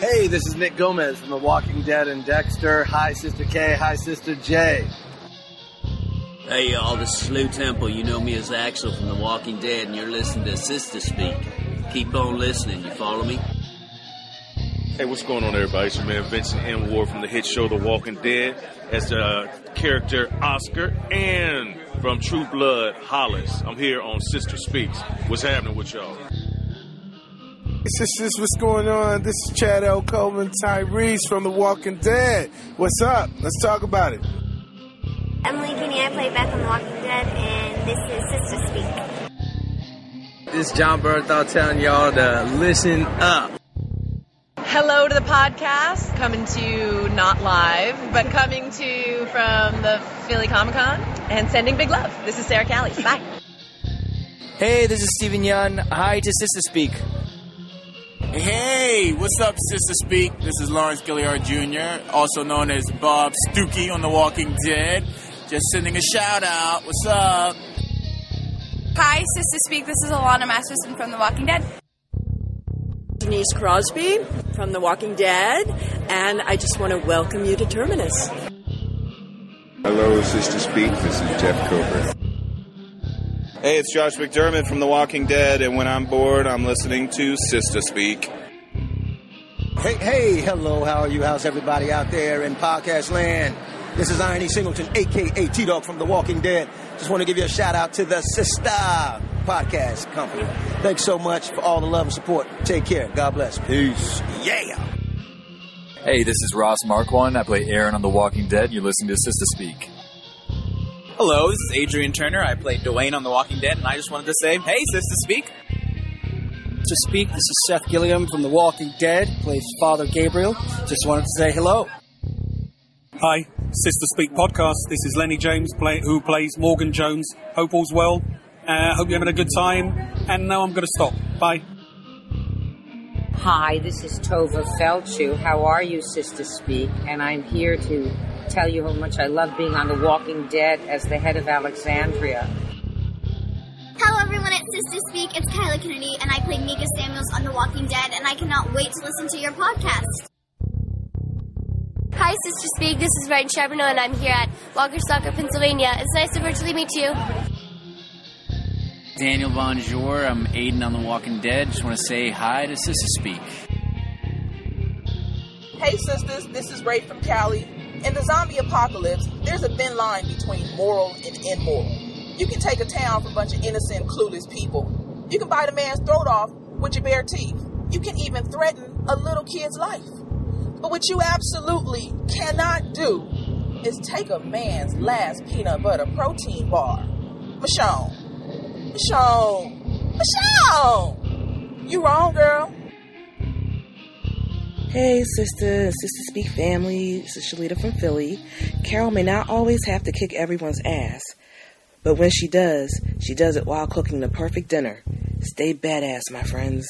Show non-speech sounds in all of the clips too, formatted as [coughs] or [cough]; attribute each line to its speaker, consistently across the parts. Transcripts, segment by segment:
Speaker 1: This is Nick Gomez from The Walking Dead and Dexter. Hi, Sister K. Hi, Sister J.
Speaker 2: Hey y'all, this is Lou Temple. You know me as Axel from The Walking Dead, and you're listening to Sister Speak. Keep on listening, you follow me?
Speaker 3: Hey, what's going on, everybody? It's your man Vincent M. Ward from the hit show The Walking Dead as the uh, character Oscar and from True Blood Hollis. I'm here on Sister Speaks. What's happening with y'all?
Speaker 4: Sisters, what's going on? This is Chad L. Coleman Tyrese from The Walking Dead. What's up? Let's talk about it.
Speaker 5: Emily Cooney, I play Beth on The Walking Dead, and this is Sister Speak.
Speaker 6: This is John Berthal telling y'all to listen up.
Speaker 7: Hello to the podcast, coming to you not live, but coming to you from the Philly Comic Con and sending big love. This is Sarah Callie. Bye.
Speaker 8: Hey, this is Stephen Young. Hi to Sister Speak.
Speaker 9: Hey, what's up, Sister Speak? This is Lawrence Gilliard Jr., also known as Bob Stookie on The Walking Dead. Just sending a shout out. What's up?
Speaker 10: Hi, Sister Speak. This is Alana Masterson from The Walking Dead.
Speaker 11: Denise Crosby from The Walking Dead, and I just want to welcome you to Terminus.
Speaker 12: Hello, Sister Speak. This is Jeff Cooper.
Speaker 13: Hey, it's Josh McDermott from The Walking Dead, and when I'm bored, I'm listening to Sister Speak.
Speaker 14: Hey, hey, hello, how are you? How's everybody out there in podcast land? This is Irony Singleton, aka T Dog from The Walking Dead. Just want to give you a shout out to the Sister Podcast Company. Thanks so much for all the love and support. Take care. God bless. Peace. Yeah.
Speaker 15: Hey, this is Ross Marquand. I play Aaron on The Walking Dead. You're listening to Sister Speak.
Speaker 16: Hello, this is Adrian Turner. I played Dwayne on The Walking Dead, and I just wanted to say, hey, Sister Speak.
Speaker 17: To speak, this is Seth Gilliam from The Walking Dead, plays Father Gabriel. Just wanted to say hello.
Speaker 18: Hi, Sister Speak podcast. This is Lenny James, play, who plays Morgan Jones. Hope all's well. Uh, hope you're having a good time. And now I'm going to stop. Bye.
Speaker 19: Hi, this is Tova Felchu. How are you, Sister Speak? And I'm here to tell you how much I love being on The Walking Dead as the head of Alexandria.
Speaker 20: Hello, everyone at Sister Speak. It's Kyla Kennedy, and I play Mika Samuels on The Walking Dead, and I cannot wait to listen to your podcast.
Speaker 15: Hi, Sister Speak. This is Ryan Charbonneau, and I'm here at Walker Soccer, Pennsylvania. It's nice to virtually meet you.
Speaker 4: Daniel Bonjour. I'm Aiden on The Walking Dead. Just want to say hi to Sister Speak.
Speaker 17: Hey, sisters. This is Ray from Cali. In the zombie apocalypse, there's a thin line between moral and immoral. You can take a town from a bunch of innocent, clueless people. You can bite a man's throat off with your bare teeth. You can even threaten a little kid's life. But what you absolutely cannot do is take a man's last peanut butter protein bar. Michonne. Michonne. Michonne! You wrong, girl.
Speaker 2: Hey, sister, sister speak family. This is Shalita from Philly. Carol may not always have to kick everyone's ass, but when she does, she does it while cooking the perfect dinner. Stay badass, my friends.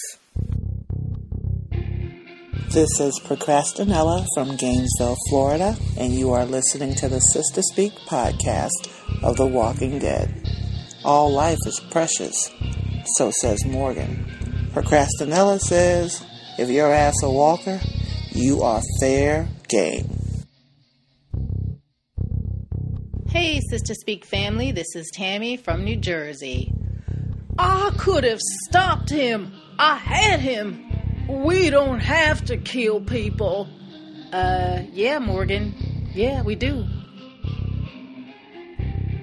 Speaker 1: This is Procrastinella from Gainesville, Florida, and you are listening to the Sister Speak podcast of The Walking Dead. All life is precious, so says Morgan. Procrastinella says, if your ass a walker, you are fair game.
Speaker 21: Hey, Sister Speak family, this is Tammy from New Jersey. I could have stopped him. I had him. We don't have to kill people. Uh, yeah, Morgan. Yeah, we do.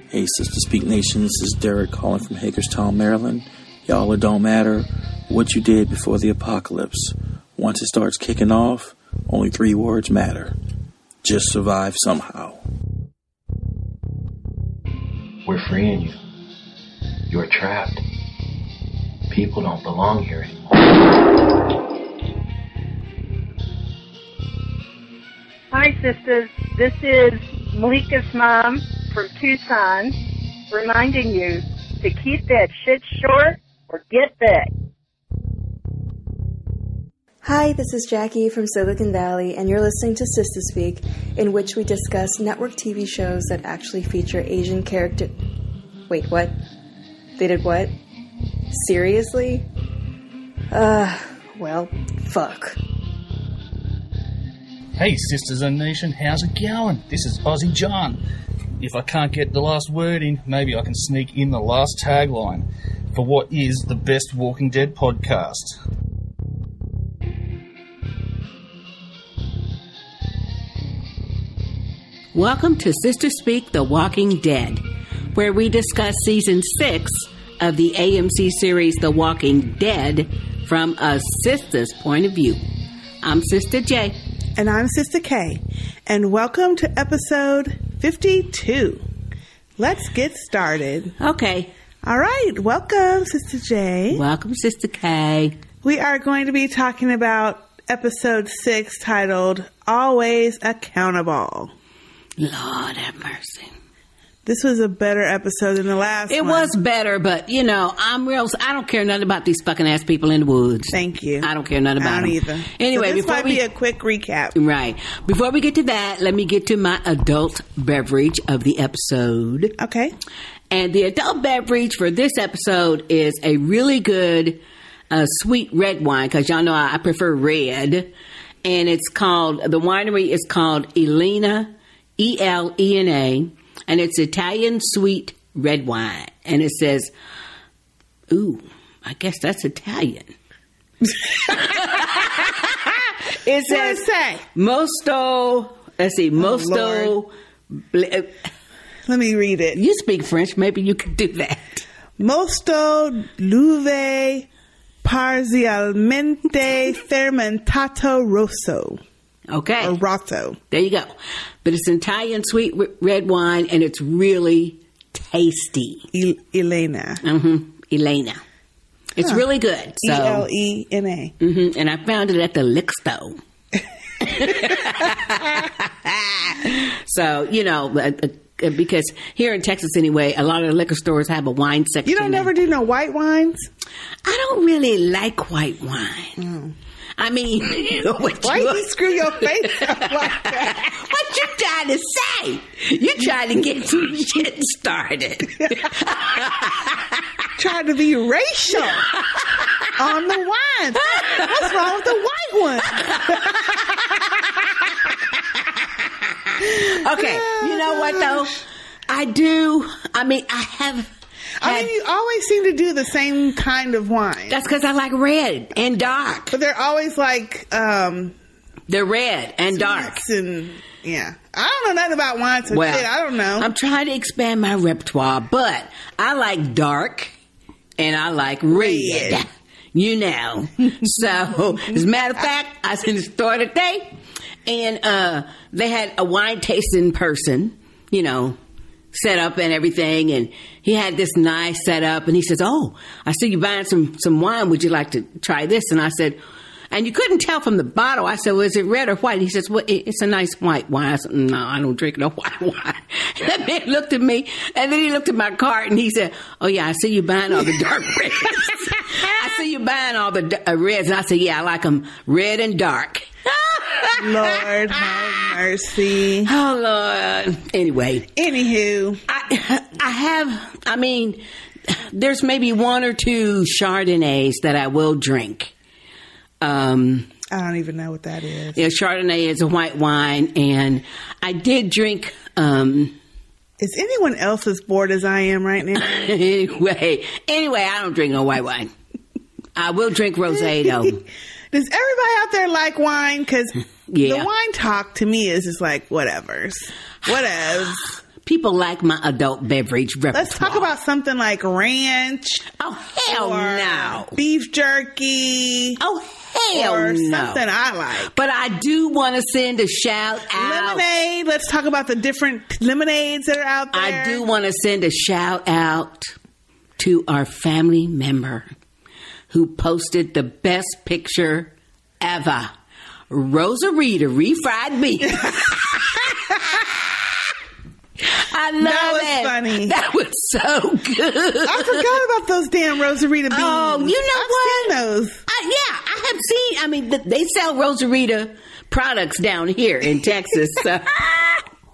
Speaker 22: Hey, Sister Speak Nation, this is Derek calling from Hagerstown, Maryland. Y'all, it don't matter what you did before the apocalypse. Once it starts kicking off, only three words matter just survive somehow.
Speaker 23: We're freeing you. You're trapped. People don't belong here anymore.
Speaker 24: Hi, sisters. This is Malika's mom from Tucson reminding you to keep that shit short or get big.
Speaker 25: Hi, this is Jackie from Silicon Valley, and you're listening to Sister Speak, in which we discuss network TV shows that actually feature Asian character. Wait, what? They did what?
Speaker 21: [laughs]
Speaker 25: Seriously? Uh, well, fuck.
Speaker 15: Hey, sisters and nation, how's it going? This is Aussie John. If I can't get the last word in, maybe I can sneak in the last tagline for what is the best Walking Dead podcast.
Speaker 21: Welcome to Sister Speak The Walking Dead, where we discuss season six of the AMC series The Walking Dead from a sister's point of view. I'm Sister J.
Speaker 1: And I'm Sister K. And welcome to episode 52. Let's get started.
Speaker 21: Okay.
Speaker 1: All right. Welcome, Sister J.
Speaker 21: Welcome, Sister K.
Speaker 1: We are going to be talking about episode six titled Always Accountable.
Speaker 21: Lord have mercy.
Speaker 1: This was a better episode than the last
Speaker 21: It
Speaker 1: one.
Speaker 21: was better, but you know, I'm real. I don't care nothing about these fucking ass people in the woods.
Speaker 1: Thank you.
Speaker 21: I don't care nothing about
Speaker 1: I don't
Speaker 21: 'em.
Speaker 1: either.
Speaker 21: Anyway,
Speaker 1: so this
Speaker 21: before
Speaker 1: might
Speaker 21: we
Speaker 1: be a quick recap.
Speaker 21: right before we get to that, let me get to my adult beverage of the episode.
Speaker 1: Okay.
Speaker 21: And the adult beverage for this episode is a really good uh, sweet red wine because y'all know I, I prefer red, and it's called the winery is called Elena E L E N A, and it's Italian sweet red wine, and it says, "Ooh, I guess that's
Speaker 1: [laughs]
Speaker 21: Italian." it says mosto. Let's
Speaker 1: Oh,
Speaker 21: see, mosto. Let
Speaker 1: me read it.
Speaker 21: You speak French, maybe you can do that.
Speaker 1: Mosto luve parzialmente fermentato rosso.
Speaker 21: Okay.
Speaker 1: Or rosso.
Speaker 21: There you go. But it's Italian sweet w- red wine, and it's really tasty.
Speaker 1: E-, Elena.
Speaker 21: hmm Elena. It's
Speaker 1: Huh. E
Speaker 21: really good. So.
Speaker 1: E-L-E-N-A.
Speaker 21: hmm And I found it at the liquor store.
Speaker 1: [laughs]
Speaker 21: so you know, but, uh, because here in Texas anyway, a lot of the liquor stores have a wine section.
Speaker 1: You don't ever do no white wines?
Speaker 21: I don't really like white wine. I mean, [laughs] what
Speaker 1: Hmm. Why
Speaker 21: you,
Speaker 1: you screw your
Speaker 21: [laughs]
Speaker 1: face up like
Speaker 21: that? what you trying to say? You trying to [laughs] get some shit started?
Speaker 1: trying to be racial on the wines. What's wrong with the white one?
Speaker 21: Okay, you know what though?
Speaker 1: Oh,
Speaker 21: I do. I mean, I have.
Speaker 1: I mean, you always seem to do the same kind of wine.
Speaker 21: That's because I like red and dark.
Speaker 1: But they're always like, um,
Speaker 21: they're red and dark.
Speaker 1: And yeah, I don't know nothing about wine. So shit, I don't know.
Speaker 21: I'm trying to expand my repertoire, but I like dark and I like red. You know. so, as a matter of fact, I was in the store today and uh, they had a wine tasting person, you know, set up and everything. And he had this nice setup and he says, Oh, I see you buying some, some wine. Would you like to try this? And I said, and you couldn't tell from the bottle. I said, "Well, is it red or white?" And he says, "Well, it, it's a nice white wine." I said, "No, I don't drink no [laughs] white wine." that man looked at me, and then he looked at my cart, and he said, "Oh yeah, I see you buying all the dark reds. I see you buying all the d- uh, reds." And I said, "Yeah, I like them red and dark."
Speaker 1: [laughs]
Speaker 21: [laughs]
Speaker 1: Lord have mercy.
Speaker 21: Oh Lord. Anyway,
Speaker 1: anywho,
Speaker 21: I I have. I mean, there's maybe one or two Chardonnays that I will drink. Um.
Speaker 1: I don't even know what that is.
Speaker 21: Yeah, Chardonnay is a white wine, and I did drink. Um,
Speaker 1: Is anyone else as bored as I am right now?
Speaker 21: [laughs] anyway, anyway, I don't drink no white wine. I will drink rosé
Speaker 1: [laughs]
Speaker 21: though.
Speaker 1: Does everybody out there like wine? Because
Speaker 21: [laughs] Yeah.
Speaker 1: the wine talk to me is just like whatevers, whatevs.
Speaker 21: [sighs] People like my adult beverage repertoire.
Speaker 1: Let's talk about something like ranch.
Speaker 21: Oh hell no!
Speaker 1: Beef jerky.
Speaker 21: Oh hell
Speaker 1: or
Speaker 21: no.
Speaker 1: Something I like.
Speaker 21: But I do want to send a shout out.
Speaker 1: Lemonade. Let's talk about the different lemonades that are out there.
Speaker 21: I do want to send a shout out to our family member who posted the best picture ever. Rosarita refried
Speaker 1: [laughs]
Speaker 21: beef. I love
Speaker 1: That was
Speaker 21: it. [laughs]
Speaker 1: funny.
Speaker 21: That was so good.
Speaker 1: I forgot about those damn Rosarita beans.
Speaker 21: Oh, you know what?
Speaker 1: I've seen those.
Speaker 21: I, yeah, I have seen. I mean, th- they sell Rosarita products down here
Speaker 1: [laughs]
Speaker 21: in Texas. So.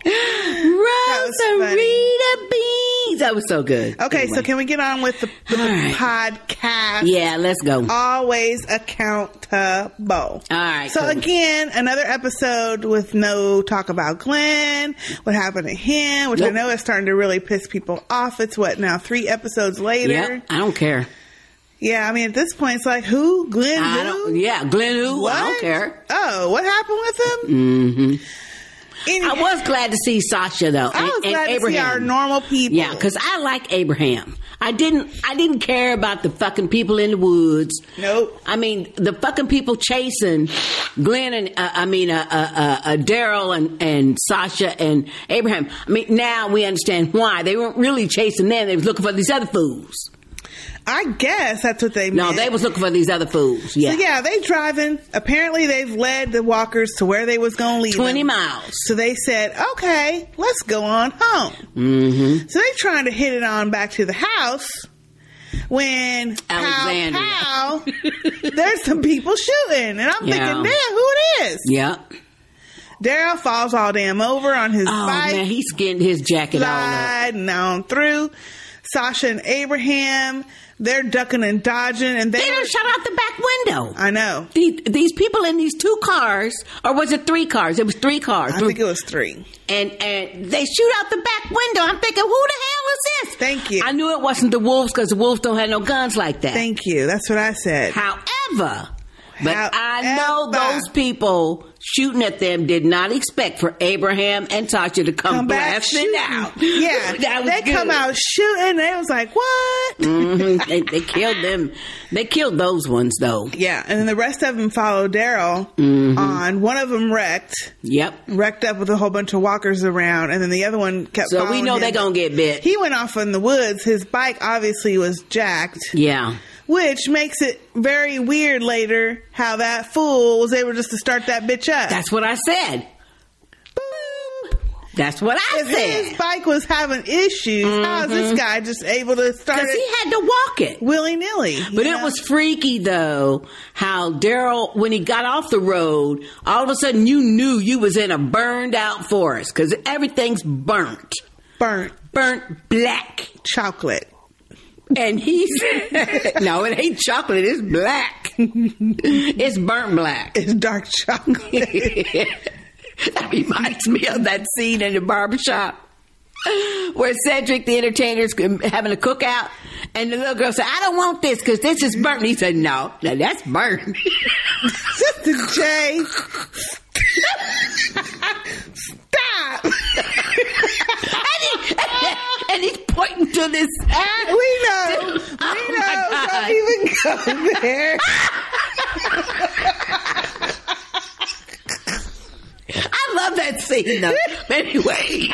Speaker 21: Rosarita beans. that was so good.
Speaker 1: Okay, so can we get on with the, with the podcast?
Speaker 21: Yeah, let's go.
Speaker 1: Always accountable. All
Speaker 21: right.
Speaker 1: So
Speaker 21: cool.
Speaker 1: again, another episode with no talk about Glenn, what happened to him, which I
Speaker 21: Nope.
Speaker 1: know is starting to really piss people off. It's what now three episodes later.
Speaker 21: Yeah, I don't care.
Speaker 1: Yeah, I mean at this point it's like who Glenn
Speaker 21: I
Speaker 1: who?
Speaker 21: don't- yeah, Glenn who? I don't care.
Speaker 1: Oh, what happened with him?
Speaker 21: hmm I was glad to see Sasha though.
Speaker 1: I was glad to see our normal people.
Speaker 21: Yeah, because I like Abraham. I didn't. I didn't care about the fucking people in the woods.
Speaker 1: Nope.
Speaker 21: I mean, the fucking people chasing Glenn and uh, I mean, uh, uh, uh, uh, Daryl and and Sasha and Abraham. I mean, now we understand why they weren't really chasing them. They was looking for these other fools.
Speaker 1: I guess that's what they.
Speaker 21: No, they was looking for these other fools. Yeah.
Speaker 1: So yeah, they driving. Apparently, they've led the walkers to where they was going to lead
Speaker 21: 20
Speaker 1: them.
Speaker 21: miles.
Speaker 1: So they said, "Okay, let's go on home."
Speaker 21: hmm
Speaker 1: So they trying to hit it on back to the house when
Speaker 21: Alexandria. [laughs]
Speaker 1: pow, pow, there's some people shooting, and I'm
Speaker 21: Yeah.
Speaker 1: thinking, "Damn, who it is?"
Speaker 21: Yeah.
Speaker 1: Daryl falls all damn over on his
Speaker 21: Oh
Speaker 1: bike.
Speaker 21: man, he skinned his jacket all up.
Speaker 1: Sliding on through. Sasha and Abraham, they're ducking and dodging, and they,
Speaker 21: They done shot out the back window.
Speaker 1: I know.
Speaker 21: These, these people in these two cars, or was it three cars? It was three cars.
Speaker 1: I think it was three.
Speaker 21: And and they shoot out the back window. I'm thinking, who the hell is this?
Speaker 1: Thank you.
Speaker 21: I knew it wasn't the wolves because the wolves don't have no guns like that.
Speaker 1: Thank you. That's what I said.
Speaker 21: However, but I know those people shooting at them did not expect for Abraham and Tasha to come,
Speaker 1: Come back
Speaker 21: blasting
Speaker 1: shooting.
Speaker 21: out.
Speaker 1: Yeah,
Speaker 21: [laughs] That was
Speaker 1: they come
Speaker 21: good.
Speaker 1: out shooting. They was
Speaker 21: [laughs]
Speaker 1: like, "What?"
Speaker 21: Mhm. they, they killed them. They killed those ones though.
Speaker 1: Yeah, and then the rest of them follow Daryl on. One of them wrecked.
Speaker 21: Mm-hmm. Yep.
Speaker 1: Wrecked up with a whole bunch of walkers around, and then the other one kept.
Speaker 21: So we
Speaker 1: following
Speaker 21: know
Speaker 1: him.
Speaker 21: they gonna get bit.
Speaker 1: He went off in the woods. His bike obviously was jacked,
Speaker 21: Yeah.
Speaker 1: which makes it very weird later how that fool was able just to start that bitch up.
Speaker 21: That's what I said. That's what I
Speaker 1: if
Speaker 21: said. Mm-hmm.
Speaker 1: his bike was having issues, how is this guy just able to start?
Speaker 21: Because he had to walk it
Speaker 1: willy nilly.
Speaker 21: But it was freaky though how Daryl, when he got off the road, all of a sudden you knew you was in a burned out forest because everything's burnt,
Speaker 1: burnt,
Speaker 21: burnt black
Speaker 1: chocolate.
Speaker 21: And he [laughs] said, "No, it ain't chocolate. It's black. it's burnt black.
Speaker 1: It's dark chocolate."
Speaker 21: [laughs] that reminds me of that scene in the barbershop where Cedric the entertainer's um, having a cookout, and the little girl said, "I don't want this because this is burnt." And he said, "No, no, that's burnt."
Speaker 1: [laughs] Sister
Speaker 21: [laughs]
Speaker 1: J, stop.
Speaker 21: and, he, and he's pointing to this.
Speaker 1: We
Speaker 21: [laughs]
Speaker 1: know.
Speaker 21: Oh
Speaker 1: we know.
Speaker 21: my God.
Speaker 1: Don't even go there.
Speaker 21: I love that scene though. anyway.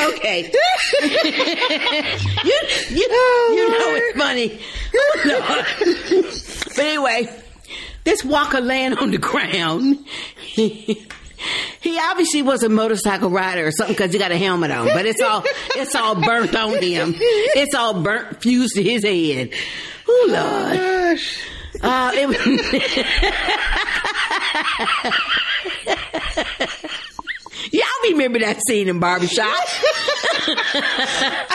Speaker 21: okay. you you, you know it's funny. Oh, but anyway, this walker laying on the ground. He obviously was a motorcycle rider or something because he got a helmet on, but it's all it's all burnt on him. It's all burnt, fused to his head. Oh Lord! Uh, it was- [laughs] Y'all remember that scene in Barbershop?
Speaker 1: I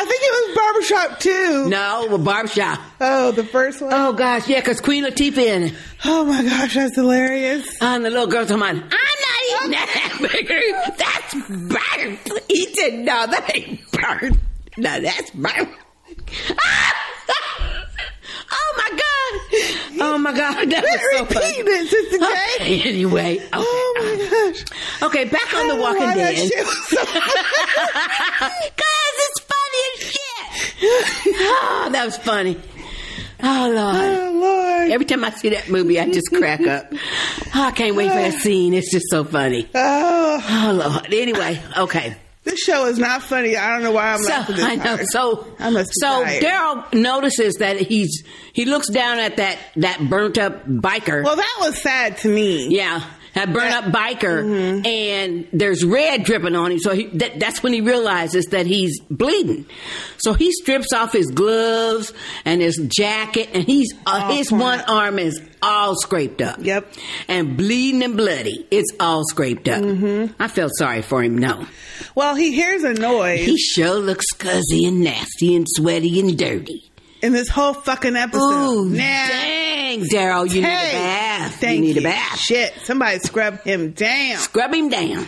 Speaker 1: think it was Barbershop too.
Speaker 21: No, it was Barbershop.
Speaker 1: Oh, the first one.
Speaker 21: Oh gosh, yeah, because Queen Latifah in it. Uh,
Speaker 1: Oh my gosh, that's hilarious.
Speaker 21: And the little girl's talking about, [laughs] I'm not eating that hamburger. That's burnt. He said, no, that ain't burnt. No, that's burnt.
Speaker 1: Ah!
Speaker 21: oh my God. Oh my God. That was so funny.
Speaker 1: Repeat it, Sister J.
Speaker 21: Okay, anyway. Okay.
Speaker 1: Oh my gosh.
Speaker 21: Okay, back on The Walking
Speaker 1: Why that
Speaker 21: Dead.
Speaker 1: shit was
Speaker 21: [laughs]
Speaker 1: so-
Speaker 21: Cause it's funny as shit. oh, that was funny. Oh Lord.
Speaker 1: Lord.
Speaker 21: Every time I see that movie, I just crack up. Oh, I can't wait for
Speaker 1: [sighs]
Speaker 21: that scene. It's just so funny.
Speaker 1: Oh,
Speaker 21: Oh Lord. Anyway, okay.
Speaker 1: this show is not funny. I don't know why I'm
Speaker 21: So
Speaker 1: laughing
Speaker 21: [laughs]
Speaker 1: this
Speaker 21: I know.
Speaker 1: hard.
Speaker 21: So
Speaker 1: I must be
Speaker 21: so
Speaker 1: tired.
Speaker 21: Daryl notices that he's he looks down at that that burnt up biker.
Speaker 1: Well, that Mm-hmm. was sad to me.
Speaker 21: yeah. that burn up biker, and there's red dripping on him. So he, that, that's when he realizes that he's bleeding. So he strips off his gloves and his jacket, and he's uh, his one arm is all scraped up. Yep, and bleeding and bloody. It's all scraped up. I felt sorry for him. No,
Speaker 1: Mm-hmm. well, he hears a noise.
Speaker 21: He sure looks cuzzy and nasty and sweaty and dirty.
Speaker 1: In this whole fucking episode.
Speaker 21: Ooh,
Speaker 1: Nah.
Speaker 21: dang, Daryl, you need a
Speaker 1: Hey,
Speaker 21: bath.
Speaker 1: Thank
Speaker 21: you need a bath.
Speaker 1: Shit, somebody scrub him down.
Speaker 21: Scrub him down.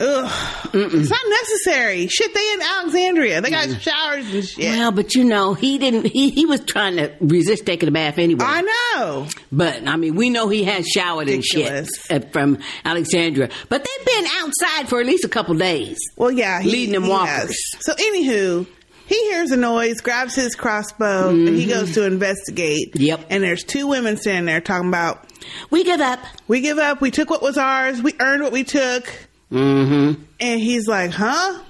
Speaker 1: Ugh, it's not necessary. Shit, they in Alexandria. They got showers and shit.
Speaker 21: Well, but you know, he didn't. He, he was trying to resist taking a bath anyway.
Speaker 1: I know.
Speaker 21: But I mean, we know he has showered and shit uh, from Alexandria. But they've been outside for at least a couple days.
Speaker 1: Well, yeah, he-
Speaker 21: leading them
Speaker 1: he
Speaker 21: walkers.
Speaker 1: has. So, anywho, he hears a noise, grabs his crossbow, and
Speaker 21: Mm-hmm.
Speaker 1: he goes to investigate. Yep. And there's two women standing there talking about,
Speaker 21: "We give up.
Speaker 1: We give up. We took what was ours. We earned what we took."
Speaker 21: Mm-hmm.
Speaker 1: And he's like, "Huh?"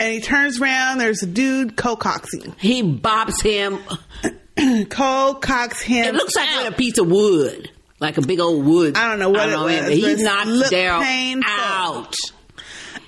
Speaker 1: And he turns around. There's a dude co-coxing.
Speaker 21: He bobs him.
Speaker 1: [clears throat] co-cox him.
Speaker 21: It looks like with a piece of wood, like a big old wood. I
Speaker 1: don't know what it was,
Speaker 21: but He
Speaker 1: but it
Speaker 21: knocked
Speaker 1: looked
Speaker 21: Daryl
Speaker 1: painful.
Speaker 21: out.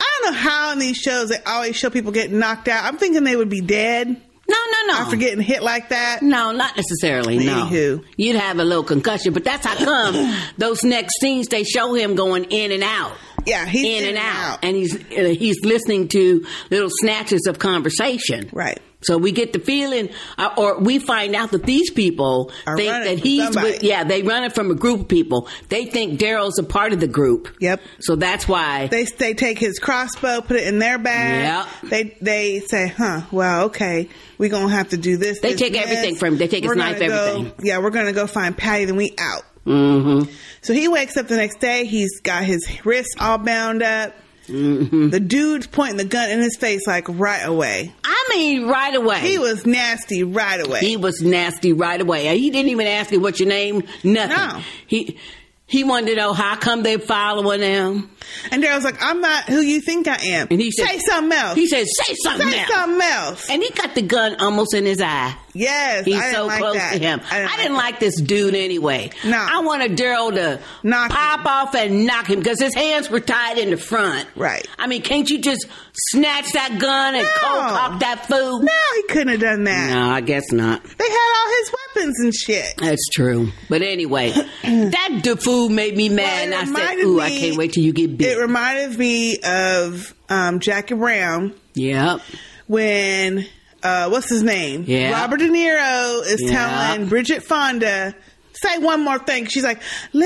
Speaker 1: I don't know how in these shows they always show people getting knocked out. I'm thinking they would be dead.
Speaker 21: No, no, no.
Speaker 1: After getting hit like that.
Speaker 21: No, not necessarily. No, you'd have a little concussion, but that's how
Speaker 1: [sighs]
Speaker 21: come those next scenes they show him going in and out.
Speaker 1: Yeah, he's
Speaker 21: in, and out, and he's uh, he's listening to little snatches of conversation.
Speaker 1: Right.
Speaker 21: So we get the feeling, uh, or we find out that these people think that he's with. Yeah, they run it from a group of people. They think Daryl's a part of the group. Yep. So that's why
Speaker 1: They they take his crossbow, put it in their bag. They they say, "Huh? Well, okay, we're gonna have to do this."
Speaker 21: They
Speaker 1: this,
Speaker 21: take
Speaker 1: this.
Speaker 21: everything from him. They take his
Speaker 1: We're
Speaker 21: knife,
Speaker 1: gonna go-
Speaker 21: everything.
Speaker 1: Yeah, we're gonna go find Patty. Then we out.
Speaker 21: Mm-hmm.
Speaker 1: So he wakes up the next day. He's got his wrists all bound up.
Speaker 21: Mm-hmm.
Speaker 1: The dude's pointing the gun in his face like right away.
Speaker 21: I mean, right away.
Speaker 1: He was nasty right away.
Speaker 21: He was nasty right away. He didn't even ask you what's your name. Nothing. He he wanted to know how come they following him.
Speaker 1: And Daryl's like, I'm not who you think I am.
Speaker 21: And he said,
Speaker 1: Say something else.
Speaker 21: He said, say something
Speaker 1: Say
Speaker 21: else.
Speaker 1: something else.
Speaker 21: And he got the gun almost in his eye.
Speaker 1: Yes,
Speaker 21: He's
Speaker 1: I didn't
Speaker 21: so
Speaker 1: like
Speaker 21: close
Speaker 1: that.
Speaker 21: to him. I didn't, like, this dude anyway. No. I wanted Daryl to pop off and knock him because his hands were tied in the front.
Speaker 1: Right.
Speaker 21: I mean, can't you just snatch that gun and cold cock that fool? No,
Speaker 1: he couldn't have done that.
Speaker 21: No, I guess not.
Speaker 1: They had all his weapons and shit.
Speaker 21: That's true. But
Speaker 1: [clears throat]
Speaker 21: anyway, that the food made me mad,
Speaker 1: Well, it
Speaker 21: and I said,
Speaker 1: reminded
Speaker 21: "Ooh, I
Speaker 1: me-
Speaker 21: can't wait till you get bit."
Speaker 1: It reminded me of um, Jackie Brown
Speaker 21: yep.
Speaker 1: when uh, what's his name?
Speaker 21: Yeah.
Speaker 1: Robert De Niro is
Speaker 21: Yeah.
Speaker 1: telling Bridget Fonda. Say one more thing. She's like, Lewis,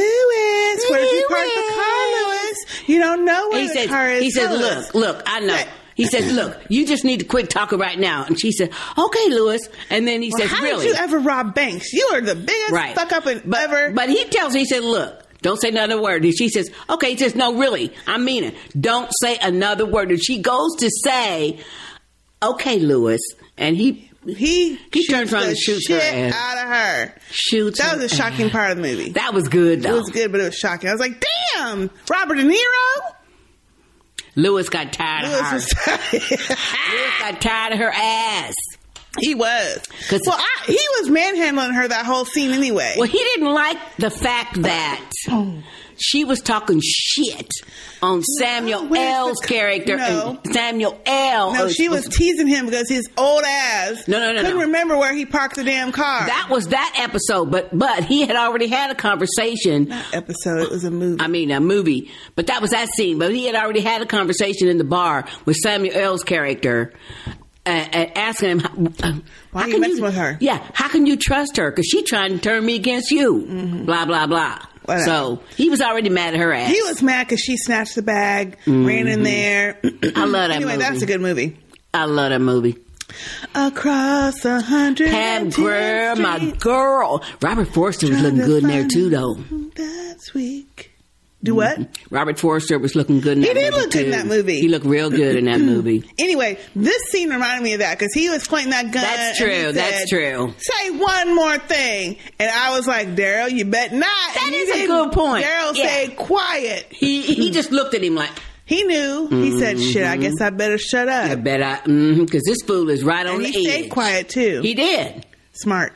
Speaker 1: where did you park the car, Lewis? You don't know where
Speaker 21: He
Speaker 1: the
Speaker 21: says,
Speaker 1: car is.
Speaker 21: "He says, look,
Speaker 1: Lewis."
Speaker 21: look, I know." He says, "Look, you just need to quit talking right now." And she said, "Okay, Lewis." And then he
Speaker 1: Well,
Speaker 21: says,
Speaker 1: how
Speaker 21: "Really?"
Speaker 1: did you ever rob banks? You are the biggest
Speaker 21: Right.
Speaker 1: fuck up and
Speaker 21: but,
Speaker 1: ever.
Speaker 21: But he tells her, he said, "Look, don't say another word." And she says, "Okay." He says, "No, really, I mean it. Don't say another word." And she goes to say, "Okay, Lewis," and he
Speaker 1: he
Speaker 21: he turns around
Speaker 1: the
Speaker 21: and shoots
Speaker 1: shit
Speaker 21: her ass.
Speaker 1: out of her.
Speaker 21: Shoots.
Speaker 1: That was a shocking part of the movie.
Speaker 21: That was good though.
Speaker 1: It was good, but it was shocking. I was like, damn, Robert De Niro.
Speaker 21: Lewis got tired of
Speaker 1: Lewis
Speaker 21: her.
Speaker 1: was [laughs]
Speaker 21: Lewis got tired of her ass.
Speaker 1: He was. Well, I, he was manhandling her that whole scene anyway.
Speaker 21: Well, he didn't like the fact that she was talking shit on Samuel L's character
Speaker 1: No.
Speaker 21: and Samuel L.
Speaker 1: No,
Speaker 21: is-
Speaker 1: she was teasing him because his old ass
Speaker 21: No, no, no,
Speaker 1: couldn't
Speaker 21: no.
Speaker 1: remember where he parked the damn car.
Speaker 21: That was that episode, but but he had already had a conversation.
Speaker 1: episode, it was a movie.
Speaker 21: I mean, a movie, but that was that scene. But he had already had a conversation in the bar with Samuel L's character, uh, uh, asking him, how- "Why
Speaker 1: you messing with her?"
Speaker 21: Yeah, how can you trust her? Because she trying to turn me against you. Blah blah blah.
Speaker 1: Mm-hmm. Whatever.
Speaker 21: So he was already mad at her ass.
Speaker 1: he was mad because she snatched the bag, ran in
Speaker 21: Mhm.
Speaker 1: there.
Speaker 21: I love that
Speaker 1: [clears throat] Anyway,
Speaker 21: movie.
Speaker 1: that's a good movie.
Speaker 21: I love that movie.
Speaker 1: Across a hundred.
Speaker 21: Pam
Speaker 1: and ten
Speaker 21: Grier, my
Speaker 1: streets.
Speaker 21: girl. Robert Forster was looking good in there too, though. Mm-hmm.
Speaker 1: That's weak. Do what?
Speaker 21: Robert Forster was looking good in
Speaker 1: He
Speaker 21: that
Speaker 1: did
Speaker 21: movie.
Speaker 1: look good in
Speaker 21: too.
Speaker 1: that movie.
Speaker 21: He looked real good in
Speaker 1: [clears throat]
Speaker 21: that movie.
Speaker 1: Anyway, this scene reminded me of that because he was pointing that gun.
Speaker 21: That's
Speaker 1: and he
Speaker 21: true, that's
Speaker 1: said,
Speaker 21: true.
Speaker 1: Say one more thing, and I was like, Daryl, you bet not. That
Speaker 21: is a good point.
Speaker 1: Daryl
Speaker 21: Yeah.
Speaker 1: stayed quiet.
Speaker 21: He he just looked at him like
Speaker 1: he knew. He said, "Shit, I guess I better shut up."
Speaker 21: Mm-hmm. I bet I, mm because this fool is right on
Speaker 1: And
Speaker 21: the
Speaker 1: he
Speaker 21: edge.
Speaker 1: stayed quiet too.
Speaker 21: He did.
Speaker 1: Smart.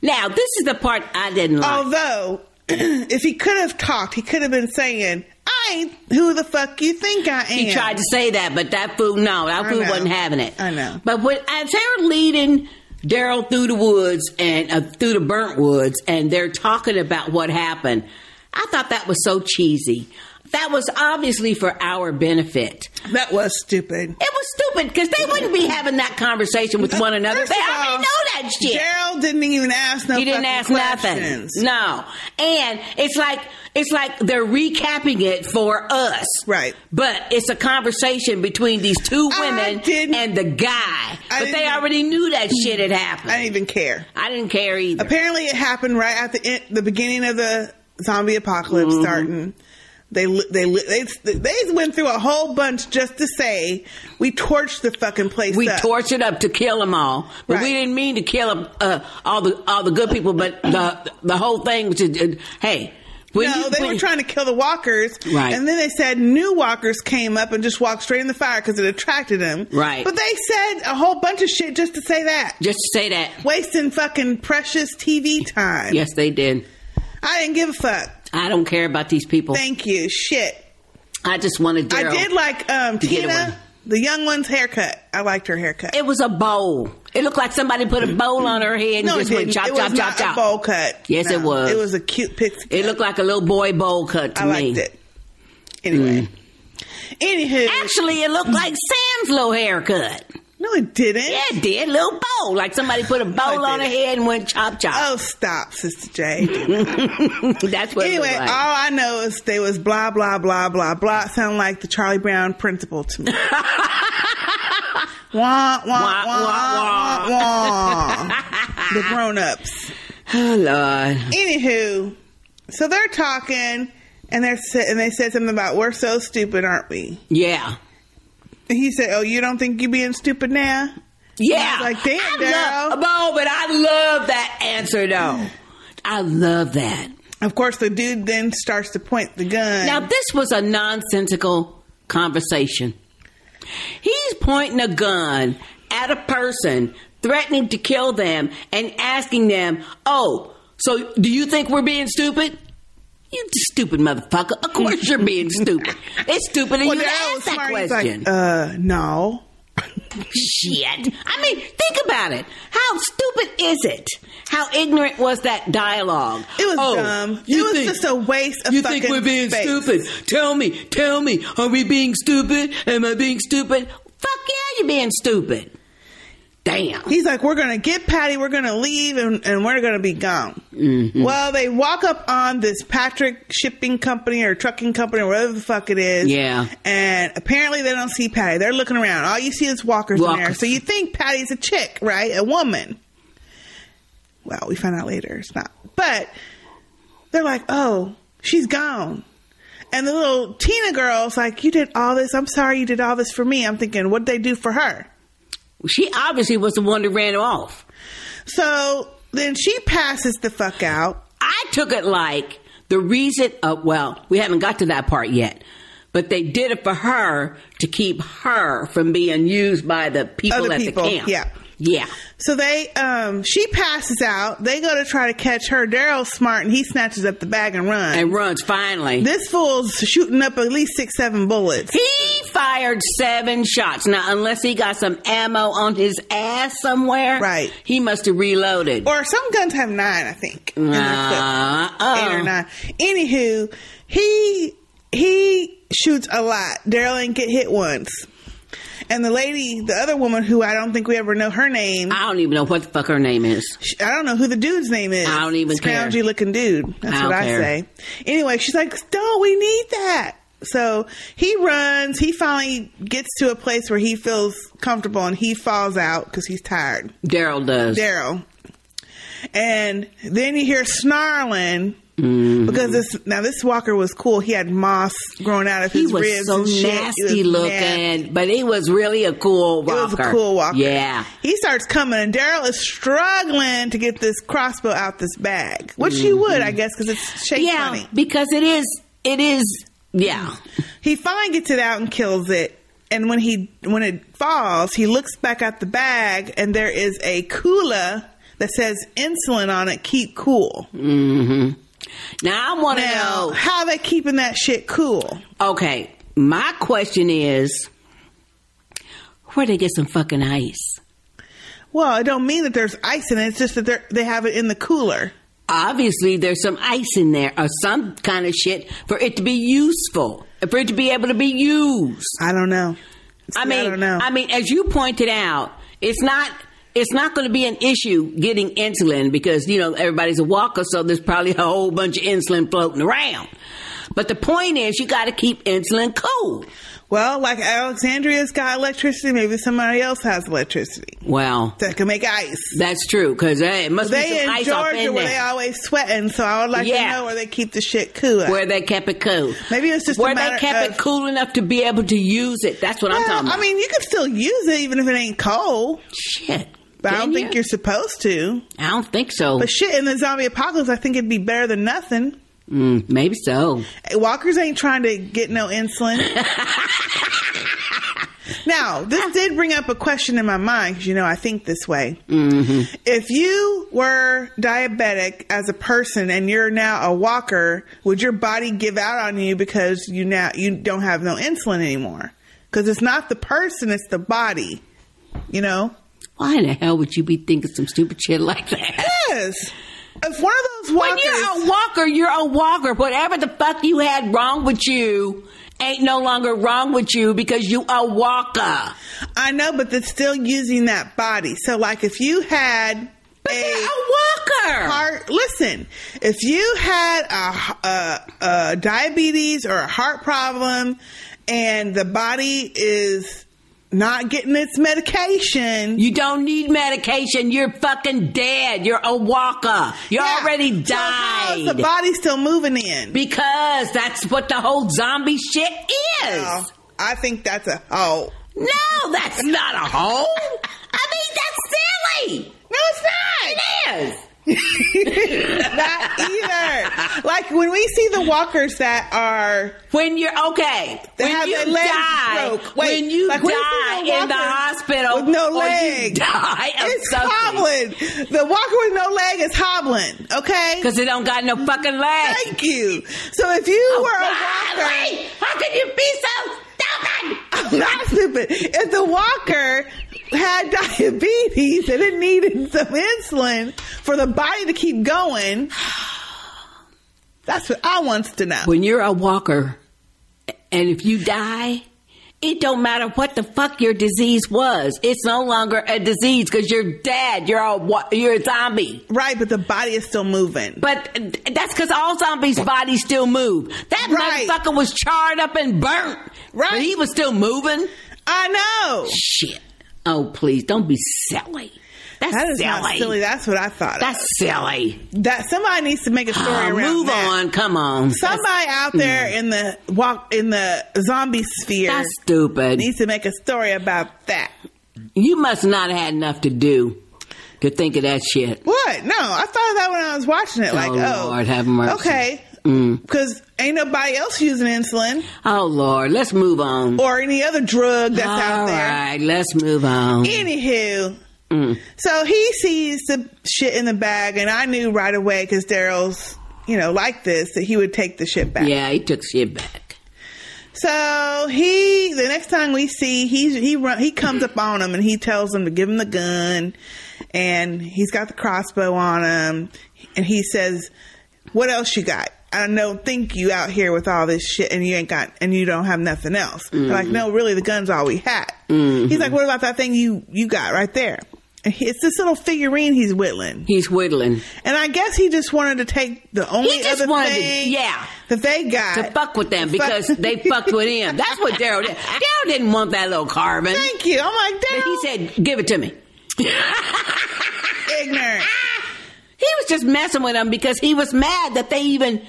Speaker 21: Now this is the part I didn't like.
Speaker 1: Oh, Although [clears throat] if he could have talked, he could have been saying, "I ain't who the fuck you think I am."
Speaker 21: He tried to say that, but that fool, no, that
Speaker 1: I
Speaker 21: fool
Speaker 1: know.
Speaker 21: wasn't having it.
Speaker 1: I know.
Speaker 21: But when, as they're leading Daryl through the woods and uh, through the burnt woods, and they're talking about what happened, I thought that was so cheesy. That was obviously for our benefit.
Speaker 1: That was stupid. It
Speaker 21: was stupid because they wouldn't be having that conversation with one another.
Speaker 1: First
Speaker 21: they
Speaker 1: of
Speaker 21: already
Speaker 1: all,
Speaker 21: know that shit.
Speaker 1: Gerald didn't even ask no
Speaker 21: He didn't ask
Speaker 1: fucking
Speaker 21: nothing.
Speaker 1: questions.
Speaker 21: No, and it's like it's like they're recapping it for us, right? But it's a conversation between these two women and the guy. But they already knew that shit had happened.
Speaker 1: I didn't even care.
Speaker 21: I didn't care either.
Speaker 1: Apparently, it happened right at the end, the beginning of the zombie apocalypse
Speaker 21: Mm-hmm.
Speaker 1: starting. They, li- they li- they they went through a whole bunch just to say we torched the fucking place.
Speaker 21: We
Speaker 1: up.
Speaker 21: tortured up to kill them all, but we didn't mean to kill uh, all the all the good people. But the the whole thing was, uh, hey, when
Speaker 1: no,
Speaker 21: you-
Speaker 1: they
Speaker 21: when
Speaker 1: were
Speaker 21: you-
Speaker 1: trying to kill the walkers,
Speaker 21: Right.
Speaker 1: And then they said new walkers came up and just walked straight in the fire because it attracted them,
Speaker 21: Right.
Speaker 1: But they [laughs] said a whole bunch of shit just to say that,
Speaker 21: just to say that,
Speaker 1: wasting fucking precious TV time.
Speaker 21: Yes, they did.
Speaker 1: I didn't give a fuck.
Speaker 21: I don't care about these people.
Speaker 1: Thank you. Shit.
Speaker 21: I just wanted.
Speaker 1: I
Speaker 21: Daryl
Speaker 1: did like um,
Speaker 21: to get away.
Speaker 1: Tina, the young one's haircut. I liked her haircut.
Speaker 21: It was a bowl. It looked like somebody put a bowl on her head and
Speaker 1: No, it
Speaker 21: just went
Speaker 1: didn't.
Speaker 21: chop,
Speaker 1: It was
Speaker 21: chop, chop,
Speaker 1: not a
Speaker 21: chop.
Speaker 1: bowl cut.
Speaker 21: Yes,
Speaker 1: No.
Speaker 21: it was.
Speaker 1: It was a cute pixie.
Speaker 21: It looked like a little boy bowl cut to
Speaker 1: I
Speaker 21: me. Mm.
Speaker 1: liked it. Anyway. Anywho,
Speaker 21: actually, it looked like Sam's little haircut.
Speaker 1: No, it didn't.
Speaker 21: Yeah, it did. Little bowl, like somebody
Speaker 1: [laughs]
Speaker 21: put a bowl on her head and went chop, chop. Oh,
Speaker 1: stop, Sister J.
Speaker 21: [laughs] That's what. it
Speaker 1: anyway,
Speaker 21: looked like.
Speaker 1: all I know is they was blah blah blah blah blah. It sounded like the Charlie Brown principle
Speaker 21: [laughs]
Speaker 1: to me. wah, wah, wah, wah, wah. the grown ups.
Speaker 21: Oh Lord.
Speaker 1: Anywho, so they're talking and they're sa- and they said something about we're so stupid, aren't we?
Speaker 21: Yeah.
Speaker 1: And he said, "Oh, you don't think you being stupid now?"
Speaker 21: Yeah.
Speaker 1: And I was like damn,
Speaker 21: I love, oh, but I love that answer though. I love that.
Speaker 1: Oh. Of course, the dude then starts to point the gun.
Speaker 21: Now, this was a nonsensical conversation. He's pointing a gun at a person, threatening to kill them, and asking them, Oh, so do you think we're being stupid? You stupid motherfucker. Of course you're being stupid. It's stupid and
Speaker 1: Well,
Speaker 21: you
Speaker 1: Daryl
Speaker 21: asked
Speaker 1: was
Speaker 21: that
Speaker 1: smart. He's
Speaker 21: question.
Speaker 1: like, uh, no.
Speaker 21: Shit. I mean, think about it. How stupid is it? How ignorant was that dialogue?
Speaker 1: It was
Speaker 21: Oh,
Speaker 1: dumb.
Speaker 21: you
Speaker 1: it was
Speaker 21: think-
Speaker 1: just a waste of
Speaker 21: You
Speaker 1: fucking
Speaker 21: think we're being
Speaker 1: space.
Speaker 21: stupid? Tell me, tell me, are we being stupid? Am I being stupid? Fuck yeah, you're being stupid. Damn.
Speaker 1: He's like, we're gonna get Patty, we're gonna leave, and, and we're gonna be gone.
Speaker 21: Mm-hmm.
Speaker 1: Well, they walk up on this Patrick shipping company or trucking company or whatever the fuck it is.
Speaker 21: Yeah.
Speaker 1: And apparently they don't see Patty. They're looking around. All you see is walkers, in there.
Speaker 21: Walkers.
Speaker 1: So you think Patty's a chick, right? A woman. Well, we find out later it's not. But they're like, oh, she's gone. And the little Tina girl's like, you did all this. I'm sorry you did all this for me. I'm thinking, what'd they do for her?
Speaker 21: She obviously was the one that ran off.
Speaker 1: So then she passes the fuck out.
Speaker 21: I took it like the reason, uh, well, we haven't got to that part yet, but they did it for her to keep her from being used by the people
Speaker 1: Other
Speaker 21: at
Speaker 1: people,
Speaker 21: the camp.
Speaker 1: yeah.
Speaker 21: Yeah.
Speaker 1: So they, um, she passes out. They go to try to catch her. Daryl's smart and he snatches up the bag and runs.
Speaker 21: And runs finally.
Speaker 1: This fool's shooting up at least six, seven bullets.
Speaker 21: He fired seven shots. Now, unless he got some ammo on his ass somewhere, right? He must have reloaded.
Speaker 1: Or some guns have nine, I think. in the clip.
Speaker 21: Uh-uh.
Speaker 1: Eight or nine. Anywho, he he shoots a lot. Daryl ain't get hit once. And the lady, the other woman who I don't think we ever know her name.
Speaker 21: I don't even know what the fuck her name is.
Speaker 1: I don't know who the dude's name is.
Speaker 21: I don't even care.
Speaker 1: Scroungy looking dude. That's
Speaker 21: I don't
Speaker 1: what I
Speaker 21: care.
Speaker 1: say. Anyway, she's like, "No, we need that." So he runs. He finally gets to a place where he feels comfortable, and he falls out because he's tired.
Speaker 21: Daryl does.
Speaker 1: Daryl. And then you hear snarling
Speaker 21: Mhm.
Speaker 1: because this now this Walker was cool. He had moss growing out of
Speaker 21: He
Speaker 1: his
Speaker 21: was
Speaker 1: ribs.
Speaker 21: so
Speaker 1: and shit. He
Speaker 21: nasty
Speaker 1: was
Speaker 21: looking, but he was really a cool
Speaker 1: it
Speaker 21: walker.
Speaker 1: was a cool walker.
Speaker 21: Yeah.
Speaker 1: He starts coming, and Daryl is struggling to get this crossbow out this bag, which you would, I guess, because it's shaped
Speaker 21: Mm-hmm. Yeah,
Speaker 1: funny.
Speaker 21: because it is. It is. Yeah.
Speaker 1: He finally gets it out and kills it. And when he when it falls, he looks back at the bag, and there is a cooler that says insulin on it. Keep cool.
Speaker 21: Mm-hmm. Now I want to
Speaker 1: know how they keeping that shit cool.
Speaker 21: Okay, my question is, where they get some fucking ice?
Speaker 1: Well, it don't mean that there's ice in it. It's just that they they have it in the cooler.
Speaker 21: Obviously, there's some ice in there or some kind of shit for it to be useful, for it to be able to be used.
Speaker 1: I don't know.
Speaker 21: I mean, I, mean, as you pointed out, it's not. It's not going to be an issue getting insulin because you know everybody's a walker, so there's probably a whole bunch of insulin floating around. But the point is, you got to keep insulin cool.
Speaker 1: Well, like Alexandria's got electricity, maybe somebody else has electricity
Speaker 21: Well,
Speaker 1: that can make ice.
Speaker 21: that's true because hey, it must
Speaker 1: they
Speaker 21: be some
Speaker 1: in
Speaker 21: ice
Speaker 1: Georgia
Speaker 21: off in
Speaker 1: where
Speaker 21: there.
Speaker 1: they always sweating, so I would like
Speaker 21: Yeah.
Speaker 1: to know where they keep the shit cool. at.
Speaker 21: where they kept it cool.
Speaker 1: Maybe it's just a
Speaker 21: where they
Speaker 1: matter
Speaker 21: kept it
Speaker 1: of-
Speaker 21: cool enough to be able to use it. That's what I'm
Speaker 1: Well,
Speaker 21: talking about.
Speaker 1: I mean, you can still use it even if it ain't cold.
Speaker 21: Shit.
Speaker 1: But I don't
Speaker 21: Can
Speaker 1: think
Speaker 21: you?
Speaker 1: you're supposed to.
Speaker 21: I don't think so.
Speaker 1: But shit, in the zombie apocalypse, I think it'd be better than nothing.
Speaker 21: Mm, maybe so.
Speaker 1: Walkers ain't trying to get no insulin.
Speaker 21: [laughs]
Speaker 1: now,
Speaker 21: Ah.
Speaker 1: this did bring up a question in my mind because, you know, I think this way.
Speaker 21: Mm-hmm.
Speaker 1: If you were diabetic as a person and you're now a walker, would your body give out on you because you now you don't have no insulin anymore? Because it's not the person, it's the body. You know?
Speaker 21: Why in the hell would you be thinking some stupid shit like that?
Speaker 1: Yes. If one of those
Speaker 21: When you're a walker, you're a walker. Whatever the fuck you had wrong with you ain't no longer wrong with you because you a walker.
Speaker 1: I know, but they're still using that body. So, like, if you had a,
Speaker 21: walker,
Speaker 1: heart. Listen, if you had a, a, a diabetes or a heart problem, and the body is not getting its medication,
Speaker 21: you don't need medication. You're fucking dead. You're a walker. You already died.
Speaker 1: the body still moving in?
Speaker 21: Because that's what the whole zombie shit is.
Speaker 1: I think that's a hole.
Speaker 21: No, that's not a hole. I mean, that's silly.
Speaker 1: No, it's not.
Speaker 21: It is.
Speaker 1: [laughs] not either. Like when we see the walkers that are
Speaker 21: when you're okay,
Speaker 1: they
Speaker 21: When
Speaker 1: have
Speaker 21: you
Speaker 1: their legs
Speaker 21: die-
Speaker 1: broke. Wait,
Speaker 21: when you
Speaker 1: like we see
Speaker 21: die in the
Speaker 1: walkers
Speaker 21: hospital
Speaker 1: with no
Speaker 21: or you [laughs]
Speaker 1: leg,
Speaker 21: die of
Speaker 1: it's
Speaker 21: something.
Speaker 1: hobbling. The walker with no leg is hobbling. Okay,
Speaker 21: because it don't got no fucking leg. Oh,
Speaker 1: Thank you. So if you were a walker,
Speaker 21: Golly, how could you be so stupid?
Speaker 1: I'm not stupid. If the walker had [laughs] diabetes and it needed some insulin for the body to keep going, [sighs] that's what I wants to know.
Speaker 21: When you're a walker, and if you die. It don't matter what the fuck your disease was. It's no longer a disease because you're dead. You're a wa- you're a zombie.
Speaker 1: Right, but the body is still moving.
Speaker 21: But that's because all zombies' bodies still move. That
Speaker 1: Right.
Speaker 21: motherfucker was charred up and burnt. Right. But he was still moving.
Speaker 1: I know.
Speaker 21: Shit. Oh, please, don't be silly. That's
Speaker 1: That is
Speaker 21: silly.
Speaker 1: not silly. That's what I thought.
Speaker 21: That's silly.
Speaker 1: That somebody needs to make a story
Speaker 21: Oh, [sighs]
Speaker 1: around
Speaker 21: move
Speaker 1: that.
Speaker 21: on. Come on.
Speaker 1: Somebody out
Speaker 21: Mm.
Speaker 1: there in the walk in the zombie sphere
Speaker 21: That's stupid.
Speaker 1: needs to make a story about that.
Speaker 21: You must not have had enough to do to think of that shit.
Speaker 1: What? No, I thought of that when I was watching it. Like, oh,
Speaker 21: Lord, have mercy.
Speaker 1: Okay,
Speaker 21: Mm.
Speaker 1: because ain't nobody else using insulin
Speaker 21: Oh, Lord. Let's move on.
Speaker 1: or any other drug that's out
Speaker 21: All
Speaker 1: there.
Speaker 21: right, let's move on.
Speaker 1: Anywho,
Speaker 21: Mm.
Speaker 1: so he sees the shit in the bag, and I knew right away because Daryl's, you know, like this that he would take the shit back.
Speaker 21: Yeah, he took shit back.
Speaker 1: So he, the next time we see, he's he run, he comes up on him and he tells him to give him the gun, and he's got the crossbow on him, and he says, "What else you got? I don't think you out here with all this shit, and you ain't got, and you don't have nothing else." They're Like,
Speaker 21: Mhm.
Speaker 1: no, really, the gun's all we had.
Speaker 26: Mm.
Speaker 1: He's like, "What about that thing you you got right there?" And he, it's this little figurine he's whittling,
Speaker 21: He's whittling.
Speaker 1: and I guess he just wanted to take the only
Speaker 21: He just
Speaker 1: other
Speaker 21: wanted to-
Speaker 1: thing,
Speaker 21: yeah.
Speaker 1: that they got
Speaker 21: to fuck with them
Speaker 1: Fuck-
Speaker 21: because they fucked with him. That's what Daryl
Speaker 1: [laughs]
Speaker 21: did. Daryl didn't want that little carbon.
Speaker 1: Thank you. I'm like, Daryl.
Speaker 21: He said, give it to me.
Speaker 1: ignorant.
Speaker 21: [laughs] He was just messing with him because he was mad that they even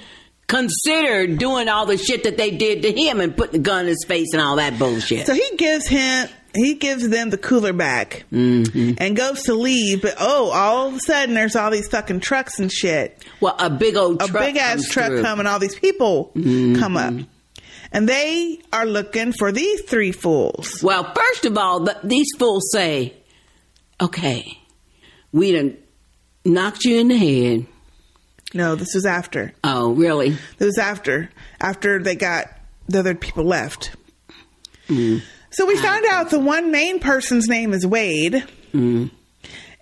Speaker 21: considered doing all the shit that they did to him and putting the gun in his face and all that bullshit.
Speaker 1: So he gives him he gives them the cooler back
Speaker 21: Mm-hmm.
Speaker 1: and goes to leave, but oh, all of a sudden there's all these fucking trucks and shit.
Speaker 21: well, a big old
Speaker 1: A
Speaker 21: truck
Speaker 1: big ass
Speaker 21: comes
Speaker 1: truck
Speaker 21: through.
Speaker 1: come and all these people
Speaker 21: Mm-hmm.
Speaker 1: come up. And they are looking for these three fools.
Speaker 21: Well, first of all, th these fools say, okay, we done knocked you in the head.
Speaker 1: No, this was after.
Speaker 21: Oh, really?
Speaker 1: This was after. After they got the other people left.
Speaker 21: Mm.
Speaker 1: So we found out the one main person's name is Wade,
Speaker 21: Mm.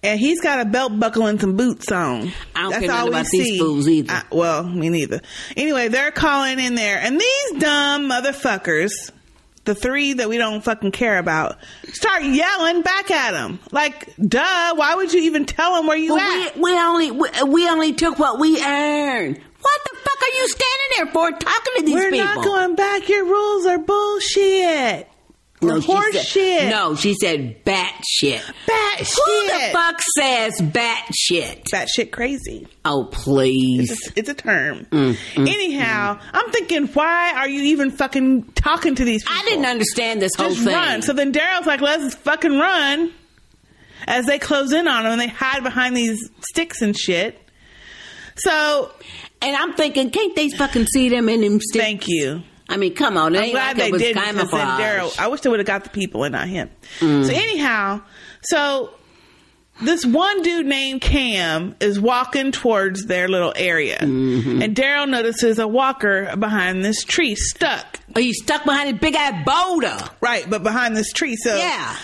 Speaker 1: and he's got a belt buckle and some boots on.
Speaker 21: I don't care nothing about these fools either.
Speaker 1: I- well, me neither. Anyway, they're calling in there, and these dumb motherfuckers, the three that we don't fucking care about, start yelling back at them. Like, duh! Why would you even tell them where you
Speaker 21: well,
Speaker 1: at?
Speaker 21: we, we only we, we only took what we earned. What the fuck are you standing there for talking to these
Speaker 1: We're
Speaker 21: people?
Speaker 1: not going back. Your rules are bullshit.
Speaker 21: no, she
Speaker 1: horse
Speaker 21: said,
Speaker 1: shit.
Speaker 21: No, she said bat shit.
Speaker 1: Bat
Speaker 21: Who the
Speaker 1: shit.
Speaker 21: fuck says bat shit?
Speaker 1: Bat shit crazy.
Speaker 21: Oh please.
Speaker 1: It's a, it's a term.
Speaker 21: Mm, mm,
Speaker 1: Anyhow, I'm thinking, why are you even fucking talking to these people? I didn't
Speaker 21: understand this whole
Speaker 1: Just
Speaker 21: thing.
Speaker 1: Run. So then Daryl's like, let's fucking run. As they close in on them and they hide behind these sticks and shit. So,
Speaker 21: and I'm thinking, can't they fucking see them in them sticks?
Speaker 1: Thank you.
Speaker 21: I mean, come on. It
Speaker 1: I'm
Speaker 21: ain't like
Speaker 1: glad
Speaker 21: it
Speaker 1: they
Speaker 21: was
Speaker 1: did because then
Speaker 21: camouflage.
Speaker 1: Daryl. I wish they would have got the people and not him.
Speaker 21: Mm.
Speaker 1: So anyhow, so this one dude named Cam is walking towards their little area,
Speaker 21: Mm-hmm.
Speaker 1: and Daryl notices a walker behind this tree stuck.
Speaker 21: Oh, he's stuck behind a big ass boulder,
Speaker 1: right? But behind this tree, so
Speaker 21: Yeah.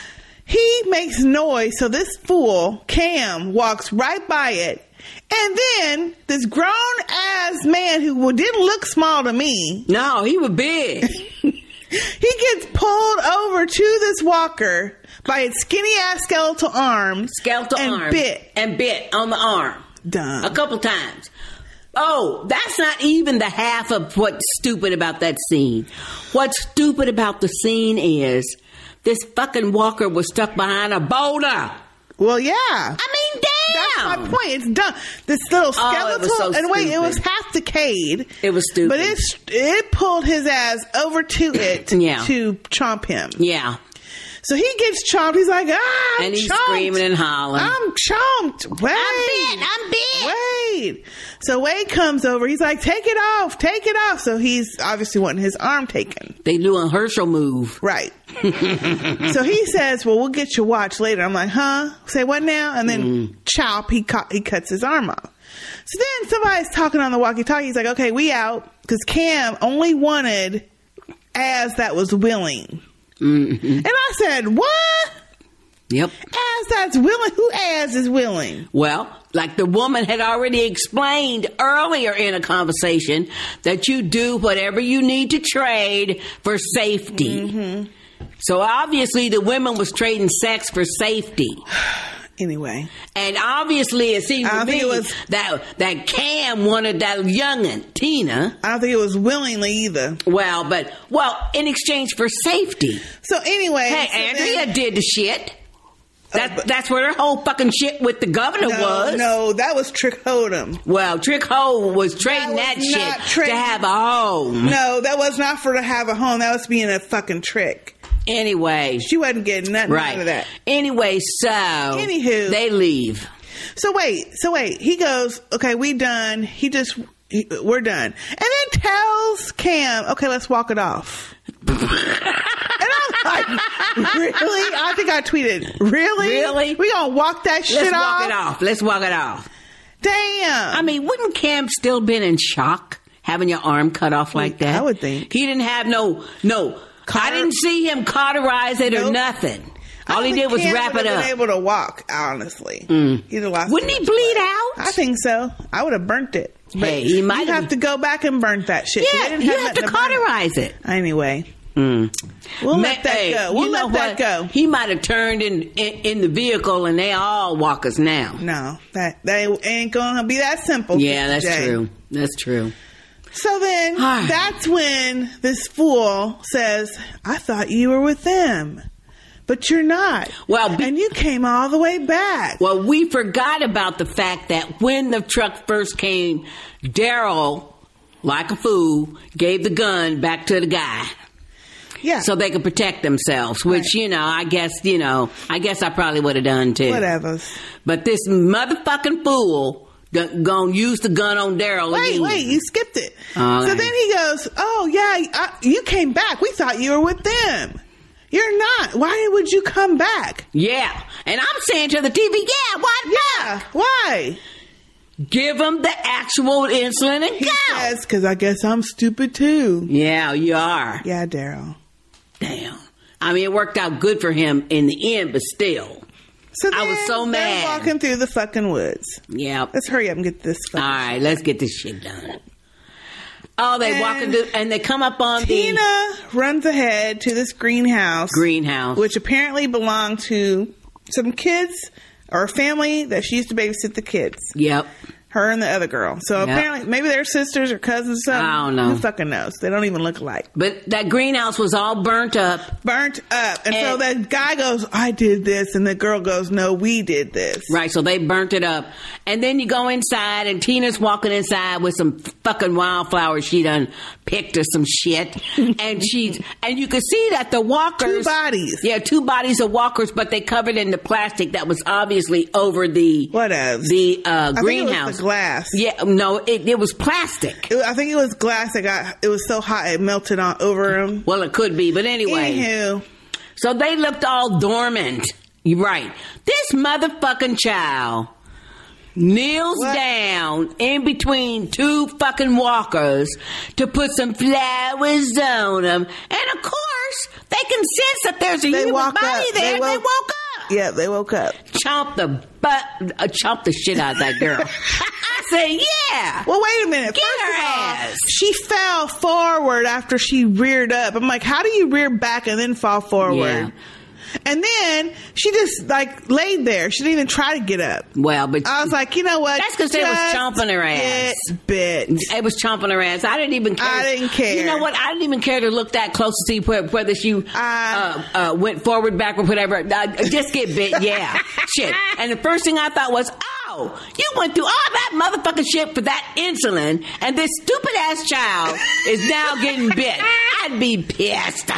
Speaker 1: he makes noise. So this fool Cam walks right by it. And then this grown ass man who didn't look small to me.
Speaker 21: No, he was
Speaker 1: [laughs]
Speaker 21: big.
Speaker 1: He gets pulled over to this walker by its skinny ass skeletal arm.
Speaker 21: Skeletal
Speaker 1: and
Speaker 21: arm
Speaker 1: bit.
Speaker 21: and bit on the arm.
Speaker 1: Dumb.
Speaker 21: A couple times. Oh, that's not even the half of what's stupid about that scene. What's stupid about the scene is this fucking walker was stuck behind a boulder.
Speaker 1: Well, yeah.
Speaker 21: I mean, damn.
Speaker 1: That's my point. It's dumb. This little
Speaker 21: Oh,
Speaker 1: skeletal
Speaker 21: it was so
Speaker 1: and wait, it
Speaker 21: stupid.
Speaker 1: was half decayed.
Speaker 21: It was stupid.
Speaker 1: But it it pulled his ass
Speaker 21: [coughs]
Speaker 1: over to it
Speaker 21: Yeah.
Speaker 1: to chomp him.
Speaker 21: Yeah.
Speaker 1: So he gets chomped. He's like, ah, I'm
Speaker 21: And he's
Speaker 1: chomped.
Speaker 21: screaming and hollering.
Speaker 1: I'm chomped. Wait, I'm bit.
Speaker 21: I'm bit.
Speaker 1: Wait. So Wade comes over. He's like, take it off, take it off. So he's obviously wanting his arm taken.
Speaker 21: They do a Herschel move.
Speaker 1: Right.
Speaker 21: [laughs]
Speaker 1: so he says, "Well, we'll get your watch later." I'm like, "Huh? Say what now?" And then chop, he cut, he cuts his arm off. So then somebody's talking on the walkie-talkie. He's like, "Okay, we out," because Cam only wanted as that was willing. And I said, "What?
Speaker 21: Yep.
Speaker 1: As that's willing? Who as is willing?"
Speaker 21: Well, like the woman had already explained earlier in a conversation that you do whatever you need to trade for safety. So obviously the women was trading sex for safety.
Speaker 1: Anyway,
Speaker 21: And obviously it seems
Speaker 1: I
Speaker 21: to
Speaker 1: don't
Speaker 21: me
Speaker 1: think it was-
Speaker 21: that that Cam wanted that youngin, Tina.
Speaker 1: I don't think it was willingly either.
Speaker 21: Well, but well, in exchange for safety.
Speaker 1: So anyway,
Speaker 21: Hey,
Speaker 1: so
Speaker 21: Andrea
Speaker 1: then- Uh,
Speaker 21: did the shit. That, that's where her whole fucking shit with the governor
Speaker 1: no,
Speaker 21: was.
Speaker 1: no, that was Trick Hodem.
Speaker 21: Well, Trick Ho was trading
Speaker 1: That
Speaker 21: that,
Speaker 1: was not
Speaker 21: shit
Speaker 1: trading-
Speaker 21: to have a home.
Speaker 1: No, that was not for to have a home. That was being a fucking trick.
Speaker 21: Anyway,
Speaker 1: she wasn't getting nothing
Speaker 21: right.
Speaker 1: out of that.
Speaker 21: Anyway, so
Speaker 1: Anywho.
Speaker 21: they leave.
Speaker 1: So wait, so wait. He goes, okay, we done. He just, he- we're done, and then tells Cam, okay, let's walk it off. and I'm like, really? I think I tweeted, really?
Speaker 21: Really?
Speaker 1: We gonna walk that shit
Speaker 21: Let's
Speaker 1: off?
Speaker 21: walk it off. Let's walk it off.
Speaker 1: Damn.
Speaker 21: I mean, wouldn't Cam still been in shock having your arm cut
Speaker 1: Mm,
Speaker 21: off like that? I would think he didn't have no no. I didn't see him cauterize it or
Speaker 1: Nope.
Speaker 21: nothing.
Speaker 1: I
Speaker 21: All he
Speaker 1: don't
Speaker 21: did
Speaker 1: think
Speaker 21: was
Speaker 1: Cam
Speaker 21: wrap it
Speaker 1: would've
Speaker 21: up.
Speaker 1: Been able to walk, honestly.
Speaker 21: Mm.
Speaker 1: He'd have lost
Speaker 21: Wouldn't
Speaker 1: too
Speaker 21: he
Speaker 1: much
Speaker 21: bleed
Speaker 1: weight.
Speaker 21: out?
Speaker 1: I think so. I would have burnt it.
Speaker 21: Hey, he might
Speaker 1: You'd have to go back and burn that shit. 'cause
Speaker 21: Yeah,
Speaker 1: they didn't
Speaker 21: you
Speaker 1: have
Speaker 21: have
Speaker 1: nothing
Speaker 21: to
Speaker 1: burn.
Speaker 21: cauterize it.
Speaker 1: Anyway,
Speaker 21: Mm.
Speaker 1: we'll
Speaker 21: Ma-
Speaker 1: let that
Speaker 21: hey,
Speaker 1: go. We'll
Speaker 21: you
Speaker 1: let
Speaker 21: know
Speaker 1: that
Speaker 21: what?
Speaker 1: go.
Speaker 21: He might have turned in, in in the vehicle, and they all walkers now.
Speaker 1: No, that that ain't gonna be that simple.
Speaker 21: Yeah, that's
Speaker 1: Jay.
Speaker 21: true. That's true.
Speaker 1: So then, that's when this fool says, "I thought you were with them, but you're not."
Speaker 21: Well,
Speaker 1: and you came all the way back.
Speaker 21: Well, we forgot about the fact that when the truck first came, Daryl, like a fool, gave the gun back to the guy.
Speaker 1: Yeah.
Speaker 21: So they could protect themselves, which, you know, I guess, you know, I guess I probably would have done too.
Speaker 1: Whatever.
Speaker 21: But this motherfucking fool done gonna use the gun on Daryl
Speaker 1: Wait,
Speaker 21: again.
Speaker 1: wait, you skipped it.
Speaker 21: All
Speaker 1: so
Speaker 21: right.
Speaker 1: then he goes, "Oh yeah, I, you came back. We thought you were with them. You're not. Why would you come back?"
Speaker 21: Yeah. And I'm saying to the TV, yeah, why?
Speaker 1: Yeah, why?
Speaker 21: Give them the actual insulin and go.
Speaker 1: Yes, because I guess I'm stupid too.
Speaker 21: Yeah, you are.
Speaker 1: Yeah, Daryl.
Speaker 21: Damn. I mean, it worked out good for him in the end, but still.
Speaker 1: So
Speaker 21: I was
Speaker 1: then
Speaker 21: so
Speaker 1: they're
Speaker 21: mad.
Speaker 1: walking through the fucking woods.
Speaker 21: Yeah.
Speaker 1: Let's hurry up and get this. All
Speaker 21: right, let's get this shit done. Oh, they walk into and they come up on
Speaker 1: Tina runs ahead to this greenhouse.
Speaker 21: Greenhouse.
Speaker 1: Which apparently belonged to some kids or a family that she used to babysit the kids.
Speaker 21: Yep.
Speaker 1: Her and the other girl. So
Speaker 21: Yep.
Speaker 1: apparently maybe they're sisters or cousins or something.
Speaker 21: I don't know.
Speaker 1: Who fucking knows? They don't even look alike.
Speaker 21: But that greenhouse was all burnt up.
Speaker 1: Burnt up. And, so that guy goes, I did this. And the girl goes, No, we did this.
Speaker 21: Right, so they burnt it up. And then you go inside, and Tina's walking inside with some fucking wildflowers she done picked or some
Speaker 1: [laughs]
Speaker 21: shit. and she's and you can see that the walkers two
Speaker 1: bodies.
Speaker 21: Yeah, two bodies of walkers, but they covered in the plastic that was obviously over the
Speaker 1: what
Speaker 21: the uh,
Speaker 1: I think it was
Speaker 21: greenhouse
Speaker 1: the glass.
Speaker 21: Yeah, no, it, it was plastic.
Speaker 1: It- I think it was glass that got. It was so hot it melted on over him.
Speaker 21: Well, it could be, but anyway.
Speaker 1: Anywho.
Speaker 21: So they looked all dormant. You're right. This motherfucking child kneels down in between two fucking walkers to put some flowers on them. And of course, they can sense that there's a human body there. They woke, up.
Speaker 1: Yeah, they woke up.
Speaker 21: Chomp the butt, uh, chomp the shit out of that
Speaker 1: [laughs]
Speaker 21: girl. I say, yeah.
Speaker 1: Well, wait a minute. First of all, she fell forward after she reared up. I'm like, how do you rear back and then fall forward?
Speaker 21: Yeah.
Speaker 1: And then she just like laid there. She didn't even try to get up.
Speaker 21: Well, but
Speaker 1: I was like, you know what?
Speaker 21: That's because they was
Speaker 1: Just
Speaker 21: chomping her ass.
Speaker 1: Bitch.
Speaker 21: It was chomping her ass. I didn't even care. I didn't care. You know what? I didn't even care to look that close to see whe- whether she uh, uh, went forward, backward, whatever. I, I just get bit.
Speaker 1: [laughs]
Speaker 21: Yeah. shit. And the first thing I thought was, oh, you went through all that motherfucking shit for that insulin, and this stupid ass child is now getting bit. I'd be pissed.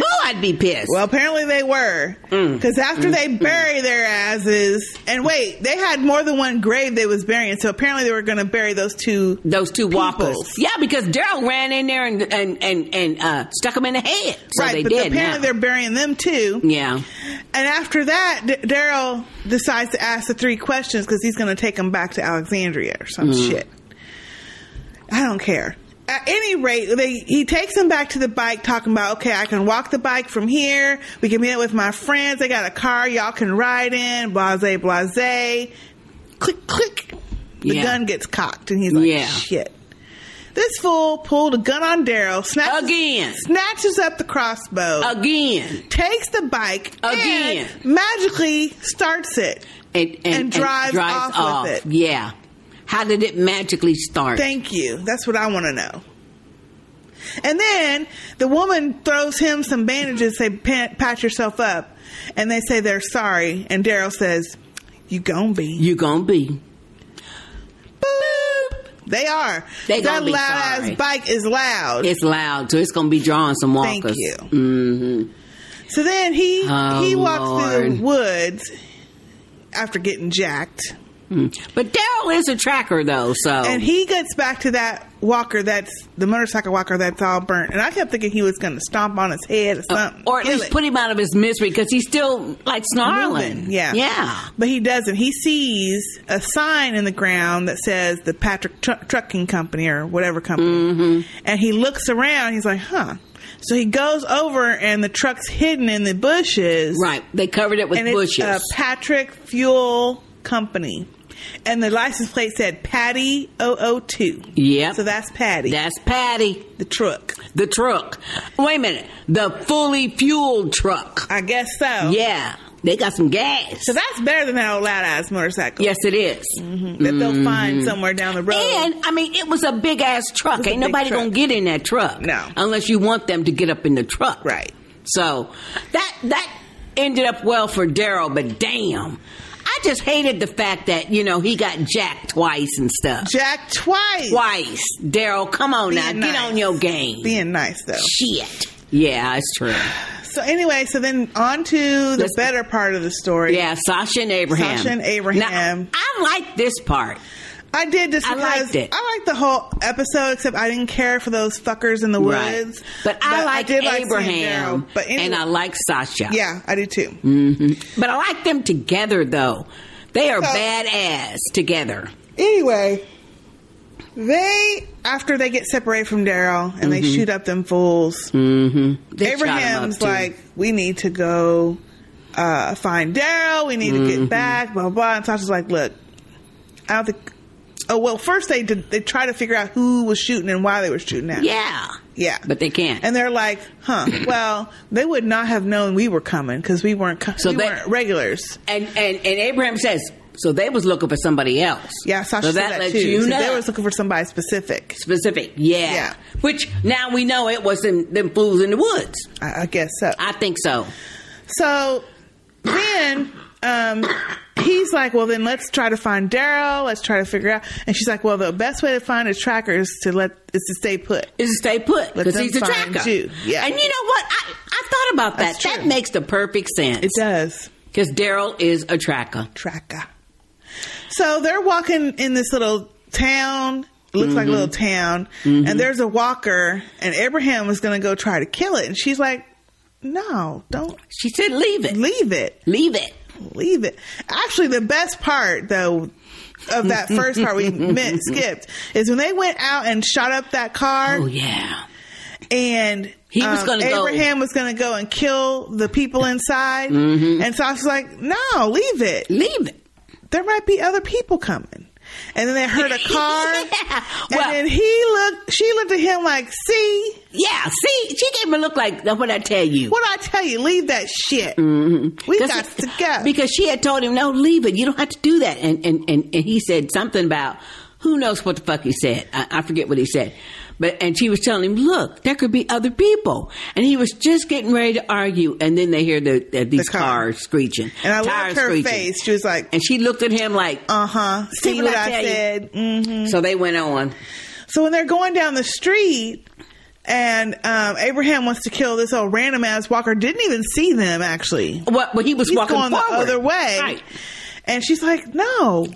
Speaker 21: Well, I'd be pissed. Mm.
Speaker 1: Well, apparently they were. Because after they bury their asses, and wait, they had more than one grave they was burying. So apparently they were going to bury those two.
Speaker 21: Those two walkers. Yeah, because Daryl ran in there and and and, and uh, stuck him in the head. So
Speaker 1: right,
Speaker 21: they
Speaker 1: but
Speaker 21: did.
Speaker 1: apparently
Speaker 21: now.
Speaker 1: they're burying them too.
Speaker 21: Yeah.
Speaker 1: And after that, D- Daryl decides to ask the three questions because he's going to take them back to Alexandria or some
Speaker 21: Mhm.
Speaker 1: shit. I don't care. At any rate, they, he takes him back to the bike, talking about, okay, I can walk the bike from here. We can meet up with my friends. They got a car y'all can ride in. Blase, blase. Click, click. The
Speaker 21: Yeah.
Speaker 1: gun gets cocked, and he's like,
Speaker 21: Yeah.
Speaker 1: shit. This fool pulled a gun on Daryl, snatches,
Speaker 21: again,
Speaker 1: snatches up the crossbow
Speaker 21: again,
Speaker 1: takes the bike
Speaker 21: Again.
Speaker 1: and magically starts it
Speaker 21: and,
Speaker 1: drives, off, with it.
Speaker 21: Yeah. How did it magically start?
Speaker 1: Thank you. That's what I want to know. And then the woman throws him some bandages. Say, pat, pat yourself up, and they say they're sorry. And Daryl says, "You gon' be.
Speaker 21: You gon' be."
Speaker 1: They are.
Speaker 21: They
Speaker 1: that
Speaker 21: gonna be
Speaker 1: loud
Speaker 21: sorry.
Speaker 1: ass bike is loud.
Speaker 21: It's loud, so it's going to be drawing some
Speaker 1: Thank
Speaker 21: walkers.
Speaker 1: you.
Speaker 21: Mm-hmm.
Speaker 1: So then he
Speaker 21: Oh,
Speaker 1: he walks through
Speaker 21: Lord.
Speaker 1: the woods after getting jacked.
Speaker 21: Mm-hmm. But Daryl is a tracker, though, so.
Speaker 1: And he gets back to that walker that's the motorcycle walker that's all burnt. And I kept thinking he was going to stomp on his head or something.
Speaker 21: Uh, or at least put him out of his misery because he's still, like, snarling.
Speaker 1: Moving, Yeah.
Speaker 21: Yeah.
Speaker 1: But he doesn't. He sees a sign in the ground that says the Patrick Tru- Trucking Company or whatever company.
Speaker 21: Mm-hmm.
Speaker 1: And he looks around. He's like, huh. So he goes over and the truck's hidden in the bushes.
Speaker 21: Right. They covered it with
Speaker 1: and
Speaker 21: bushes.
Speaker 1: It's a Patrick Fuel Company. And the license plate said Patty 002.
Speaker 21: Yep.
Speaker 1: So that's Patty.
Speaker 21: That's Patty.
Speaker 1: The truck.
Speaker 21: The truck. Wait a minute. The fully fueled truck.
Speaker 1: I guess so.
Speaker 21: Yeah. They got some gas.
Speaker 1: So that's better than that old loud ass motorcycle. Mm-hmm.
Speaker 21: Yes, it is.
Speaker 1: That they'll find
Speaker 21: Mhm.
Speaker 1: somewhere down the road.
Speaker 21: And I mean, it was a big ass truck.
Speaker 1: a
Speaker 21: Ain't
Speaker 1: big
Speaker 21: nobody
Speaker 1: truck.
Speaker 21: gonna get in that truck, no, unless you want them to get up in the truck,
Speaker 1: right?
Speaker 21: So that that ended up well for Daryl, but damn, I just hated the fact that you know he got jacked twice and stuff.
Speaker 1: Jacked twice,
Speaker 21: twice. Daryl, come on now,
Speaker 1: Being
Speaker 21: get on your game.
Speaker 1: Being nice though.
Speaker 21: Shit. Yeah, it's true.
Speaker 1: So anyway, so then on to the better part of the story.
Speaker 21: Yeah, Sasha and Abraham.
Speaker 1: Sasha and Abraham.
Speaker 21: I like this part.
Speaker 1: I did just
Speaker 21: I
Speaker 1: because
Speaker 21: liked it.
Speaker 1: I liked the whole episode, except I didn't care for those fuckers in the
Speaker 21: Right.
Speaker 1: woods.
Speaker 21: But I like
Speaker 1: seeing
Speaker 21: Abraham,
Speaker 1: Daryl. but anyway,
Speaker 21: and I like Sasha. Mm-hmm.
Speaker 1: Yeah, I do too.
Speaker 21: hmm But I like them together, though. They are
Speaker 1: So-
Speaker 21: badass together.
Speaker 1: Anyway, they after they get separated from Daryl and they
Speaker 21: Mhm.
Speaker 1: shoot up them fools.
Speaker 21: Mm-hmm. They shot him up,
Speaker 1: Abraham's
Speaker 21: too.
Speaker 1: like, we need to go uh, find Daryl. We need to
Speaker 21: Mhm.
Speaker 1: get back. Blah blah. blah. And Sasha's like, look, I don't think. Oh well, first they did, they try to figure out who was shooting and why they were shooting at.
Speaker 21: Yeah.
Speaker 1: yeah,
Speaker 21: but they can't.
Speaker 1: And they're like,
Speaker 21: [laughs]
Speaker 1: huh? Well, they would not have known we were coming because we weren't co-
Speaker 21: So
Speaker 1: we
Speaker 21: they-
Speaker 1: weren't regulars.
Speaker 21: And and and Abraham says, so they was looking for somebody else.
Speaker 1: Yeah, Sasha
Speaker 21: so
Speaker 1: said
Speaker 21: that
Speaker 1: that
Speaker 21: lets
Speaker 1: too.
Speaker 21: you
Speaker 1: So
Speaker 21: know.
Speaker 1: they was looking for somebody specific.
Speaker 21: Specific, yeah.
Speaker 1: Yeah.
Speaker 21: Which now we know it was them, them fools in the woods.
Speaker 1: I, I guess so.
Speaker 21: I think so.
Speaker 1: So then um, he's like, well, then let's try to find Daryl. Let's try to figure out. And she's like, well, the best way to find his tracker is to let is to stay put.
Speaker 21: Is to stay put
Speaker 1: Let
Speaker 21: Because
Speaker 1: them
Speaker 21: he's a
Speaker 1: find
Speaker 21: tracker.
Speaker 1: you. Yeah.
Speaker 21: And you know what? I, I thought about that.
Speaker 1: That's
Speaker 21: that
Speaker 1: true.
Speaker 21: makes the perfect sense. It
Speaker 1: does.
Speaker 21: Because Daryl is a tracker.
Speaker 1: Tracker. So they're walking in this little town. It looks like a
Speaker 21: Mhm.
Speaker 1: little town,
Speaker 21: Mhm.
Speaker 1: and there's a walker, and Abraham was going to go try to kill it, and she's like, "No, don't."
Speaker 21: She said, "Leave it,
Speaker 1: leave it,
Speaker 21: leave it,
Speaker 1: leave it." Actually, the best part though of that first
Speaker 21: [laughs]
Speaker 1: part we meant skipped is when they went out and shot up that car. Oh
Speaker 21: yeah, [laughs]
Speaker 1: and
Speaker 21: He was
Speaker 1: um,
Speaker 21: gonna go.
Speaker 1: Abraham was going to go and kill the people inside, and so I was like, "No, leave it,
Speaker 21: Mm-hmm. leave it.
Speaker 1: There might be other people coming." And then they
Speaker 21: [laughs]
Speaker 1: heard a car, and then he looked. She looked at him like, "See,
Speaker 21: yeah, see." She gave him a look like, "What I tell you?
Speaker 1: What I tell you? Leave that shit."
Speaker 21: Mm-hmm.
Speaker 1: We got to go.
Speaker 21: Because she had told him, no, leave it. You don't have to do that. And, and, and, and he said something about who knows what the fuck he said. I, I forget what he said. But, and she was telling him, look, there could be other people. And he was just getting ready to argue. And then they hear the, uh, these cars screeching.
Speaker 1: And I
Speaker 21: tires
Speaker 1: loved her
Speaker 21: screeching.
Speaker 1: face. She was like,
Speaker 21: and she looked at him like,
Speaker 1: "Uh huh." See, what, I, said. Mm-hmm.
Speaker 21: So they went on.
Speaker 1: So when they're going down the street, and um, Abraham wants to kill this old random ass walker, didn't even see them actually.
Speaker 21: What? But he was
Speaker 1: He's
Speaker 21: walking
Speaker 1: going
Speaker 21: forward.
Speaker 1: the other way,
Speaker 21: Right.
Speaker 1: and she's like, "No,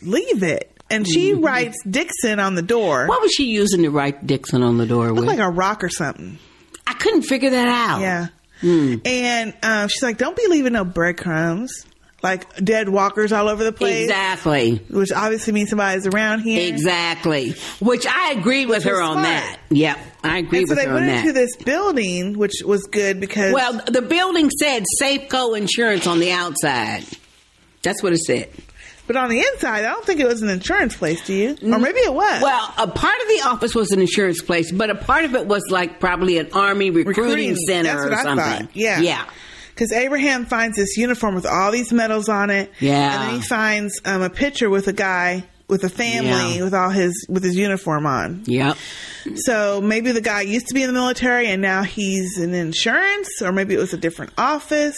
Speaker 1: leave it." And she writes Dixon on the door.
Speaker 21: Mm-hmm. What was she using to write Dixon on the door with?
Speaker 1: Looked like a rock or something.
Speaker 21: I couldn't figure that out.
Speaker 1: Yeah.
Speaker 21: Hmm.
Speaker 1: And um, she's like, "Don't be leaving no breadcrumbs, like dead walkers all over the place."
Speaker 21: Exactly.
Speaker 1: Which obviously means somebody's around here.
Speaker 21: Exactly. Which I agreed with her
Speaker 1: was
Speaker 21: on
Speaker 1: smart.
Speaker 21: that. Yep, I agree
Speaker 1: And so
Speaker 21: with
Speaker 1: they
Speaker 21: her
Speaker 1: went
Speaker 21: on that.
Speaker 1: into this building, which was good because
Speaker 21: well, the building said Safeco Insurance on the outside. That's what it said.
Speaker 1: But on the inside, I don't think it was an insurance place, do you? Or maybe it was.
Speaker 21: Well, a part of the office was an insurance place, but a part of it was like probably an army recruiting, center
Speaker 1: That's
Speaker 21: or
Speaker 1: what I
Speaker 21: something.
Speaker 1: thought. Yeah.
Speaker 21: Yeah.
Speaker 1: Because Abraham finds this uniform with all these medals on it.
Speaker 21: Yeah.
Speaker 1: And then he finds um, a picture with a guy with a family
Speaker 21: Yeah.
Speaker 1: with all his with his uniform on.
Speaker 21: Yep.
Speaker 1: So maybe the guy used to be in the military and now he's in insurance, or maybe it was a different office.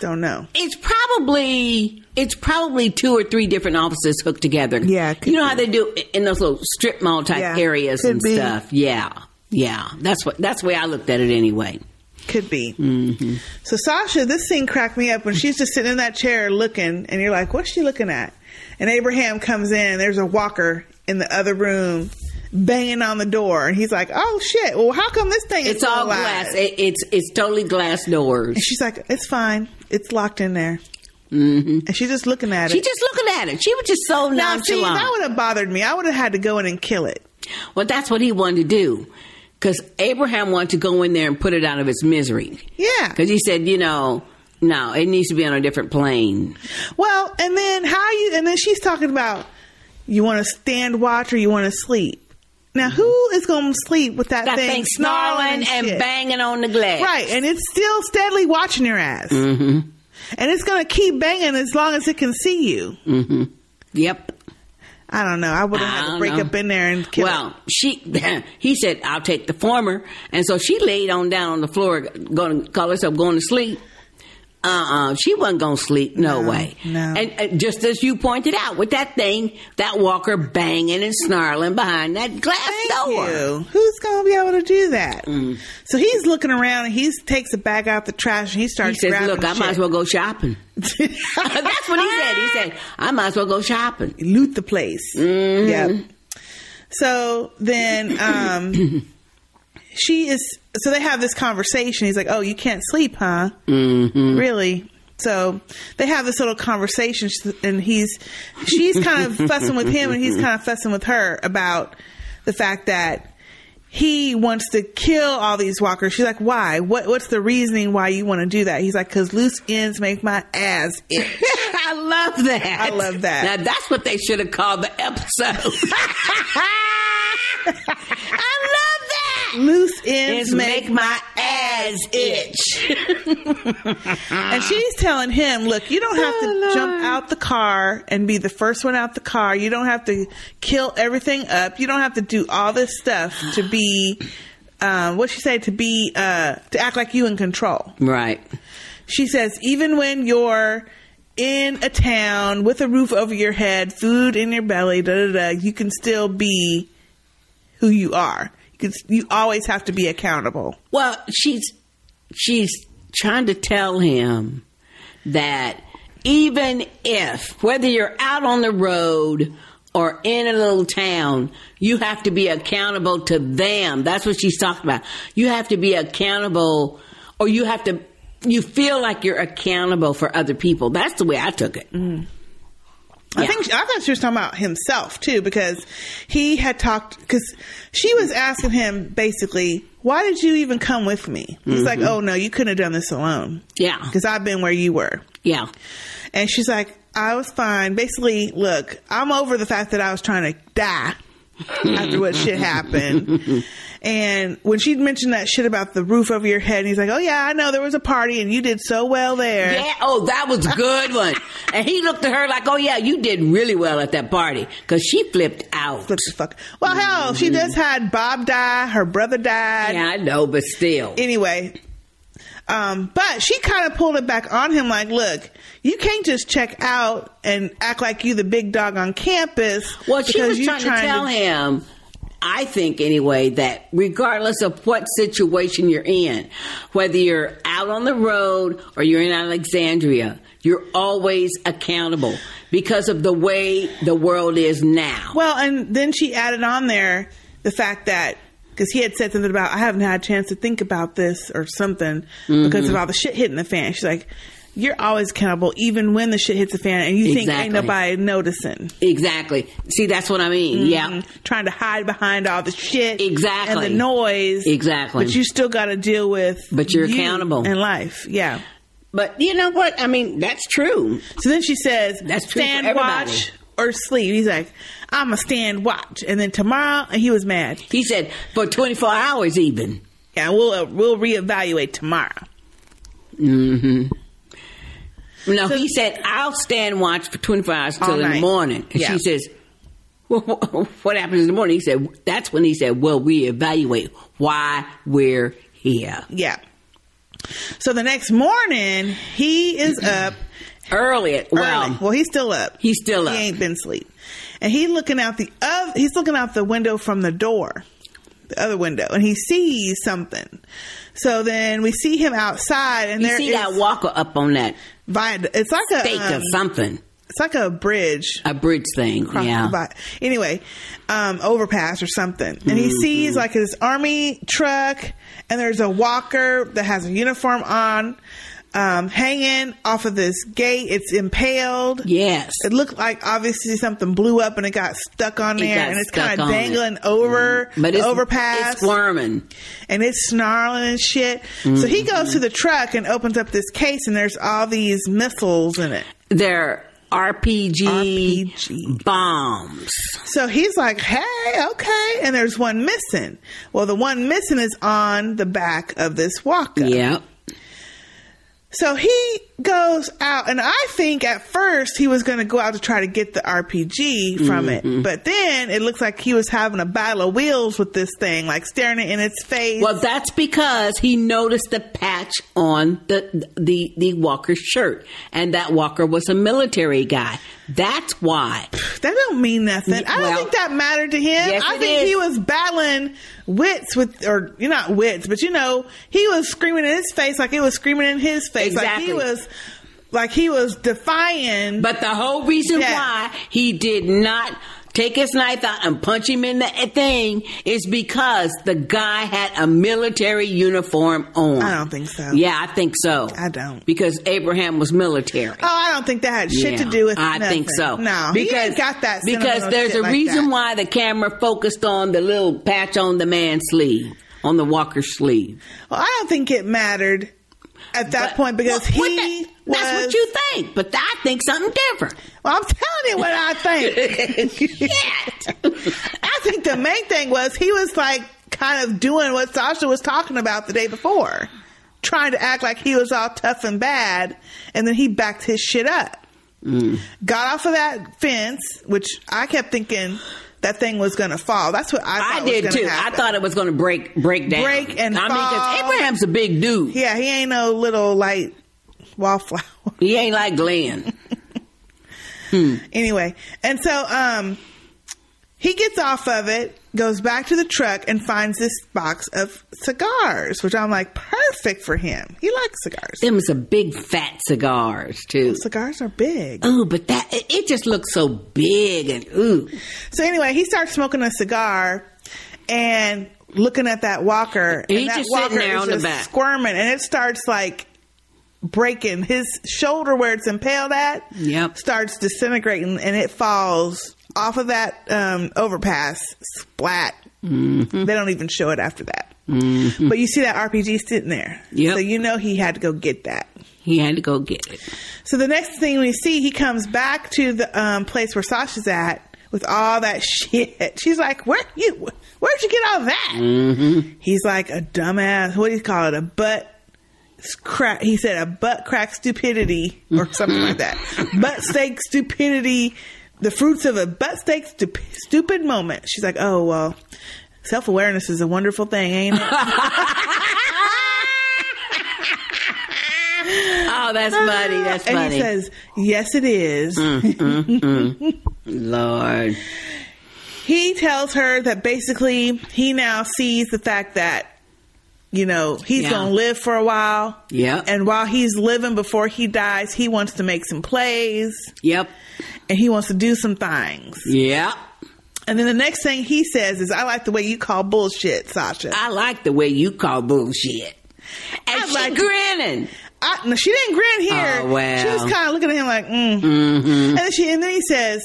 Speaker 1: Don't know.
Speaker 21: It's probably it's probably two or three different offices hooked together. Yeah, you know how they do i- in those little strip mall type
Speaker 1: Yeah,
Speaker 21: areas
Speaker 1: could
Speaker 21: and
Speaker 1: be.
Speaker 21: stuff. Yeah, yeah. That's what that's the way I looked at it anyway.
Speaker 1: Could be.
Speaker 21: hmm
Speaker 1: So Sasha, this scene cracked me up when she's just sitting in that chair looking, and you're like, "What's she looking at?" And Abraham comes in. And there's a walker in the other room, banging on the door, and he's like, "Oh shit! Well, how come this thing
Speaker 21: It's
Speaker 1: is
Speaker 21: all
Speaker 1: still alive?"
Speaker 21: glass. It, it's it's totally glass doors.
Speaker 1: And she's like, "It's fine. It's locked in there."
Speaker 21: Mm-hmm.
Speaker 1: And she's just looking at it.
Speaker 21: She's just looking at it. She was just so
Speaker 1: now, see,
Speaker 21: nonchalant.
Speaker 1: that would have bothered me. I would have had to go in and kill it.
Speaker 21: Well, that's what he wanted to do because Abraham wanted to go in there and put it out of its misery.
Speaker 1: Yeah,
Speaker 21: because he said, you know, no, it needs to be on a different plane.
Speaker 1: Well, and then how you? And then she's talking about you want to stand watch or you want to sleep. Now, who is going to sleep with that,
Speaker 21: Mm-hmm. That
Speaker 1: thing,
Speaker 21: thing snarling and
Speaker 1: shit?
Speaker 21: banging on the glass?
Speaker 1: Right, and it's still steadily watching your ass,
Speaker 21: [laughs] Mm-hmm.
Speaker 1: and it's going to keep banging as long as it can see you.
Speaker 21: Mm-hmm. Yep.
Speaker 1: I don't know. I would have had to
Speaker 21: don't
Speaker 1: break
Speaker 21: know.
Speaker 1: up in there and kill. it.
Speaker 21: Well, she, [laughs] he said, I'll take the former. And so she laid on down on the floor, going to call herself going to sleep. Uh uh she wasn't going to sleep. No, way. No. And uh, just as you pointed out, with that thing, that walker banging and snarling behind that glass door.
Speaker 1: you. Who's going to be able to do that?
Speaker 21: Mm.
Speaker 1: So he's looking around and he takes a bag out the trash and he
Speaker 21: He
Speaker 1: starts.
Speaker 21: says,
Speaker 1: grabbing
Speaker 21: Look, I
Speaker 1: shit.
Speaker 21: might as well go
Speaker 1: [laughs]
Speaker 21: shopping. That's what he said. He said, I might as well go shopping. Mm-hmm.
Speaker 1: Loot the place. Yep. So then
Speaker 21: [clears throat]
Speaker 1: um, she is. So they have this conversation. He's like, "Oh, you can't sleep, huh?
Speaker 21: Mm-hmm.
Speaker 1: Really?" So they have this little conversation, and he's she's kind of
Speaker 21: [laughs]
Speaker 1: fussing with him, and he's kind of fussing with her about the fact that he wants to kill all these walkers. She's like, "Why? What? What's the reasoning why you want to do that?" He's like, "Cause loose ends make my ass itch."
Speaker 21: [laughs] I love [laughs] that.
Speaker 1: I love that.
Speaker 21: Now that's what they should have called the episode.
Speaker 1: [laughs]
Speaker 21: [laughs]
Speaker 1: loose ends
Speaker 21: Ends
Speaker 1: make,
Speaker 21: make my ass itch.
Speaker 1: and she's telling him, "Look, you don't have to jump out the car and be the first one out the car. You don't have to kill everything up. You don't have to do all this stuff to be um, what she said to be uh, to act like you in control."
Speaker 21: right.
Speaker 1: She says, even when you're in a town with a roof over your head, food in your belly, da da da, you can still be who you are. You, can, you always have to be accountable.
Speaker 21: Well, she's she's trying to tell him that even if whether you're out on the road or in a little town, you have to be accountable to them. That's what she's talking about. You have to be accountable or you have to you feel like you're accountable for other people. That's the way I took it.
Speaker 1: Mm. I think she, I thought she was talking about himself too because he had talked because she was asking him basically, "Why did you even come with me?" He's like,
Speaker 21: Mhm.
Speaker 1: "Oh no, you couldn't have done this alone."
Speaker 21: Yeah.
Speaker 1: because I've been where you were.
Speaker 21: Yeah.
Speaker 1: And she's like, I was fine. Basically, look, I'm over the fact that I was trying to
Speaker 21: [laughs]
Speaker 1: die after what shit
Speaker 21: Mm-hmm.
Speaker 1: happened. And when she mentioned that shit about the roof over your head, and he's like, Oh, yeah, I know there was a party and you did so well there.
Speaker 21: Yeah, oh, that was a good
Speaker 1: [laughs]
Speaker 21: one. And he looked at her like, oh, yeah, you did really well at that party. Because she flipped out. Mm-hmm. Flipped
Speaker 1: the fuck. Well, hell, she just had Bob die, her brother died.
Speaker 21: Yeah, I know, but still.
Speaker 1: Anyway, um, but she kind of pulled it back on him like, look, you can't just check out and act like you the big dog on campus.
Speaker 21: Well, she
Speaker 1: because
Speaker 21: was
Speaker 1: you
Speaker 21: trying, to tell him, I think anyway, that regardless of what situation you're in, whether you're out on the road or you're in Alexandria, you're always accountable because of the way the world is now.
Speaker 1: Well, and then she added on there the fact that because he had said something about I haven't had a chance to think about this or something because of
Speaker 21: Mhm.
Speaker 1: all the shit hitting the fan. She's like, "You're always accountable, even when the shit hits the fan, and you think
Speaker 21: Exactly.
Speaker 1: ain't nobody noticing." Mm-hmm.
Speaker 21: Exactly. See, that's what I mean. Yeah.
Speaker 1: Trying to hide behind all the shit,
Speaker 21: Exactly.
Speaker 1: and the noise,
Speaker 21: Exactly.
Speaker 1: But you still got to deal with.
Speaker 21: But you're
Speaker 1: you
Speaker 21: accountable.
Speaker 1: in life, yeah.
Speaker 21: But you know what? I mean, that's true.
Speaker 1: So then she says,
Speaker 21: That's true for
Speaker 1: stand
Speaker 21: everybody."
Speaker 1: watch or sleep." He's like, "I'm a stand watch," and then tomorrow, and he was mad.
Speaker 21: He said, "For 24 hours, even."
Speaker 1: Yeah, we'll uh, we'll reevaluate tomorrow.
Speaker 21: Mm-hmm. No, he said, I'll stand watch for 24 hours
Speaker 1: All
Speaker 21: until in the
Speaker 1: night.
Speaker 21: morning. And
Speaker 1: Yeah.
Speaker 21: she says, well, [laughs] what happens in the morning? He said, that's when he said, well, we evaluate why we're here.
Speaker 1: Yeah. So the next morning, he is up
Speaker 21: early. well-
Speaker 1: well, he's still up.
Speaker 21: He's still up.
Speaker 1: He ain't been asleep, and he looking out the other. He's looking out the window from the door, the other window, and he sees something. So then we see him outside, and
Speaker 21: You
Speaker 1: there
Speaker 21: see
Speaker 1: is-
Speaker 21: that walker up on that
Speaker 1: viaduct. It's like a
Speaker 21: stake
Speaker 1: um,
Speaker 21: or something.
Speaker 1: It's like a bridge.
Speaker 21: A bridge thing,
Speaker 1: across
Speaker 21: yeah.
Speaker 1: the vi- Anyway, um, overpass or something, and he
Speaker 21: Mm-hmm.
Speaker 1: sees like his army truck, and there's a walker that has a uniform on, um, hanging off of this gate. It's impaled.
Speaker 21: Yes,
Speaker 1: it looked like obviously something blew up and it got stuck on
Speaker 21: It
Speaker 1: there,
Speaker 21: got
Speaker 1: and it's
Speaker 21: stuck
Speaker 1: kind of
Speaker 21: on it.
Speaker 1: dangling over
Speaker 21: But
Speaker 1: the
Speaker 21: it's-
Speaker 1: overpass.
Speaker 21: it's squirming.
Speaker 1: and it's snarling and shit. So he goes to the truck and opens up this case, and there's all these missiles in it.
Speaker 21: They're RPG, bombs.
Speaker 1: So he's like, hey, okay. And there's one missing. Well, the one missing is on the back of this walker.
Speaker 21: Yep.
Speaker 1: So he goes out, and I think at first he was going to go out to try to get the RPG from
Speaker 21: Mhm.
Speaker 1: it. But then it looks like he was having a battle of wheels with this thing, like staring it in its face.
Speaker 21: Well, that's because he noticed the patch on the the the Walker's shirt, and that Walker was a military guy. That's why.
Speaker 1: That don't mean nothing. I don't think that mattered to him.
Speaker 21: Yes,
Speaker 1: I
Speaker 21: it
Speaker 1: think
Speaker 21: is.
Speaker 1: he was battling wits with, or you're not wits, but you know, he was screaming in his face like it was screaming in his face. Like he
Speaker 21: Exactly.
Speaker 1: was, like he was oh, defying.
Speaker 21: But the whole reason why he did not take his knife out and punch him in the thing is because the guy had a military uniform on.
Speaker 1: I don't think so.
Speaker 21: Yeah, I think so. I
Speaker 1: don't.
Speaker 21: Because Abraham was military.
Speaker 1: Oh, I don't think that had shit to do with.
Speaker 21: I think so.
Speaker 1: nothing. No, he
Speaker 21: because
Speaker 1: ain't got that
Speaker 21: because
Speaker 1: sentimental
Speaker 21: there's
Speaker 1: shit
Speaker 21: a
Speaker 1: like
Speaker 21: reason
Speaker 1: that.
Speaker 21: why the camera focused on the little patch on the man's sleeve, on the walker's sleeve.
Speaker 1: Well, I don't think it mattered at that point because he
Speaker 21: that's what you think, but I think something different.
Speaker 1: Well, I'm telling you what I
Speaker 21: [laughs]
Speaker 1: think. I think the main thing was he was like kind of doing what Sasha was talking about the day before, trying to act like he was all tough and bad, and then he backed his shit up. Got off of that fence, which I kept thinking that thing was going to fall. That's what I thought
Speaker 21: I
Speaker 1: was
Speaker 21: did
Speaker 1: gonna
Speaker 21: too.
Speaker 1: happen.
Speaker 21: I thought it was going to break break down.
Speaker 1: Break and
Speaker 21: I mean, 'cause
Speaker 1: fall.
Speaker 21: Abraham's a big dude.
Speaker 1: Yeah, he ain't no little like wallflower.
Speaker 21: He ain't like
Speaker 1: [laughs]
Speaker 21: Glenn.
Speaker 1: Hmm. Anyway, and so um, he gets off of it, goes back to the truck, and finds this box of cigars, which I'm like perfect for him. He likes cigars.
Speaker 21: Them is a big fat cigars too.
Speaker 1: Cigars are big.
Speaker 21: Ooh, but that it, it just looks so big and ooh.
Speaker 1: So anyway, he starts smoking a cigar and looking at that walker.
Speaker 21: He's
Speaker 1: and that
Speaker 21: just sitting there
Speaker 1: is
Speaker 21: on the
Speaker 1: just
Speaker 21: back.
Speaker 1: squirming, and it starts like breaking his shoulder where it's impaled at.
Speaker 21: Yep.
Speaker 1: starts disintegrating, and it falls off of that um, overpass. Splat.
Speaker 21: Mm-hmm.
Speaker 1: They don't even show it after that.
Speaker 26: Mm.
Speaker 21: Mhm.
Speaker 1: But you see that RPG sitting there. So you know he had to go get that.
Speaker 21: He had to go get it.
Speaker 1: So the next thing we see, he comes back to the um, place where Sasha's at with all that [laughs] shit. She's like, "Where you? Where'd you get all that?"
Speaker 21: Mm-hmm. [laughs]
Speaker 1: He's like a dumbass. What do you call it? A butt crack. He said a butt crack stupidity or something
Speaker 21: [laughs]
Speaker 1: like that. Butt steak stupidity. The fruits of a butt steak stup- stupid moment. She's like, "Oh well, self awareness is a wonderful thing, ain't it?"
Speaker 21: [laughs] [laughs] Oh, that's funny. That's
Speaker 1: and
Speaker 21: funny.
Speaker 1: he says, "Yes, it is."
Speaker 21: Mm, mm, [laughs] Lord.
Speaker 1: he tells her that basically he now sees the fact that you know he's
Speaker 21: Yeah.
Speaker 1: gonna live for a while
Speaker 21: Yep.
Speaker 1: and while he's living before he dies he wants to make some plays
Speaker 21: yep
Speaker 1: and he wants to do some things
Speaker 21: Yep.
Speaker 1: and then the next thing he says is i like the way you call bullshit sasha
Speaker 21: I like the way you call bullshit. And she grinning.
Speaker 1: I, no, she didn't grin here.
Speaker 21: Oh, well.
Speaker 1: She was kind of looking at him like, mm.
Speaker 21: Mhm.
Speaker 1: and then she, and then he says,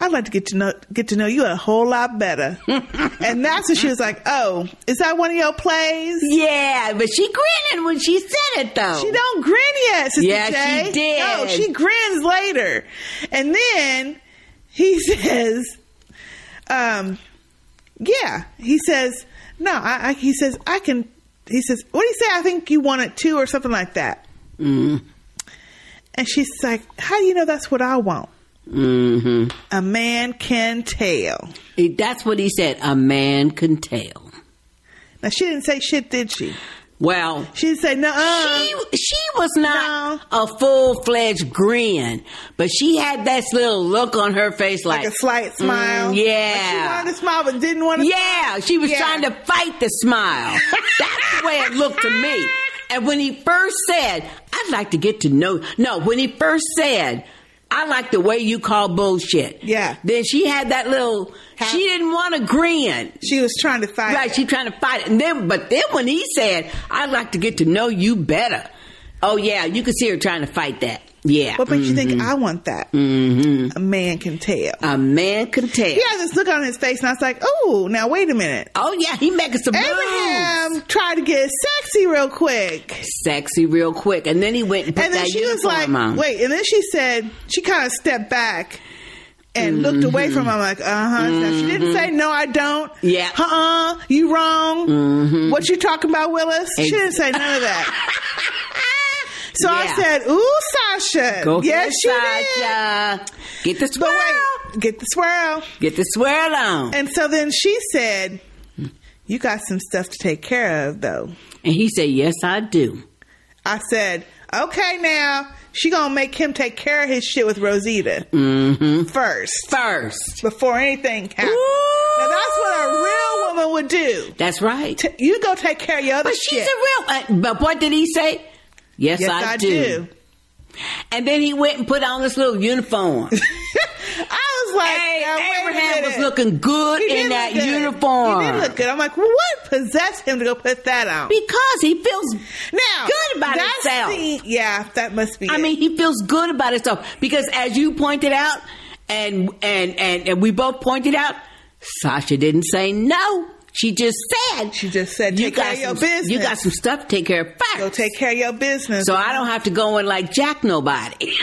Speaker 1: "I'd like to get to know get to know you a whole lot
Speaker 21: [laughs]
Speaker 1: better." and that's when she was like, "Oh, is that one of your plays?"
Speaker 21: Yeah, but she grinning when she said it though.
Speaker 1: She don't grin yet. [laughs] Sister
Speaker 21: Yeah,
Speaker 1: J.
Speaker 21: she did.
Speaker 1: No, she grins later, and then he [laughs] says, "Um, yeah," he says, "No," I, I, he says, "I can." He says, "What do you say? I think you want it too, or something like that."
Speaker 21: Mm.
Speaker 1: And she's like, How do you know that's what I want?
Speaker 21: Mm-hmm.
Speaker 1: A man can tell.
Speaker 21: That's what he said. A man can tell.
Speaker 1: Now, she didn't say shit, did she?
Speaker 21: Well,
Speaker 1: she said no.
Speaker 21: She she was not a full fledged grin, but she had that little look on her face, like,
Speaker 1: a slight
Speaker 21: Mm,
Speaker 1: smile. Like she
Speaker 21: yeah,
Speaker 1: wanted to smile but didn't want to.
Speaker 21: yeah. She was trying to fight the
Speaker 1: [laughs]
Speaker 21: smile. That's the way it looked to me. And when he first said, "I'd like to get to know," no, when he first said. I like the way you call bullshit. Yeah. Then she had that little. She didn't want to grin.
Speaker 1: She was trying to fight.
Speaker 21: Right. She trying to fight it, and then but then when he said, "I'd like to get to know you better," oh yeah, you could see her trying to fight that. Yeah.
Speaker 1: What makes you think I want that?
Speaker 21: Mm-hmm.
Speaker 1: A man can tell.
Speaker 21: A man can tell.
Speaker 1: He had this look on his face, and I was like, "Oh, now wait a minute."
Speaker 21: Oh yeah, he making some
Speaker 1: Abraham tried to get sexy real quick,
Speaker 21: Sexy real quick, and then he went and put
Speaker 1: and then
Speaker 21: that
Speaker 1: she was like,
Speaker 21: uniform on.
Speaker 1: "Wait!" And then she said, she kind of stepped back and looked away from him. I'm like, "Uh huh." She didn't say, "No, I don't."
Speaker 21: Mm-hmm. Yeah.
Speaker 1: Uh uh You wrong.
Speaker 21: Mhm.
Speaker 1: What you talking about, Willis?
Speaker 21: Ex-
Speaker 1: she didn't say none
Speaker 21: [laughs]
Speaker 1: of that. So
Speaker 21: Yeah.
Speaker 1: I said, "Ooh, Sasha,
Speaker 21: Go
Speaker 1: yes,
Speaker 21: get
Speaker 1: you
Speaker 21: Sasha. did." Get the swirl.
Speaker 1: Get the swirl.
Speaker 21: Get the swirl on.
Speaker 1: And so then she said, "You got some stuff to take care of, though."
Speaker 21: And he said, "Yes, I do."
Speaker 1: I said, "Okay, now she gonna make him take care of his shit with Rosita
Speaker 21: Mm-hmm.
Speaker 1: first,
Speaker 21: first,
Speaker 1: before anything happens." Now that's what a real woman would do.
Speaker 21: That's right.
Speaker 1: T- you go take care of your other
Speaker 21: But
Speaker 1: shit.
Speaker 21: she's a real. uh, but what did he say? Yes,
Speaker 1: Yes,
Speaker 21: I,
Speaker 1: I
Speaker 21: do.
Speaker 1: do.
Speaker 21: And then he went and put on this little uniform.
Speaker 1: [laughs] I was like, now, wait a
Speaker 21: Abraham was
Speaker 1: minute.
Speaker 21: looking good
Speaker 1: He did
Speaker 21: in that
Speaker 1: look good.
Speaker 21: uniform.
Speaker 1: He did look good. I'm like, what possessed him to go put that on?
Speaker 21: Because he feels
Speaker 1: now
Speaker 21: good about
Speaker 1: that's
Speaker 21: himself.
Speaker 1: the- yeah, that must be.
Speaker 21: I mean, he feels good about himself because, as you pointed out, and and and, and we both pointed out, Sasha didn't say no. She just said. She
Speaker 1: just said,
Speaker 21: "You
Speaker 1: "Take
Speaker 21: got
Speaker 1: care of your
Speaker 21: some,
Speaker 1: business."
Speaker 21: You got some stuff. to Take care of first. Go
Speaker 1: take care of your business.
Speaker 21: So I don't have to go and like jack nobody. [laughs]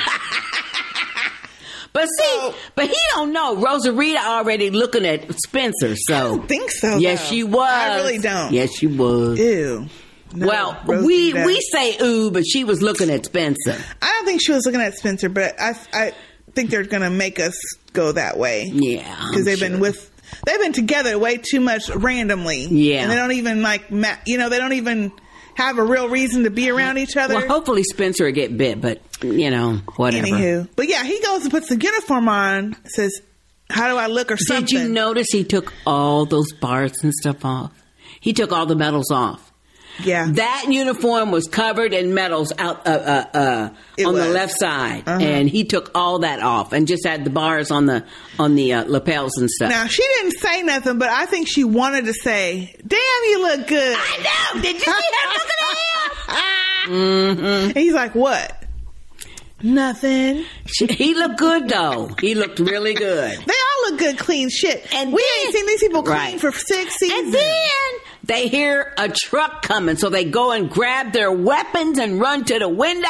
Speaker 21: but see, but he don't know. Rosarita already looking at Spencer. So I don't
Speaker 1: think so.
Speaker 21: Yes,
Speaker 1: though.
Speaker 21: she was.
Speaker 1: I really don't.
Speaker 21: Yes, she was.
Speaker 1: Ew.
Speaker 21: well,
Speaker 1: Rosie
Speaker 21: Oh, we
Speaker 1: does.
Speaker 21: we say ooh, but she was looking at Spencer.
Speaker 1: I don't think she was looking at Spencer, but I I think they're gonna make us go that way.
Speaker 21: Yeah, I'm
Speaker 1: because they've been
Speaker 21: sure.
Speaker 1: with they've been together way too much randomly.
Speaker 21: Yeah.
Speaker 1: and they don't even like ma- you know they don't even have a real reason to be around each other.
Speaker 21: Well, hopefully Spencer will get bit, but you know, whatever.
Speaker 1: Anywho, but yeah, he goes and puts the uniform on. Says, "How do I look?" Or something.
Speaker 21: Did you notice he took all those bars and stuff off? He took all the medals off.
Speaker 1: Yeah.
Speaker 21: That uniform was covered in medals out uh, uh, uh, on the
Speaker 1: was.
Speaker 21: left side,
Speaker 1: Uh-huh.
Speaker 21: and he took all that off and just had the bars on the on the uh, lapels and stuff.
Speaker 1: Now she didn't say nothing, but I think she wanted to say, "Damn, you look good."
Speaker 21: I know. Did you see her looking
Speaker 1: [laughs] at
Speaker 21: Mm-hmm.
Speaker 1: him? And he's like, "What? Nothing."
Speaker 21: he looked good though. He looked really good.
Speaker 1: [laughs] They all look good, clean shit. And we ain't seen these people clean
Speaker 21: Right.
Speaker 1: for six seasons.
Speaker 21: And then they hear a truck coming, so they go and grab their weapons and run to the window,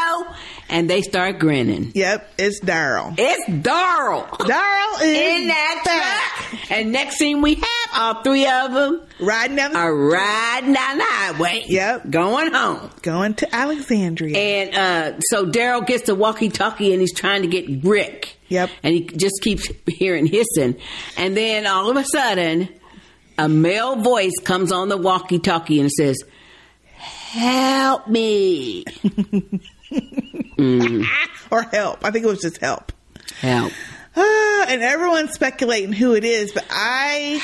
Speaker 21: and they start grinning.
Speaker 1: Yep, it's Daryl.
Speaker 21: It's Daryl.
Speaker 1: Daryl is
Speaker 21: in that truck. And next thing we have, all three of them
Speaker 1: riding down the
Speaker 21: are riding down the highway.
Speaker 1: Yep.
Speaker 21: going home.
Speaker 1: Going to Alexandria.
Speaker 21: And uh, so Daryl gets the walkie-talkie, and he's trying to get Rick.
Speaker 1: Yep.
Speaker 21: And he just keeps hearing hissing, and then all of a sudden, a male voice comes on the walkie-talkie and says, "Help me." Mm,
Speaker 1: or help. I think it was just help.
Speaker 21: help.
Speaker 1: Ah, and everyone's speculating who it is, but I.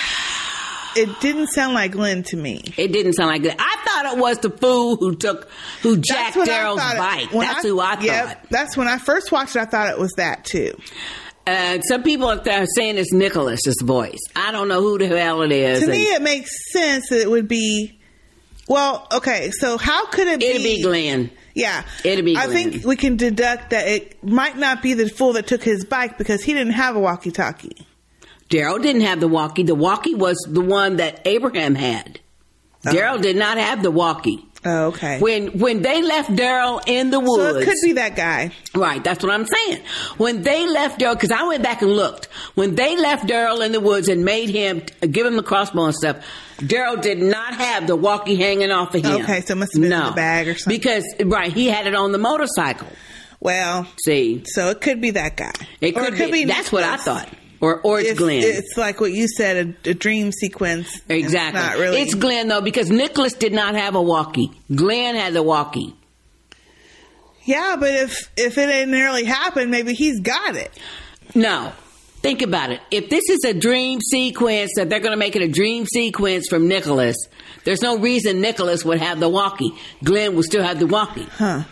Speaker 1: It didn't sound like Glenn to me.
Speaker 21: It didn't sound like that. I thought it was the fool who took who jacked
Speaker 1: what I
Speaker 21: Daryl's
Speaker 1: thought it-
Speaker 21: bike.
Speaker 1: when
Speaker 21: That's who I
Speaker 1: yep,
Speaker 21: thought.
Speaker 1: That's when I first watched it. I thought it was that too.
Speaker 21: Uh, some people are are saying it's Nicholas's voice. I don't know who the hell it is.
Speaker 1: to
Speaker 21: and
Speaker 1: me, it makes sense that it would be. Well, okay, so how could it be?
Speaker 21: it'd be Glenn.
Speaker 1: Yeah,
Speaker 21: It'd be
Speaker 1: I
Speaker 21: Glenn.
Speaker 1: think we can deduct that it might not be the fool that took his bike because he didn't have a walkie-talkie.
Speaker 21: Daryl didn't have the walkie. The walkie was the one that Abraham had. Daryl did not have the walkie.
Speaker 1: Oh, okay.
Speaker 21: When when they left Daryl in the woods,
Speaker 1: So it could be that guy.
Speaker 21: Right, that's what I'm saying. When they left Daryl, because I went back and looked, when they left Daryl in the woods and made him give him the crossbow and stuff, Daryl did not have the walkie hanging off of him.
Speaker 1: Okay, so it must have been in
Speaker 21: No.
Speaker 1: the bag or something.
Speaker 21: because right, he had it on the motorcycle.
Speaker 1: Well,
Speaker 21: See,
Speaker 1: so it could be that guy.
Speaker 21: it
Speaker 1: Or
Speaker 21: could, be, That's what I
Speaker 1: Nicholas.
Speaker 21: thought, or or it's, Glenn.
Speaker 1: It's like what you said, a, a dream sequence. and it's
Speaker 21: exactly.
Speaker 1: not really.
Speaker 21: It's Glenn though, because Nicholas did not have a walkie. Glenn had the walkie.
Speaker 1: yeah, but if if it didn't really happen, maybe he's got it.
Speaker 21: No. Think about it. If this is a dream sequence that they're going to make it a dream sequence from Nicholas, there's no reason Nicholas would have the walkie. Glenn will still have the walkie.
Speaker 1: Huh.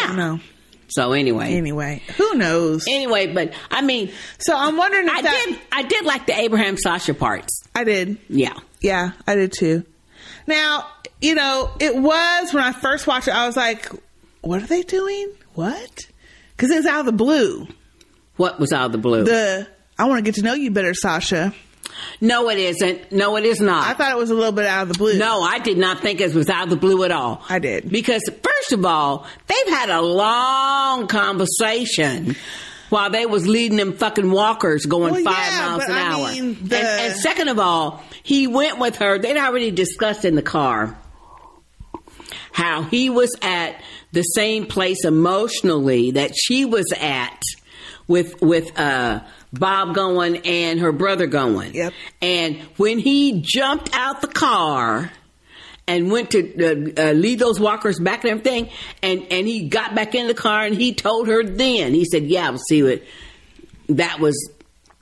Speaker 21: Yeah.
Speaker 1: No.
Speaker 21: So anyway.
Speaker 1: Anyway, who knows?
Speaker 21: Anyway, but I mean,
Speaker 1: so I'm wondering if
Speaker 21: I
Speaker 1: that-
Speaker 21: did I did like the Abraham Sasha parts.
Speaker 1: I did.
Speaker 21: Yeah.
Speaker 1: Yeah, I did too. Now, you know, it was when I first watched it, I was like, what are they doing? What? Because it was out of the blue.
Speaker 21: What was out of the blue?
Speaker 1: The I want to get to know you better, Sasha.
Speaker 21: no, it isn't. No, it is not.
Speaker 1: I thought it was a little bit out of the blue.
Speaker 21: No, I did not think it was out of the blue at all. I
Speaker 1: did.
Speaker 21: Because, first of all, they've had a long conversation while they was leading them fucking walkers going
Speaker 1: Well,
Speaker 21: five
Speaker 1: yeah,
Speaker 21: miles
Speaker 1: but
Speaker 21: an
Speaker 1: I
Speaker 21: hour.
Speaker 1: mean,
Speaker 21: And-
Speaker 1: the-
Speaker 21: and, second of all, he went with her. They'd already discussed in the car how he was at the same place emotionally that she was at with with uh Bob going and her brother going. Yep. And when he jumped out the car and went to uh, uh, lead those walkers back and everything, and and he got back in the car and he told her then he said, "Yeah, I will see what that was."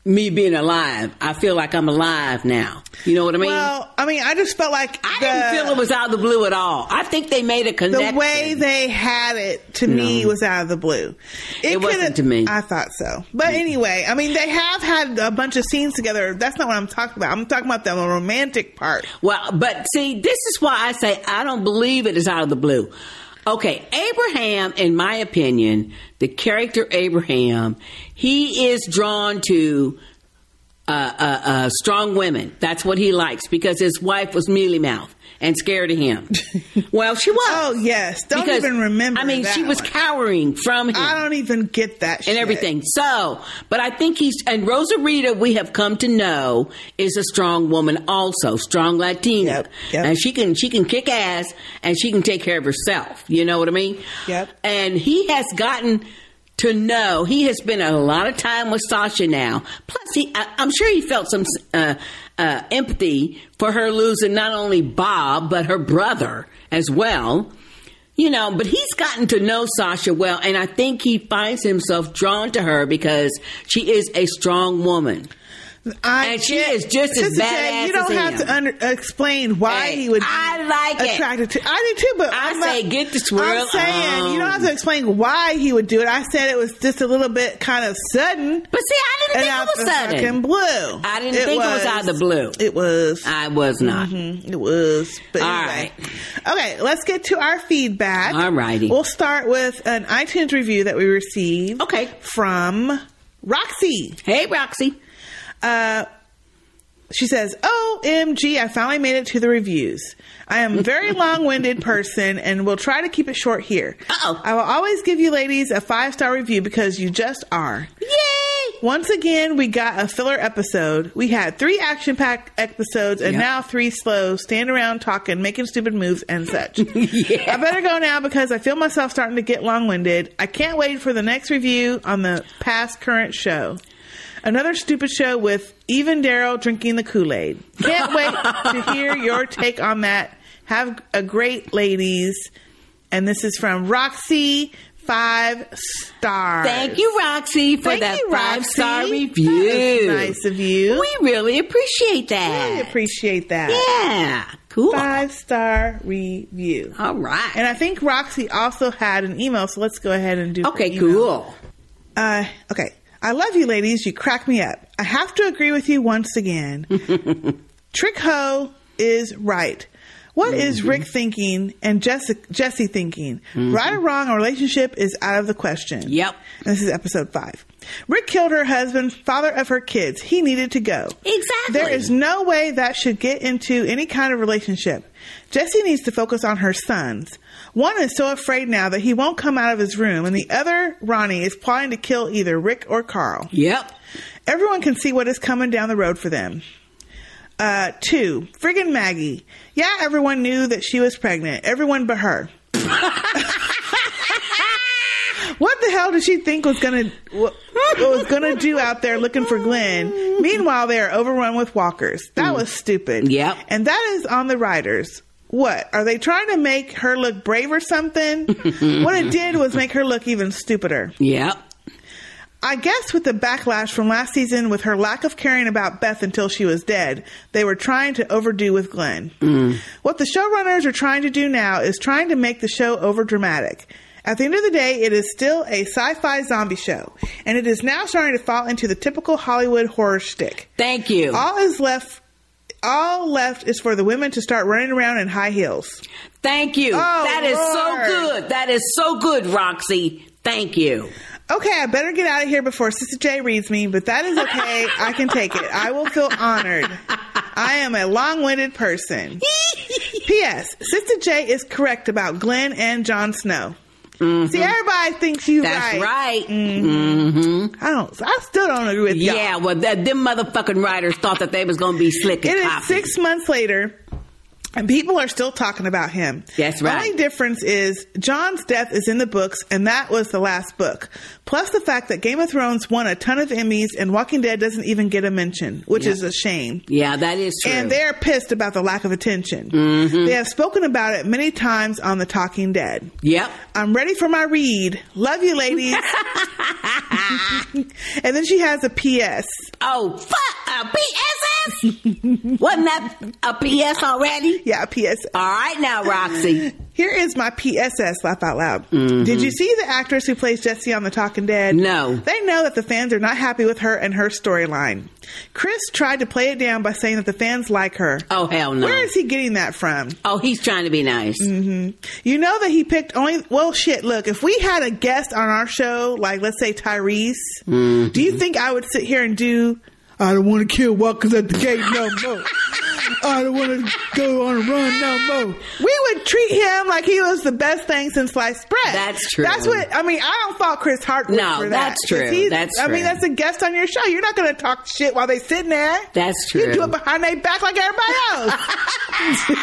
Speaker 21: me being alive. I feel like I'm alive now. You know what I mean?
Speaker 1: Well, I mean, I just felt like
Speaker 21: I didn't feel it was out of the blue at all. I think they made a connection.
Speaker 1: The way they had it to me
Speaker 21: No.
Speaker 1: was out of the blue. It, wasn't to me. I thought so. But anyway, I mean, they have had a bunch of scenes together. That's not what I'm talking about. I'm talking about the romantic part.
Speaker 21: Well, but see, this is why I say I don't believe it is out of the blue. Okay, Abraham, in my opinion, the character Abraham, he is drawn to uh, uh, uh, strong women. That's what he likes because his wife was mealy mouth and scared of him. well, she was. Oh
Speaker 1: yes, don't even remember
Speaker 21: I mean,
Speaker 1: that
Speaker 21: she was cowering from him. I
Speaker 1: don't even get that
Speaker 21: and everything. So, but I think he's and Rosa Rita, we have come to know, is a strong woman, also strong Latina, and she can she can kick ass and she can take care of herself. You know what I mean? Yep. And he has gotten. To know he has been a lot of time with Sasha now. Plus, he I, I'm sure he felt some uh, uh, empathy for her losing not only Bob but her brother as well. You know, but he's gotten to know Sasha well, and I think he finds himself drawn to her because she is a strong woman. and she is just as
Speaker 1: Sister
Speaker 21: badass
Speaker 1: J, you don't
Speaker 21: as
Speaker 1: have
Speaker 21: him.
Speaker 1: to under, explain why he would.
Speaker 21: I like it.
Speaker 1: attracted to. I do too, but I am
Speaker 21: say get the swirl
Speaker 1: I'm saying
Speaker 21: on.
Speaker 1: you don't have to explain why he would do it. I said it was just a little bit kind of sudden.
Speaker 21: But see, I didn't think it was sudden.
Speaker 1: blue.
Speaker 21: I didn't think it was out of the blue.
Speaker 1: It was. Mm-hmm.
Speaker 21: I was not.
Speaker 1: It was. But
Speaker 21: All
Speaker 1: anyway. Okay, let's get to our feedback. All
Speaker 21: righty.
Speaker 1: We'll start with an iTunes review that we received.
Speaker 21: Okay.
Speaker 1: From Roxy.
Speaker 21: Hey, Roxy.
Speaker 1: Uh, she says, OMG, I finally made it to the reviews. I am a very long winded person and will try to keep it short here.
Speaker 21: oh
Speaker 1: I will always give you ladies a five star review because you just are. Yay! Once again, we got a filler episode. We had three action packed episodes and
Speaker 21: Yep.
Speaker 1: now three slow, stand around talking, making stupid moves, and such. I better go now because I feel myself starting to get long winded. I can't wait for the next review on the past current show. Another stupid show with even Daryl drinking the Kool Aid.
Speaker 21: [laughs]
Speaker 1: Can't wait to hear your take on that. Have a great, ladies. And this is from Roxy Five Stars.
Speaker 21: Thank you, Roxy, for
Speaker 1: Thank
Speaker 21: that
Speaker 1: you,
Speaker 21: five
Speaker 1: Roxy.
Speaker 21: star
Speaker 1: That
Speaker 21: review.
Speaker 1: is nice of you.
Speaker 21: We really appreciate that.
Speaker 1: Really appreciate that.
Speaker 21: Yeah, cool.
Speaker 1: Five star review.
Speaker 21: All right.
Speaker 1: And I think Roxy also had an email, so let's go ahead and do. her
Speaker 21: Okay,
Speaker 1: email.
Speaker 21: cool.
Speaker 1: Uh, okay. I love you, ladies. You crack me up. I have to agree with you
Speaker 21: [laughs]
Speaker 1: once again. Trick Ho is right. What is
Speaker 21: Mm-hmm.
Speaker 1: Rick thinking and Jessica, Jesse thinking? Right or wrong, a relationship is out of the question.
Speaker 21: Yep.
Speaker 1: This is episode five. Rick killed her husband, father of her kids. He needed to go.
Speaker 21: Exactly.
Speaker 1: There is no way that should get into any kind of relationship. Jesse needs to focus on her sons. One is so afraid now that he won't come out of his room, and the other, Ronnie, is plotting to kill either Rick or Carl.
Speaker 21: Yep.
Speaker 1: Everyone can see what is coming down the road for them. Uh, two, friggin' Maggie. Yeah, everyone knew that she was pregnant. Everyone but her. [laughs] what the hell did she think was gonna what, what was gonna do out there looking for Glenn? Meanwhile, they are overrun with walkers. That was stupid. Yep. And that is on the riders. What are they trying to make her look brave or something? what it did was make her look even stupider.
Speaker 21: Yep.
Speaker 1: I guess with the backlash from last season with her lack of caring about Beth until she was dead, they were trying to overdo with Glenn. What the showrunners are trying to do now is trying to make the show overdramatic. At the end of the day, it is still a sci-fi zombie show, and it is now starting to fall into the typical Hollywood horror shtick.
Speaker 21: Thank you.
Speaker 1: All is left all left is for the women to start running around in high heels.
Speaker 21: Thank you.
Speaker 1: Oh,
Speaker 21: that is so
Speaker 1: Lord.
Speaker 21: good. That is so good, Roxy. Thank you.
Speaker 1: Okay, I better get out of here before Sister J reads me, but that is okay. I can take it. I will feel honored. I am a long winded
Speaker 21: [laughs]
Speaker 1: person. P.S. Sister J is correct about Glenn and Jon Snow. See, everybody thinks you
Speaker 21: Mm-hmm. That's
Speaker 1: right. Mm.
Speaker 21: right.
Speaker 1: Mm-hmm. I don't. I still don't agree with
Speaker 21: yeah,
Speaker 1: y'all.
Speaker 21: well, that, them motherfucking writers thought that they was gonna be slick
Speaker 1: It
Speaker 21: and
Speaker 1: is
Speaker 21: poppy.
Speaker 1: six months later, and people are still talking about him.
Speaker 21: That's right.
Speaker 1: The only difference is John's death is in the books, and that was the last book. Plus the fact that Game of Thrones won a ton of Emmys, and Walking Dead doesn't even get a mention, which
Speaker 21: Yeah.
Speaker 1: is a shame.
Speaker 21: yeah, that is true.
Speaker 1: And they're pissed about the lack of attention.
Speaker 21: Mhm.
Speaker 1: They have spoken about it many times on The Talking Dead.
Speaker 21: Yep. [laughs]
Speaker 1: I'm ready for my read. Love you, ladies. [laughs] and then she has a PS.
Speaker 21: Oh, fuck! A [laughs] PSS? Wasn't that a PS already?
Speaker 1: Yeah, a PS.
Speaker 21: All right now, Roxy.
Speaker 1: [laughs]
Speaker 21: Mm-hmm.
Speaker 1: Here is my PSS laugh out loud. Did you see the actress who plays Jessie on The Talking Dead?
Speaker 21: No.
Speaker 1: They know that the fans are not happy with her and her storyline. Chris tried to play it down by saying that the fans like her.
Speaker 21: Oh, hell no.
Speaker 1: Where is he getting that from?
Speaker 21: Oh, he's trying to be nice.
Speaker 1: hmm You know that he picked only. Well, shit, look, if we had a guest on our show, like let's say Tyrese,
Speaker 25: Mm-hmm.
Speaker 26: Mm.
Speaker 21: Mhm.
Speaker 1: do you think I would sit here and do. I don't want to kill walkers at the gate no more. I don't want to go on a run no more. We would treat him like he was the best thing since sliced bread. That's
Speaker 21: true.
Speaker 1: That's what I mean. I don't fault Chris Hartwood
Speaker 21: No,
Speaker 1: for that.
Speaker 21: that's true.
Speaker 1: 'Cause he's-
Speaker 21: That's
Speaker 1: I
Speaker 21: true.
Speaker 1: mean, that's a guest on your show. You're not going to talk shit while they sitting there.
Speaker 21: That's true.
Speaker 1: You do it behind their back like everybody else.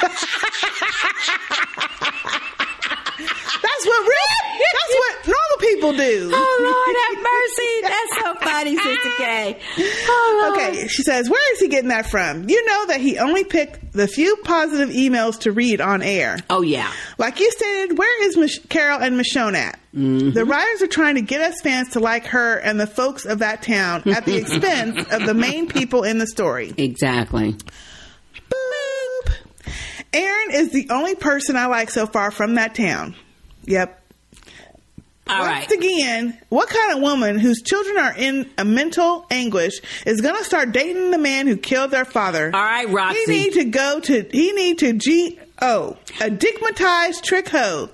Speaker 1: that's what real. That's what normal people do.
Speaker 21: Oh Lord, have mercy! That's so funny, Sister K. Oh, Lord.
Speaker 1: Okay, she says, where is he getting that from? You know that he only picked the few positive emails to read on air.
Speaker 21: Oh yeah.
Speaker 1: Like you stated, where is Mich- Carol and Michonne at?
Speaker 21: Mm-hmm.
Speaker 1: The writers are trying to get us fans to like her and the folks of that town
Speaker 21: [laughs]
Speaker 1: at the expense of the main people in the story.
Speaker 21: Exactly.
Speaker 1: Aaron is the only person I like so far from that town. Yep. Once again, what kind of woman whose children are in a mental anguish is going to start dating the man who killed their father? All
Speaker 21: right, Roxy.
Speaker 1: He need to go to. He need to G O a digmatized trick hoe.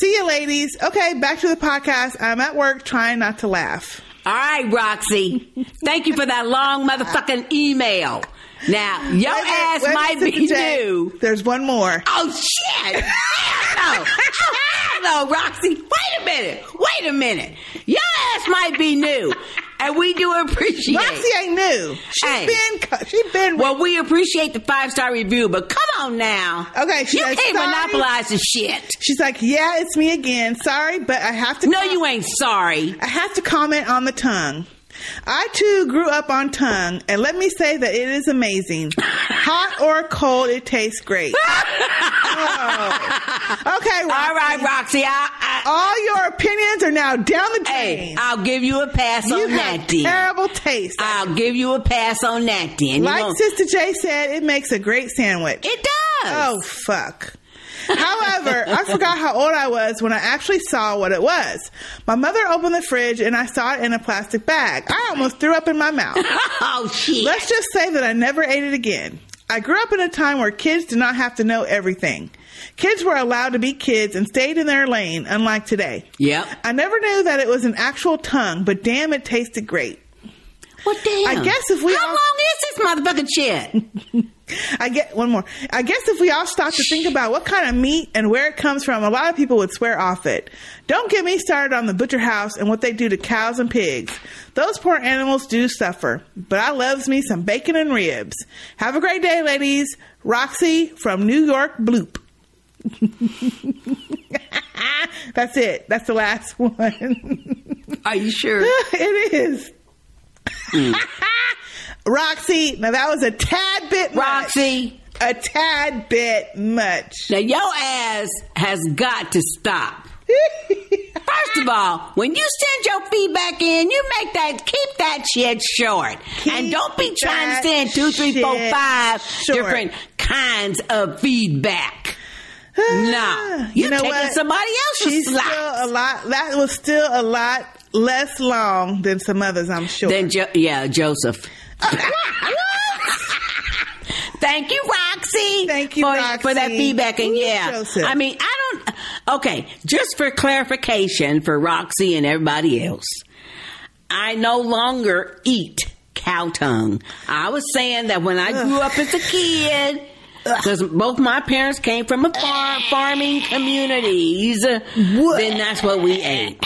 Speaker 1: See you, ladies. Okay, back to the podcast. I'm at work trying not to laugh.
Speaker 21: All right, Roxy. Thank you for that long motherfucking email. Now your
Speaker 1: Wait a minute,
Speaker 21: ass
Speaker 1: wait a
Speaker 21: might
Speaker 1: minute,
Speaker 21: be
Speaker 1: Sister J.
Speaker 21: new.
Speaker 1: There's one more.
Speaker 21: Oh shit! Hell no! Hell no, Roxy. Wait a minute. Wait a minute. Your ass might be new, and we do appreciate.
Speaker 1: Roxy ain't new. She's been. She's been.
Speaker 21: Well, we appreciate the five star review, but come on now.
Speaker 1: Okay, she
Speaker 21: you
Speaker 1: says,
Speaker 21: can't
Speaker 1: "Sorry."
Speaker 21: monopolize the shit.
Speaker 1: She's like, yeah, it's me again. Sorry, but I have to.
Speaker 21: No, you ain't sorry.
Speaker 1: I have to comment on the tongue. I too grew up on tongue, and let me say that it
Speaker 21: [laughs]
Speaker 1: is amazing. Hot or cold, it tastes great. Oh. Okay, Roxy. all
Speaker 21: right, Roxy. I,
Speaker 1: all your opinions are now down the drain.
Speaker 21: Hey, I'll give you a pass
Speaker 1: You
Speaker 21: on
Speaker 1: have
Speaker 21: that. Then.
Speaker 1: terrible taste.
Speaker 21: I'll give you a pass on that. Then, You
Speaker 1: like
Speaker 21: won't-
Speaker 1: Sister J said, it makes a great sandwich.
Speaker 21: It does.
Speaker 1: Oh fuck. However, I forgot how old I was when I actually saw what it was. My mother opened the fridge and I saw it in a plastic bag. I almost threw up in my mouth.
Speaker 21: [laughs] oh shit.
Speaker 1: Let's just say that I never ate it again. I grew up in a time where kids did not have to know everything. Kids were allowed to be kids and stayed in their lane, unlike today.
Speaker 21: Yep.
Speaker 1: I never knew that it was an actual tongue, but damn, it tasted great.
Speaker 21: Well, damn.
Speaker 1: I guess if we
Speaker 21: How
Speaker 1: all-
Speaker 21: long is this motherfucking shit?
Speaker 1: [laughs] I get one more. I guess if we all stop to think about what kind of meat and where it comes from, a lot of people would swear off it. Don't get me started on the butcher house and what they do to cows and pigs. Those poor animals do suffer, but I loves me some bacon and ribs. Have a great day, ladies. Roxy from New York Bloop. [laughs] That's it. That's the last [laughs] one.
Speaker 21: Are you sure?
Speaker 1: [laughs] it is.
Speaker 21: mm-hmm.
Speaker 1: Roxy, now that was a tad bit
Speaker 21: Roxy.
Speaker 1: much. A tad bit much.
Speaker 21: Now your ass has got to
Speaker 1: [laughs]
Speaker 21: stop. First of all, when you send your feedback in, you make that keep that shit short, and don't be trying to
Speaker 1: that
Speaker 21: send two, three, four,
Speaker 1: shit
Speaker 21: five
Speaker 1: short.
Speaker 21: different kinds of
Speaker 1: [sighs]
Speaker 21: feedback.
Speaker 1: Ah,
Speaker 21: no, you're taking somebody else's
Speaker 1: She's
Speaker 21: slot.
Speaker 1: still a lot. That was still a lot less long than some others, I'm sure.
Speaker 21: Then jo- yeah, Joseph. [laughs] Thank you, Roxy. Thank you for, for that feedback. And yeah, I mean, I don't. Okay, just for clarification for Roxy and everybody else, I no longer eat cow tongue. I was saying that when I grew up as a kid. Because both my parents came from a farm, farming communities, uh, then that's what we ate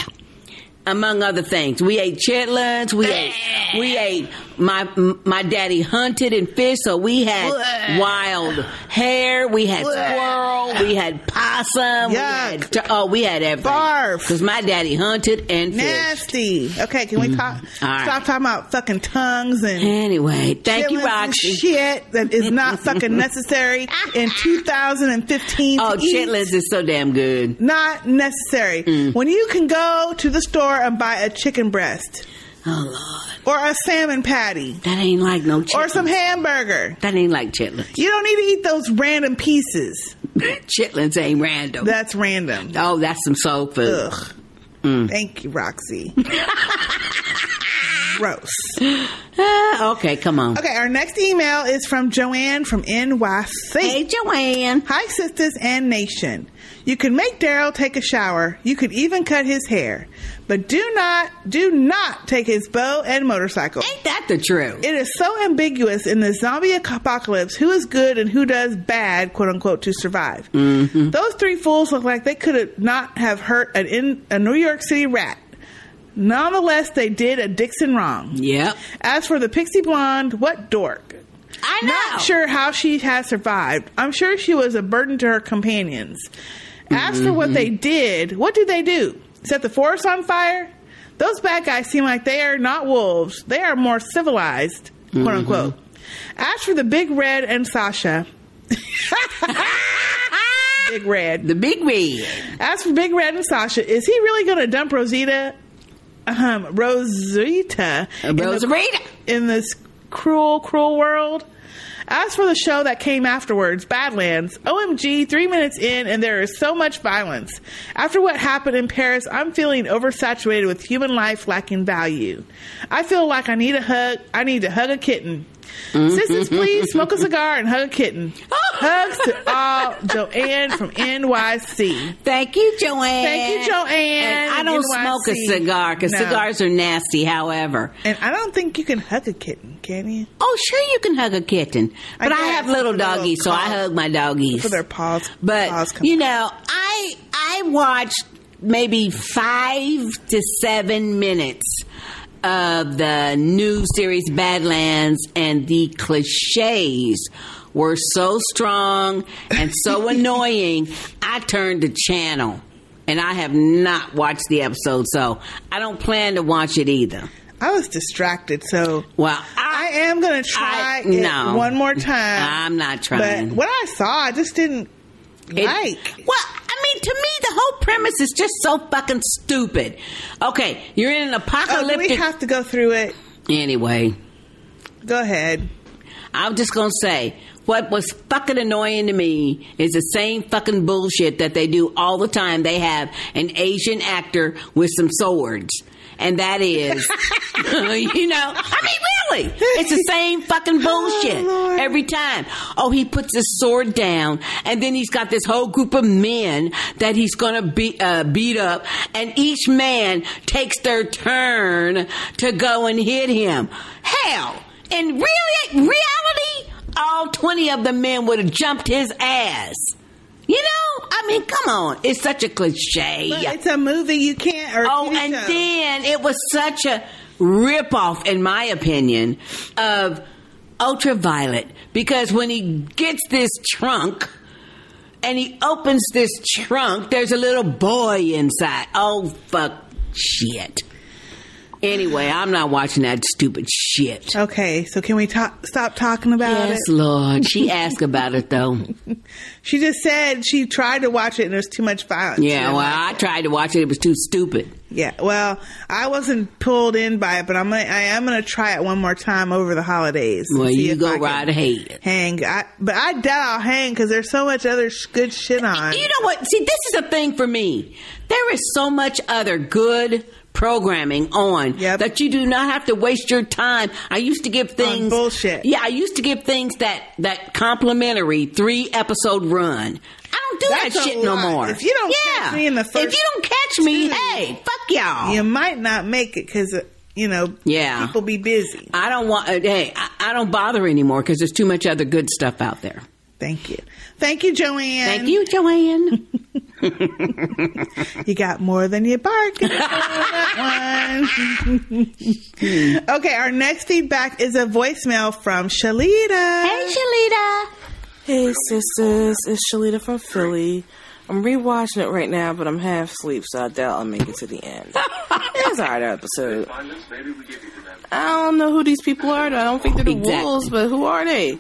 Speaker 21: among other things. We ate chitlins. We ate we ate My m- my daddy hunted and fished, so we had wild hare, we had squirrel, we had possum, we had t- oh, we had everything. Barf, because my daddy hunted and fished.
Speaker 1: Nasty. Okay, can we talk?
Speaker 21: All right.
Speaker 1: Stop talking about fucking tongues and
Speaker 21: anyway. Thank you, Roxy.
Speaker 1: Shit that is not fucking necessary
Speaker 21: [laughs]
Speaker 1: in 2015.
Speaker 21: Oh,
Speaker 1: to eat.
Speaker 21: chitlins is so damn good. Mm.
Speaker 1: Not necessary. When you can go to the store and buy a chicken breast.
Speaker 21: Oh
Speaker 1: Lord. Or a salmon patty.
Speaker 21: That ain't like no chitlins.
Speaker 1: Or some hamburger.
Speaker 21: That ain't like chitlins.
Speaker 1: You don't need to eat those random pieces.
Speaker 21: chitlins ain't random.
Speaker 1: That's random.
Speaker 21: Oh, that's some soul food. Mm.
Speaker 1: Ugh. Thank you, Roxy.
Speaker 21: [gasps]
Speaker 1: Gross.
Speaker 21: Ah, okay, come on.
Speaker 1: Okay, our next email is from Joanne from NYC. Hey,
Speaker 21: Joanne.
Speaker 1: Hi, sisters and nation. You can make Daryl take a shower. You could even cut his hair. But do not, do not take his bow and motorcycle. Ain't
Speaker 21: that the truth?
Speaker 1: It is so ambiguous in the zombie apocalypse who is good and who does bad, quote unquote, to survive.
Speaker 26: Mm.
Speaker 21: Mm-hmm.
Speaker 1: Those three fools look like they could have not have hurt an in, a New York City rat. Nonetheless, they did a Dixon wrong.
Speaker 21: Yep.
Speaker 1: As for the pixie blonde, what dork.
Speaker 21: I
Speaker 1: know. Not sure how she has survived. I'm sure she was a burden to her companions. As for what
Speaker 21: Mm-hmm.
Speaker 1: they did, what did they do? Set the forest on fire? Those bad guys seem like they are not wolves. They are more civilized, quote
Speaker 21: Mhm.
Speaker 1: unquote. As for the big red and Sasha, [laughs] Big Red.
Speaker 21: The Big Red.
Speaker 1: As for Big Red and Sasha, is he really going to dump Rosita? Um, Rosita. in the-
Speaker 21: Rosarita.
Speaker 1: In this cruel, cruel world. As for the show that came afterwards, Badlands, OMG, three minutes in, and there is so much violence. After what happened in Paris, I'm feeling oversaturated with human life lacking value. I feel like I need a hug. I need to hug a kitten.
Speaker 21: Mm-hmm.
Speaker 1: Sisters, please smoke a cigar and
Speaker 21: [laughs]
Speaker 1: hug a kitten. Hugs to all Joanne from NYC.
Speaker 21: Thank you, Joanne.
Speaker 1: [laughs] Thank you, Joanne.
Speaker 21: And I don't
Speaker 1: NYC.
Speaker 21: smoke a cigar because
Speaker 1: No.
Speaker 21: cigars are nasty. However,
Speaker 1: and I don't think you can hug a kitten, can you?
Speaker 21: Oh, sure you can hug a kitten,
Speaker 1: I
Speaker 21: but I,
Speaker 1: guess,
Speaker 21: have little
Speaker 1: for the little
Speaker 21: doggies, so I
Speaker 1: paws-
Speaker 21: hug my doggies
Speaker 1: for their paws.
Speaker 21: But
Speaker 1: paws come
Speaker 21: you know, I I watched maybe five to seven minutes of the new series Badlands, and the cliches were so strong and
Speaker 1: [laughs]
Speaker 21: so annoying. I turned the channel, and I have not watched the episode, so I don't plan to watch it either.
Speaker 1: I was distracted, so
Speaker 21: well,
Speaker 1: I, am gonna try
Speaker 21: I-
Speaker 1: it
Speaker 21: no.
Speaker 1: one more time.
Speaker 21: I'm not trying.
Speaker 1: But what I saw, I just didn't
Speaker 21: It-
Speaker 1: like.
Speaker 21: Well, I mean, to me, the whole premise is just so fucking stupid. Okay, you're in an
Speaker 1: Oh, do
Speaker 21: apocalyptic.
Speaker 1: we have to go through it.
Speaker 21: Anyway.
Speaker 1: Go ahead.
Speaker 21: I'm just going to say what was fucking annoying to me is the same fucking bullshit that they do all the time. They have an Asian actor with some swords. And that
Speaker 1: [laughs]
Speaker 21: is, [laughs] you know, I mean, really, it's the same
Speaker 1: Oh,
Speaker 21: fucking bullshit every time. Oh, he puts his sword down, and then he's got this whole group of men that he's gonna beat uh, beat up, and each man takes their turn to go and hit him. Hell, in really reality, all twenty of the men would have jumped his ass. You know, I mean, come on, it's such a cliche.
Speaker 1: It's a movie you can't. Or a
Speaker 21: oh,
Speaker 1: TV
Speaker 21: and
Speaker 1: show.
Speaker 21: then it was such a ripoff, in my opinion, of Ultraviolet because when he gets this trunk. And he opens this trunk. There's a little boy inside. Oh, fuck shit. Anyway, I'm not watching that stupid shit.
Speaker 1: Okay, so can we talk, stop talking about it?
Speaker 21: Yes, Lord. She asked about it though.
Speaker 1: [laughs] She just said she tried to watch it and there's too much violence.
Speaker 21: Yeah, well, I tried to watch it. It was too stupid.
Speaker 1: Yeah, well, I wasn't pulled in by it, but I'm gonna, I am gonna try it one more time over the holidays. and
Speaker 21: Well,
Speaker 1: see
Speaker 21: you
Speaker 1: if
Speaker 21: go
Speaker 1: I can
Speaker 21: right ahead.
Speaker 1: Hang, I, but I doubt I'll hang because there's so much other sh- good shit
Speaker 21: [laughs]
Speaker 1: on.
Speaker 21: You know what? See, this is a thing for me. There is so much other good programming on that you do not have to waste your time. I used to give things bullshit. Yeah, I used to give things that that complimentary three episode run. I don't do that
Speaker 1: That's a
Speaker 21: shit no
Speaker 1: lot.
Speaker 21: more.
Speaker 1: If you don't
Speaker 21: yeah.
Speaker 1: catch me in the first,
Speaker 21: if you don't catch me, hey, fuck y'all.
Speaker 1: You might not make it because you know,
Speaker 21: yeah,
Speaker 1: people be busy.
Speaker 21: I don't want. uh, Hey, I, I don't bother anymore because there's too much other good stuff out there.
Speaker 1: Thank you. Thank you, Joanne.
Speaker 21: Thank you, Joanne.
Speaker 1: [laughs] you got more than you bargained for that one. [laughs] okay, our next feedback is a voicemail from Shalita. Hey,
Speaker 7: Shalita.
Speaker 2: Hey, sisters. It's Shalita from Philly. I'm rewatching it right now, but I'm half asleep, so I doubt I'll make it to the end. [laughs] it's an alright episode. I don't know who these people are. Though. I don't think they're the
Speaker 23: Exactly.
Speaker 2: wolves, but who are they?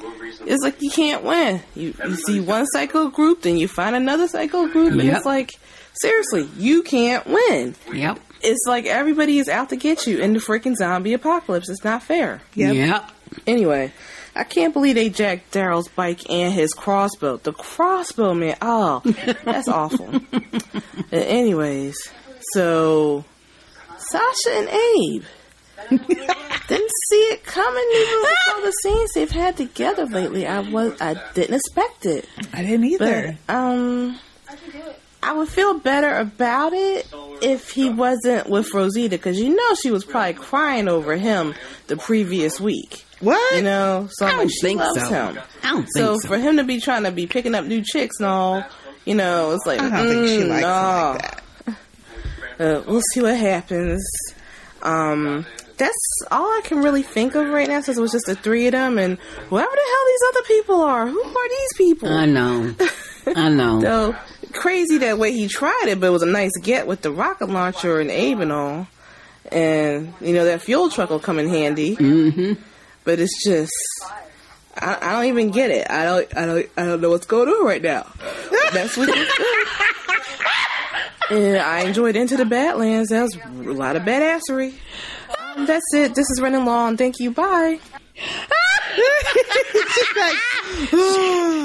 Speaker 2: It's like you can't win. You, you see one psycho group, then you find another psycho group, and
Speaker 23: Yep.
Speaker 2: it's like, seriously, you can't win.
Speaker 23: Yep.
Speaker 2: It's like everybody is out to get you in the freaking zombie apocalypse. It's not fair.
Speaker 23: Yep. Yep.
Speaker 2: Anyway, I can't believe they jacked Daryl's bike and his crossbow. The crossbow, man. Oh, that's awful.
Speaker 23: [laughs]
Speaker 2: Uh, anyways, so Sasha and
Speaker 1: [laughs]
Speaker 2: Abe didn't see it coming. Even with all the scenes they've had together lately, I was I didn't expect it.
Speaker 1: I didn't
Speaker 2: either. um, I would feel better about it if he wasn't with Rosita because you know she was probably crying over him the previous week.
Speaker 1: What
Speaker 2: you know? So
Speaker 23: I
Speaker 2: I'm like,
Speaker 23: don't
Speaker 2: she
Speaker 23: think
Speaker 2: loves
Speaker 23: so.
Speaker 2: him.
Speaker 23: I don't
Speaker 2: so
Speaker 23: think so.
Speaker 2: for him to be trying to be picking up new chicks and all, you know, it's like
Speaker 23: I don't think she
Speaker 2: mm,
Speaker 23: likes him
Speaker 2: no.
Speaker 23: like
Speaker 2: Uh, we'll see what happens. Um, that's all I can really think of right now since it was just the three of them and whoever the hell these other people are. Who are these people?
Speaker 21: I know. I
Speaker 1: [laughs]
Speaker 21: know.
Speaker 2: So crazy that way he tried it, but it was a nice get with the rocket launcher and Abe and all. And you know that fuel truck will come in handy. Mm-hmm. But it's just, I, I don't even get it. I don't, I don't, I don't know what's going on right now. That's what. and I enjoyed Into the Badlands. That was a lot of badassery. Um, that's it. This is Renan Long. Thank you. Bye.
Speaker 21: [laughs]
Speaker 1: She's like,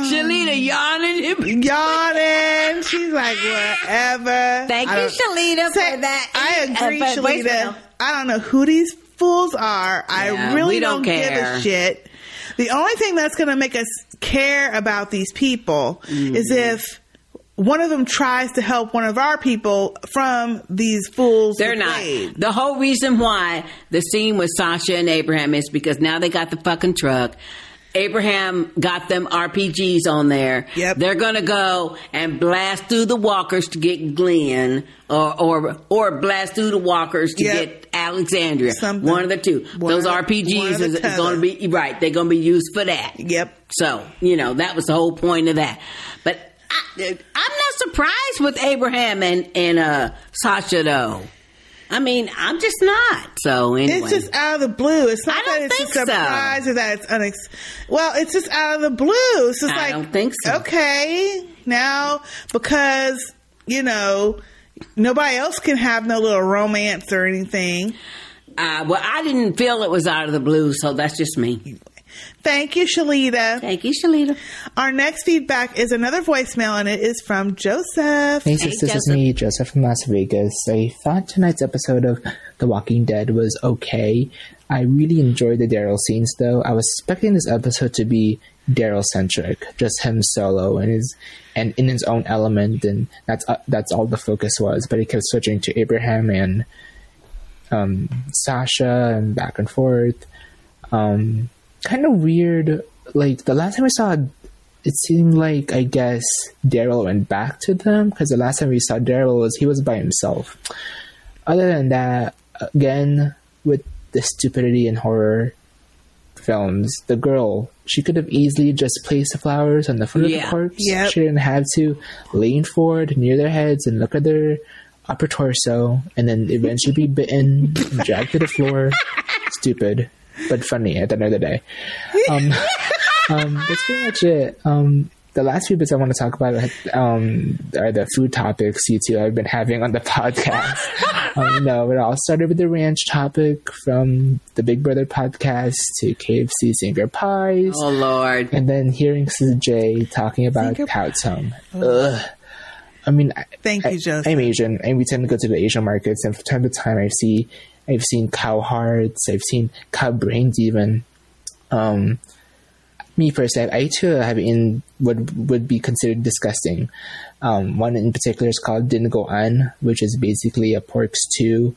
Speaker 1: Shalita
Speaker 21: yawning.
Speaker 1: Yawning. She's like, whatever.
Speaker 23: Thank
Speaker 1: I
Speaker 23: you,
Speaker 1: don't-
Speaker 23: Shalita, for that.
Speaker 1: I agree,
Speaker 23: uh, for
Speaker 1: Shalita.
Speaker 23: voicemail.
Speaker 1: I don't know who these fools are. I
Speaker 23: Yeah,
Speaker 1: really
Speaker 23: we
Speaker 1: don't,
Speaker 23: don't
Speaker 1: give a
Speaker 23: care.
Speaker 1: shit. The only thing that's going to make us care about these people is
Speaker 23: Mm.
Speaker 1: if one of them tries to help one of our people from these fools.
Speaker 21: They're
Speaker 1: with
Speaker 21: not.
Speaker 1: AIDS.
Speaker 21: The whole reason why the scene with Sasha and Abraham is because now they got the fucking truck. Abraham got them RPGs on there. Yep. They're gonna go and blast through the walkers to get Glenn, or or or blast through the walkers to get Alexandria. One of the two. Those
Speaker 1: one
Speaker 21: RPGs
Speaker 1: or the
Speaker 21: is, is
Speaker 1: t'other.
Speaker 21: gonna be right. They're gonna be used for that.
Speaker 1: Yep.
Speaker 21: So you know that was the whole point of that. But I, I'm not surprised with Abraham and and uh, Sasha though. I mean, I'm just not. So anyway,
Speaker 1: It's just [laughs] out of the blue. It's not that it's a
Speaker 21: so.
Speaker 1: surprise or that it's unex. Well, it's just out of the blue. It's just
Speaker 21: I
Speaker 1: like
Speaker 21: don't think so.
Speaker 1: Okay, now because you know nobody else can have no little romance or anything.
Speaker 21: uh, well, I didn't feel it was out of the blue, so that's just me.
Speaker 1: Thank you, Shalita.
Speaker 21: Thank you, Shalita.
Speaker 1: Our next feedback is another voicemail, and it is from Joseph.
Speaker 26: Hey, sisters, it's me, Joseph from Las Vegas. I thought tonight's episode of The Walking Dead was okay. I really enjoyed the Daryl scenes, though. I was expecting this episode to be Daryl centric, just him solo and his and in his own element, and that's uh, that's all the focus was. But he kept switching to Abraham and um, Sasha and back and forth. Um, kind of weird. Like the last time I saw it, it seemed like I guess Daryl went back to them because the last time we saw Daryl was he was by himself. Other than that, again with the stupidity and horror films, the girl she could have easily just placed the flowers on the front of
Speaker 24: Yeah.
Speaker 26: the corpse.
Speaker 24: Yep.
Speaker 26: She didn't have to lean forward near their heads and look at their upper torso, and then eventually be bitten [laughs] and dragged to the floor. Stupid, but funny at the end of the day. Um, um, that's pretty much it. Um, the last few bits I want to talk about um, are the food topics you two have been having on the [laughs] podcast. um, no, it all started with the ranch topic from the Big Brother podcast to KFC Singer Pies.
Speaker 21: Oh, Lord.
Speaker 26: And then hearing Sister J talking about Couch Home. Ugh. I mean, I,
Speaker 1: thank
Speaker 26: you, Joseph. I, am Asian, and we tend to go to the Asian markets. And from time to time, I see, I've seen cow hearts, I've seen cow brains, even. Um, me personally, I too have in what would be considered disgusting. Um, one in particular is called Didn't Go On, which is basically a pork stew,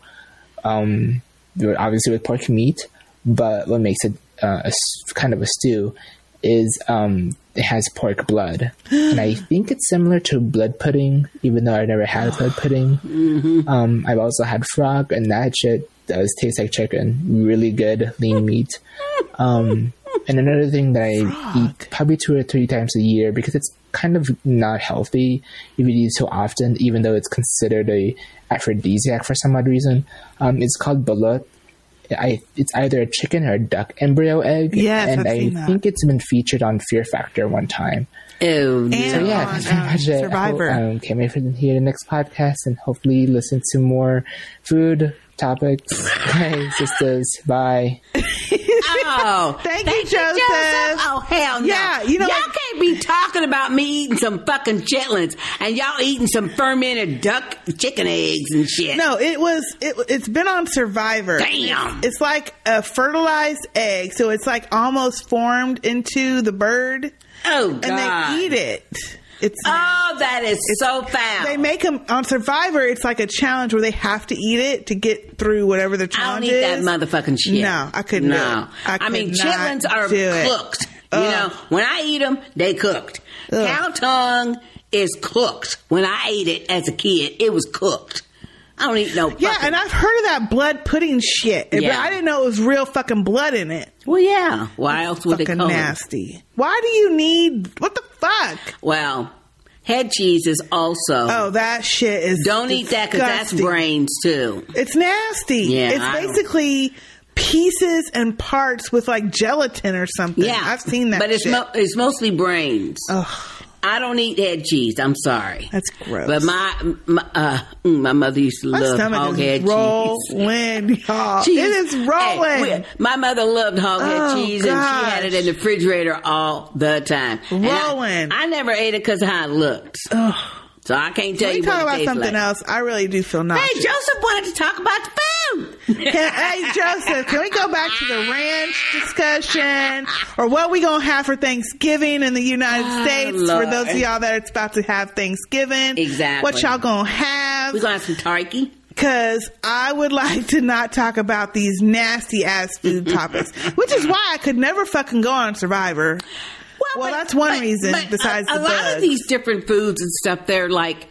Speaker 26: um, obviously with pork meat. But what makes it uh, a s- kind of a stew is um, it has pork blood, and I think it's similar to blood pudding, even though I never had blood pudding. Um, I've also had frog, and that shit does taste like chicken. Really good lean meat. Um, and another thing that I eat probably two or three times a year because it's kind of not healthy if you eat it so often, even though it's considered a aphrodisiac for some odd reason. Um, it's called balut. I, it's either a chicken or a duck embryo egg.
Speaker 1: Yes,
Speaker 26: and
Speaker 1: I've
Speaker 26: I
Speaker 1: seen that.
Speaker 26: think it's been featured on Fear Factor one time.
Speaker 21: Ew.
Speaker 26: So yeah, that's pretty much it.
Speaker 1: Survivor.
Speaker 26: I hope, um, can't wait for them to hear the next podcast and hopefully listen to more food
Speaker 1: [laughs]
Speaker 26: topics. Hey, sisters, bye.
Speaker 21: Oh, thank, you, Joseph. Oh, hell no.
Speaker 1: Yeah, you know,
Speaker 21: y'all
Speaker 1: like-
Speaker 21: can't be talking about me eating some fucking chitlins and y'all eating some fermented duck chicken eggs and shit.
Speaker 1: No, it was it. It's been on Survivor.
Speaker 21: Damn.
Speaker 1: it's like a fertilized egg, so it's like almost formed into the bird.
Speaker 21: Oh
Speaker 1: And
Speaker 21: God.
Speaker 1: they eat it. It's
Speaker 21: oh, that is so foul.
Speaker 1: They make them on Survivor. It's like a challenge where they have to eat it to get through whatever the
Speaker 21: I
Speaker 1: challenge
Speaker 21: don't eat that
Speaker 1: is.
Speaker 21: motherfucking shit.
Speaker 1: No, I couldn't. do
Speaker 21: No,
Speaker 1: it. I, could
Speaker 21: mean
Speaker 1: not
Speaker 21: chitlins are
Speaker 1: do it.
Speaker 21: cooked. You
Speaker 1: Ugh.
Speaker 21: know, when I eat them, they cooked. Cow tongue is cooked. When I ate it as a kid, it was cooked. I don't eat no.
Speaker 1: Yeah, and I've heard of that blood pudding shit, but
Speaker 21: Yeah.
Speaker 1: I didn't know it was real fucking blood in it.
Speaker 21: Well, yeah. Why else would
Speaker 1: fucking
Speaker 21: uh, they call
Speaker 1: nasty? Why do you need what the fuck?
Speaker 21: Well, head cheese is also.
Speaker 1: Oh, that shit is.
Speaker 21: Don't eat that because that's
Speaker 1: disgusting.
Speaker 21: brains too.
Speaker 1: It's nasty.
Speaker 21: Yeah,
Speaker 1: it's
Speaker 21: I don't-
Speaker 1: basically pieces and parts with like gelatin or something.
Speaker 21: Yeah,
Speaker 1: I've seen that.
Speaker 21: but it's
Speaker 1: shit.
Speaker 21: mo- it's mostly brains. I don't eat head cheese. I'm sorry. That's
Speaker 1: gross.
Speaker 21: But my, my uh, mm, my mother used to
Speaker 1: My
Speaker 21: love
Speaker 1: stomach
Speaker 21: hog
Speaker 1: is
Speaker 21: head cheese.
Speaker 1: rolling, y'all.
Speaker 21: Cheese.
Speaker 1: Oh, It is rolling.
Speaker 21: Hey, we- my mother loved hog head
Speaker 1: Oh,
Speaker 21: cheese, and she had it in the refrigerator all the time. And I-
Speaker 1: Rolling.
Speaker 21: I, never ate it because how it looked. So I can't tell
Speaker 1: Can we
Speaker 21: you
Speaker 1: talk
Speaker 21: what it
Speaker 1: about
Speaker 21: tastes
Speaker 1: something
Speaker 21: like.
Speaker 1: else? I really do feel nauseous.
Speaker 21: Hey, Joseph wanted to talk about the food.
Speaker 1: Can- hey Joseph, can we go back to the ranch discussion or what we gonna have for Thanksgiving in the United States?
Speaker 21: Ah, Lord.
Speaker 1: For those of y'all that are about to have Thanksgiving,
Speaker 21: Exactly.
Speaker 1: What y'all gonna have?
Speaker 21: We're gonna have some turkey.
Speaker 1: Cause I would [laughs] like to not talk about these nasty ass
Speaker 21: [laughs]
Speaker 1: food topics, which is why I could never fucking go on Survivor. Well, that's one reason
Speaker 21: But
Speaker 1: besides
Speaker 21: a, a
Speaker 1: the
Speaker 21: lot of
Speaker 1: bugs.
Speaker 21: these different foods and stuff they're like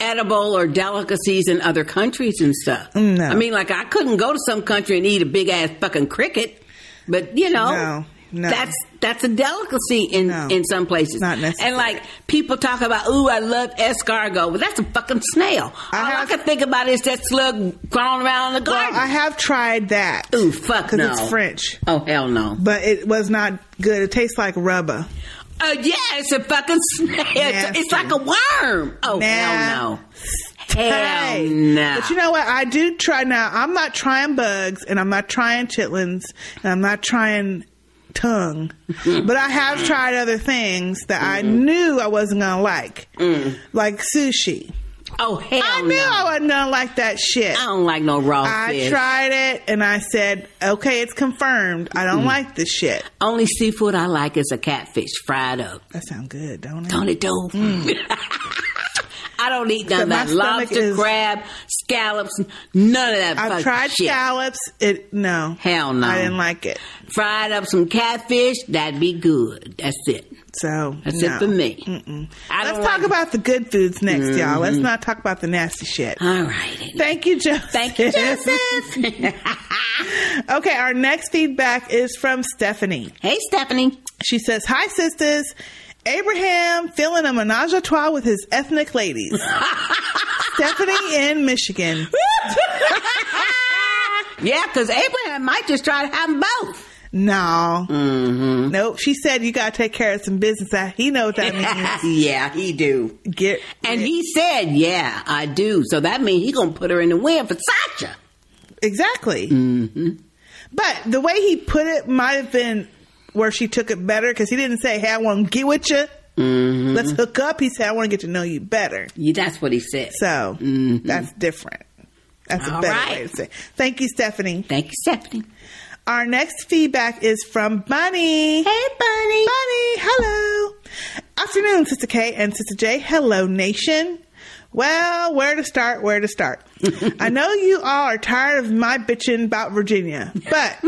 Speaker 21: edible or delicacies in other countries and stuff
Speaker 1: No.
Speaker 21: i mean like i couldn't go to some country and eat a big ass fucking cricket but you know
Speaker 1: No, no.
Speaker 21: that's that's a delicacy in in some places
Speaker 1: not necessary.
Speaker 21: and like people talk about ooh i love escargot but that's a fucking snail all i can think about is that slug crawling around in the garden
Speaker 1: I have tried that.
Speaker 21: ooh fuck
Speaker 1: Because
Speaker 21: no
Speaker 1: it's French.
Speaker 21: oh hell no
Speaker 1: But it was not good. It tastes like rubber.
Speaker 21: Uh, yeah, it's a fucking snail. It's, it's like a worm. Oh, hell no. Hell
Speaker 1: Hey.
Speaker 21: no.
Speaker 1: But you know what? I do try now. I'm not trying bugs and I'm not trying chitlins and I'm not trying
Speaker 21: [laughs]
Speaker 1: tongue. but I have tried other things that I knew I wasn't going to like,
Speaker 21: Mm.
Speaker 1: like sushi.
Speaker 21: [laughs] Oh, hell
Speaker 1: I knew I wasn't going to like that shit.
Speaker 21: I don't like no raw
Speaker 1: I
Speaker 21: fish.
Speaker 1: tried it and I said, okay, it's confirmed. I don't
Speaker 21: Mm-mm.
Speaker 1: like this shit.
Speaker 21: Mm. Only seafood I like is a catfish fried up.
Speaker 1: That sounds good, don't it? Mm.
Speaker 21: Don't it, though? [laughs] I don't eat none
Speaker 1: So
Speaker 21: of
Speaker 1: my
Speaker 21: that.
Speaker 1: stomach
Speaker 21: Lobster,
Speaker 1: is-
Speaker 21: crab, scallops, none of that
Speaker 1: I've
Speaker 21: fucking
Speaker 1: tried
Speaker 21: shit.
Speaker 1: scallops. It no.
Speaker 21: Hell no.
Speaker 1: I didn't like it.
Speaker 21: Fried up some catfish, that'd be good. That's it.
Speaker 1: So
Speaker 21: That's
Speaker 1: no.
Speaker 21: it for me.
Speaker 1: Let's talk about the good foods next, y'all. Let's not talk about the nasty shit.
Speaker 21: All right.
Speaker 1: Thank you, Joseph.
Speaker 21: Thank you, Joseph.
Speaker 1: [laughs]
Speaker 21: [laughs]
Speaker 1: okay, our next feedback is from Stephanie.
Speaker 21: Hey, Stephanie.
Speaker 1: She says, Hi, sisters. Abraham feeling a menage a trois with his ethnic ladies.
Speaker 21: [laughs]
Speaker 1: Stephanie in Michigan.
Speaker 21: yeah, because Abraham might just try to have them both.
Speaker 1: No.
Speaker 21: Mm-hmm.
Speaker 1: Nope. She said you gotta take care of some business. I- He know what that
Speaker 21: [laughs]
Speaker 1: means.
Speaker 21: yeah, he do.
Speaker 1: Get
Speaker 21: and he said, "Yeah, I do." So that means he gonna put her in the wind for Sacha.
Speaker 1: Exactly.
Speaker 21: Mm-hmm.
Speaker 1: But the way he put it might have been where she took it better because he didn't say, "Hey, I want to get with you.
Speaker 21: Mhm.
Speaker 1: Let's hook up." He said, "I want to get to know you better."
Speaker 21: Yeah, that's what he said. Mm-hmm.
Speaker 1: So that's different. That's a
Speaker 21: All
Speaker 1: better
Speaker 21: right.
Speaker 1: way to say. It. Thank you, Stephanie.
Speaker 21: Thank you, Stephanie.
Speaker 1: Our next feedback is from Bunny. Hey, Bunny. Bunny, hello. Afternoon, Sister K and Sister J. Hello, Nation. Well, where to start? Where to
Speaker 21: [laughs]
Speaker 1: start? I know you all are tired of my bitching about Virginia, but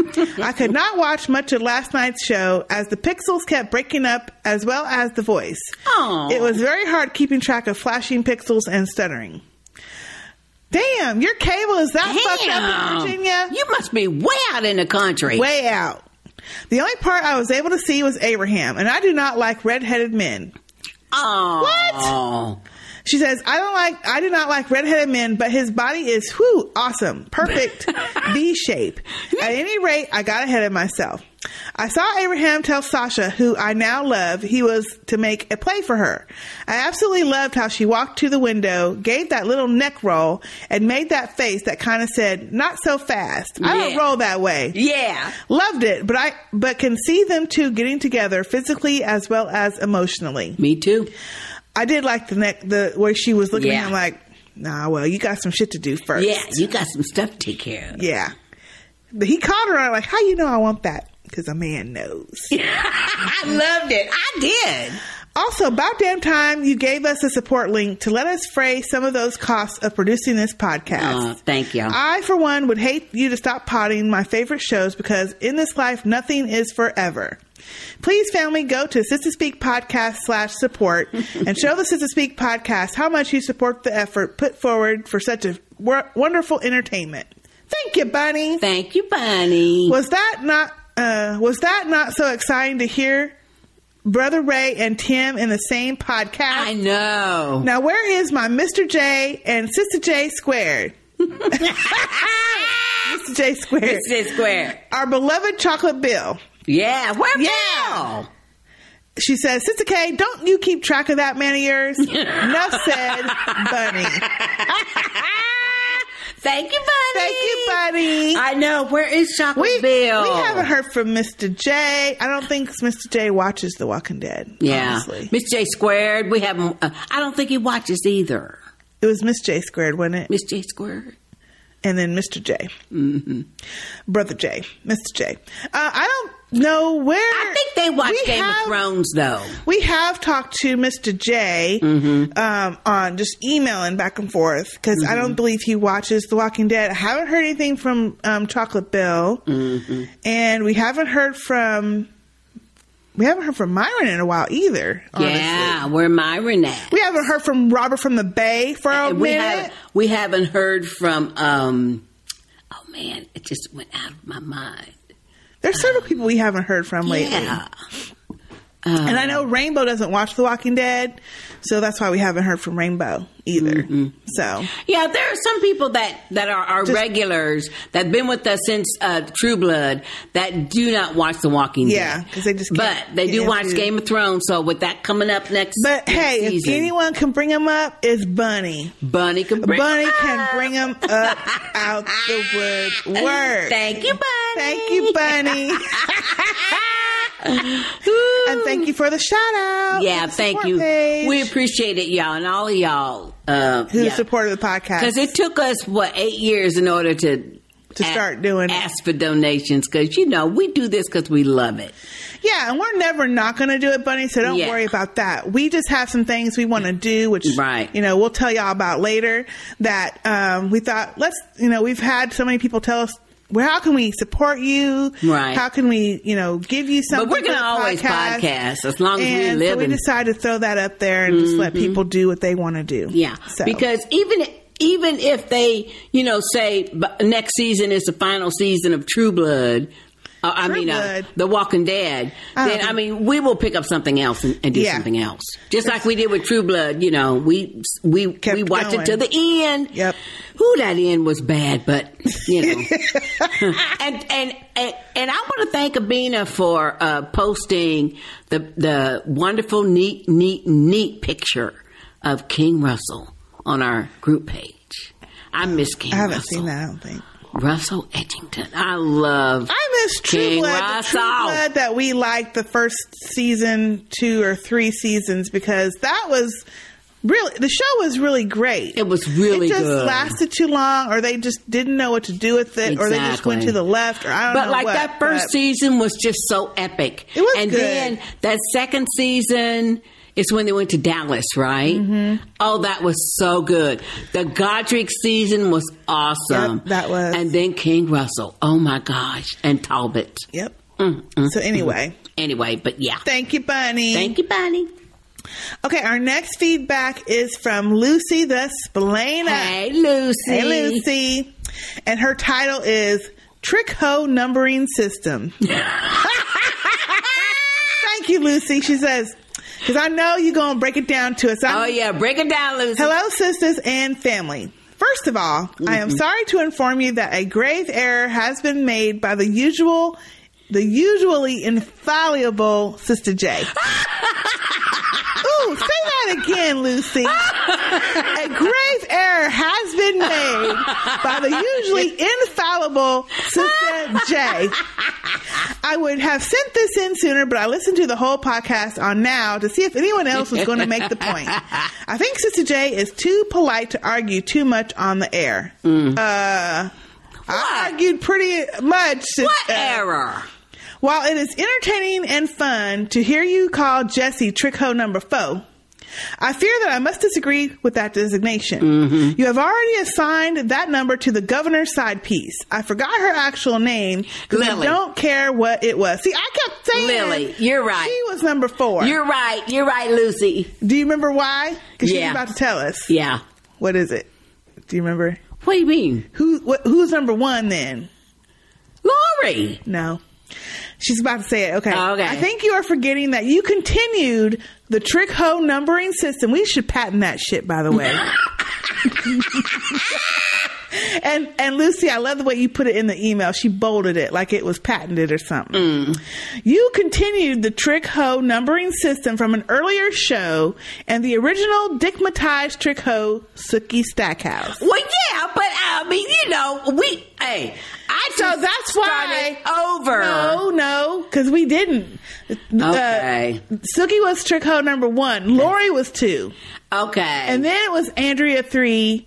Speaker 1: I could not watch much of last night's show as the pixels kept breaking up as well as the voice. It was very hard keeping track of flashing pixels and stuttering. Damn, your cable is that fucked up in Virginia? You must be way out in the country. Way out. The only part I was able to see was Abraham, and I do not like redheaded men.
Speaker 21: Oh.
Speaker 1: What? She says, I don't like I do not like redheaded men, but his body is whew, awesome, perfect, V shape. At any rate, I got ahead of myself. I saw Abraham tell Sasha, who I now love, he was to make a play for her. I absolutely loved how she walked to the window, gave that little neck roll, and made that face that kind of said, "Not so fast." I don't
Speaker 21: Yeah.
Speaker 1: roll that way. Yeah, loved it, but I but can see them two getting together physically as well as emotionally.
Speaker 21: Me too.
Speaker 1: I did like the neck the where she was looking
Speaker 21: Yeah.
Speaker 1: at him like, "Nah, well, you got some shit to do first.
Speaker 21: Yeah, you got some stuff to take care of.
Speaker 1: Yeah. But he caught her on like, how you know I want that? Because a man
Speaker 21: [laughs]
Speaker 1: knows. I loved it. I did. Also, about damn time you gave us a support link to let us fray some of those costs of producing this podcast.
Speaker 21: Oh, thank you.
Speaker 1: I, for one, would hate you to stop potting my favorite shows because in this life, nothing is forever. Please, family, go to Sister Speak Podcast slash
Speaker 21: [laughs]
Speaker 1: support and show the Sister Speak Podcast how much you support the effort put forward for such a wor- wonderful entertainment. Thank you, Bunny.
Speaker 21: Thank you, Bunny.
Speaker 1: Was that not uh, was that not so exciting to hear? Brother Ray and Tim in the same podcast. I
Speaker 21: know.
Speaker 1: Now, where is my Mr. J and Sister
Speaker 21: [laughs]
Speaker 1: J squared? Mr. J squared.
Speaker 21: Mr. J squared.
Speaker 1: Our beloved Chocolate Bill.
Speaker 21: Yeah, where
Speaker 1: yeah. She says, Sister K, don't you keep track of that man
Speaker 21: [laughs]
Speaker 1: of yours? Enough said, Bunny.
Speaker 21: Thank you, Bunny.
Speaker 1: Thank you, Bunny.
Speaker 21: I know. Where is Chocolate
Speaker 1: we,
Speaker 21: Bill?
Speaker 1: We haven't heard from Mr. J. I don't think Mr. J watches The Walking Dead.
Speaker 21: Yeah,
Speaker 1: honestly.
Speaker 21: Miss J squared. We haven't. Uh, I don't think he watches either.
Speaker 1: It was Miss J squared, wasn't it?
Speaker 21: Miss J squared.
Speaker 1: And then Mr. J.
Speaker 21: Mm,
Speaker 1: Mm-hmm. Brother J. Mr. J. Uh, I don't know where. I think
Speaker 21: they watch
Speaker 1: we
Speaker 21: Game
Speaker 1: have,
Speaker 21: of Thrones though. Mm-hmm.
Speaker 1: We have talked to Mr. J um, on just emailing back and forth because I don't believe he watches The Walking Dead. I haven't heard anything from um, Chocolate Bill,
Speaker 21: Mm-hmm.
Speaker 1: and we haven't heard from we haven't heard from Myron in a while either. honestly.
Speaker 21: Yeah, where Myron at?
Speaker 1: We haven't heard from Robert from the Bay for a
Speaker 21: we
Speaker 1: minute.
Speaker 21: haven't we haven't heard from um oh man it just went out of my mind
Speaker 1: There's several people we haven't heard from lately.
Speaker 21: Yeah. Uh,
Speaker 1: and I know Rainbow doesn't watch The Walking Dead, so that's why we haven't heard from Rainbow either. So
Speaker 21: yeah there are some people that that are our regulars that have been with us since uh true blood that do not watch the walking
Speaker 1: Yeah,
Speaker 21: dead
Speaker 1: 'cause they just
Speaker 21: but
Speaker 1: can't
Speaker 21: they
Speaker 1: get
Speaker 21: do watch
Speaker 1: into-
Speaker 21: game of thrones so with that coming up next
Speaker 1: But
Speaker 21: next
Speaker 1: hey, if
Speaker 21: season,
Speaker 1: anyone can bring him up, it's Bunny.
Speaker 21: bunny can bring
Speaker 1: Bunny can bring him up out the woodwork.
Speaker 21: Thank you, Bunny.
Speaker 1: Thank you, Bunny. and thank you for the shout out.
Speaker 21: yeah
Speaker 1: for the
Speaker 21: thank
Speaker 1: support
Speaker 21: you
Speaker 1: page.
Speaker 21: we appreciate it y'all and all of y'all [laughs] uh
Speaker 1: who
Speaker 21: yeah.
Speaker 1: supported the podcast.
Speaker 21: Because it took us what eight years in order to
Speaker 1: to start doing
Speaker 21: ask for donations. Because you know we do this because we love it.
Speaker 1: Yeah, and we're never not going to do it, Bunny. So don't
Speaker 21: Yeah.
Speaker 1: worry about that. We just have some things we want to do, which you know we'll tell y'all about later. That um, we thought let's you know we've had so many people tell us. Well, how can we support you?
Speaker 21: Right.
Speaker 1: How can we, you know, give you something?
Speaker 21: we're gonna
Speaker 1: for the
Speaker 21: always podcast as long as we
Speaker 1: And So we
Speaker 21: living.
Speaker 1: decided to throw that up there and just let people do what they want to do.
Speaker 21: Yeah,
Speaker 1: So.
Speaker 21: because even even if they you know say "But next season is the final season of True Blood. Uh, I
Speaker 1: True
Speaker 21: mean, uh,
Speaker 1: Blood.
Speaker 21: The Walking Dead.
Speaker 1: Oh.
Speaker 21: Then I mean, we will pick up something else and, and do
Speaker 1: Yeah.
Speaker 21: something else, just like we did with True Blood. You know, we we we watched
Speaker 1: going.
Speaker 21: it to the end. Yep. Who that end was bad, but you know.
Speaker 1: [laughs]
Speaker 21: and, and and and I want to thank Abina for uh, posting the the wonderful neat neat neat picture of King Russell on our group page. I miss King. I haven't seen that.
Speaker 1: I don't think
Speaker 21: Russell Edgington. I love.
Speaker 1: I miss True
Speaker 21: King
Speaker 1: Blood. the True
Speaker 21: Russell.
Speaker 1: Blood that we liked the first season, two or three seasons, because that was really the show was really great. It
Speaker 21: was really
Speaker 1: It just
Speaker 21: good.
Speaker 1: lasted too long, or they just didn't know what to do with it, or they just went
Speaker 21: Exactly.
Speaker 1: to the left, or I don't
Speaker 21: But
Speaker 1: know.
Speaker 21: like
Speaker 1: what,
Speaker 21: that first
Speaker 1: but-
Speaker 21: season was just so epic. It was, and
Speaker 1: good.
Speaker 21: then that second season, It's when they went to Dallas, right?
Speaker 1: Mm-hmm.
Speaker 21: Oh, that was so good. The Godric season was awesome. that was. And then King Russell. Oh my gosh. And Talbot.
Speaker 1: Yep.
Speaker 21: so
Speaker 1: anyway.
Speaker 21: Anyway, but yeah.
Speaker 1: Thank you, Bunny. Thank
Speaker 21: you, Bunny.
Speaker 1: Okay, our next feedback is from Lucy the Splainer. Hey,
Speaker 21: Lucy.
Speaker 1: Hey, Lucy. And her title is Trick Ho Numbering
Speaker 21: [laughs]
Speaker 1: System. Thank you, Lucy. She says, because I know you're going to break it down to us. oh,
Speaker 21: yeah, break it down, Lucy.
Speaker 1: Hello, sisters and family. First of all, I am sorry to inform you that a grave error has been made by the usual, the usually infallible
Speaker 21: [laughs]
Speaker 1: Sister J. Ooh, say that again, Lucy. A grave error has been made by the
Speaker 21: [laughs]
Speaker 1: usually infallible Sister J. I would have sent this in sooner, but I listened to the whole podcast on now to see if anyone else was going to make the point. I think Sister J is too polite to argue too much on the air. Uh, I argued pretty much. What
Speaker 21: error?
Speaker 1: While it is entertaining and fun to hear you call Jesse trick ho number foe, I fear that I must disagree with that designation. You have already assigned that number to the governor's side piece. I forgot her actual name because I
Speaker 21: Lily.
Speaker 1: don't care what it was. See, I kept saying
Speaker 21: Lily, you're right.
Speaker 1: She was number four.
Speaker 21: You're right. You're right, Lucy.
Speaker 1: Do you remember why? Because she's
Speaker 21: Yeah.
Speaker 1: about to tell us.
Speaker 21: Yeah.
Speaker 1: What is it? Do you remember?
Speaker 21: What do you mean?
Speaker 1: Who? What, who's number one then?
Speaker 21: Lori. Oh,
Speaker 1: No. She's about to say it. Okay. Okay. I think you are forgetting that you continued the trick ho numbering system. We should patent that shit, by
Speaker 21: [laughs]
Speaker 1: the way. and and Lucy, I love the way you put it in the email. She bolded it like it was patented or something.
Speaker 21: Mm.
Speaker 1: You continued the trick ho numbering system from an earlier show and the original digmatized trick ho Suki Stackhouse.
Speaker 21: Well, yeah, but I mean, you know, we. Hey, I so
Speaker 1: that's why
Speaker 21: over.
Speaker 1: No, no, because we didn't.
Speaker 21: Okay.
Speaker 1: Uh, Suki was trick ho number one. Lori was two.
Speaker 21: Okay.
Speaker 1: And then it was Andrea three. uh,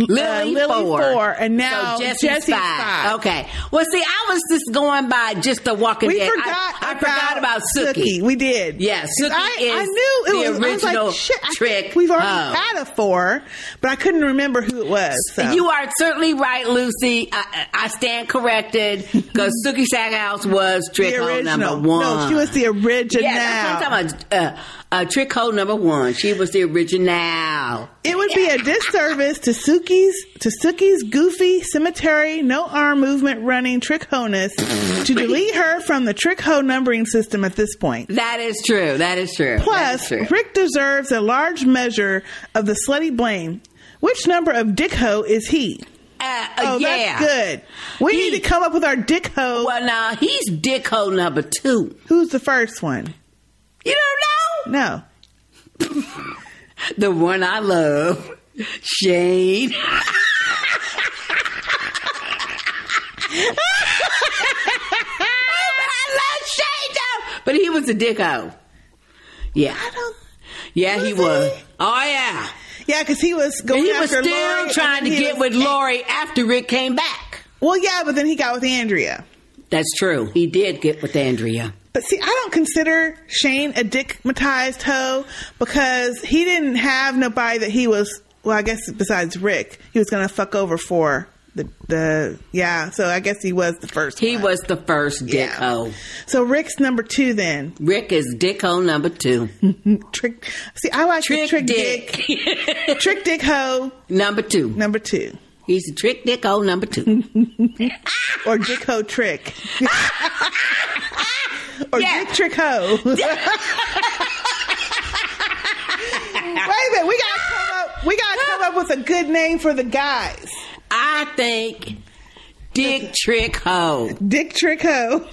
Speaker 21: Lily,
Speaker 1: Mm, Lily
Speaker 21: four.
Speaker 1: and now
Speaker 21: so Jesse's,
Speaker 1: Jesse's,
Speaker 21: five.
Speaker 1: five.
Speaker 21: Okay. Well, see, I was just going by just the Walking
Speaker 1: We
Speaker 21: Dead. I-
Speaker 1: forgot
Speaker 21: I, forgot about Suki.
Speaker 1: We did.
Speaker 21: Yeah, Suki
Speaker 1: I,
Speaker 21: is
Speaker 1: I knew it
Speaker 21: the
Speaker 1: was, I
Speaker 21: original
Speaker 1: was like, Shit, I
Speaker 21: trick.
Speaker 1: think we've already
Speaker 21: ho."
Speaker 1: had a four, but I couldn't remember who it was. so.
Speaker 21: You are certainly right, Lucy. I, I I stand
Speaker 1: [laughs]
Speaker 21: corrected because Suki Stackhouse was trick
Speaker 1: The
Speaker 21: hole number
Speaker 1: original.
Speaker 21: one.
Speaker 1: No, she was the original.
Speaker 21: Yeah, that's what I'm talking about. Uh, uh, trick hole number one. She was the original.
Speaker 1: It would
Speaker 21: [laughs]
Speaker 1: be a disservice to Suki's to Suki's goofy cemetery no arm movement running trick honus
Speaker 21: [laughs]
Speaker 1: to delete her from the trick ho numbering system at this point.
Speaker 21: That is true. That is true.
Speaker 1: Plus, Rick deserves a large measure of the slutty blame. Which number of dick ho is he? oh,
Speaker 21: Uh, yeah.
Speaker 1: that's good. We need to come up with our dick ho.
Speaker 21: Well, now he's dick hole number two.
Speaker 1: Who's the first one?
Speaker 21: You don't
Speaker 1: know? No.
Speaker 21: the one I love, Shane. Oh But he was a dicko. Yeah. yeah, he was. Oh yeah.
Speaker 1: Yeah, because he was going.
Speaker 21: He was
Speaker 1: after
Speaker 21: still
Speaker 1: Lori, and
Speaker 21: trying to
Speaker 1: then he
Speaker 21: get
Speaker 1: was-
Speaker 21: with Lori after Rick came back.
Speaker 1: Well, yeah, but then he got with Andrea.
Speaker 21: That's true. He did get with Andrea.
Speaker 1: But see, I don't consider Shane a dickmatized hoe because he didn't have nobody that he was. Well, I guess besides Rick, he was gonna fuck over for the the yeah. So I guess he was the first.
Speaker 21: He was the first dick hole.
Speaker 1: So Rick's number two then.
Speaker 21: Rick is dick hole number two.
Speaker 1: [laughs] trick. See, I like trick, trick dick, trick dick hoe
Speaker 21: number two.
Speaker 1: Number two.
Speaker 21: He's a trick dick hole number two.
Speaker 1: [laughs] or dick
Speaker 21: [laughs]
Speaker 1: hoe trick. or dick
Speaker 21: [laughs]
Speaker 1: trick hoe. Wait a minute, we gotta come up. We gotta come up with a good name for the guys.
Speaker 21: I think Dick Trick Ho.
Speaker 1: Dick Trick Ho.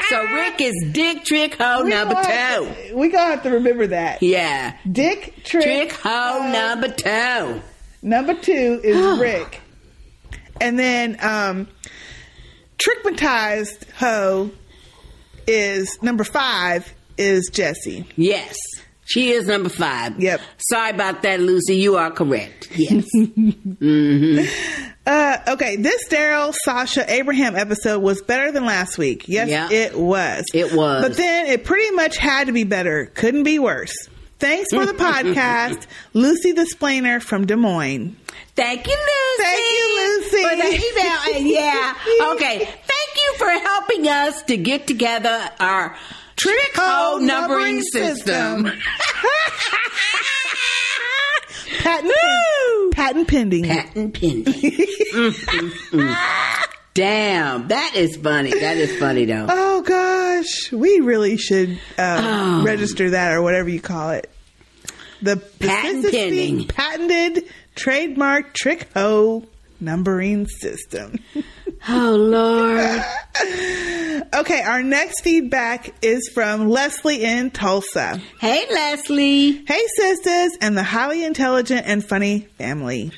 Speaker 21: [laughs] so Rick is Dick Trick Ho number
Speaker 1: gonna
Speaker 21: two.
Speaker 1: have to- we gonna have to remember that.
Speaker 21: Yeah.
Speaker 1: Dick Trick,
Speaker 21: Trick Ho number two.
Speaker 1: Number two
Speaker 21: [gasps]
Speaker 1: is Rick, and then um, trickmatized hoe is number five is Jesse.
Speaker 21: Yes. She is number five.
Speaker 1: Yep. [laughs]
Speaker 21: Sorry about that, Lucy. You are correct. Yes. mm-hmm.
Speaker 1: Uh, okay, this Daryl Sasha Abraham episode was better than last week. Yes,
Speaker 21: Yeah.
Speaker 1: it was. It
Speaker 21: was.
Speaker 1: But then it pretty much had to be better. Couldn't be worse. Thanks
Speaker 21: [laughs]
Speaker 1: for the podcast, Lucy the Splainer from Des Moines.
Speaker 21: Thank you, Lucy.
Speaker 1: Thank you, Lucy.
Speaker 21: For the email.
Speaker 1: [laughs]
Speaker 21: And yeah. Okay. Thank you for helping us to get together our trick code numbering system.
Speaker 1: [laughs] Patent, patent pending.
Speaker 21: Patent
Speaker 1: [laughs]
Speaker 21: pending. Mm, mm, mm. Damn. That is funny. That is funny, though.
Speaker 1: Oh gosh, we really should um,
Speaker 21: Oh.
Speaker 1: register that or whatever you call it. The
Speaker 21: Patent
Speaker 1: this is the
Speaker 21: pending.
Speaker 1: patented trademark trick O numbering system.
Speaker 21: Oh
Speaker 1: [laughs]
Speaker 21: Lord.
Speaker 1: okay, our next feedback is from Leslie in Tulsa.
Speaker 21: Hey Leslie.
Speaker 1: Hey sisters and the highly intelligent and funny family.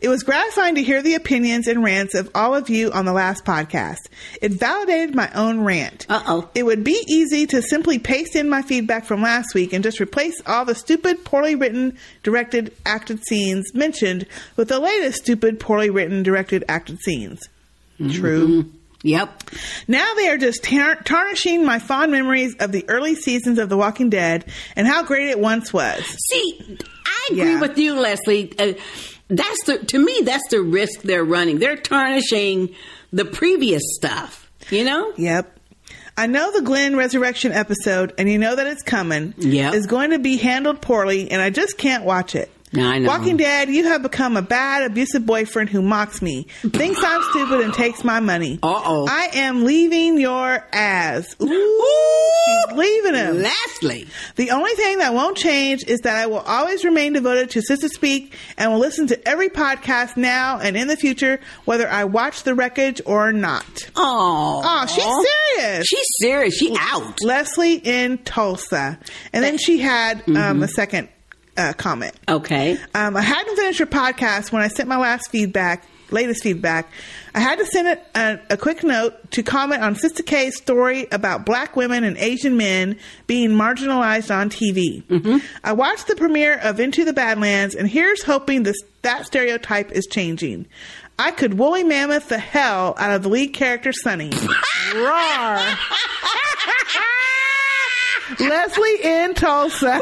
Speaker 1: It was gratifying to hear the opinions and rants of all of you on the last podcast. It validated my own rant. Uh
Speaker 21: oh.
Speaker 1: It would be easy to simply paste in my feedback from last week and just replace all the stupid, poorly written, directed, acted scenes mentioned with the latest stupid, poorly written, directed, acted scenes.
Speaker 21: Mm-hmm.
Speaker 1: True.
Speaker 21: Yep.
Speaker 1: Now they are just tar- tarnishing my fond memories of the early seasons of The Walking Dead and how great it once was.
Speaker 21: See, I agree with you, Leslie. Uh, that's the to me that's the risk they're running. They're tarnishing the previous stuff. You know?
Speaker 1: Yep. I know the Glenn resurrection episode, and you know that it's coming.
Speaker 21: Yep.
Speaker 1: is going to be handled poorly, and I just can't watch it.
Speaker 21: No, I know.
Speaker 1: Walking Dead, you have become a bad, abusive boyfriend who mocks me, thinks I'm stupid, and takes my money. Uh oh. I am leaving your ass. Ooh, she's leaving him.
Speaker 21: Leslie. [laughs]
Speaker 1: The only thing that won't change is that I will always remain devoted to Sister Speak and will listen to every podcast now and in the future, whether I watch the wreckage or not.
Speaker 21: Oh.
Speaker 1: Oh, she's serious.
Speaker 21: She's serious. She out.
Speaker 1: Leslie in Tulsa. And then she had
Speaker 21: Mm-hmm.
Speaker 1: um, a second uh, comment.
Speaker 21: Okay.
Speaker 1: Um, I hadn't finished your podcast when I sent my last feedback, latest feedback. I had to send it a, a quick note to comment on Sister K's story about black women and Asian men being marginalized on TV. I watched the premiere of Into the Badlands, and here's hoping this that stereotype is changing. I could woolly mammoth the hell out of the lead character Sonny. Roar. Leslie in Tulsa.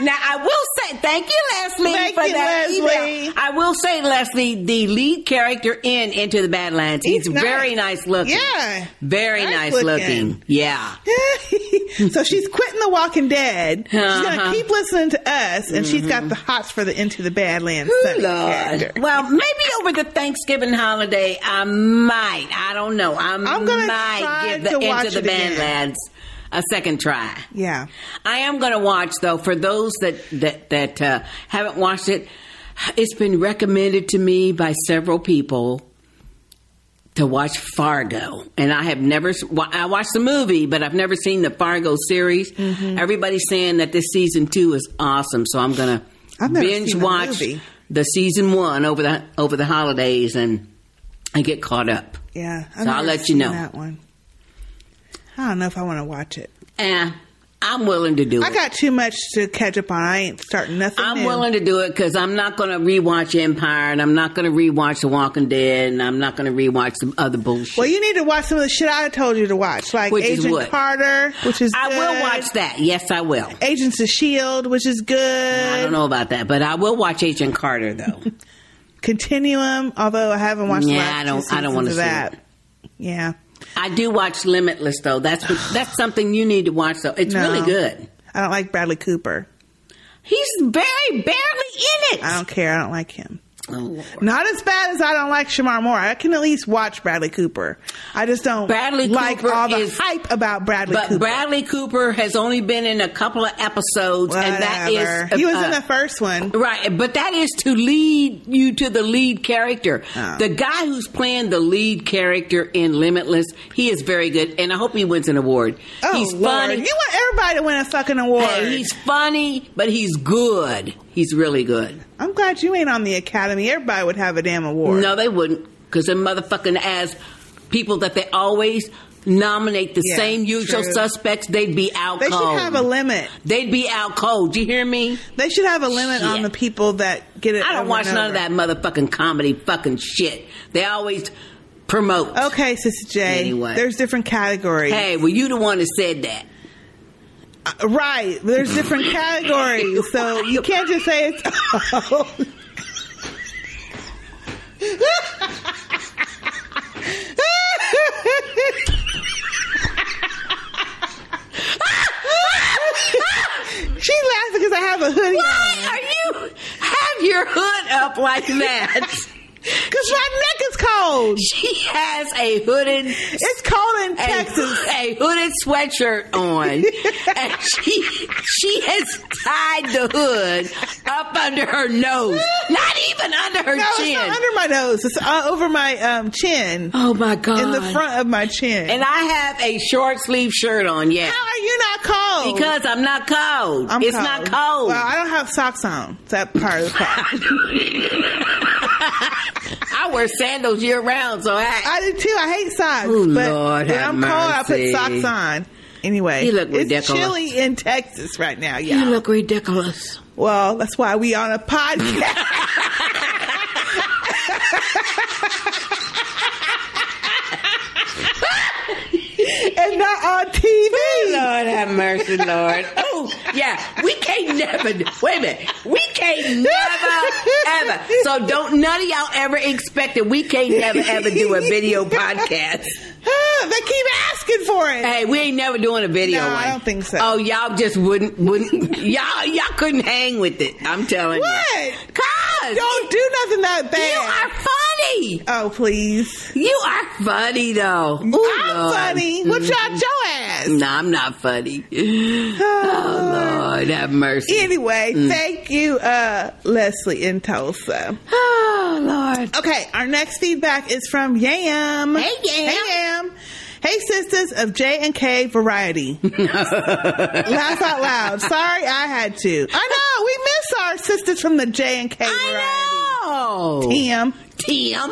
Speaker 21: Now I will say thank you, Leslie,
Speaker 1: Thank
Speaker 21: for
Speaker 1: you,
Speaker 21: that
Speaker 1: Leslie.
Speaker 21: email. I will say, Leslie, the lead character in Into the Badlands, he's, very nice looking.
Speaker 1: Yeah.
Speaker 21: very nice,
Speaker 1: Nice looking.
Speaker 21: looking. Yeah,
Speaker 1: [laughs] so she's quitting The Walking Dead. She's going to
Speaker 21: Uh-huh. Mm-hmm.
Speaker 1: keep listening to us, and she's got the hots for the Into the Badlands Sunny character.
Speaker 21: [laughs] Well, maybe over the Thanksgiving holiday, I might. I don't know. I
Speaker 1: I'm gonna
Speaker 21: might
Speaker 1: try
Speaker 21: give the
Speaker 1: to watch
Speaker 21: Into the
Speaker 1: it again.
Speaker 21: Badlands a second try.
Speaker 1: Yeah.
Speaker 21: I am going to watch though. For those that that that uh, haven't watched it, it's been recommended to me by several people to watch Fargo, and I have never. s- wa- I watched the movie, but I've never seen the Fargo series.
Speaker 1: Mm-hmm.
Speaker 21: Everybody's saying that this season two is awesome, so I'm going to
Speaker 1: never
Speaker 21: binge
Speaker 1: seen the
Speaker 21: watch
Speaker 1: movie.
Speaker 21: the season one over the over the holidays and and get caught up.
Speaker 1: Yeah.
Speaker 21: So I'll
Speaker 1: never
Speaker 21: let you
Speaker 1: seen
Speaker 21: know.
Speaker 1: That one. I don't know if I want to watch it.
Speaker 21: And I'm willing to do
Speaker 1: I
Speaker 21: it.
Speaker 1: got too much to catch up on. I ain't starting nothing.
Speaker 21: I'm
Speaker 1: new.
Speaker 21: willing to do it because I'm not going to rewatch Empire and I'm not going to rewatch The Walking Dead and I'm not going to rewatch some other bullshit.
Speaker 1: Well, you need to watch some of the shit I told you to watch, like
Speaker 21: Which is
Speaker 1: Agent
Speaker 21: what?
Speaker 1: Carter, which is
Speaker 21: I
Speaker 1: good.
Speaker 21: will watch that. Yes, I will.
Speaker 1: Agents of Shield, E which is good.
Speaker 21: I don't know about that, but I will watch Agent Carter
Speaker 1: [laughs]
Speaker 21: though.
Speaker 1: Continuum, although I haven't watched. the
Speaker 21: Yeah,
Speaker 1: last
Speaker 21: I
Speaker 1: two
Speaker 21: don't- I don't
Speaker 1: seasons
Speaker 21: wanna
Speaker 1: of
Speaker 21: see
Speaker 1: that.
Speaker 21: it.
Speaker 1: Yeah,
Speaker 21: I do watch Limitless though. That's what, that's something you need to watch though. It's
Speaker 1: No.
Speaker 21: really good.
Speaker 1: I don't like Bradley Cooper.
Speaker 21: He's very barely in it.
Speaker 1: I don't care. I don't like him.
Speaker 21: Oh,
Speaker 1: Not as bad as I don't like Shamar Moore. I can at least watch Bradley Cooper. I just don't
Speaker 21: Bradley
Speaker 1: like
Speaker 21: Cooper
Speaker 1: all the
Speaker 21: is-
Speaker 1: hype about Bradley
Speaker 21: but
Speaker 1: Cooper.
Speaker 21: Bradley Cooper has only been in a couple of episodes, and that
Speaker 1: Whatever.
Speaker 21: is
Speaker 1: he was in
Speaker 21: uh,
Speaker 1: the first one.
Speaker 21: Right, but that is to lead you to the lead character.
Speaker 1: Oh.
Speaker 21: The guy who's playing the lead character in Limitless, he is very good, and I hope he wins an award.
Speaker 1: Oh,
Speaker 21: he's
Speaker 1: Lord.
Speaker 21: funny.
Speaker 1: You want everybody to win a fucking award.
Speaker 21: Hey, he's funny, but he's good. He's really good.
Speaker 1: I'm glad you ain't on the Academy. Everybody would have a damn award.
Speaker 21: No, they wouldn't, because they're motherfucking ass people that they always nominate the
Speaker 1: Yeah,
Speaker 21: same usual
Speaker 1: true.
Speaker 21: suspects, they'd be out
Speaker 1: They should
Speaker 21: cold.
Speaker 1: have a limit.
Speaker 21: They'd be out cold. You hear me?
Speaker 1: They should have a limit on
Speaker 21: Shit.
Speaker 1: the people that get it.
Speaker 21: I don't
Speaker 1: over
Speaker 21: watch
Speaker 1: and
Speaker 21: none of
Speaker 1: over.
Speaker 21: that motherfucking comedy fucking shit. They always promote.
Speaker 1: Okay, Sister J.
Speaker 21: Anyway.
Speaker 1: There's different categories.
Speaker 21: Hey, well, you the one that said that.
Speaker 1: Uh, right. There's different categories. So you can't just say it's. [laughs] She laughing because I have a hoodie
Speaker 21: Why are you have your hood up like that?
Speaker 1: [laughs] Cause my neck is cold.
Speaker 21: She has a hooded. It's
Speaker 1: cold in
Speaker 21: Texas. A hooded sweatshirt
Speaker 1: [laughs]
Speaker 21: on, and she she has tied the hood up under her nose, not even under her
Speaker 1: no,
Speaker 21: chin.
Speaker 1: it's not under my nose. It's uh, over my um, chin.
Speaker 21: Oh my god!
Speaker 1: In the front of my chin.
Speaker 21: and I have a short sleeve shirt on. Yeah,
Speaker 1: How are you not cold?
Speaker 21: because I'm not cold.
Speaker 1: I'm
Speaker 21: it's not cold.
Speaker 1: Well, I don't have socks on. It's That part of the
Speaker 21: [laughs]
Speaker 1: problem.
Speaker 21: I wear sandals year round, so I
Speaker 1: I do too. I hate socks.
Speaker 21: Ooh,
Speaker 1: but
Speaker 21: Oh, Lord
Speaker 1: when
Speaker 21: have
Speaker 1: I'm cold, I put
Speaker 21: mercy.
Speaker 1: socks on. Anyway,
Speaker 21: You look
Speaker 1: it's
Speaker 21: ridiculous.
Speaker 1: chilly in Texas right now. Yeah,
Speaker 21: you look ridiculous.
Speaker 1: Well, that's why we on
Speaker 21: [laughs]
Speaker 1: a podcast. [laughs] [laughs] and not on TV.
Speaker 21: Oh, Lord have mercy, Lord. Oh, yeah. We can't never. Wait a minute. We can't never ever. So don't none of y'all ever expect that we can't never ever do a
Speaker 1: [laughs]
Speaker 21: video podcast.
Speaker 1: they keep asking for it.
Speaker 21: Hey, we ain't never doing a video.
Speaker 1: No, I
Speaker 21: one.
Speaker 1: don't think so.
Speaker 21: Oh, y'all just wouldn't wouldn't y'all y'all couldn't hang with it. I'm telling you.
Speaker 1: What?
Speaker 21: Cause
Speaker 1: Don't do nothing that bad.
Speaker 21: you are funny.
Speaker 1: Oh please.
Speaker 21: You are funny though. Ooh,
Speaker 1: I'm
Speaker 21: Oh, Lord.
Speaker 1: funny. What y'all your ass?
Speaker 21: No, I'm not funny. [laughs] Oh Lord, have mercy.
Speaker 1: Anyway,
Speaker 21: Mm.
Speaker 1: thank you, uh, [sighs] Leslie in Tulsa.
Speaker 21: Oh Lord.
Speaker 1: Okay, our next feedback is from Yam.
Speaker 21: Hey, Yam.
Speaker 1: Hey Yam. Hey sisters of J and K Variety. [laughs] Laugh out loud. Sorry, I had to. I know we miss our sisters from the J and K
Speaker 21: Variety.
Speaker 1: Tim.
Speaker 21: Tim.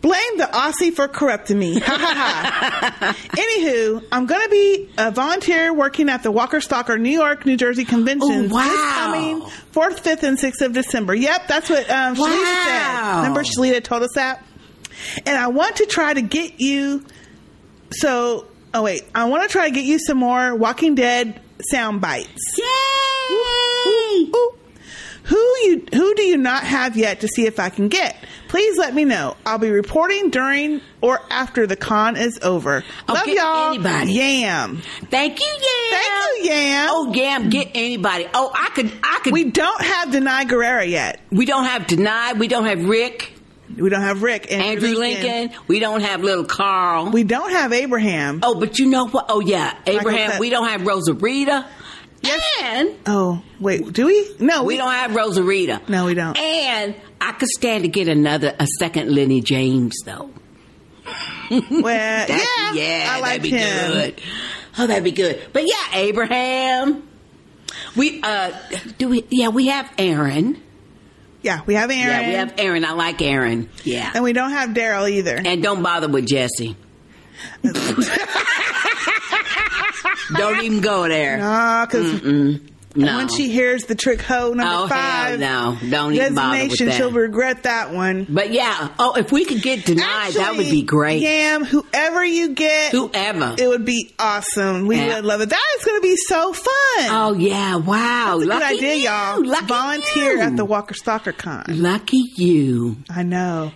Speaker 1: Blame the Aussie for corrupting me. Ha ha ha. [laughs] Anywho, I'm going to be a volunteer working at the Walker Stalker New York, New Jersey convention.
Speaker 21: Oh, wow.
Speaker 1: This coming 4th, 5th, and 6th of December. Yep, that's what um, Shalita said.
Speaker 21: Wow.
Speaker 1: Remember Shalita told us that? And I want to try to get you. So, oh, wait. I want to try to get you some more Walking Dead sound bites.
Speaker 21: Yay!
Speaker 1: Who you who do you not have yet to see if I can get? Please let me know. I'll be reporting during or after the con is over.
Speaker 21: Oh,
Speaker 1: Love
Speaker 21: get
Speaker 1: y'all.
Speaker 21: anybody.
Speaker 1: Yam.
Speaker 21: Thank you, Yam.
Speaker 1: Thank you, Yam.
Speaker 21: Oh, Yam, get anybody. Oh, I could, I could.
Speaker 1: We don't have Denai Guerrera yet.
Speaker 21: We don't have denied. We don't have Rick,
Speaker 1: We don't have Rick and
Speaker 21: Andrew Lincoln. We don't have little Carl.
Speaker 1: We don't have Abraham.
Speaker 21: oh, but you know what? Oh yeah, Abraham.
Speaker 1: Pep-
Speaker 21: we don't have Rosarita. And
Speaker 1: Oh, wait, do we? No,
Speaker 21: we
Speaker 1: we,
Speaker 21: don't have Rosarita.
Speaker 1: No, we don't.
Speaker 21: And I could stand to get another a second Lenny James though. [laughs]
Speaker 1: Well, yeah.
Speaker 21: That- yeah,
Speaker 1: I like
Speaker 21: that'd be
Speaker 1: him.
Speaker 21: good. Oh, that'd be good. But yeah, Abraham. We uh do we yeah, we have Aaron.
Speaker 1: Yeah, we have Aaron.
Speaker 21: Yeah, we have Aaron. I like Aaron. Yeah.
Speaker 1: and we don't have Daryl either.
Speaker 21: And don't bother with Jesse. don't even go
Speaker 1: [laughs]
Speaker 21: there.
Speaker 1: Ah, because
Speaker 21: No.
Speaker 1: when she hears the trick hoe number
Speaker 21: oh,
Speaker 1: five
Speaker 21: hell no. Don't even bother with
Speaker 1: designation,
Speaker 21: that.
Speaker 1: she'll regret that one.
Speaker 21: But yeah, oh, if we could get denied, that would be great.
Speaker 1: Yam, whoever you get,
Speaker 21: Whoever.
Speaker 1: it would be awesome. We
Speaker 21: Yeah.
Speaker 1: would love it. That is going to be so fun.
Speaker 21: Oh yeah! Wow,
Speaker 1: Good
Speaker 21: lucky
Speaker 1: idea,
Speaker 21: you.
Speaker 1: y'all.
Speaker 21: Lucky
Speaker 1: Volunteer
Speaker 21: you.
Speaker 1: at the Walker Stalker Con.
Speaker 21: Lucky you.
Speaker 1: I know.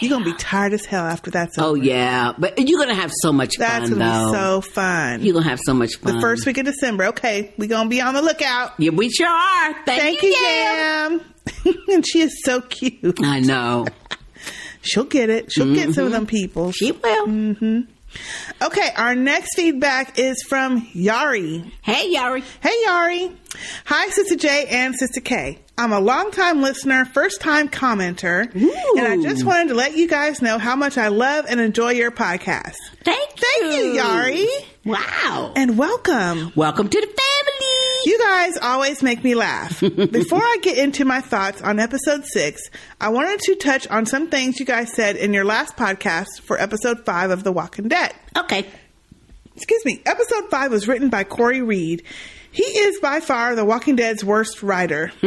Speaker 1: You're going to be tired as hell after that's
Speaker 21: Oh
Speaker 1: over.
Speaker 21: yeah, but you're gonna have so much
Speaker 1: That's
Speaker 21: fun
Speaker 1: going
Speaker 21: though.
Speaker 1: to be so fun.
Speaker 21: you're gonna have so much fun.
Speaker 1: the first week of December. Okay, we're going to be on the lookout.
Speaker 21: yeah, we sure are. Thank,
Speaker 1: Thank you,
Speaker 21: Yam.
Speaker 1: Yam. [laughs] and she is so cute.
Speaker 21: I know.
Speaker 1: [laughs]
Speaker 21: Mm-hmm.
Speaker 1: She'll get it. She'll get some of them people.
Speaker 21: She will.
Speaker 1: hmm Okay, our next feedback is from Yari.
Speaker 21: Hey, Yari.
Speaker 1: Hey, Yari. Hi, Sister J and Sister K. I'm a longtime listener, first time commenter, and I just wanted to let you guys know how much I love and enjoy your podcast.
Speaker 21: Thank
Speaker 1: Thank
Speaker 21: you.
Speaker 1: you, Yari,
Speaker 21: Wow.
Speaker 1: and welcome.
Speaker 21: Welcome to the family.
Speaker 1: You guys always make
Speaker 21: [laughs]
Speaker 1: me laugh. Before I get into my thoughts on episode six, I wanted to touch on some things you guys said in your last podcast for episode five of The Walking Dead.
Speaker 21: Okay.
Speaker 1: excuse me, episode five was written by Corey Reed. He is by far The Walking Dead's worst writer. [laughs]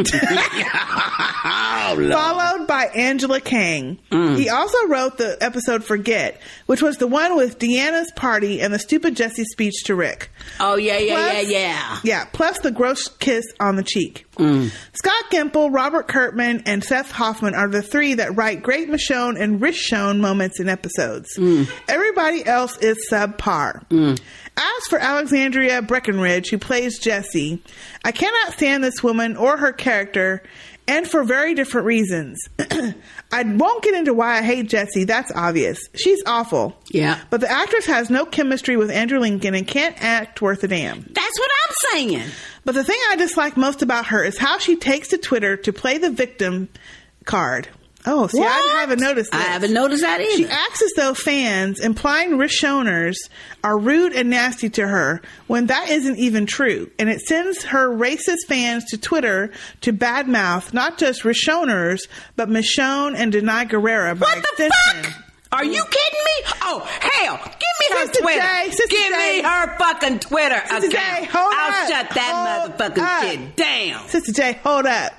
Speaker 1: Followed by Angela Kang.
Speaker 7: Mm.
Speaker 1: He also wrote the episode Forget, which was the one with Deanna's party and the stupid Jesse speech to Rick.
Speaker 21: Oh yeah, yeah, yeah, yeah. Mm.
Speaker 1: Yeah, plus the gross kiss on the cheek. Scott Gimple, Robert Kurtman, and Seth Hoffman are the three that write great Michonne and Rich Michonne moments in episodes.
Speaker 21: Mm.
Speaker 1: Everybody else is subpar. As for Alexandria Breckenridge, who plays Jessie, I cannot stand this woman or her character, and for very different reasons. [clears throat] I won't get into why I hate Jessie, that's obvious. She's awful.
Speaker 21: Yeah.
Speaker 1: But the actress has no chemistry with Andrew Lincoln and can't act worth a damn.
Speaker 21: That's what I'm saying.
Speaker 1: But the thing I dislike most about her is how she takes to Twitter to play the victim card. Oh, see, I haven't noticed that. I haven't
Speaker 21: noticed that either.
Speaker 1: She acts as though fans, implying Rishoners, are rude and nasty to her when that isn't even true. And it sends her racist fans to Twitter to badmouth not just Rishoners, but Michonne and Denai Guerrera by extension.
Speaker 21: Are you kidding me? Oh hell! Give me
Speaker 1: Sister
Speaker 21: her Twitter.
Speaker 1: J, Sister
Speaker 21: Give
Speaker 1: J.
Speaker 21: me her fucking Twitter
Speaker 1: Sister J,
Speaker 21: account.
Speaker 1: hold
Speaker 21: I'll
Speaker 1: up.
Speaker 21: shut that
Speaker 1: Hold
Speaker 21: motherfucking
Speaker 1: up.
Speaker 21: shit down.
Speaker 1: Sister J, hold up.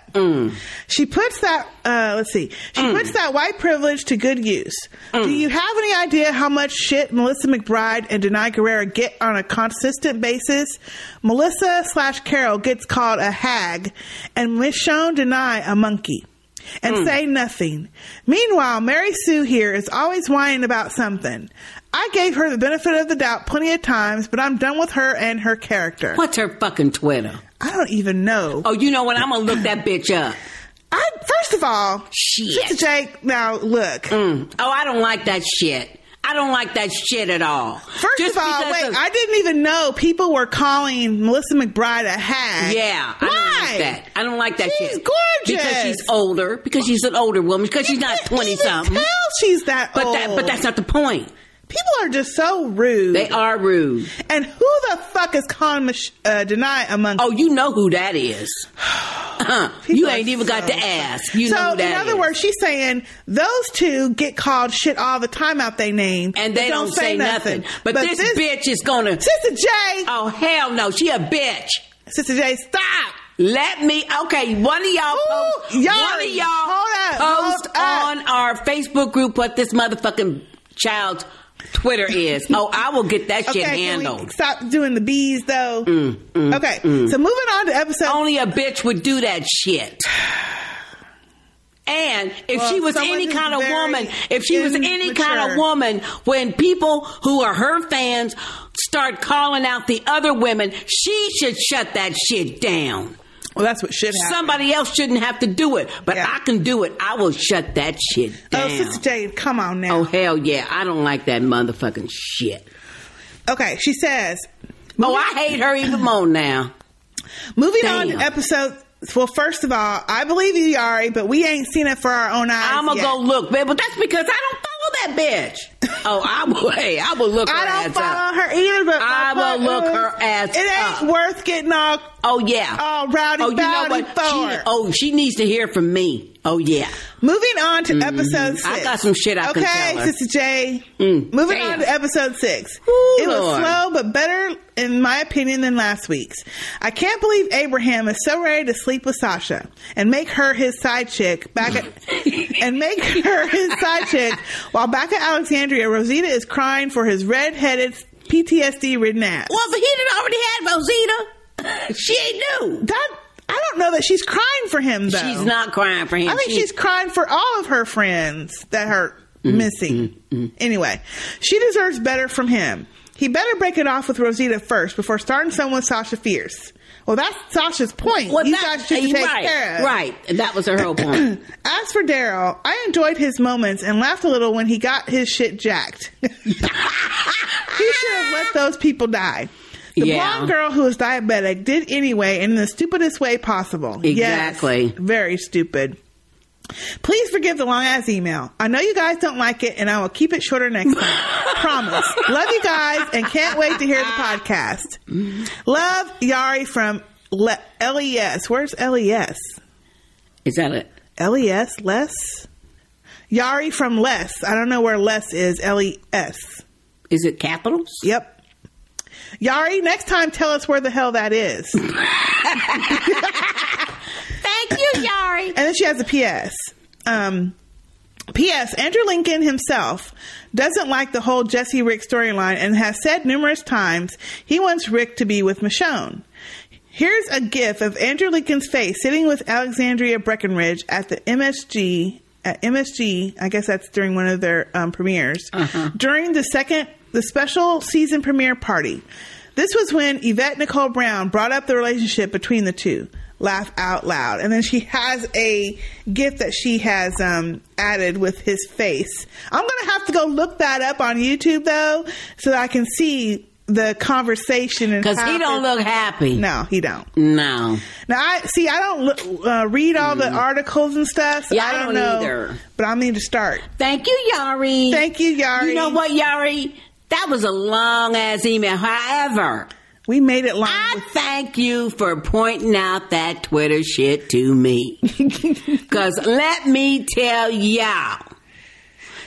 Speaker 1: She puts that, uh, let's see, she puts that white privilege to good use. Do you have any idea how much shit Melissa McBride and Denai Guerrera get on a consistent basis? Melissa slash Carol gets called a hag, and Michonne Denai a monkey. And say nothing. Meanwhile, Mary Sue here is always whining about something. I gave her the benefit of the doubt plenty of times, but I'm done with her and her character.
Speaker 21: What's her fucking Twitter?
Speaker 1: I don't even know.
Speaker 21: Oh, you know what? I'm gonna look that bitch up.
Speaker 1: I first of all,
Speaker 21: shit,
Speaker 1: Jake. Now look.
Speaker 21: Oh, I don't like that shit. I don't like that shit at all.
Speaker 1: First of all,
Speaker 21: because
Speaker 1: wait,
Speaker 21: of-
Speaker 1: I didn't even know people were calling Melissa McBride a hag.
Speaker 21: Yeah,
Speaker 1: Why?
Speaker 21: I don't like that. I don't like that
Speaker 1: She's
Speaker 21: shit.
Speaker 1: gorgeous.
Speaker 21: because she's older. Because she's an older woman. Because she's not twenty something.
Speaker 1: Tell she's that
Speaker 21: But
Speaker 1: old.
Speaker 21: that, but that's not the point.
Speaker 1: People are just so rude.
Speaker 21: They are rude.
Speaker 1: And who the fuck is calling Mich- uh, Denai a monkey?
Speaker 21: Oh, you know who that
Speaker 1: [sighs]
Speaker 21: is. Uh-huh. you ain't even got to ask. You
Speaker 1: so,
Speaker 21: know who that
Speaker 1: in other
Speaker 21: is.
Speaker 1: words, she's saying those two get called shit all the time out they name,
Speaker 21: and they
Speaker 1: but
Speaker 21: don't, say nothing. But, this, bitch is gonna
Speaker 1: Sister J.
Speaker 21: Oh hell no, she a bitch.
Speaker 1: Sister J, stop.
Speaker 21: Let me. Okay, one of y'all. post,
Speaker 7: Yari,
Speaker 21: one of y'all
Speaker 7: hold up,
Speaker 21: post on our Facebook group what this motherfucking child's Twitter is. oh, I will get that shit
Speaker 1: okay, can we
Speaker 21: handled.
Speaker 1: stop doing the bees though. okay, so moving on to episode.
Speaker 21: Mm, Only a bitch would do that shit. And if
Speaker 7: Well,
Speaker 21: she was
Speaker 7: someone
Speaker 21: any
Speaker 7: who's
Speaker 21: kind of
Speaker 7: very
Speaker 21: woman, if she was any kind of
Speaker 7: immature.
Speaker 21: woman, when people who are her fans start calling out the other women, she should shut that shit down.
Speaker 1: Well, that's what should happen.
Speaker 21: Somebody else shouldn't have to do it, but I can do it. I will shut that shit down.
Speaker 1: Oh, Sister J, come on now.
Speaker 21: Oh, hell yeah. I don't like that motherfucking shit.
Speaker 1: [sighs] Okay, she says.
Speaker 21: Oh, I hate her even more now.
Speaker 1: Moving on
Speaker 21: Damn.
Speaker 1: to episode. Well, first of all, I believe you, Yari, but we ain't seen it for our own eyes.
Speaker 21: I'ma
Speaker 1: yet.
Speaker 21: go look, babe, but that's because I don't follow that
Speaker 1: [laughs]
Speaker 21: bitch. Oh, I will. Hey, I will look.
Speaker 1: I
Speaker 21: her
Speaker 1: don't
Speaker 21: ass
Speaker 1: follow
Speaker 21: up.
Speaker 1: her either, but my
Speaker 21: I will
Speaker 1: point
Speaker 21: look
Speaker 1: is,
Speaker 21: her ass.
Speaker 1: It ain't worth getting all.
Speaker 21: Oh yeah.
Speaker 1: All rowdy,
Speaker 21: oh, you know
Speaker 1: bowdy
Speaker 21: what? She, oh, she needs to hear from me. Oh yeah. Mm-hmm.
Speaker 1: Moving on to episode six.
Speaker 21: I got some shit I
Speaker 1: okay,
Speaker 21: can tell her.
Speaker 1: Sister J.
Speaker 21: Mm,
Speaker 1: Moving
Speaker 21: damn.
Speaker 1: on to episode six. it was
Speaker 21: Lord.
Speaker 1: slow, but better, in my opinion, than last week's. I can't believe Abraham is so ready to sleep with Sasha and make her his side chick back
Speaker 21: [laughs]
Speaker 1: at, and make her his side chick while back at Alexandria, Rosita is crying for his red-headed PTSD ridden ass.
Speaker 21: Well, but he did already had Rosita. she ain't new.
Speaker 1: That I don't know that she's crying for him though.
Speaker 21: She's not crying for him.
Speaker 1: I think
Speaker 21: She- Mm-hmm.
Speaker 1: she's crying for all of her friends that are missing. Anyway, she deserves better from him. He better break it off with Rosita first before starting someone with Sasha Fierce. Well, that's Sasha's point.
Speaker 21: Well,
Speaker 1: you
Speaker 21: that-
Speaker 1: guys should take
Speaker 21: right,
Speaker 1: care of.
Speaker 21: right. That was her whole point.
Speaker 1: [clears throat] As for Daryl, I enjoyed his moments and laughed a little when he got his shit jacked. [laughs] he should have let those people die. The
Speaker 21: Yeah.
Speaker 1: blonde girl who is diabetic did anyway in the stupidest way possible. Yes,
Speaker 21: Exactly.
Speaker 1: very
Speaker 21: [laughs]
Speaker 1: stupid. Please forgive the long ass email. I know you guys don't like it, and I will keep it shorter next
Speaker 21: [laughs]
Speaker 1: time. Promise. Love you guys, and can't wait to hear the podcast. Love Yari from Le- LES. Where's E LES?
Speaker 21: Is that it?
Speaker 1: E LES? Less? Yari from Less. I don't know where Less is. LES.
Speaker 21: Is it capitals?
Speaker 1: E Yep. Yari, next time tell us where the hell that is.
Speaker 21: [laughs] Thank you, Yari. And
Speaker 1: then she has a PS. Um, P.S. Andrew Lincoln himself doesn't like the whole Jesse Rick storyline and has said numerous times he wants Rick to be with Michonne. Here's a gif of Andrew Lincoln's face sitting with Alexandria Breckenridge at the MSG at MSG. I guess that's during one of their um, premieres during the second the special season premiere party. This was when Yvette Nicole Brown brought up the relationship between the two. Laugh out loud, and then she has a gif that she has um, added with his face. I'm gonna have to go look that up on YouTube though, so that I can see the conversation and
Speaker 21: Because he
Speaker 1: how
Speaker 21: don't
Speaker 1: it-
Speaker 21: look happy.
Speaker 1: No, he don't.
Speaker 21: No. Mm.
Speaker 1: Now I see. I don't look, uh, read all the articles and stuff. So
Speaker 21: Yeah,
Speaker 1: I
Speaker 21: I
Speaker 1: don't,
Speaker 21: don't
Speaker 1: know.
Speaker 21: either.
Speaker 1: But I need to start.
Speaker 21: Thank you, Yari.
Speaker 1: Thank you, Yari.
Speaker 21: You know what, Yari? That was a long ass email. However,
Speaker 1: we made it long.
Speaker 21: I thank you for pointing out that Twitter shit to me. Because let me tell y'all,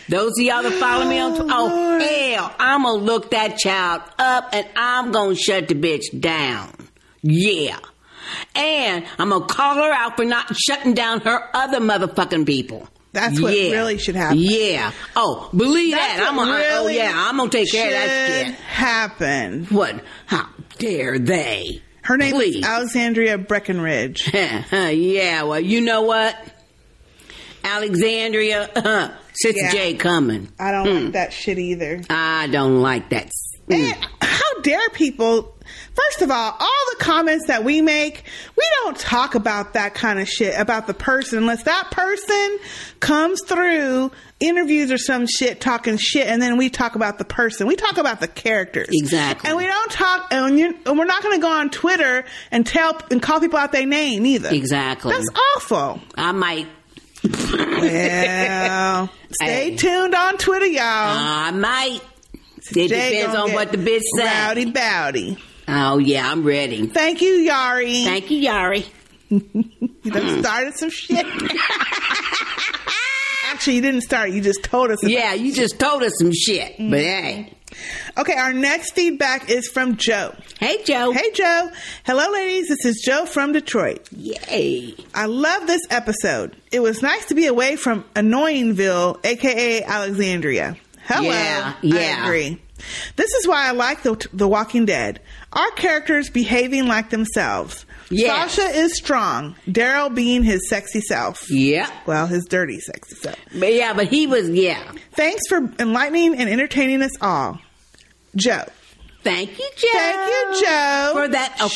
Speaker 21: those of y'all that follow me on Twitter, oh, hell, I'm going to look that child up and I'm going to shut the bitch down. Yeah. And I'm going to call her out for not shutting down her other motherfucking people.
Speaker 1: That's what really should happen.
Speaker 21: Yeah. Oh, believe
Speaker 1: That's
Speaker 21: that. I'm
Speaker 1: what
Speaker 21: gonna, oh
Speaker 1: really
Speaker 21: yeah, I'm gonna take care of that
Speaker 1: should
Speaker 21: shit.
Speaker 1: Happen.
Speaker 21: What? How dare they?
Speaker 1: Her name
Speaker 21: Please.
Speaker 1: is Alexandria Breckenridge.
Speaker 21: [laughs] yeah, well, you know what? Alexandria, uh, Sister
Speaker 1: Yeah.
Speaker 21: J coming. Mm.
Speaker 1: I don't like that shit either.
Speaker 21: I don't like that.
Speaker 1: And how dare people? First of all, all the comments that we make, we don't talk about that kind of shit about the person unless that person comes through interviews or some shit talking shit, and then we talk about the person. We talk about the characters
Speaker 21: Exactly.
Speaker 1: and we don't talk. And, you and we're not going to go on Twitter and tell and call people out their name either.
Speaker 21: Exactly.
Speaker 1: That's awful.
Speaker 21: I might.
Speaker 1: Well, stay tuned on Twitter, y'all.
Speaker 21: Uh, I might. It
Speaker 1: Jay
Speaker 21: depends
Speaker 1: gonna
Speaker 21: on
Speaker 1: get
Speaker 21: what the bitch say.
Speaker 1: Rowdy bowdy.
Speaker 21: Oh [laughs] yeah, I'm ready.
Speaker 1: Thank you, Yari.
Speaker 21: Thank you, Yari.
Speaker 1: You
Speaker 21: Mm.
Speaker 1: done started
Speaker 21: [laughs]
Speaker 1: some shit. [laughs] Actually, you didn't start. it, You just told us. Mm-hmm.
Speaker 21: Yeah, you just told us some shit. But hey.
Speaker 1: Okay, our next feedback is from Joe.
Speaker 21: Hey, Joe.
Speaker 1: Hey, Joe. Hello, ladies. This is Joe from Detroit.
Speaker 21: Yay.
Speaker 1: I love this episode. It was nice to be away from Annoyingville, aka Alexandria. Hello.
Speaker 21: Yeah,
Speaker 1: I
Speaker 21: yeah.
Speaker 1: agree. This is why I like the, the Walking Dead. Our characters behaving like themselves.
Speaker 21: Yeah.
Speaker 1: Sasha is strong. Daryl being his sexy self.
Speaker 21: Yeah.
Speaker 1: Well, his dirty sexy self.
Speaker 21: But yeah, but he was yeah.
Speaker 1: Thanks for enlightening and entertaining us all. Joe.
Speaker 21: Thank you, Joe.
Speaker 1: Thank you, Joe.
Speaker 21: For that appropriate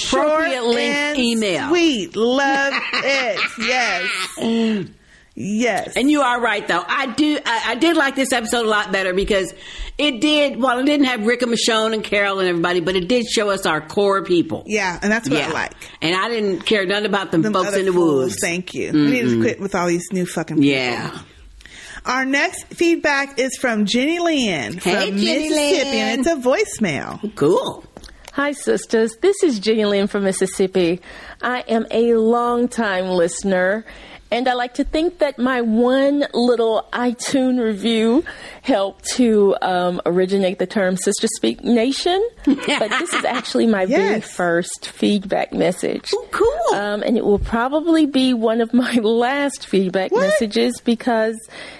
Speaker 1: Short
Speaker 21: length
Speaker 1: and
Speaker 21: email.
Speaker 1: Sweet. Love
Speaker 21: [laughs]
Speaker 1: it. Yes. Yes.
Speaker 21: And you are right, though. I do. I, I did like this episode a lot better because it did. Well, it didn't have Rick and Michonne and Carol and everybody, but it did show us our core people.
Speaker 1: Yeah, and that's what I like.
Speaker 21: And I didn't care nothing about them, folks
Speaker 1: other
Speaker 21: in the
Speaker 1: fools,
Speaker 21: woods.
Speaker 1: Thank you. We need to
Speaker 21: Mm-mm.
Speaker 1: quit with all these new fucking people.
Speaker 21: Yeah.
Speaker 1: Our next feedback is from Jenny Lynn
Speaker 7: Hey,
Speaker 1: from
Speaker 7: Jenny
Speaker 1: Mississippi,
Speaker 7: Lynn.
Speaker 1: and it's a voicemail.
Speaker 21: Cool.
Speaker 7: Hi, sisters. This is Jenny Lynn from Mississippi. I am a longtime listener, and I like to think that my one little iTunes review helped to um, originate the term Sister Speak Nation. but this is actually my very first feedback message.
Speaker 21: cool.
Speaker 7: Um, and it will probably be one of my [laughs] last feedback messages because,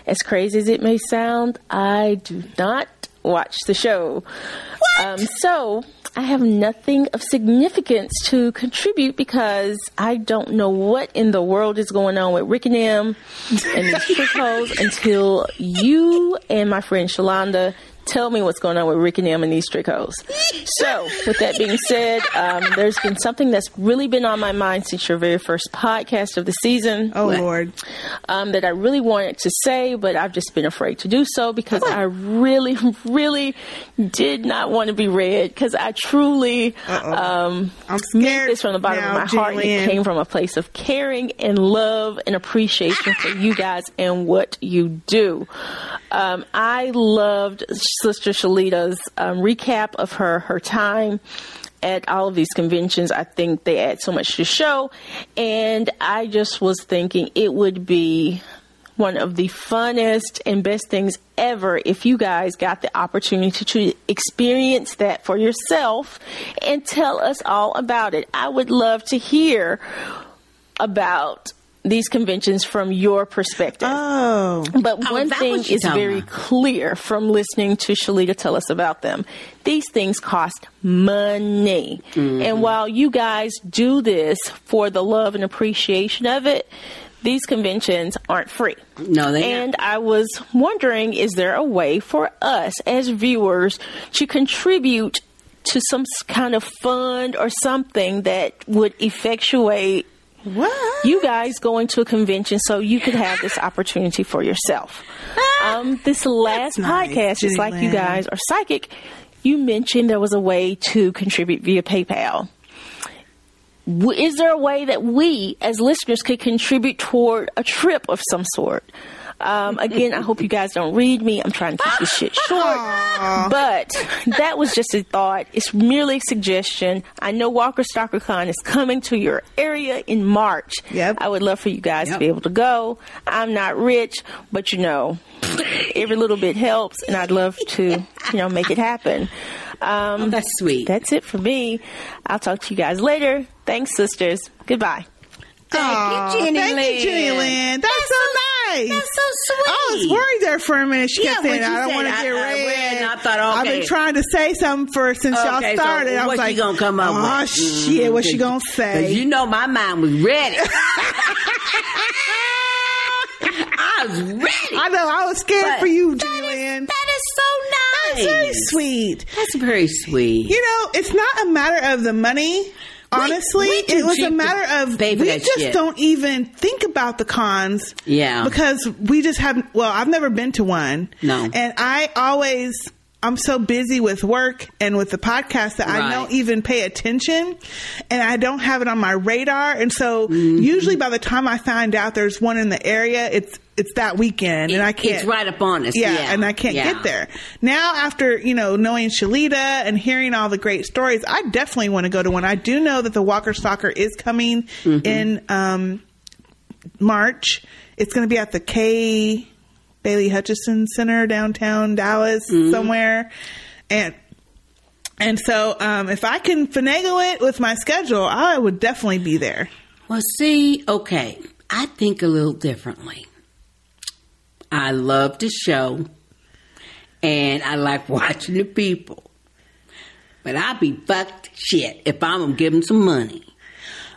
Speaker 7: as crazy as it may sound, I do not watch the show. Um, so I have nothing of significance to contribute because I don't know what in the world is going on with Rick and M and these trick holes until you and my friend Shalonda tell me what's going on with Rick and M and these trick holes. So, with that being said, um, there's been something that's really been on my mind since your very first podcast of the season.
Speaker 1: Oh, Lord.
Speaker 7: Um, that I really wanted to say, but I've just been afraid to do so because I really, [laughs] really did not want to be read because I truly um,
Speaker 1: I'm scared
Speaker 7: this from the bottom
Speaker 1: now,
Speaker 7: of my heart. and
Speaker 1: Jillian.
Speaker 7: It came from a place of caring and love and appreciation for you guys and what you do. Um, I loved Sister Shalita's um, recap of her her time at all of these conventions. I think they add so much to the show, and I just was thinking it would be one of the funnest and best things ever if you guys got the opportunity to experience that for yourself and tell us all about it. I would love to hear about these conventions from your perspective.
Speaker 1: Oh.
Speaker 7: But one
Speaker 1: that
Speaker 7: thing
Speaker 1: what you
Speaker 7: is
Speaker 1: tell
Speaker 7: very
Speaker 1: me.
Speaker 7: clear from listening to Shalita tell us about them. These things cost money.
Speaker 23: Mhm.
Speaker 7: And while you guys do this for the love and appreciation of it, these conventions aren't free.
Speaker 21: No, they
Speaker 7: And I was wondering is there a way for us as viewers to contribute to some s- kind of fund or something that would effectuate you guys going to a convention so you could have
Speaker 1: [laughs]
Speaker 7: this opportunity for yourself. Um, this last
Speaker 1: Ah, nice,
Speaker 7: podcast, just like you
Speaker 1: Julianne.
Speaker 7: guys are psychic, you mentioned there was a way to contribute via PayPal. W- Is there a way that we, as listeners, could contribute toward a trip of some sort? Um, again, I hope you guys don't read me. I'm trying to keep this
Speaker 21: [laughs]
Speaker 7: shit short. But that was just a thought. It's merely a suggestion. I know Walker Stalker Con is coming to your area in March. Yep. I would love for you guys to be able to go. I'm not rich, but you know, every little bit helps, and I'd love to, you know, make it happen. Um,
Speaker 21: Oh, that's sweet.
Speaker 7: That's it for me. I'll talk to you guys later. Thanks, sisters. Goodbye.
Speaker 1: Aw,
Speaker 7: Jenny
Speaker 1: thank you, Jenny
Speaker 7: Lynn.
Speaker 1: Lynn. That's, so, nice. That's so sweet. I was worried there for a minute. She
Speaker 21: Yeah,
Speaker 1: kept
Speaker 21: when
Speaker 1: saying,
Speaker 21: you
Speaker 1: "I don't
Speaker 21: said,
Speaker 1: want to
Speaker 21: uh,
Speaker 1: get
Speaker 21: uh,
Speaker 1: red."
Speaker 21: red, I thought,
Speaker 1: I've been
Speaker 21: okay.
Speaker 1: trying to say something for since
Speaker 21: Okay,
Speaker 1: y'all
Speaker 21: so
Speaker 1: started. I
Speaker 21: what
Speaker 1: was
Speaker 21: you
Speaker 1: like,
Speaker 21: gonna come up with? Mm-hmm.
Speaker 1: "Aw, shit, what she gonna
Speaker 21: [laughs]
Speaker 1: say?"
Speaker 21: Because you know my mind was
Speaker 1: [laughs]
Speaker 21: ready. [laughs] I was ready.
Speaker 1: I know. I was scared for you, Julian.
Speaker 21: That is so
Speaker 1: nice. That's very sweet.
Speaker 21: That's very sweet.
Speaker 1: You know, it's not a matter of the money. Honestly,
Speaker 21: we too
Speaker 1: it was a
Speaker 21: cheap to
Speaker 1: matter of
Speaker 21: pay for
Speaker 1: we
Speaker 21: that
Speaker 1: just
Speaker 21: shit.
Speaker 1: don't even think about the cons.
Speaker 21: Yeah.
Speaker 1: Because we just haven't well, I've never been to one.
Speaker 21: No.
Speaker 1: And I always I'm so busy with work and with the podcast that I
Speaker 21: Right.
Speaker 1: don't even pay attention and I don't have it on my radar. And so
Speaker 21: Mm-hmm.
Speaker 1: usually by the time I find out there's one in the area, it's it's that weekend and I can't
Speaker 21: it's right up on us. Yeah.
Speaker 1: and I can't
Speaker 21: Yeah.
Speaker 1: get there. Now, after, you know, knowing Shalita and hearing all the great stories, I definitely want to go to one. I do know that the Walker Stalker is coming
Speaker 21: Mhm.
Speaker 1: in um, March. It's going to be at the K. Bailey Hutchison Center downtown Dallas somewhere. And and so um, if I can finagle it with my schedule, I would definitely be there.
Speaker 21: Well, see, okay, I think a little differently. I love the show and I like [laughs] watching the people. But I'd be fucked shit if I'm gonna give them some money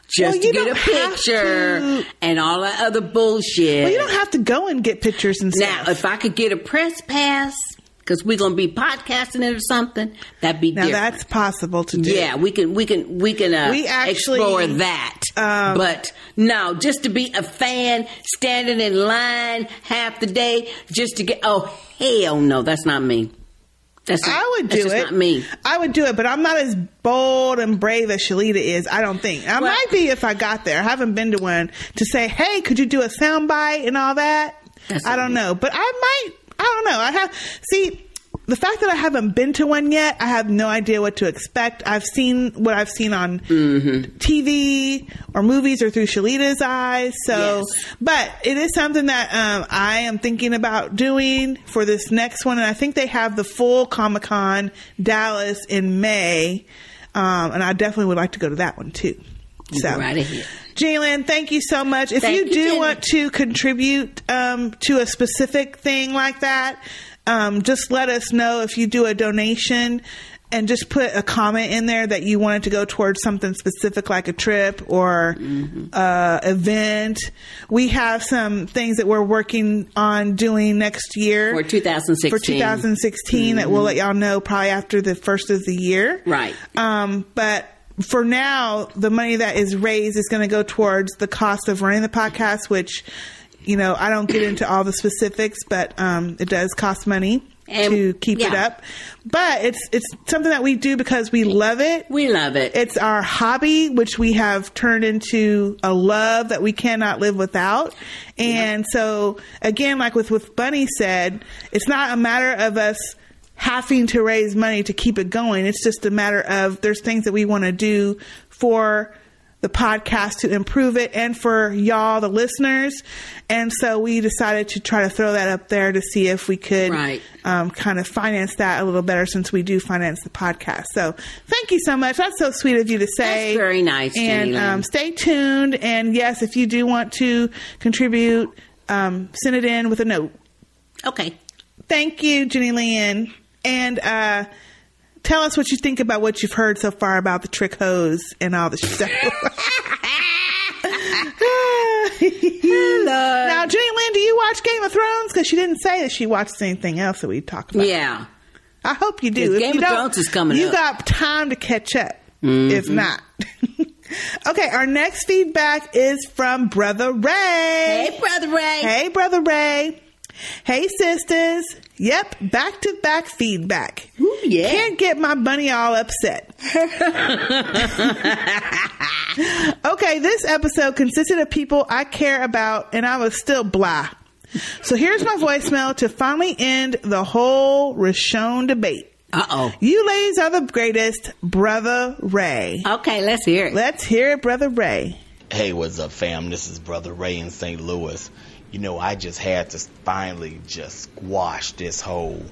Speaker 21: just
Speaker 1: Well,
Speaker 21: to
Speaker 1: you
Speaker 21: get a
Speaker 1: don't have
Speaker 21: picture
Speaker 1: to-
Speaker 21: and all that other bullshit.
Speaker 1: Well, you don't have to go and get pictures and stuff.
Speaker 21: now, if I could get a press pass, because we're gonna be podcasting it or something, that'd be
Speaker 1: Now
Speaker 21: different.
Speaker 1: that's possible to do.
Speaker 21: Yeah, we can we can we can uh,
Speaker 1: We actually- um,
Speaker 21: explore that. but no, just to be a fan, standing in line half the day just to get. Oh hell no, that's not me. That's not,
Speaker 1: I would
Speaker 21: that's
Speaker 1: do
Speaker 21: just
Speaker 1: it.
Speaker 21: Not me.
Speaker 1: I would do it, but I'm not as bold and brave as Shalita is. I don't think. I might be if I got there. I haven't been to one to say, "Hey, could you do a soundbite and all that?" I don't know, but I might. I don't know. I have see the fact that I haven't been to one yet. I have no idea what to expect. I've seen what I've seen on TV or movies or through Shalita's eyes. So, but it is something that um, I am thinking about doing for this next one. And I think they have the full Comic Con Dallas in May. Um, and I definitely would like to go to that one too.
Speaker 21: You
Speaker 1: So,
Speaker 21: go right ahead.
Speaker 1: Jalen, thank you so much. If
Speaker 21: Thank
Speaker 1: you
Speaker 21: you,
Speaker 1: do
Speaker 21: Jenny.
Speaker 1: want to contribute um, to a specific thing like that, um, just let us know if you do a donation and just put a comment in there that you wanted to go towards something specific like a trip or
Speaker 21: Mm-hmm.
Speaker 1: uh, event. We have some things that we're working on doing next year
Speaker 21: For 2016.
Speaker 1: for 2016 that
Speaker 21: Mm-hmm.
Speaker 1: we'll let y'all know probably after the first of the year.
Speaker 21: Right.
Speaker 1: Um, but for now, the money that is raised is going to go towards the cost of running the podcast, which, you know, I don't get into all the specifics, but um, it does cost money to keep it
Speaker 21: yeah.
Speaker 1: up. But it's it's something that we do because we love it.
Speaker 21: We love it.
Speaker 1: It's our hobby, which we have turned into a love that we cannot live without. And so, again, like with with Bunny said, it's not a matter of us having to raise money to keep it going. It's just a matter of there's things that we want to do for the podcast to improve it and for y'all, the listeners. And so we decided to try to throw that up there to see if we could um, kind of finance that a little better since we do finance the podcast. So thank you so much. That's so sweet of you to say. That's
Speaker 21: very nice,
Speaker 1: And
Speaker 21: Jenny Lynn.
Speaker 1: um, stay tuned. And yes, if you do want to contribute, um, send it in with a note.
Speaker 21: Okay.
Speaker 1: Thank you, Jenny Lynn. And uh, tell us what you think about what you've heard so far about the trick hose and all
Speaker 21: [laughs]
Speaker 1: the stuff. [laughs] Hello. Now, Jenny Lynn, do you watch Game of Thrones? Because she didn't say that she watched anything else that we talked about.
Speaker 21: Yeah.
Speaker 1: I hope you do.
Speaker 21: Because
Speaker 1: If
Speaker 21: Game
Speaker 1: you
Speaker 21: of
Speaker 1: don't,
Speaker 21: Thrones is coming
Speaker 1: You
Speaker 21: up.
Speaker 1: got time to catch up. If
Speaker 21: Mhm.
Speaker 1: not. okay, our next feedback is from Brother Ray. Hey,
Speaker 21: Brother Ray.
Speaker 1: Hey, Brother Ray. Hey, sisters. Yep, back to back feedback.
Speaker 21: yeah.
Speaker 1: Can't get my bunny
Speaker 21: [laughs]
Speaker 1: all upset. Okay, this episode consisted of people I care about, and I was still blah. So here's my voicemail to finally end the whole Rashon debate.
Speaker 21: Uh oh.
Speaker 1: You ladies are the greatest, Brother Ray.
Speaker 21: Okay, let's hear it.
Speaker 1: Let's hear it, Brother Ray.
Speaker 23: Hey, what's up, fam? This is Brother Ray in St. Louis. You know, I just had to finally just squash this whole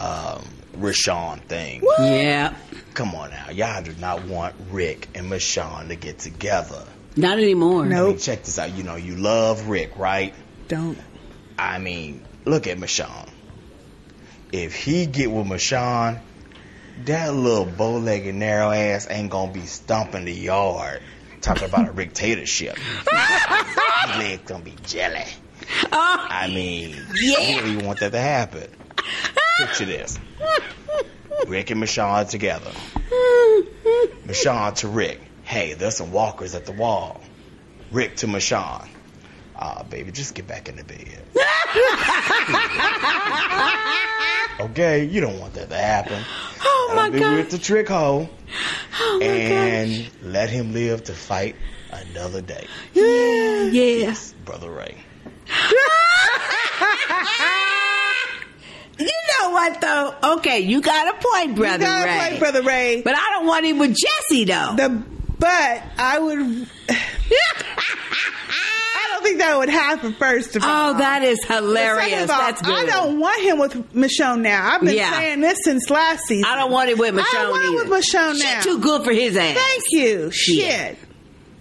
Speaker 23: um, Rashawn thing.
Speaker 21: Yeah.
Speaker 23: Come on now. Y'all do not want Rick and Rashawn to get together.
Speaker 21: Not anymore.
Speaker 23: No. check this out. You know, you love Rick, right?
Speaker 1: Don't.
Speaker 23: I mean, look at Michonne. If he get with Michonne, that little bow-legged narrow ass ain't gonna be stomping the yard. Talking about a dictatorship. His legs gonna be jelly. I mean, you really want that to happen. Picture this. Rick and Michonne together. Michonne to Rick. Hey, there's some walkers at the wall. Rick to Michonne. Ah, baby, just get back in the bed. okay, you don't want that to happen. Oh
Speaker 21: my
Speaker 23: be
Speaker 21: God.
Speaker 23: With the trick hole,
Speaker 21: Oh, my
Speaker 23: and let him live to fight another day,
Speaker 21: Yeah.
Speaker 26: [laughs]
Speaker 21: Yes.
Speaker 23: brother Ray.
Speaker 21: [laughs] You know what though? Okay, you got a point, brother
Speaker 1: got a
Speaker 21: Ray.
Speaker 1: point, Brother Ray.
Speaker 21: But I don't want him with Jesse though.
Speaker 1: The but I would. I don't think that would happen. First of all,
Speaker 21: Oh, that is
Speaker 1: But
Speaker 21: hilarious.
Speaker 1: Second of all,
Speaker 21: That's good.
Speaker 1: I don't want him with Michonne now. I've been
Speaker 21: Yeah.
Speaker 1: saying this since last season.
Speaker 21: I don't want it with Michonne
Speaker 1: I don't want it
Speaker 21: either.
Speaker 1: with Michonne
Speaker 21: She
Speaker 1: now.
Speaker 21: too good for his ass.
Speaker 1: Thank you. Shit.
Speaker 21: Yeah.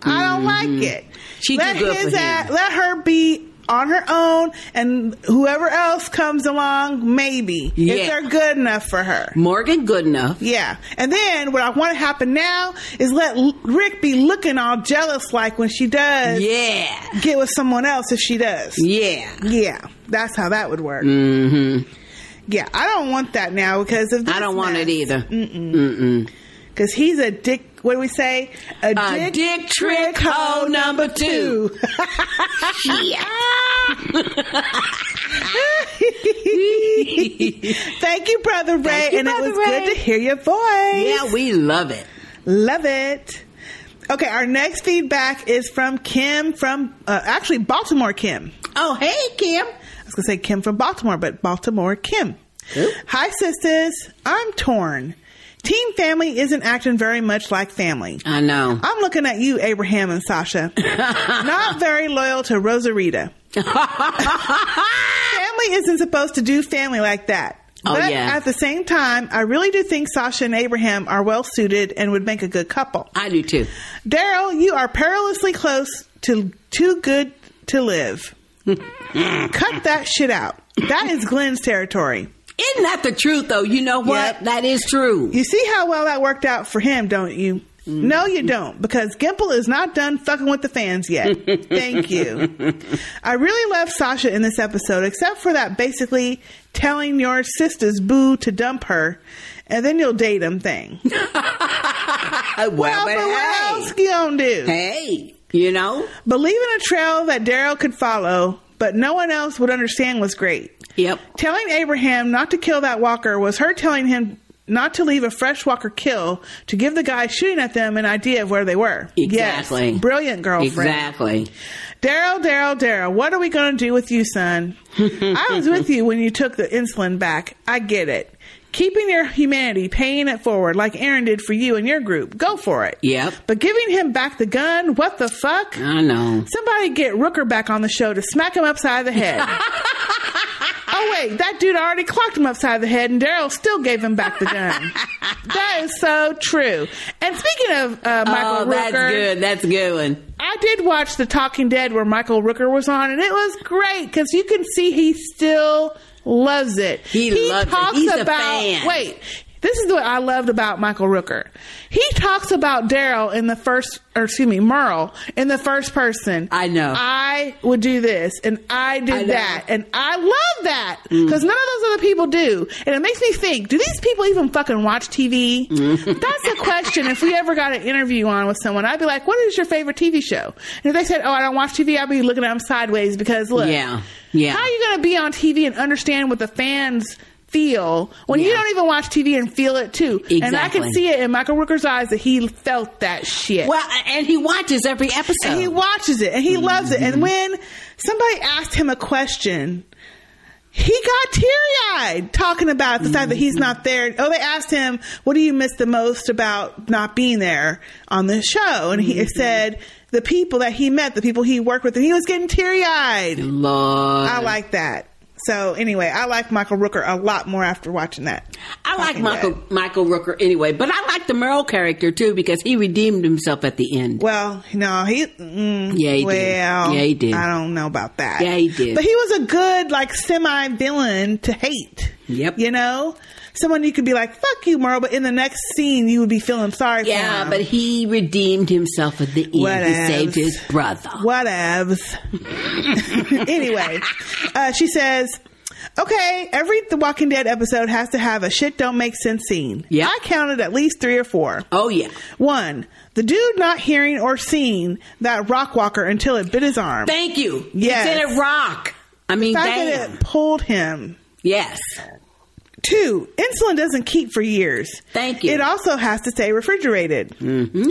Speaker 1: I don't
Speaker 21: Mhm.
Speaker 1: like it.
Speaker 21: She too
Speaker 1: let
Speaker 21: good
Speaker 1: his
Speaker 21: for him.
Speaker 1: ass- let her be on her own, and whoever else comes along, maybe if
Speaker 21: Yeah.
Speaker 1: they're good enough for her.
Speaker 21: Morgan Goodenough.
Speaker 1: Yeah. And then what I want to happen now is let L- Rick be looking all jealous like when she does.
Speaker 21: Yeah.
Speaker 1: Get with someone else if she does.
Speaker 21: Yeah.
Speaker 1: Yeah. That's how that would work.
Speaker 21: Mm-hmm.
Speaker 1: Yeah. I don't want that now because of this
Speaker 21: I don't want it either.
Speaker 1: Mm-mm.
Speaker 21: Mm-mm.
Speaker 1: Because he's a dick. What do we say? A,
Speaker 21: dick trick hole number two. [laughs]
Speaker 1: [laughs]
Speaker 21: yeah.
Speaker 1: [laughs] Thank you, Brother Ray.
Speaker 21: you,
Speaker 1: and
Speaker 21: Brother
Speaker 1: it was
Speaker 21: Ray.
Speaker 1: good to hear your voice.
Speaker 21: Yeah, we love it.
Speaker 1: Love it. Okay, our next feedback is from Kim from uh, actually Baltimore Kim.
Speaker 21: Oh, hey Kim.
Speaker 1: I was going to say Kim from Baltimore, but Baltimore Kim. Hi sisters, I'm torn. Team family isn't acting very much like family.
Speaker 21: I know.
Speaker 1: I'm looking at you, Abraham and
Speaker 21: [laughs]
Speaker 1: Sasha. Not very loyal to Rosarita. family isn't supposed to do family like that.
Speaker 21: Oh,
Speaker 1: but
Speaker 21: yeah.
Speaker 1: at the same time, I really do think Sasha and Abraham are well suited and would make a good couple.
Speaker 21: I do too.
Speaker 1: Daryl, you are perilously close to too good
Speaker 21: [laughs]
Speaker 1: to live. Cut that shit out. That is Glenn's territory.
Speaker 21: Isn't that the truth though? You know what? That is true. Mm-hmm.
Speaker 1: You see how well that worked out for him, don't you? No, you don't, because Gimple is not done fucking with the fans
Speaker 21: [laughs]
Speaker 1: yet. Thank you. I really love Sasha in this episode, except for that basically telling your sister's boo to dump her, and then you'll date him thing.
Speaker 21: well,
Speaker 1: well,
Speaker 21: but
Speaker 1: but what
Speaker 21: hey.
Speaker 1: else you gonna do?
Speaker 21: Hey, you know,
Speaker 1: believing a trail that Daryl could follow, but no one else would understand was great.
Speaker 21: Yep.
Speaker 1: Telling Abraham not to kill that walker was her telling him not to leave a freshwalker kill to give the guy shooting at them an idea of where they were.
Speaker 21: Exactly.
Speaker 1: Yes. Brilliant girlfriend.
Speaker 21: Exactly.
Speaker 1: Daryl, Daryl, Daryl, what are we going to do with you,
Speaker 21: [laughs]
Speaker 1: son? I was with you when you took the insulin back. I get it. Keeping your humanity, paying it forward, like Aaron did for you and your group. Go for it.
Speaker 21: Yep.
Speaker 1: But giving him back the gun, what the fuck?
Speaker 21: I know.
Speaker 1: Somebody get Rooker back on the show to smack him upside
Speaker 21: [laughs]
Speaker 1: the head. oh wait, that dude already clocked him upside the head, and Daryl still gave him back
Speaker 21: [laughs]
Speaker 1: the gun. that is so true. And speaking of uh, Michael
Speaker 21: oh,
Speaker 1: Rooker,
Speaker 21: that's good. That's a good one.
Speaker 1: I did watch The Talking Dead where Michael Rooker was on, and it was great because you can see he still loves it.
Speaker 21: He loves it. He's a fan.
Speaker 1: Wait, this is what I loved about Michael Rooker. He talks about Daryl in the first, or excuse me, Merle in the first person.
Speaker 21: I know.
Speaker 1: I would do this, and I did
Speaker 21: I know.
Speaker 1: that, and I love that
Speaker 21: Mm.
Speaker 1: because none of those other people do, and it makes me think: Do these people even fucking watch TV?
Speaker 21: Mm.
Speaker 1: [laughs] That's a question. if we ever got an interview on with someone, I'd be like, "What is your favorite TV show?" And if they said, "Oh, I don't watch TV," I'd be looking at them sideways because look,
Speaker 21: Yeah. Yeah.
Speaker 1: how are you going to be on TV and understand what the fans feel when you don't even watch TV and feel it too? And I
Speaker 21: Exactly.
Speaker 1: can see it in Michael Rooker's eyes that he felt that shit.
Speaker 21: Well, and he watches every episode.
Speaker 1: And he watches it and he loves it. And when somebody asked him a question, he got teary eyed talking about the fact that he's not there. Oh, they asked him, What do you miss the most about not being there on the show? And he said, The people that he met, the people he worked with, and he was getting teary eyed.
Speaker 21: Lord.
Speaker 1: I like that. So, anyway, I like Michael Rooker a lot more after watching that.
Speaker 21: I like Michael Michael Rooker anyway, but I like the Merle character too because he redeemed himself at the end.
Speaker 1: Well, no, he. Mm,
Speaker 21: yeah, he
Speaker 1: well,
Speaker 21: did. Yeah, he did.
Speaker 1: I don't know about that.
Speaker 21: Yeah, he did.
Speaker 1: But he was a good, like, semi villain to hate.
Speaker 21: Yep.
Speaker 1: You know? Someone you could be like, fuck you, Merle, but in the next scene, you would be feeling sorry for
Speaker 21: yeah,
Speaker 1: him.
Speaker 21: but he redeemed himself at the end. He
Speaker 1: Whatevs.
Speaker 21: saved his brother.
Speaker 1: Whatevs. [laughs] anyway, uh, she says, okay, every The Walking Dead episode has to have a shit don't make sense scene. Yeah. I counted at least three or four.
Speaker 21: Oh, yeah.
Speaker 1: One, the dude not hearing or seeing that rock walker until it bit his arm.
Speaker 21: Thank you.
Speaker 1: Yes.
Speaker 21: He said it rock. I mean,
Speaker 1: the fact that
Speaker 21: damn.
Speaker 1: it pulled him.
Speaker 21: Yes.
Speaker 1: Two, insulin doesn't keep for years. Thank you. It also has to stay refrigerated. Mm-hmm.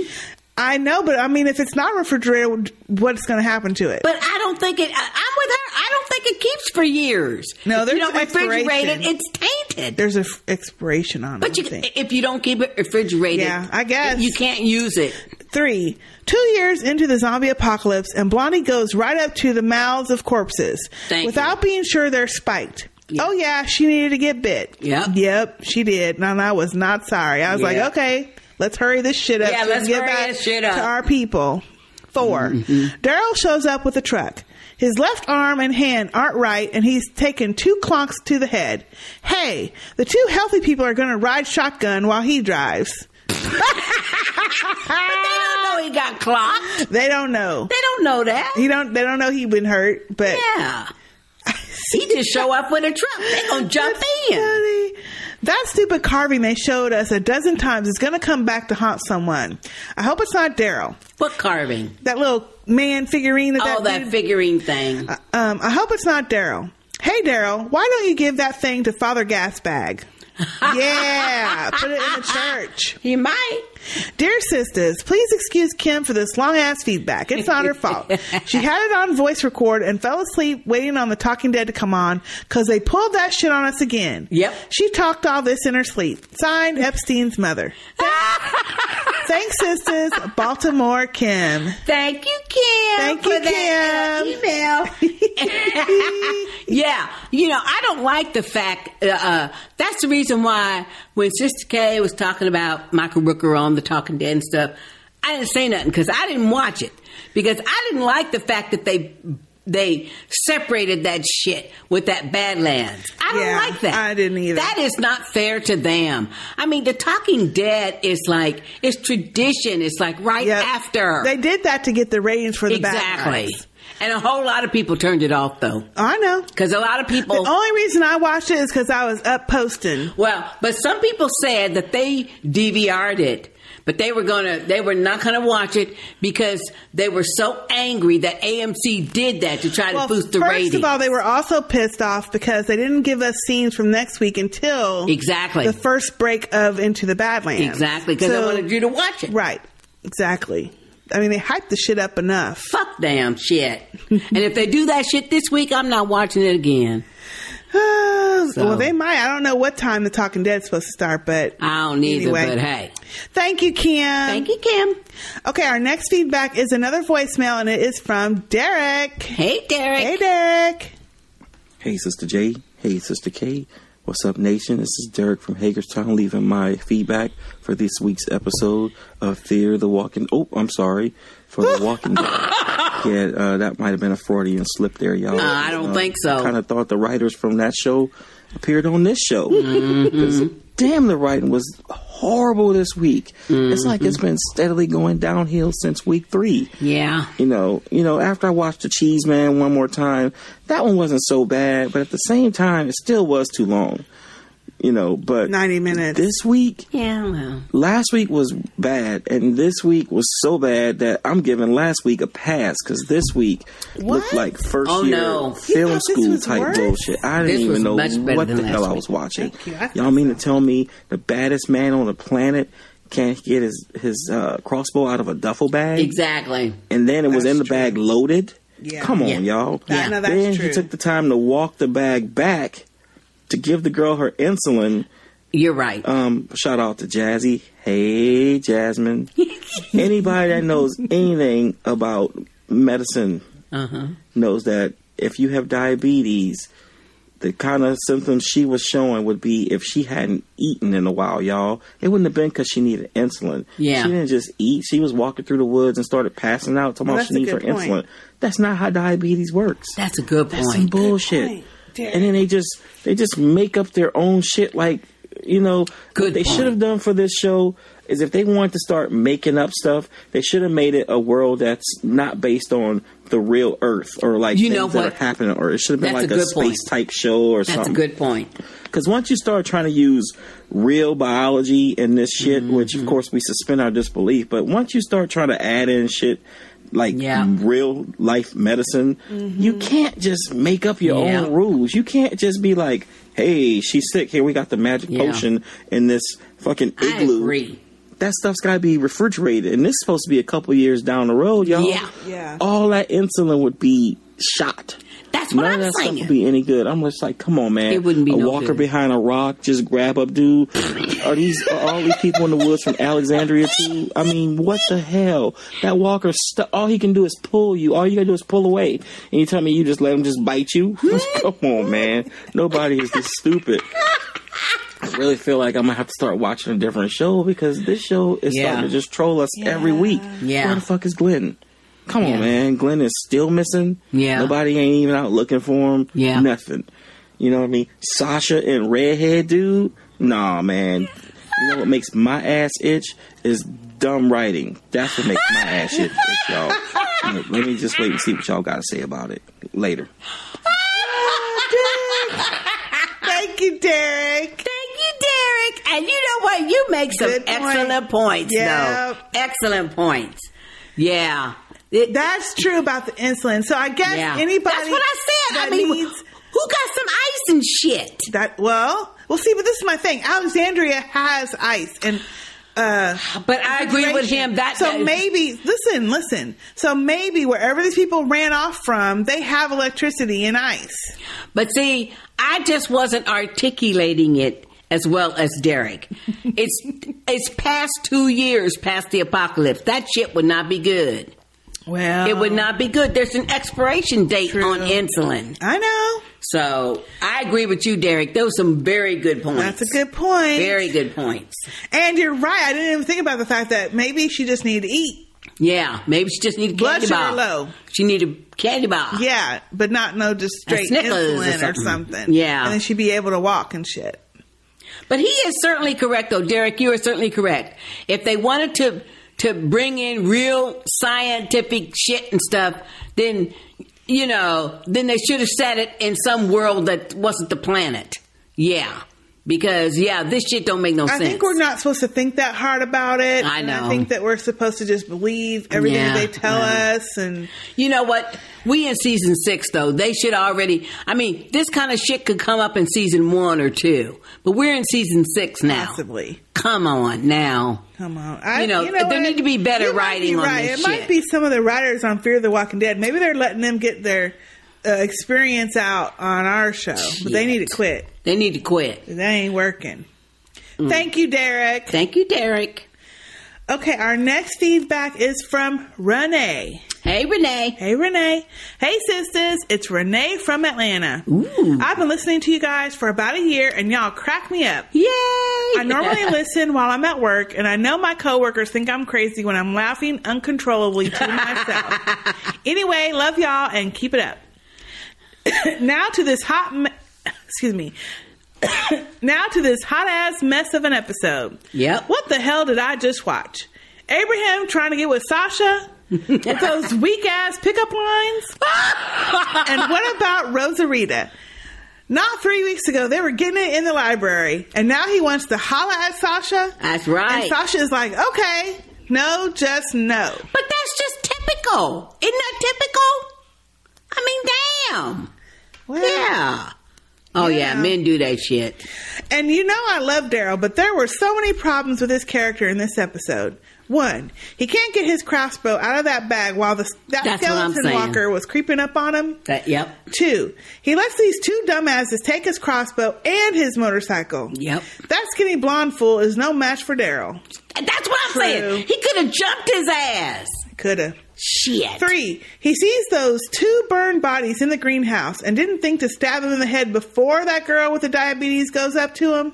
Speaker 1: I know, but I mean, if it's not refrigerated, what's going to happen to it?
Speaker 21: But I don't think it. I, I'm with her. I don't think it keeps for years.
Speaker 1: No,
Speaker 21: If
Speaker 1: there's
Speaker 21: you don't
Speaker 1: an
Speaker 21: refrigerate it.
Speaker 1: expiration.
Speaker 21: It's tainted.
Speaker 1: There's an expiration on it.
Speaker 21: But you, if you don't keep it refrigerated,
Speaker 1: Yeah, I guess.
Speaker 21: you can't use it. [laughs]
Speaker 1: Three, two years into the zombie apocalypse, and Blondie goes right up to the mouths of corpses without being sure they're spiked. Oh yeah, she needed to get bit. Yep. Yep, she did. And I was not sorry. I was
Speaker 21: Yeah.
Speaker 1: like, okay, let's hurry this shit up.
Speaker 21: Yeah,
Speaker 1: so we can
Speaker 21: let's
Speaker 1: get
Speaker 21: hurry
Speaker 1: back
Speaker 21: this shit up. Mm-hmm.
Speaker 1: to our people. 4 Daryl shows up with a truck. His left arm and hand aren't right, and he's taken two clonks to the head. Hey, the two healthy people are going to ride shotgun while he drives.
Speaker 21: Oh, he got clocked.
Speaker 1: [laughs] They don't know. They
Speaker 21: don't know that.
Speaker 1: He don't. They don't know he been hurt. But
Speaker 21: yeah, he just show up with a truck. They
Speaker 1: [laughs]
Speaker 21: gonna jump in.
Speaker 1: That stupid carving they showed us a dozen times is gonna come back to haunt someone. I hope it's not Daryl.
Speaker 21: What carving? [laughs]
Speaker 1: That little man figurine. That
Speaker 21: Oh, that
Speaker 1: dude-
Speaker 21: figurine thing.
Speaker 1: Um, I hope it's not Daryl. Hey, Daryl, why don't you give that thing to Father Gasbag? yeah, put it in
Speaker 21: [laughs]
Speaker 1: the church.
Speaker 21: He might.
Speaker 1: Dear sisters, please excuse Kim for this long ass feedback. It's not
Speaker 21: [laughs]
Speaker 1: her fault. She had it on voice record and fell asleep waiting on the Talking Dead to come on because they pulled that shit on us again. Yep. She talked all this in her sleep. Signed Epstein's
Speaker 21: [laughs]
Speaker 1: mother. Thanks, sisters. Baltimore Kim.
Speaker 21: Thank you, Kim.
Speaker 1: Thank you,
Speaker 21: for that, uh,
Speaker 1: Kim.
Speaker 21: email. yeah, you know, I don't like the fact. Uh, uh, that's the reason why when Sister K was talking about Michael Rooker on the Talking Dead and stuff, I didn't say nothing because I didn't watch it because I didn't like the fact that they they separated that shit with that Badlands. I don't like that. I
Speaker 1: didn't either.
Speaker 21: That is not fair to them. I mean, the Talking Dead is like it's tradition. It's like right after
Speaker 1: They did that [laughs] to get the ratings for the bad
Speaker 21: exactly.
Speaker 1: guys.
Speaker 21: And a whole lot of people turned it off, though.
Speaker 1: I know
Speaker 21: because a lot of people.
Speaker 1: The only reason I watched it is because I was up posting.
Speaker 21: Well, but some people said that they DVR'd it But they were gonna, they were not gonna watch it because they were so angry that AMC did that to try to boost the
Speaker 1: first
Speaker 21: ratings.
Speaker 1: of all, they were also pissed off because they didn't give us scenes from next week until
Speaker 21: Exactly.
Speaker 1: the first break of Into the Badlands.
Speaker 21: Exactly, 'cause they wanted you to watch it.
Speaker 1: Right, exactly. I mean, they hyped the shit up enough.
Speaker 21: Fuck damn shit. [laughs] and if they do that shit this week, I'm not watching it again.
Speaker 1: [sighs] Well, they might. I don't know what time the Talking Dead's supposed to start, but
Speaker 21: I don't either,
Speaker 1: anyway.
Speaker 21: but hey.
Speaker 1: Thank you, Kim. Thank
Speaker 21: you, Kim.
Speaker 1: Okay, our next feedback is another voicemail, and it is from Derek.
Speaker 21: Hey, Derek.
Speaker 1: Hey, Derek.
Speaker 22: Hey, Sister J. Hey, Sister K. What's up, nation? This is Derek from Hagerstown leaving my feedback for this week's episode of Fear the Walking. Oh, I'm sorry. For The Walking
Speaker 21: [laughs]
Speaker 22: Dead. Yeah, uh, that might have been a Freudian slip there, y'all.
Speaker 21: Uh, I don't think so.
Speaker 22: kind of thought the writers from that show appeared on this show.
Speaker 21: Mm-hmm.
Speaker 22: 'Cause Damn, the writing was horrible this week.
Speaker 21: Mm-hmm.
Speaker 22: It's like it's been steadily going downhill since week three.
Speaker 21: Yeah.
Speaker 22: You know, you know, after I watched The Cheese Man one more time, that one wasn't so bad, but at the same time, it still was too long. You know, but
Speaker 1: 90 minutes.
Speaker 22: This week,
Speaker 21: Yeah, well.
Speaker 22: last week was bad, and this week was so bad that I'm giving last week a pass because this week looked like first
Speaker 21: Oh,
Speaker 22: year
Speaker 21: no. You
Speaker 22: film
Speaker 21: thought this
Speaker 22: school
Speaker 21: was
Speaker 22: type
Speaker 21: worse?
Speaker 22: bullshit. I
Speaker 21: This
Speaker 22: didn't
Speaker 21: was
Speaker 22: even know
Speaker 21: much better
Speaker 22: what
Speaker 21: than
Speaker 22: the hell
Speaker 21: last
Speaker 22: I
Speaker 21: week.
Speaker 22: was watching.
Speaker 21: Thank you. I
Speaker 22: Y'all mean to tell me the baddest man on the planet can't get his his uh, crossbow out of a duffel bag?
Speaker 21: Exactly.
Speaker 22: And then it was in the bag loaded.
Speaker 21: Yeah.
Speaker 22: Come on,
Speaker 21: Yeah.
Speaker 22: y'all.
Speaker 21: Yeah. No, that's
Speaker 22: then
Speaker 21: true.
Speaker 22: he took the time to walk the bag back to give the girl her insulin.
Speaker 21: You're right.
Speaker 22: Um, shout out to Jazzy. Hey,
Speaker 21: [laughs]
Speaker 22: Jasmine. Anybody that knows anything about medicine
Speaker 21: Uh-huh.
Speaker 22: knows that if you have diabetes, the kind of symptoms she was showing would be if she hadn't eaten in a while, y'all. It wouldn't have been because she needed insulin.
Speaker 21: Yeah.
Speaker 22: She didn't just eat. She was walking through the woods and started passing out, talking
Speaker 21: Well,
Speaker 22: about
Speaker 21: that's
Speaker 22: she
Speaker 21: a
Speaker 22: needs her
Speaker 21: good
Speaker 22: insulin.
Speaker 21: point.
Speaker 22: That's not how diabetes works.
Speaker 21: That's a good
Speaker 22: That's
Speaker 21: point.
Speaker 22: some bullshit. And then they just they just make up their own shit. Like you know, what they
Speaker 21: point.
Speaker 22: should have done for this show is if they wanted to start making up stuff, they should have made it a world that's not based on the real Earth or like
Speaker 21: You
Speaker 22: things
Speaker 21: know
Speaker 22: that
Speaker 21: what?
Speaker 22: are happening, or it should have been
Speaker 21: That's
Speaker 22: like
Speaker 21: a
Speaker 22: a,
Speaker 21: good point.
Speaker 22: space type show or
Speaker 21: That's a
Speaker 22: something.
Speaker 21: good point.
Speaker 22: Because once you start trying to use real biology in this shit,
Speaker 21: Mm-hmm.
Speaker 22: which of course we suspend our disbelief, but once you start trying to add in shit like real life medicine,
Speaker 21: Mm-hmm.
Speaker 22: you can't just make up your
Speaker 21: Yeah.
Speaker 22: own rules. You can't just be like, hey, she's sick. Here, we got the magic
Speaker 21: Yeah.
Speaker 22: potion in this fucking igloo. That stuff's got to be refrigerated. And this is supposed to be a couple years down the road, y'all.
Speaker 21: Yeah. Yeah.
Speaker 22: All that insulin would be shot.
Speaker 21: That's
Speaker 22: None
Speaker 21: what
Speaker 22: of
Speaker 21: I'm
Speaker 22: that stuff
Speaker 21: saying.
Speaker 22: would be any good. I'm just like, come on, man.
Speaker 21: It wouldn't be
Speaker 22: a
Speaker 21: no
Speaker 22: walker
Speaker 21: good.
Speaker 22: behind a rock. Just grab up, dude. are these are all these people in the woods from Alexandria too? I mean, what the hell? That walker, stu all he can do is pull you. All you gotta do is pull away. And you tell me you just let him just bite you? [laughs] come on, man. Nobody is this stupid. I really feel like I'm gonna have to start watching a different show because this show is
Speaker 21: Yeah.
Speaker 22: starting to just troll us every week.
Speaker 21: Yeah.
Speaker 22: Where the fuck is Glenn? Come on, man. Glenn is still missing.
Speaker 21: Yeah.
Speaker 22: Nobody ain't even out looking for him.
Speaker 21: Yeah.
Speaker 22: Nothing. You know what I mean? Sasha and Redhead dude? Nah, man. You know what makes my ass itch is dumb writing. That's what makes my ass itch, itch, y'all. Let me just wait and see what y'all got to say about it later.
Speaker 1: Thank you, Derek.
Speaker 21: Thank you, Derek. And you know what? You make some excellent points,
Speaker 1: Yeah.
Speaker 21: though. Excellent points. Yeah.
Speaker 1: That's true about the insulin. So I guess
Speaker 21: Yeah.
Speaker 1: anybody
Speaker 21: That's what I said. I
Speaker 1: that
Speaker 21: mean,
Speaker 1: needs,
Speaker 21: who got some ice and shit?
Speaker 1: That well, well. See, but this is my thing. Alexandria has ice and. Uh,
Speaker 21: but I agree with him. That-
Speaker 1: so
Speaker 21: that-
Speaker 1: maybe listen, listen. So maybe wherever these people ran off from, they have electricity and ice.
Speaker 21: But see, I just wasn't articulating it as well as
Speaker 1: [laughs]
Speaker 21: Derek. it's it's past two years past the apocalypse. That shit would not be good.
Speaker 1: Well,
Speaker 21: it would not be good. There's an expiration date on insulin.
Speaker 1: I know.
Speaker 21: So I agree with you, Derek. Those some very good points.
Speaker 1: That's a good point.
Speaker 21: Very good points.
Speaker 1: And you're right. I didn't even think about the fact that maybe she just needed to eat.
Speaker 21: Yeah, maybe she just needed
Speaker 1: Blood
Speaker 21: candy
Speaker 1: sugar
Speaker 21: bar.
Speaker 1: low.
Speaker 21: She needed candy bar.
Speaker 1: Yeah, but not no just
Speaker 21: A
Speaker 1: straight
Speaker 21: Snickers or
Speaker 1: insulin or something.
Speaker 21: something. Yeah.
Speaker 1: and then she'd be able to walk and shit.
Speaker 21: But he is certainly correct, though, Derek. You are certainly correct. If they wanted to to bring in real scientific shit and stuff, then you know, then they should have said it in some world that wasn't the planet. Yeah, Because yeah, this shit don't make no
Speaker 1: I
Speaker 21: sense.
Speaker 1: think we're not supposed to think that hard about it.
Speaker 21: I
Speaker 1: and
Speaker 21: know.
Speaker 1: I think that we're supposed to just believe everything
Speaker 21: Yeah,
Speaker 1: they tell
Speaker 21: yeah.
Speaker 1: us. And
Speaker 21: you know what? We in season six though. They should already. I mean, this kind of shit could come up in season one or two, but we're in season six now.
Speaker 1: Possibly.
Speaker 21: Come on now.
Speaker 1: Come on. I,
Speaker 21: you know, there
Speaker 1: what?
Speaker 21: need to be better
Speaker 1: You might
Speaker 21: writing
Speaker 1: be
Speaker 21: on
Speaker 1: right.
Speaker 21: this
Speaker 1: it
Speaker 21: shit.
Speaker 1: might be some of the writers on Fear the Walking Dead. Maybe they're letting them get their uh, experience out on our show, but they need to quit.
Speaker 21: They need to quit. Mm.
Speaker 1: They ain't working. Thank you, Derek.
Speaker 21: Thank you, Derek.
Speaker 1: Okay, our next feedback is from Renee.
Speaker 21: Hey, Renee.
Speaker 1: Hey, Renee. Hey, sisters. It's Renee from Atlanta. I've been listening to you guys for about a year, and y'all crack me up.
Speaker 21: Yay!
Speaker 1: I
Speaker 21: [laughs]
Speaker 1: normally listen while I'm at work, and I know my coworkers think I'm crazy when I'm laughing uncontrollably to myself.
Speaker 21: [laughs]
Speaker 1: anyway, love y'all and keep it up. [coughs] now to this hot, me- [coughs] excuse me. now to this hot ass mess of an episode.
Speaker 21: Yep.
Speaker 1: What the hell did I just watch? Abraham trying to get with
Speaker 21: [laughs]
Speaker 1: Sasha with those weak ass pickup lines. and what about Rosarita? Not three weeks ago, they were getting it in the library, and now he wants to holla at Sasha.
Speaker 21: That's right.
Speaker 1: And Sasha is like, okay, no, just no.
Speaker 21: But that's just typical. Isn't that typical? I mean, damn. yeah. Oh yeah, men do that shit.
Speaker 1: And you know I love Daryl, but there were so many problems with his character in this episode. One, he can't get his crossbow out of that bag while the that
Speaker 21: That's what I'm
Speaker 1: skeleton
Speaker 21: saying.
Speaker 1: walker was creeping up on him.
Speaker 21: That yep.
Speaker 1: Two, he lets these two dumbasses take his crossbow and his motorcycle.
Speaker 21: Yep.
Speaker 1: That skinny blonde fool is no match for Daryl.
Speaker 21: That's what I'm saying. He could have jumped his ass.
Speaker 1: Could have.
Speaker 21: Shit.
Speaker 1: Three, he sees those two burned bodies in the greenhouse and didn't think to stab him in the head before that girl with the diabetes goes up to him.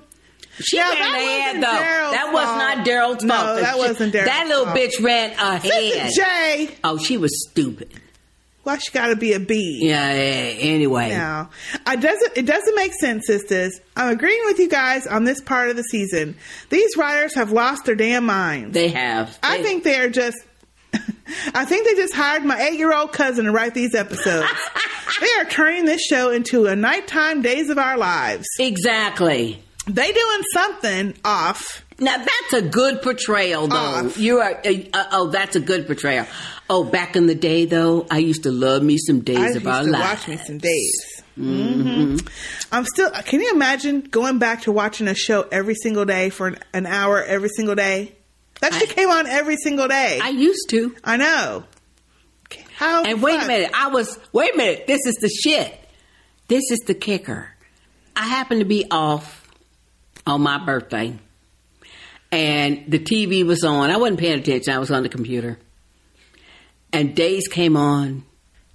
Speaker 21: She
Speaker 1: Yeah,
Speaker 21: ran
Speaker 1: that
Speaker 21: ahead
Speaker 1: wasn't
Speaker 21: though.
Speaker 1: Daryl's
Speaker 21: that was
Speaker 1: fault.
Speaker 21: not Daryl's
Speaker 1: No,
Speaker 21: fault.
Speaker 1: that
Speaker 21: She-
Speaker 1: wasn't Daryl's
Speaker 21: That little
Speaker 1: fault.
Speaker 21: bitch ran ahead.
Speaker 1: Sister Jay.
Speaker 21: Oh, she was stupid.
Speaker 1: Why she gotta be a bee?
Speaker 21: Yeah. yeah anyway.
Speaker 1: No, I doesn't. It doesn't make sense, sisters. I'm agreeing with you guys on this part of the season. These writers have lost their damn minds.
Speaker 21: They have.
Speaker 1: I think they are just. [laughs] I think they just hired my eight-year-old cousin to write these episodes.
Speaker 21: [laughs]
Speaker 1: they are turning this show into a nighttime days of our lives.
Speaker 21: Exactly.
Speaker 1: They doing something off.
Speaker 21: Now that's a good portrayal, though. You are. Uh, uh, oh, that's a good portrayal. Oh, back in the day, though, I used to love me some days
Speaker 1: I
Speaker 21: of
Speaker 1: used
Speaker 21: our
Speaker 1: to
Speaker 21: lives.
Speaker 1: watch Mm-hmm. me some days.
Speaker 21: Mhm.
Speaker 1: I'm still. Can you imagine going back to watching a show every single day for an, an hour every single day? That shit came on every single day. I
Speaker 21: used to.
Speaker 1: I know. How?
Speaker 21: And wait a minute, I was. Wait a minute, this is the shit. This is the kicker. I happened to be off on my birthday, and the TV was on. I wasn't paying attention. I was on the computer, and Days came on.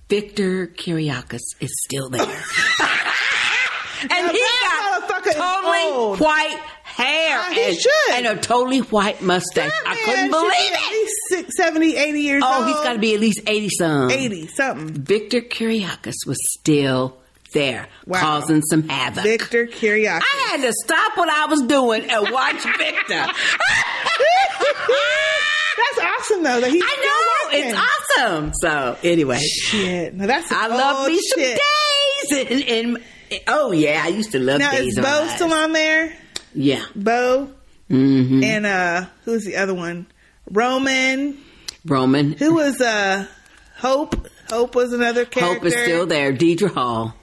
Speaker 21: Victor Kiriakis is still there. and he got [laughs] totally white hair.
Speaker 1: Uh, he
Speaker 21: and,
Speaker 1: should.
Speaker 21: and a totally white mustache. I couldn't believe it.
Speaker 1: At least six, 70, 80 years
Speaker 21: oh,
Speaker 1: old.
Speaker 21: he's got to be at least 80 some.
Speaker 1: 80 something.
Speaker 21: Victor Kiriakis was still there, causing some havoc.
Speaker 1: Victor Kiriakis.
Speaker 21: I had to stop what I was [laughs] doing and
Speaker 1: [laughs]
Speaker 21: watch Victor.
Speaker 1: That's awesome, though. Oh, That he's
Speaker 21: I know.
Speaker 1: still working.
Speaker 21: It's awesome. So, anyway.
Speaker 1: Shit. Now, that's
Speaker 21: I love
Speaker 1: old
Speaker 21: me
Speaker 1: shit.
Speaker 21: some days. And, and- oh, yeah. I used to love
Speaker 1: Now
Speaker 21: days.
Speaker 1: is
Speaker 21: of our
Speaker 1: Bo
Speaker 21: lives.
Speaker 1: still on there?
Speaker 21: Yeah.
Speaker 1: Bo
Speaker 21: hmm
Speaker 1: and uh, who's the other one? Roman.
Speaker 21: Roman.
Speaker 1: Who was uh, Hope? Hope was another character.
Speaker 21: Hope is still there. Deidre Hall.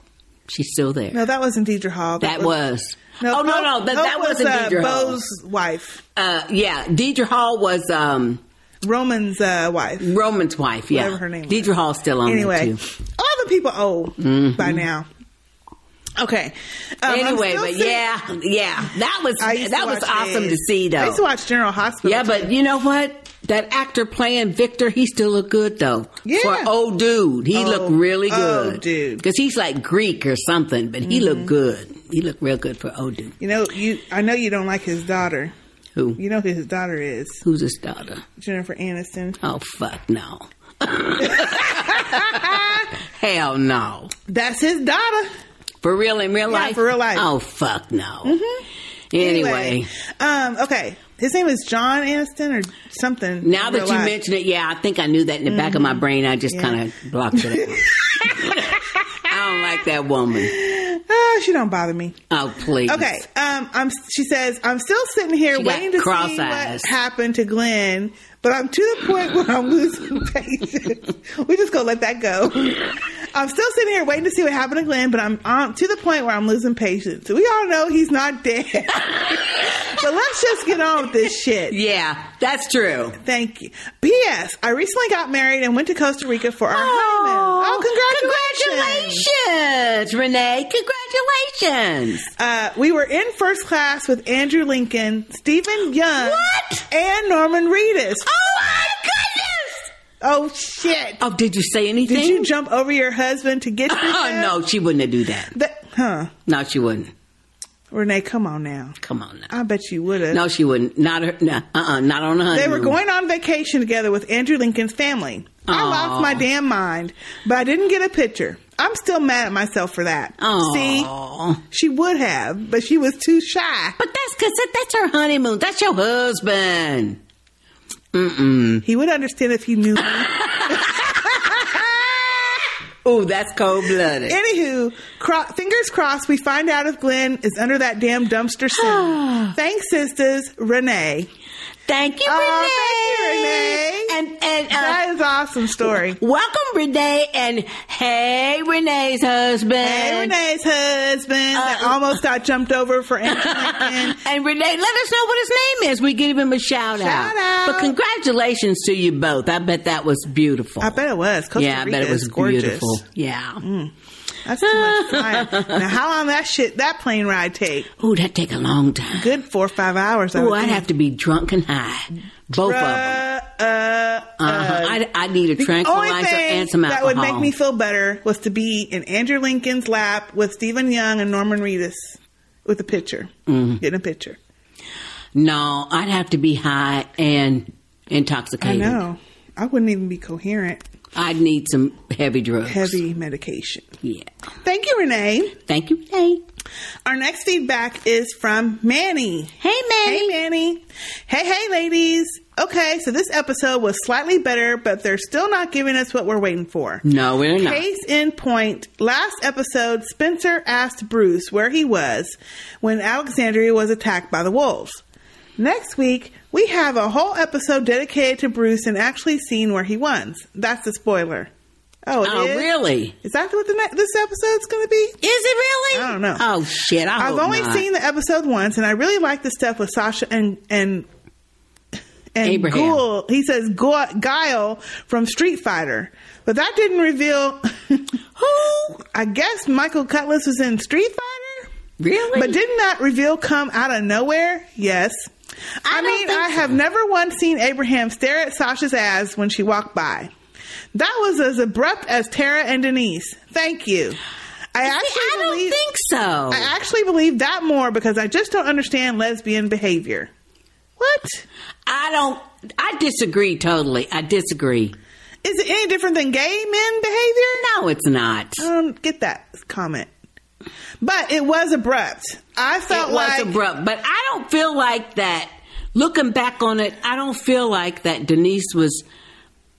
Speaker 21: She's still there.
Speaker 1: No, that wasn't Deidra Hall.
Speaker 21: that was.
Speaker 1: No,
Speaker 21: oh, no,
Speaker 1: Hope-
Speaker 21: no. That,
Speaker 1: Hope
Speaker 21: that wasn't
Speaker 1: was, uh,
Speaker 21: Deidre Hall.
Speaker 1: Bo's wife.
Speaker 21: Uh, yeah, Deidre Hall was um,
Speaker 1: Roman's uh, wife.
Speaker 21: Roman's wife, yeah.
Speaker 1: Whatever her name was.
Speaker 21: Deidre Hall's still on
Speaker 1: Anyway,
Speaker 21: there too.
Speaker 1: all the people old
Speaker 21: Mhm.
Speaker 1: by now. Okay. Um, I'm
Speaker 21: anyway,
Speaker 1: still
Speaker 21: but
Speaker 1: seeing-
Speaker 21: yeah, yeah, that was
Speaker 1: I used to
Speaker 21: that was
Speaker 1: watch
Speaker 21: awesome to
Speaker 1: Days.
Speaker 21: see though.
Speaker 1: I used to watch General Hospital.
Speaker 21: yeah, but you know what? That actor playing Victor, he still looked good though. Yeah, for an old dude, he
Speaker 1: Oh,
Speaker 21: looked really good, dude. Because he's like Greek or something, but he
Speaker 1: Mm-hmm.
Speaker 21: looked good. He looked real good for old dude.
Speaker 1: You know, you I know you don't like his daughter.
Speaker 21: Who?
Speaker 1: You know who his daughter is?
Speaker 21: Who's his daughter?
Speaker 1: Jennifer Aniston.
Speaker 21: Oh fuck no! [laughs] Hell no!
Speaker 1: That's his daughter.
Speaker 21: For real in real
Speaker 1: Yeah,
Speaker 21: life?
Speaker 1: for real life.
Speaker 21: Oh fuck no!
Speaker 1: Mhm.
Speaker 21: anyway.
Speaker 1: um, okay. His name is John Aniston or something.
Speaker 21: Now that you mention it, yeah, I think I knew that in the back of my brain. I just
Speaker 1: Mm-hmm. Yeah. [laughs]
Speaker 21: kind of blocked it out. I don't like that woman.
Speaker 1: Oh, she don't bother me.
Speaker 21: Oh, please.
Speaker 1: Okay. Um, I'm. She says I'm still sitting here
Speaker 21: She got
Speaker 1: waiting to
Speaker 21: cross
Speaker 1: see
Speaker 21: eyes.
Speaker 1: what happened to Glenn, but I'm to the point where I'm losing [laughs] patience. we just gonna let that go. [laughs] I'm still sitting here waiting to see what happened to Glenn, but I'm um, to the point where I'm losing patience. We all know he's not dead, [laughs] but let's just get on with this shit.
Speaker 21: Yeah, that's true.
Speaker 1: Thank you. P.S. I recently got married and went to Costa Rica for our honeymoon. Oh, congratulations!
Speaker 21: Congratulations, Renee. Congratulations.
Speaker 1: Uh, we were in first class with Andrew Lincoln, Stephen Young, and Norman Reedus. Oh my goodness! Oh shit!
Speaker 21: Oh, did you say anything?
Speaker 1: Did you jump over your husband to get to
Speaker 21: Oh,
Speaker 1: him?
Speaker 21: no, she wouldn't have do that.
Speaker 1: That- huh?
Speaker 21: No, she wouldn't.
Speaker 1: Renee, come on now.
Speaker 21: Come on now.
Speaker 1: I bet you would have.
Speaker 21: No, she wouldn't. Not her. No, uh, uh not on her.
Speaker 1: They were going on vacation together with Andrew Lincoln's family. I
Speaker 21: Aw.
Speaker 1: lost my damn mind, but I didn't get a picture. I'm still mad at myself for that.
Speaker 21: Aw.
Speaker 1: See, she would have, but she was too shy.
Speaker 21: But that's because that's her honeymoon. That's your husband. Mm-mm.
Speaker 1: He would understand if he knew.
Speaker 21: oh, that's cold blooded.
Speaker 1: Anywho, cro- fingers crossed we find out if Glenn is under that damn
Speaker 21: [sighs]
Speaker 1: dumpster soon. Thanks, sisters. Renee. Oh,
Speaker 21: Thank you,
Speaker 1: Renee.
Speaker 21: Renee. And, and uh,
Speaker 1: that is awesome story.
Speaker 21: Welcome, Renee, and hey, Renee's husband.
Speaker 1: Hey, Renee's husband. that almost got jumped over for Andrew Lincoln.
Speaker 21: and Renee, let us know what his name is. We give him a shout, out.
Speaker 1: out.
Speaker 21: But congratulations to you both. I bet that was beautiful. I
Speaker 1: bet it was. Costa
Speaker 21: yeah, I bet
Speaker 1: Rica
Speaker 21: it was
Speaker 1: is gorgeous.
Speaker 21: beautiful. Yeah.
Speaker 1: Mm, That's
Speaker 21: [laughs]
Speaker 1: too much flying. now, how long that shit that plane ride take?
Speaker 21: Ooh, that take a long time.
Speaker 1: Good four or five hours.
Speaker 21: Ooh, I'd have to be drunk and high. Both of them.
Speaker 1: Uh, uh,
Speaker 21: Uh-huh. I, I need a
Speaker 1: The only
Speaker 21: tranquilizer
Speaker 1: thing
Speaker 21: and some
Speaker 1: that
Speaker 21: alcohol.
Speaker 1: would make me feel better was to be in Andrew Lincoln's lap with Stephen Young and Norman Reedus with a picture,
Speaker 21: Mhm.
Speaker 1: getting a picture.
Speaker 21: no, I'd have to be high and
Speaker 1: I
Speaker 21: intoxicated.
Speaker 1: know. I wouldn't even be coherent.
Speaker 21: I'd need some heavy drugs.
Speaker 1: Heavy medication.
Speaker 21: Yeah.
Speaker 1: Thank you, Renee.
Speaker 21: Thank you, Renee.
Speaker 1: Our next feedback is from Manny.
Speaker 21: Hey, Manny.
Speaker 1: Hey, Manny. Hey, hey, ladies. Okay, so this episode was slightly better, but they're still not giving us what we're waiting for.
Speaker 21: No, we're not.
Speaker 1: Case in point, last episode, Spencer asked Bruce where he was when Alexandria was attacked by the wolves. Next week, we have a whole episode dedicated to Bruce and actually seeing where he was. That's the spoiler. Oh, it
Speaker 21: Oh,
Speaker 1: is?
Speaker 21: really?
Speaker 1: Is that what the ne- this episode's going to be? Is it
Speaker 21: really?
Speaker 1: I don't know.
Speaker 21: Oh shit! I
Speaker 1: I've
Speaker 21: hope
Speaker 1: only
Speaker 21: not.
Speaker 1: seen the episode once, and I really like the stuff with Sasha and and and
Speaker 21: Abraham.
Speaker 1: Ghoul. He says Gu- Guile from Street Fighter, but that didn't reveal [laughs] who. I guess Michael Cutlass was in Street Fighter.
Speaker 21: Really?
Speaker 1: But didn't that reveal come out of nowhere? Yes. I, mean, I have never once seen Abraham stare at Sasha's ass when she walked by. That was as abrupt as Tara and Denise. Thank you. I actually don't think
Speaker 21: so.
Speaker 1: I actually believe that more because I just don't understand lesbian behavior. What?
Speaker 21: I don't. I disagree totally. I disagree.
Speaker 1: Is it any different than gay men behavior?
Speaker 21: No, it's not.
Speaker 1: I don't get that comment. But it was abrupt. I
Speaker 21: [laughs]
Speaker 1: felt
Speaker 21: It was
Speaker 1: like
Speaker 21: abrupt, but I don't feel like that. Looking back on it, I don't feel like that. Denise was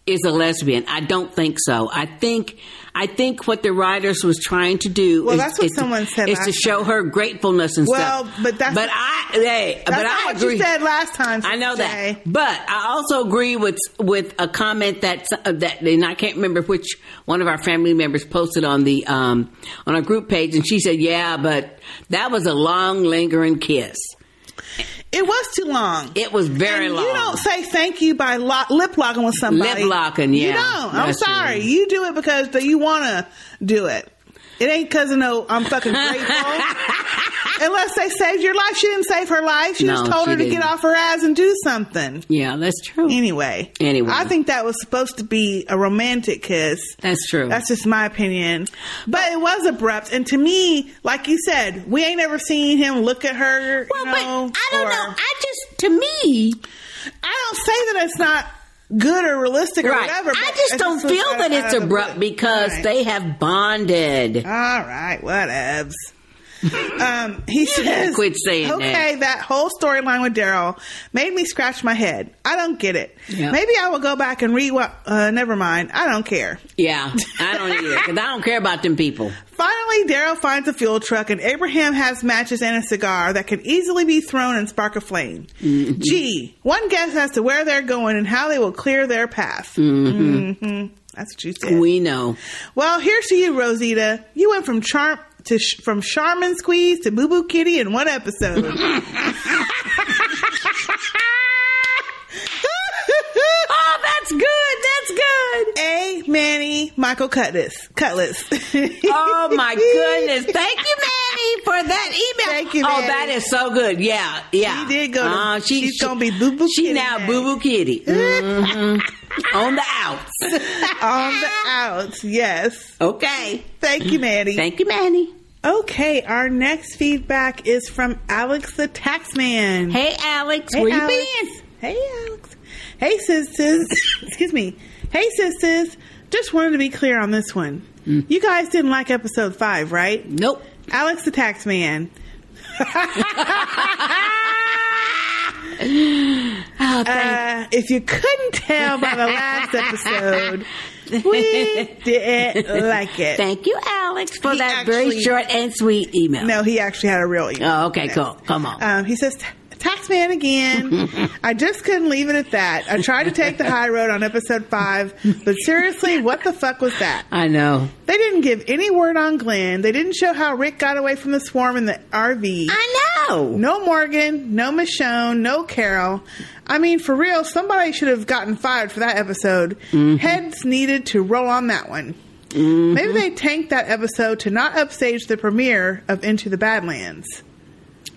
Speaker 21: is a lesbian. I don't think so. I think I think what the writers was trying to do
Speaker 1: Well,
Speaker 21: is,
Speaker 1: that's what
Speaker 21: is to-
Speaker 1: someone said
Speaker 21: is to
Speaker 1: last
Speaker 21: show her gratefulness and
Speaker 1: Well,
Speaker 21: stuff.
Speaker 1: but that's
Speaker 21: but I hey,
Speaker 1: That's
Speaker 21: but
Speaker 1: not
Speaker 21: I
Speaker 1: what
Speaker 21: agree.
Speaker 1: you said last time.
Speaker 21: I know that, but I also agree with with a comment that uh, that and I can't remember which one of our family members posted on the um, on our group page, and she said, "Yeah, but that was a long, lingering kiss.
Speaker 1: It was too long.
Speaker 21: It was very
Speaker 1: And
Speaker 21: long.
Speaker 1: You don't say thank you by lo- lip locking with somebody.
Speaker 21: Lip locking,
Speaker 1: You
Speaker 21: yeah.
Speaker 1: don't. I'm
Speaker 21: That's
Speaker 1: sorry.
Speaker 21: right.
Speaker 1: You do it because that you want to do it. It ain't because of no, I'm fucking
Speaker 21: [laughs]
Speaker 1: grateful. Unless they saved your life. She didn't save her life. She
Speaker 21: No,
Speaker 1: just told
Speaker 21: she
Speaker 1: her to
Speaker 21: didn't.
Speaker 1: get off her ass and do something.
Speaker 21: Yeah, that's true.
Speaker 1: Anyway.
Speaker 21: Anyway.
Speaker 1: I think that was supposed to be a romantic kiss.
Speaker 21: That's true.
Speaker 1: That's just my opinion. But it was abrupt. And to me, like you said, we ain't ever seen him look at her. Well, but I don't know.
Speaker 21: I just, to me,
Speaker 1: I don't say that it's not good or realistic or
Speaker 21: right?
Speaker 1: whatever.
Speaker 21: I
Speaker 1: but
Speaker 21: just
Speaker 1: it's
Speaker 21: don't
Speaker 1: was
Speaker 21: feel
Speaker 1: out-
Speaker 21: that
Speaker 1: out
Speaker 21: it's
Speaker 1: of the
Speaker 21: abrupt
Speaker 1: blue.
Speaker 21: because
Speaker 1: Right.
Speaker 21: they have bonded. All [laughs]
Speaker 1: right, whatevs. Um, he says,
Speaker 21: quit saying that.
Speaker 1: okay, that, whole storyline with Daryl made me scratch my head. I don't get it.
Speaker 21: Yeah.
Speaker 1: Maybe I will go back and read what. Uh, never mind. I don't care.
Speaker 21: Yeah, I don't either because I don't care about them people.
Speaker 1: [laughs] Finally, Daryl finds a fuel truck, and Abraham has matches and a cigar that can easily be thrown and spark a flame. [laughs] Gee, one guess as to where they're going and how they will clear their path.
Speaker 21: Mhm.
Speaker 1: Mhm. That's what you said.
Speaker 21: We know.
Speaker 1: Well, here's to you, Rosita. You went from charm to sh- from Charmin Squeeze to Boo Boo Kitty in one episode.
Speaker 21: [laughs]
Speaker 1: oh,
Speaker 21: that's good. That's good.
Speaker 1: A. Manny Michael Cutlass. Cutlass. [laughs]
Speaker 21: Oh my goodness! Thank you, Manny, for that email.
Speaker 1: Thank you,
Speaker 21: Oh,
Speaker 1: Manny.
Speaker 21: that is so good. Yeah, yeah.
Speaker 1: She did go to-
Speaker 21: Uh, she, she's gonna be boo boo. She now boo boo
Speaker 1: [laughs]
Speaker 21: kitty Mhm. on the outs.
Speaker 1: on the outs, yes.
Speaker 21: Okay.
Speaker 1: Thank you, Manny.
Speaker 21: Thank you, Manny.
Speaker 1: Okay, our next feedback is from Alex the Taxman.
Speaker 21: Hey, Alex, where you
Speaker 1: been? Hey, Alex. Hey, sisters. [laughs] Excuse me. Hey, sisters. Just wanted to be clear on this one. You guys didn't like episode five, right?
Speaker 21: Mm. Nope.
Speaker 1: Alex
Speaker 21: [laughs]
Speaker 1: the Oh, Taxman. Uh, if you couldn't tell by the last episode,
Speaker 21: [laughs]
Speaker 1: we didn't like it.
Speaker 21: Thank you, Alex, for
Speaker 1: He
Speaker 21: that very
Speaker 1: actually-
Speaker 21: short and sweet email. [laughs]
Speaker 1: No, he actually had a real email.
Speaker 21: Oh, okay, cool. Come on.
Speaker 1: Um, he says, "Tax
Speaker 21: [laughs]
Speaker 1: man again.
Speaker 21: Oh,
Speaker 1: I just couldn't leave it at that. I tried to take the high road on episode five, but seriously, what the fuck was that?
Speaker 21: I know.
Speaker 1: They didn't give any word on Glenn. They didn't show how Rick got away from the swarm in the RV.
Speaker 21: I know.
Speaker 1: No Morgan, no Michonne, no Carol. I mean, for real, somebody should have gotten fired for that episode.
Speaker 21: Mm-hmm.
Speaker 1: Heads needed to roll on that one. Maybe they tanked that episode to not upstage the premiere of Into the Badlands.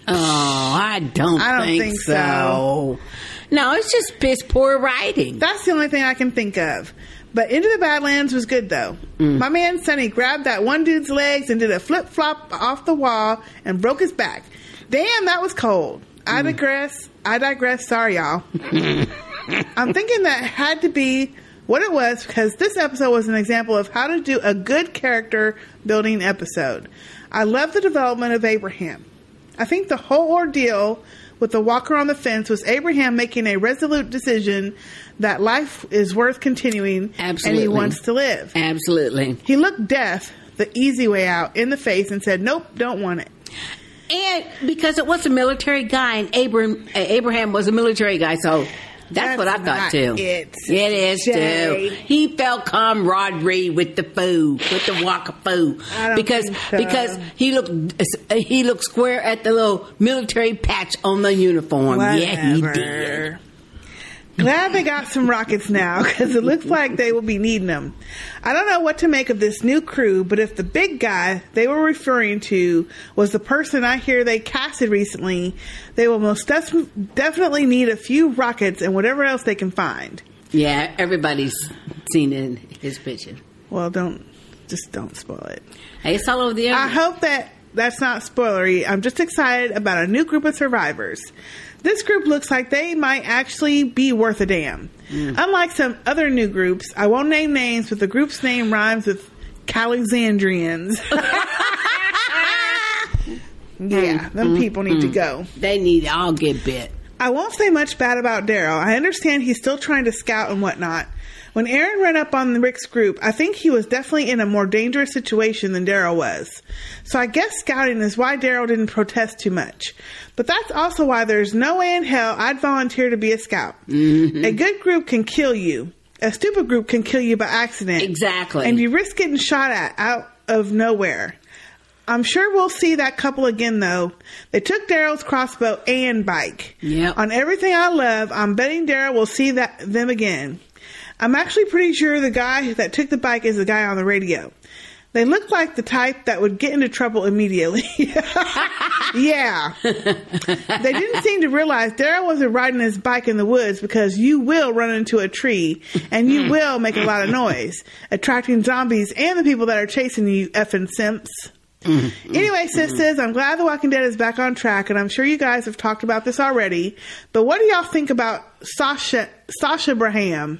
Speaker 21: Oh, I don't.
Speaker 1: I don't
Speaker 21: think,
Speaker 1: think
Speaker 21: so.
Speaker 1: so.
Speaker 21: No, it's just piss poor writing.
Speaker 1: That's the only thing I can think of. But Into the Badlands was good though.
Speaker 21: Mm.
Speaker 1: My man Sonny grabbed that one dude's legs and did a flip flop off the wall and broke his back. Damn, that was cold.
Speaker 21: Mm.
Speaker 1: I digress. I digress. Sorry, y'all. I'm thinking that had to be what it was because this episode was an example of how to do a good character building episode. I love the development of Abraham. I think the whole ordeal with the walker on the fence was Abraham making a resolute decision that life is worth continuing and
Speaker 21: Absolutely.
Speaker 1: he wants to live.
Speaker 21: Absolutely.
Speaker 1: He looked death, the easy way out, in the face and said, Nope, don't want it.
Speaker 21: And because it was a military guy, and Abraham, uh, Abraham was a military guy, so that's, what I
Speaker 1: not
Speaker 21: thought too.
Speaker 1: it,
Speaker 21: it is
Speaker 1: Jay.
Speaker 21: too. He felt camaraderie with the food, with the walk of food,
Speaker 1: I don't
Speaker 21: because
Speaker 1: think so.
Speaker 21: because he looked he looked square at the little military patch on the uniform. Um, Yeah, he did.
Speaker 1: Whatever. Glad they got some rockets now [laughs] because it looks like they will be needing them. I don't know what to make of this new crew, but if the big guy they were referring to was the person I hear they casted recently, they will most def- definitely need a few rockets and whatever else they can find.
Speaker 21: Yeah, everybody's seen in his picture.
Speaker 1: Well, don't just don't spoil it.
Speaker 21: Hey, it's all over the
Speaker 1: I hope that that's not spoilery. I'm just excited about a new group of survivors. This group looks like they might actually be worth a damn.
Speaker 21: Mm.
Speaker 1: Unlike some other new groups, I won't name names, but the group's name rhymes with Calexandrians. yeah, them people need to go.
Speaker 21: Mm-hmm. They need to all get bit.
Speaker 1: I won't say much bad about Daryl. I understand he's still trying to scout and whatnot. When Aaron ran up on Rick's group, I think he was definitely in a more dangerous situation than Daryl was. So I guess scouting is why Daryl didn't protest too much. But that's also why there's no way in hell I'd volunteer to be a scout. A good group can kill you. A stupid group can kill you by accident.
Speaker 21: Exactly.
Speaker 1: And you risk getting shot at out of nowhere. I'm sure we'll see that couple again, though. They took Daryl's crossbow and bike.
Speaker 21: Yep.
Speaker 1: On everything I love, I'm betting Daryl will see that them again. I'm actually pretty sure the guy that took the bike is the guy on the radio. They look like the type that would get into trouble immediately. [laughs] yeah. they didn't seem to realize Daryl wasn't riding his bike in the woods because you will run into a tree and you will make a lot of noise, attracting zombies and the people that are chasing you, effing simps. Anyway, sisters, I'm glad The Walking Dead is back on track, and I'm sure you guys have talked about this already. But what do y'all think about Sasha Sasha Braham?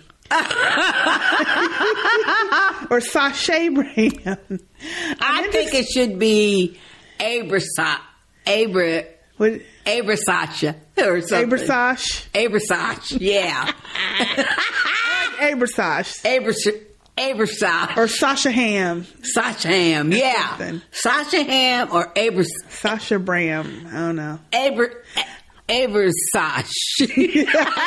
Speaker 1: or Sasha Braham?
Speaker 21: [laughs] I think it should be Abrasat. Abra.
Speaker 1: What?
Speaker 21: Abrasasha or something.
Speaker 1: Abrasash.
Speaker 21: Abrasash. Yeah.
Speaker 1: Abrasash.
Speaker 21: Abras. Abrasash.
Speaker 1: Or Sasha Ham.
Speaker 21: Sasha Ham. Yeah. Sasha Ham or Abras.
Speaker 1: Sasha Bram. I don't know.
Speaker 21: Abra. Abrasash.
Speaker 1: [laughs]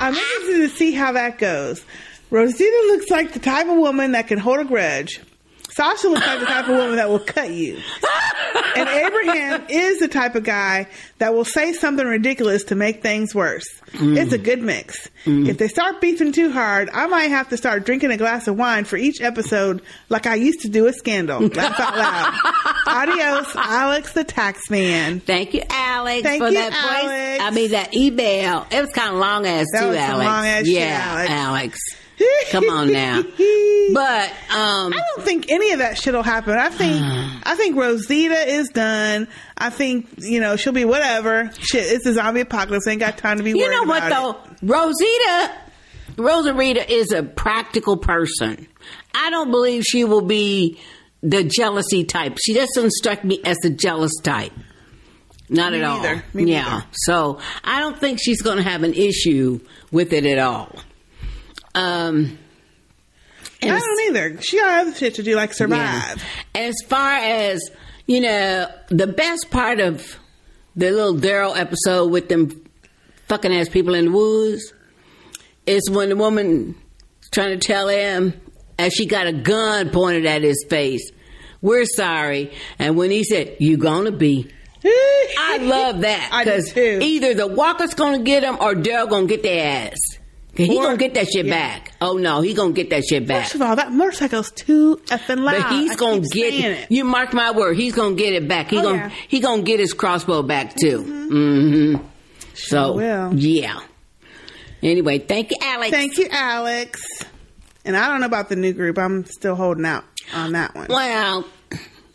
Speaker 1: I'm interested to see how that goes. Rosita looks like the type of woman that can hold a grudge. Sasha looks like the type of woman that will cut you. And Abraham is the type of guy that will say something ridiculous to make things worse.
Speaker 21: Mm.
Speaker 1: It's a good mix.
Speaker 21: Mm.
Speaker 1: If they start beefing too hard, I might have to start drinking a glass of wine for each episode like I used to do a scandal. Laugh out loud.
Speaker 21: [laughs]
Speaker 1: Adios, Alex the tax man.
Speaker 21: Thank you, Alex,
Speaker 1: Thank
Speaker 21: for
Speaker 1: you,
Speaker 21: that
Speaker 1: Alex.
Speaker 21: voice. I mean, that email. It was kind of long ass,
Speaker 1: That
Speaker 21: too,
Speaker 1: was some
Speaker 21: Alex.
Speaker 1: long-ass shit,
Speaker 21: yeah,
Speaker 1: Alex. [laughs]
Speaker 21: Alex. Come on now. But um Uh.
Speaker 1: I don't think any of that shit'll happen. I think I think Rosita is done. I think, you know, she'll be whatever. Shit, it's a zombie apocalypse. Ain't got time to be
Speaker 21: You
Speaker 1: worried
Speaker 21: know what,
Speaker 1: about it.
Speaker 21: though? Rosita, Rosarita is a practical person. I don't believe she will be the jealousy type. She doesn't strike me as the jealous type. Not
Speaker 1: Me
Speaker 21: at all.
Speaker 1: neither. Me
Speaker 21: yeah. So I don't think she's going to have an issue with it at all. Um,
Speaker 1: I don't either. She got other shit to do, like survive.
Speaker 21: As far as you know, the best part of the little Daryl episode with them fucking ass people in the woods is when the woman trying to tell him, as she got a gun pointed at his face, "We're sorry," and when he said, "You gonna be." I love that because either the walker's gonna get him or Daryl gonna get their ass. 'Cause He gonna get that shit back. Oh no, he gonna get that shit back.
Speaker 1: First of all, that motorcycle's too effing loud.
Speaker 21: But he's
Speaker 1: Ah, I
Speaker 21: gonna
Speaker 1: keep
Speaker 21: get
Speaker 1: saying
Speaker 21: it. You mark my word, he's gonna get it back. He
Speaker 1: Oh,
Speaker 21: gonna
Speaker 1: yeah. Mm-hmm.
Speaker 21: he gonna get his crossbow back too. hmm So
Speaker 1: will.
Speaker 21: yeah. Anyway, thank you, Alex.
Speaker 1: Thank you, Alex. And I don't know about the new group. I'm still holding out on that one.
Speaker 21: Well,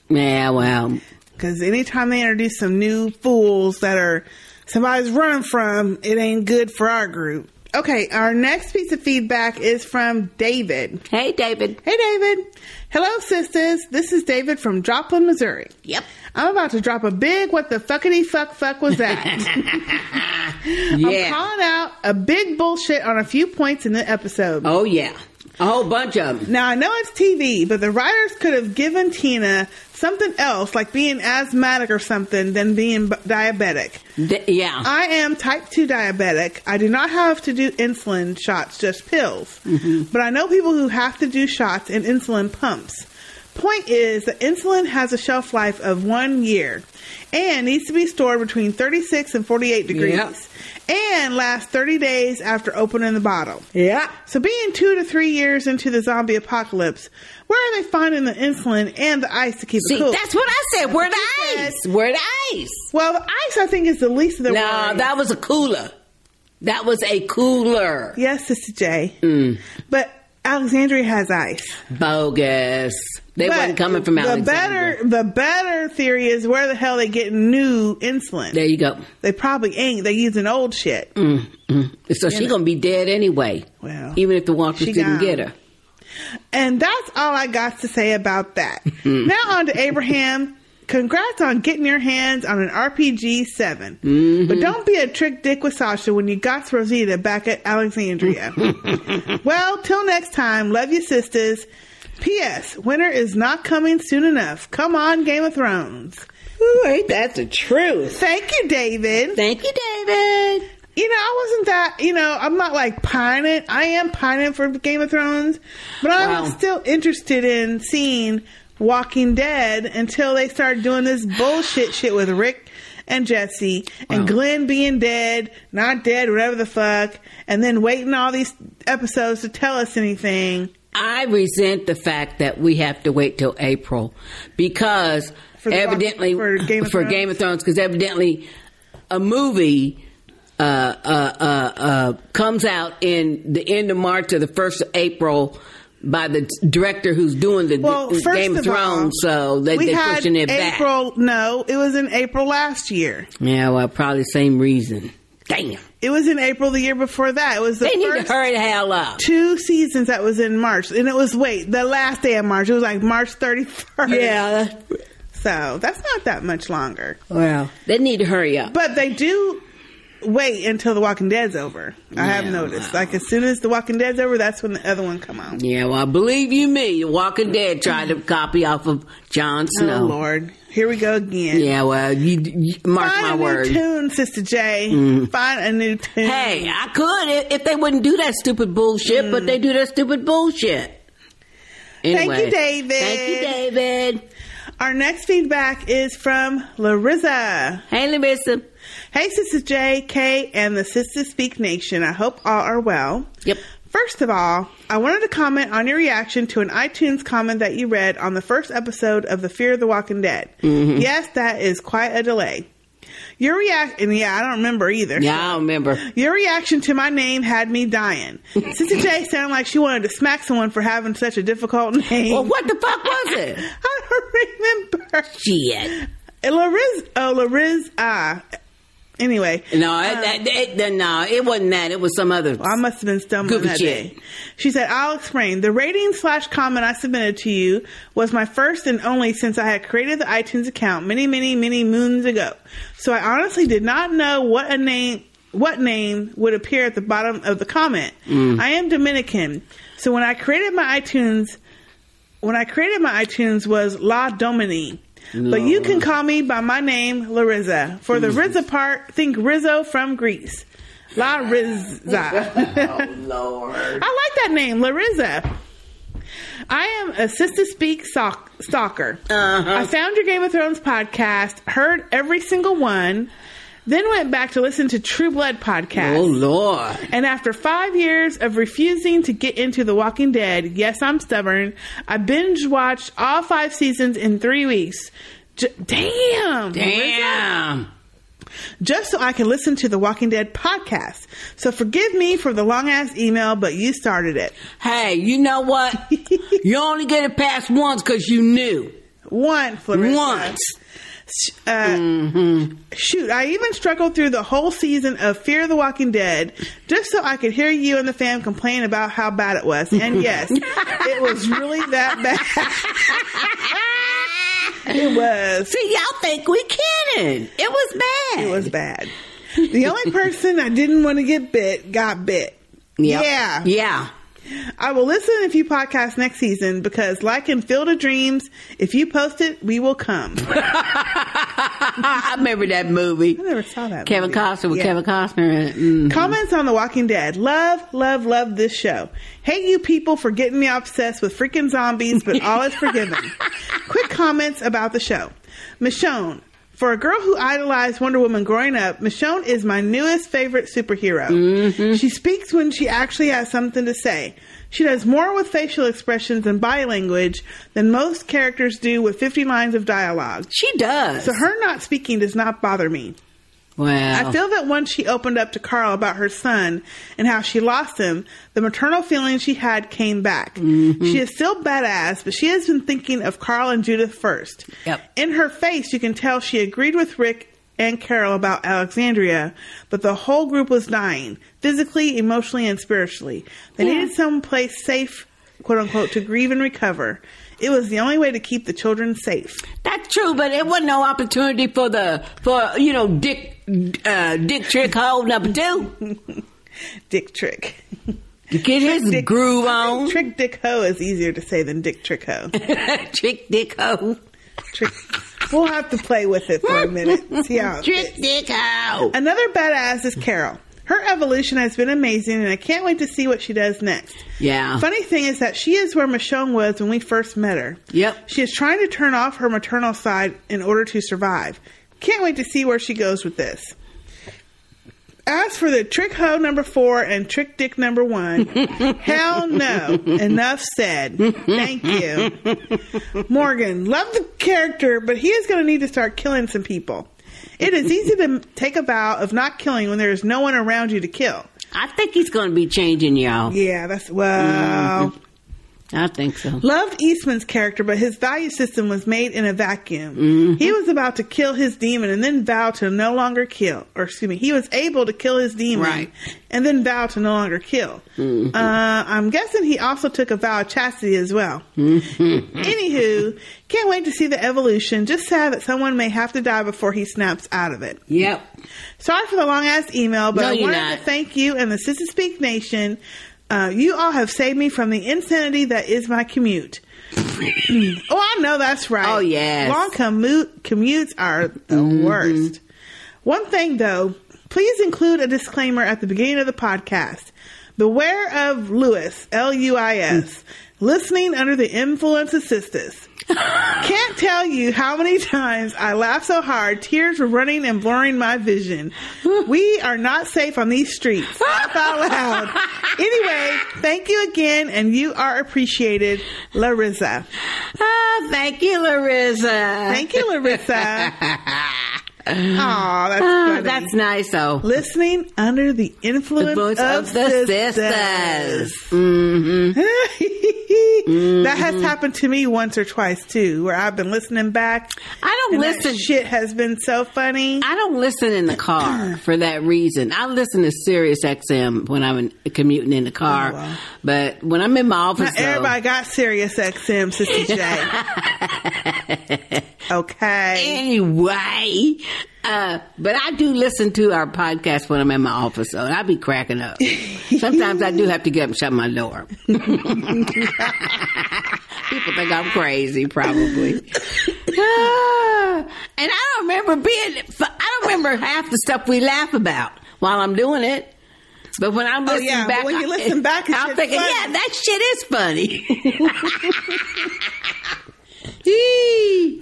Speaker 21: yeah, well.
Speaker 1: Because anytime they introduce some new fools that are somebody's running from, it ain't good for our group. Okay, our next piece of feedback is from David.
Speaker 21: Hey, David.
Speaker 1: Hey, David. Hello, sisters. This is David from Joplin, Missouri.
Speaker 21: Yep.
Speaker 1: I'm about to drop a big what the fuckity fuck fuck
Speaker 21: [laughs]
Speaker 1: was that? I'm calling out a big bullshit on a few points in the episode.
Speaker 21: Oh yeah, a whole bunch of them.
Speaker 1: Now I know it's TV, but the writers could have given Tina something else, like being asthmatic or something, than being b- diabetic.
Speaker 21: D- yeah.
Speaker 1: I am type two diabetic. I do not have to do insulin shots, just pills.
Speaker 21: Mm-hmm.
Speaker 1: But I know people who have to do shots and insulin pumps. Point is that insulin has a shelf life of one year and needs to be stored between 36 and 48 degrees
Speaker 21: Yep.
Speaker 1: and lasts 30 days after opening the bottle.
Speaker 21: Yeah.
Speaker 1: So being two to three years into the zombie apocalypse, where are they finding the insulin and the ice to keep
Speaker 21: See,
Speaker 1: it cool?
Speaker 21: that's what I said. Where the
Speaker 1: you said.
Speaker 21: ice? Where the ice?
Speaker 1: Well, the ice I think is the least of the
Speaker 21: No, that was a cooler. That was a cooler.
Speaker 1: Yes, Sister J.
Speaker 21: Mm.
Speaker 1: But Alexandria has ice.
Speaker 21: Bogus. They
Speaker 1: But
Speaker 21: wasn't coming from
Speaker 1: the
Speaker 21: Alexandria.
Speaker 1: better the better theory is where the hell they getting new insulin.
Speaker 21: There you go.
Speaker 1: They probably ain't. They using old shit.
Speaker 21: Mm,
Speaker 25: [laughs]
Speaker 21: mm. So
Speaker 1: You
Speaker 21: she
Speaker 1: know.
Speaker 21: gonna be dead anyway.
Speaker 1: Well,
Speaker 21: even if the walkers
Speaker 1: she
Speaker 21: didn't
Speaker 1: gone.
Speaker 21: get her.
Speaker 1: And that's all I got to say about
Speaker 21: [laughs]
Speaker 1: that.
Speaker 21: Mhm.
Speaker 1: now on to Abraham. Congrats on getting your hands on an RPG 7.
Speaker 21: Mm-hmm.
Speaker 1: But don't be a trick dick with Sasha when you got Rosita back at Alexandria.
Speaker 21: [laughs]
Speaker 1: well, till next time, love you sisters. P.S. Winter is not coming soon enough. Come on, Game of Thrones.
Speaker 21: Ooh, ain't that the truth?
Speaker 1: Thank you, David.
Speaker 21: Thank you, David.
Speaker 1: You know, I wasn't that, you know, I'm not like pining. I am pining for Game of Thrones, but I was
Speaker 21: Wow.
Speaker 1: still interested in seeing Walking Dead until they started doing this bullshit shit with Rick and Jesse and Glenn being dead, not dead, whatever the fuck, and then waiting all these episodes to tell us anything.
Speaker 21: I resent the fact that we have to wait till April because
Speaker 1: For the walk-
Speaker 21: evidently
Speaker 1: for Game of
Speaker 21: for
Speaker 1: Thrones?
Speaker 21: Game of Thrones because evidently a movie uh, uh, uh, uh, comes out in the end of March or the first of April by the director who's doing the
Speaker 1: Well,
Speaker 21: the
Speaker 1: first
Speaker 21: Game of,
Speaker 1: of all,
Speaker 21: Thrones, so they,
Speaker 1: we
Speaker 21: they're
Speaker 1: had
Speaker 21: pushing it back.
Speaker 1: April, no, it was in April last year.
Speaker 21: Yeah, well, probably same reason. Damn.
Speaker 1: It was in April the year before that. It was the
Speaker 21: They need to
Speaker 1: first
Speaker 21: hurry the hell up.
Speaker 1: Two seasons that was in March, and it was wait the last day of March. It was like March thirty first.
Speaker 21: Yeah.
Speaker 1: So that's not that much longer.
Speaker 21: Well, they need to hurry up.
Speaker 1: But they do wait until The Walking Dead's over. I have noticed. Like as soon as The Walking Dead's over, that's when the other one come on.
Speaker 21: Yeah, well, believe you me, The Walking Dead tried to copy off of Jon Snow.
Speaker 1: Oh Lord, here we go again.
Speaker 21: Yeah, well, you, you mark
Speaker 1: Find
Speaker 21: my
Speaker 1: a new
Speaker 21: words.
Speaker 1: tune, Sister J.
Speaker 21: Mm.
Speaker 1: Find a new tune.
Speaker 21: Hey, I could if- if they wouldn't do that stupid bullshit, but they do that stupid bullshit. Anyway,
Speaker 1: Mm. Thank you, David.
Speaker 21: Thank you, David.
Speaker 1: Our next feedback is from Larissa.
Speaker 21: Hey, Larissa.
Speaker 1: Hey, Sister J, K, and the Sister Speak Nation. I hope all are well.
Speaker 21: Yep.
Speaker 1: First of all, I wanted to comment on your reaction to an iTunes comment that you read on the first episode of The Fear of the Walking Dead.
Speaker 21: Mhm.
Speaker 1: Yes, that is quite a delay. Your react, and yeah, I don't remember either.
Speaker 21: Yeah, I don't remember.
Speaker 1: Your reaction to my name had
Speaker 21: [laughs]
Speaker 1: me dying. Sister J sounded like she wanted to smack someone for having such a difficult name. Well,
Speaker 21: what the fuck was it?
Speaker 1: I don't remember.
Speaker 21: Shit.
Speaker 1: [laughs] Lariz, oh, Lariz, ah. Anyway.
Speaker 21: No, it, it, it, no, Uh, it wasn't that. It was some other.
Speaker 1: I must have been stumbling
Speaker 21: Goofy
Speaker 1: that
Speaker 21: shit.
Speaker 1: day. She said, I'll explain. The rating slash comment I submitted to you was my first and only since I had created the iTunes account many, many, many moons ago. So I honestly did not know what a name what name would appear at the bottom of the comment.
Speaker 24: Mm.
Speaker 1: I am Dominican. So when I created my iTunes when I created my iTunes was La Domini. But you can call me by my name, Larissa. For the Rizza part, think Rizzo from Greece.
Speaker 21: [laughs]
Speaker 1: La [laughs] Rizza. I
Speaker 21: Lord.
Speaker 1: like that name, Larissa. I am a Sister Speak sock- stalker.
Speaker 21: Uh-huh.
Speaker 1: I found your Game of Thrones podcast, heard every single one, then went back to listen to True Blood podcast.
Speaker 21: Oh Lord.
Speaker 1: And after five years of refusing to get into The Walking Dead, yes, I'm stubborn. I binge watched all five seasons in three weeks. J- damn,
Speaker 21: Damn.
Speaker 1: Just so I can listen to The Walking Dead podcast. So forgive me for the long ass email, but you started it.
Speaker 21: Hey, you know what?
Speaker 1: [laughs]
Speaker 21: you only get it past once because you knew.
Speaker 1: Once, Larissa.
Speaker 21: Once.
Speaker 1: Sh- Uh, Shoot, I even struggled through the whole season of Fear the Walking Dead just so I could hear you and the fam complain about how bad it was.
Speaker 21: [laughs]
Speaker 1: And yes, it was really that bad. [laughs] it was.
Speaker 21: See, y'all think we kidding. It was bad. It
Speaker 1: was bad. The only person I didn't want to get bit got bit.
Speaker 21: Yep.
Speaker 1: Yeah.
Speaker 21: Yeah.
Speaker 1: I will listen if you podcast next season because, like in Field of Dreams, if you post it, we will come.
Speaker 21: [laughs] I remember that movie. I
Speaker 1: never saw that.
Speaker 21: Kevin
Speaker 1: movie.
Speaker 21: Costner with
Speaker 1: Yeah.
Speaker 21: Kevin Costner. in it. Mhm.
Speaker 1: Comments on The Walking Dead. Love, love, love this show. Hate you people for getting me obsessed with freaking zombies, but all
Speaker 21: [laughs]
Speaker 1: is forgiven. Quick comments about the show. Michonne. For a girl who idolized Wonder Woman growing up, Michonne is my newest favorite superhero.
Speaker 21: Mm-hmm.
Speaker 1: She speaks when she actually has something to say. She does more with facial expressions and body language than most characters do with 50 lines of dialogue.
Speaker 21: She does.
Speaker 1: So her not speaking does not bother me.
Speaker 21: Wow.
Speaker 1: I feel that once she opened up to Carl about her son and how she lost him, the maternal feeling she had came back.
Speaker 21: Mm-hmm.
Speaker 1: She is still badass, but she has been thinking of Carl and Judith first. In her face, you can tell she agreed with Rick and Carol about Alexandria, but the whole group was dying physically, emotionally, and spiritually. They
Speaker 21: Yeah.
Speaker 1: needed some place safe, quote unquote, to grieve and recover. It was the only way to keep the children safe.
Speaker 21: That's true, but it wasn't no opportunity for the for you know Dick uh, Dick Trick holding up too.
Speaker 1: [laughs] Dick Trick.
Speaker 21: Get his
Speaker 1: [laughs]
Speaker 21: groove on.
Speaker 1: Trick Dick Ho is easier to say than Dick Trick Ho.
Speaker 21: [laughs] Trick Dick Ho.
Speaker 1: Trick. We'll have to play with it for a minute. See how
Speaker 21: [laughs]
Speaker 1: it
Speaker 21: Trick Dick Ho.
Speaker 1: Another badass is Carol. Her evolution has been amazing, and I can't wait to see what she does next.
Speaker 21: Yeah.
Speaker 1: Funny thing is that she is where Michonne was when we first met her.
Speaker 21: Yep.
Speaker 1: She is trying to turn off her maternal side in order to survive. Can't wait to see where she goes with this. As for the trick hoe number four and trick dick
Speaker 21: [laughs]
Speaker 1: number one, hell no. Enough said. Thank you. Morgan, love the character, but he is going to need to start killing some people. It is easy to take a vow of not killing when there is no one around you to kill.
Speaker 21: I think he's going to be changing y'all.
Speaker 1: Yeah, that's well.
Speaker 21: Mm-hmm. I think so.
Speaker 1: Loved Eastman's character, but his value system was made in a vacuum. He was about to kill his demon and then vow to no longer kill. Or excuse me, he was able to kill his demon
Speaker 21: Right.
Speaker 1: and then vow to no longer kill.
Speaker 25: Mm-hmm.
Speaker 21: Mhm.
Speaker 1: Uh, I'm guessing he also took a vow of chastity as well. [laughs] Anywho, can't wait to see the evolution. Just sad that someone may have to die before he snaps out of it.
Speaker 21: Yep.
Speaker 1: Sorry for the long ass email, but
Speaker 21: No,
Speaker 1: I
Speaker 21: you're
Speaker 1: wanted
Speaker 21: not.
Speaker 1: to thank you and the Sister Speak Nation. Uh, you all have saved me from the insanity that is
Speaker 21: [laughs]
Speaker 1: my commute. oh, I know that's right. Oh, yes. Long commute commutes are the
Speaker 21: Mm-hmm.
Speaker 1: worst. One thing though, please include a disclaimer at the beginning of the podcast. Beware of Lewis, L U I
Speaker 21: Mm.
Speaker 1: S, listening under the influence of
Speaker 21: [laughs]
Speaker 1: sisters. Can't tell you how many times I laughed so hard, tears were running and blurring my vision. We are not safe on these streets. Laugh out loud.
Speaker 21: [laughs]
Speaker 1: Anyway, thank you again, and you are appreciated, Larissa.
Speaker 21: Ah, thank you, Larissa.
Speaker 1: Thank you, Larissa.
Speaker 21: [laughs]
Speaker 1: Aw, that's
Speaker 21: Ah,
Speaker 1: funny.
Speaker 21: that's nice, though.
Speaker 1: Listening under the influence,
Speaker 21: influence
Speaker 1: of,
Speaker 21: of the
Speaker 1: sisters. [laughs]
Speaker 21: sisters. Mm-hmm.
Speaker 1: That has happened to me once or twice too, where I've been listening back.
Speaker 21: I don't listen.
Speaker 1: Shit has been so funny.
Speaker 21: I don't listen in the
Speaker 1: [clears throat]
Speaker 21: car for that reason. I listen to Sirius XM when I'm in, commuting in the car, but when I'm in my office,
Speaker 1: Oh, Not
Speaker 21: though,
Speaker 1: everybody got Sirius XM,
Speaker 21: [laughs]
Speaker 1: Sister J. okay.
Speaker 21: Anyway, uh, but I do listen to our podcast when I'm in my office, so I be cracking up. Sometimes I do have to get up and shut my door. People think I'm crazy, probably. [laughs] Ah, and I don't remember being. I don't remember half the stuff we laugh about while I'm doing it. But when I'm
Speaker 1: Oh,
Speaker 21: listening
Speaker 1: yeah, but
Speaker 21: back,
Speaker 1: when you
Speaker 21: I-
Speaker 1: listen back,
Speaker 21: [laughs]
Speaker 1: it's
Speaker 21: I'm
Speaker 1: just
Speaker 21: thinking,
Speaker 1: funny.
Speaker 21: yeah, that shit is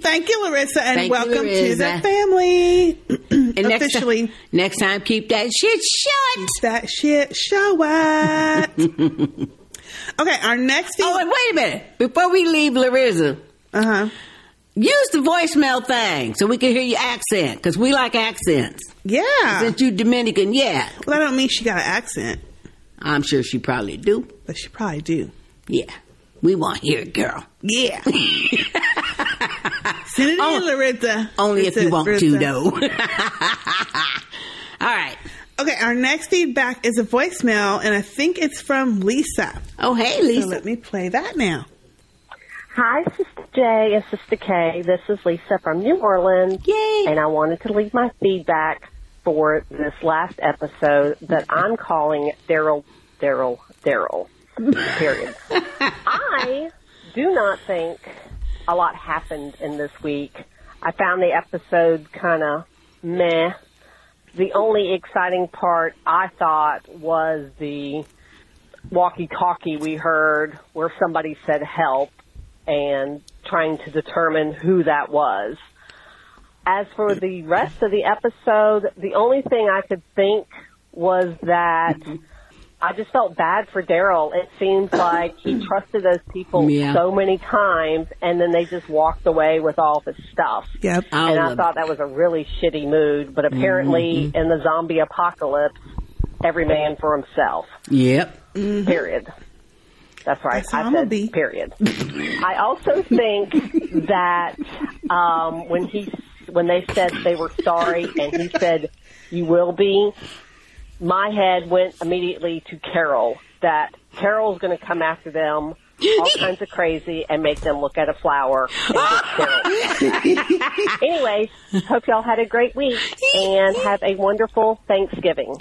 Speaker 21: funny.
Speaker 1: [laughs]
Speaker 21: Thank
Speaker 1: you, Larissa, and welcome to the
Speaker 21: family. and
Speaker 1: Officially.
Speaker 21: Next time, next time, keep that shit shut.
Speaker 1: That shit shut.
Speaker 21: [laughs]
Speaker 1: okay, our next.
Speaker 21: Oh, and wait a minute. Before we leave Larissa,
Speaker 1: uh huh.
Speaker 21: Use the voicemail thing so we can hear your accent because we like accents.
Speaker 1: Yeah,
Speaker 21: since you Dominican, yeah.
Speaker 1: Well, I don't mean she got an accent.
Speaker 21: I'm sure she probably do,
Speaker 1: but she probably do.
Speaker 21: Yeah, we want to hear it, girl.
Speaker 1: Yeah.
Speaker 21: [laughs]
Speaker 1: Send it in, Larissa.
Speaker 21: Only if you want to,
Speaker 1: [laughs]
Speaker 21: though.
Speaker 1: All
Speaker 21: right.
Speaker 1: Okay, our next feedback is a voicemail, and I think it's from Lisa.
Speaker 21: Oh, hey,
Speaker 1: So
Speaker 21: Lisa.
Speaker 1: let me play that now.
Speaker 24: Hi, Sister J and Sister K. This is Lisa from New Orleans.
Speaker 21: Yay!
Speaker 24: And I wanted to leave my feedback for this last episode that I'm calling Daryl, Daryl, Daryl. Period. I do not think a lot happened in this week. I found the episode kind of meh. The only exciting part I thought was the walkie-talkie we heard where somebody said help and trying to determine who that was. As for the rest of the episode, the only thing I could think was that I just felt bad for Daryl. It seems like he trusted those people
Speaker 21: Yeah.
Speaker 24: so many times and then they just walked away with all of his stuff.
Speaker 21: Yep.
Speaker 24: and
Speaker 21: All
Speaker 24: I
Speaker 21: of
Speaker 24: thought that was a really shitty mood, but apparently in the zombie apocalypse, every man for himself.
Speaker 21: Yep.
Speaker 24: Period. That's right. I said period. I also think that um, when he when they said they were sorry and he said you will be, my head went immediately to Carol that Carol's going to come after them all kinds of crazy and make them look at a flower. And get Carol. Anyways, hope y'all had a great week and have a wonderful Thanksgiving.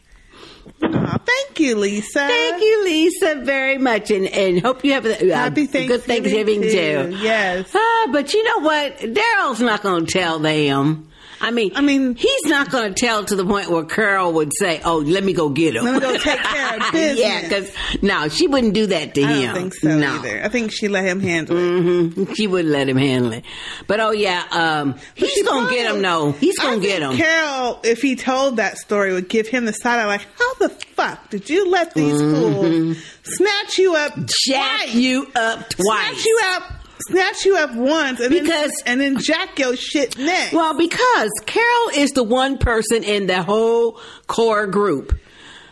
Speaker 1: Thank you, Lisa.
Speaker 21: Thank you, Lisa, very much, and and hope you have a, a
Speaker 1: Happy
Speaker 21: good Thanksgiving
Speaker 1: Thanksgiving, too.
Speaker 21: too.
Speaker 1: Yes.
Speaker 21: Ah, but you know what? Daryl's not going to tell them. I mean, I mean, he's not going to tell to the point where Carol would say, "Oh, let me go get him."
Speaker 1: Let
Speaker 21: [laughs]
Speaker 1: me go
Speaker 7: [laughs]
Speaker 1: take care of business.
Speaker 21: yeah, because no, she wouldn't do that to
Speaker 1: I don't
Speaker 21: him.
Speaker 1: think so
Speaker 21: no.
Speaker 1: either. I think she let him handle
Speaker 21: it. hmm She wouldn't let him handle it. But oh yeah, um, he's gonna get him. though. he's
Speaker 1: gonna
Speaker 21: get him.
Speaker 1: Carol, if he told that story, would give him the side eye like, "How the fuck did you let these fools snatch you up,
Speaker 21: Mm-hmm. jack you up twice,
Speaker 1: snatch you up, snatch you up once, and
Speaker 21: Because-
Speaker 1: then, and then jack your shit next?"
Speaker 21: Well, because Carol is the one person in the whole core group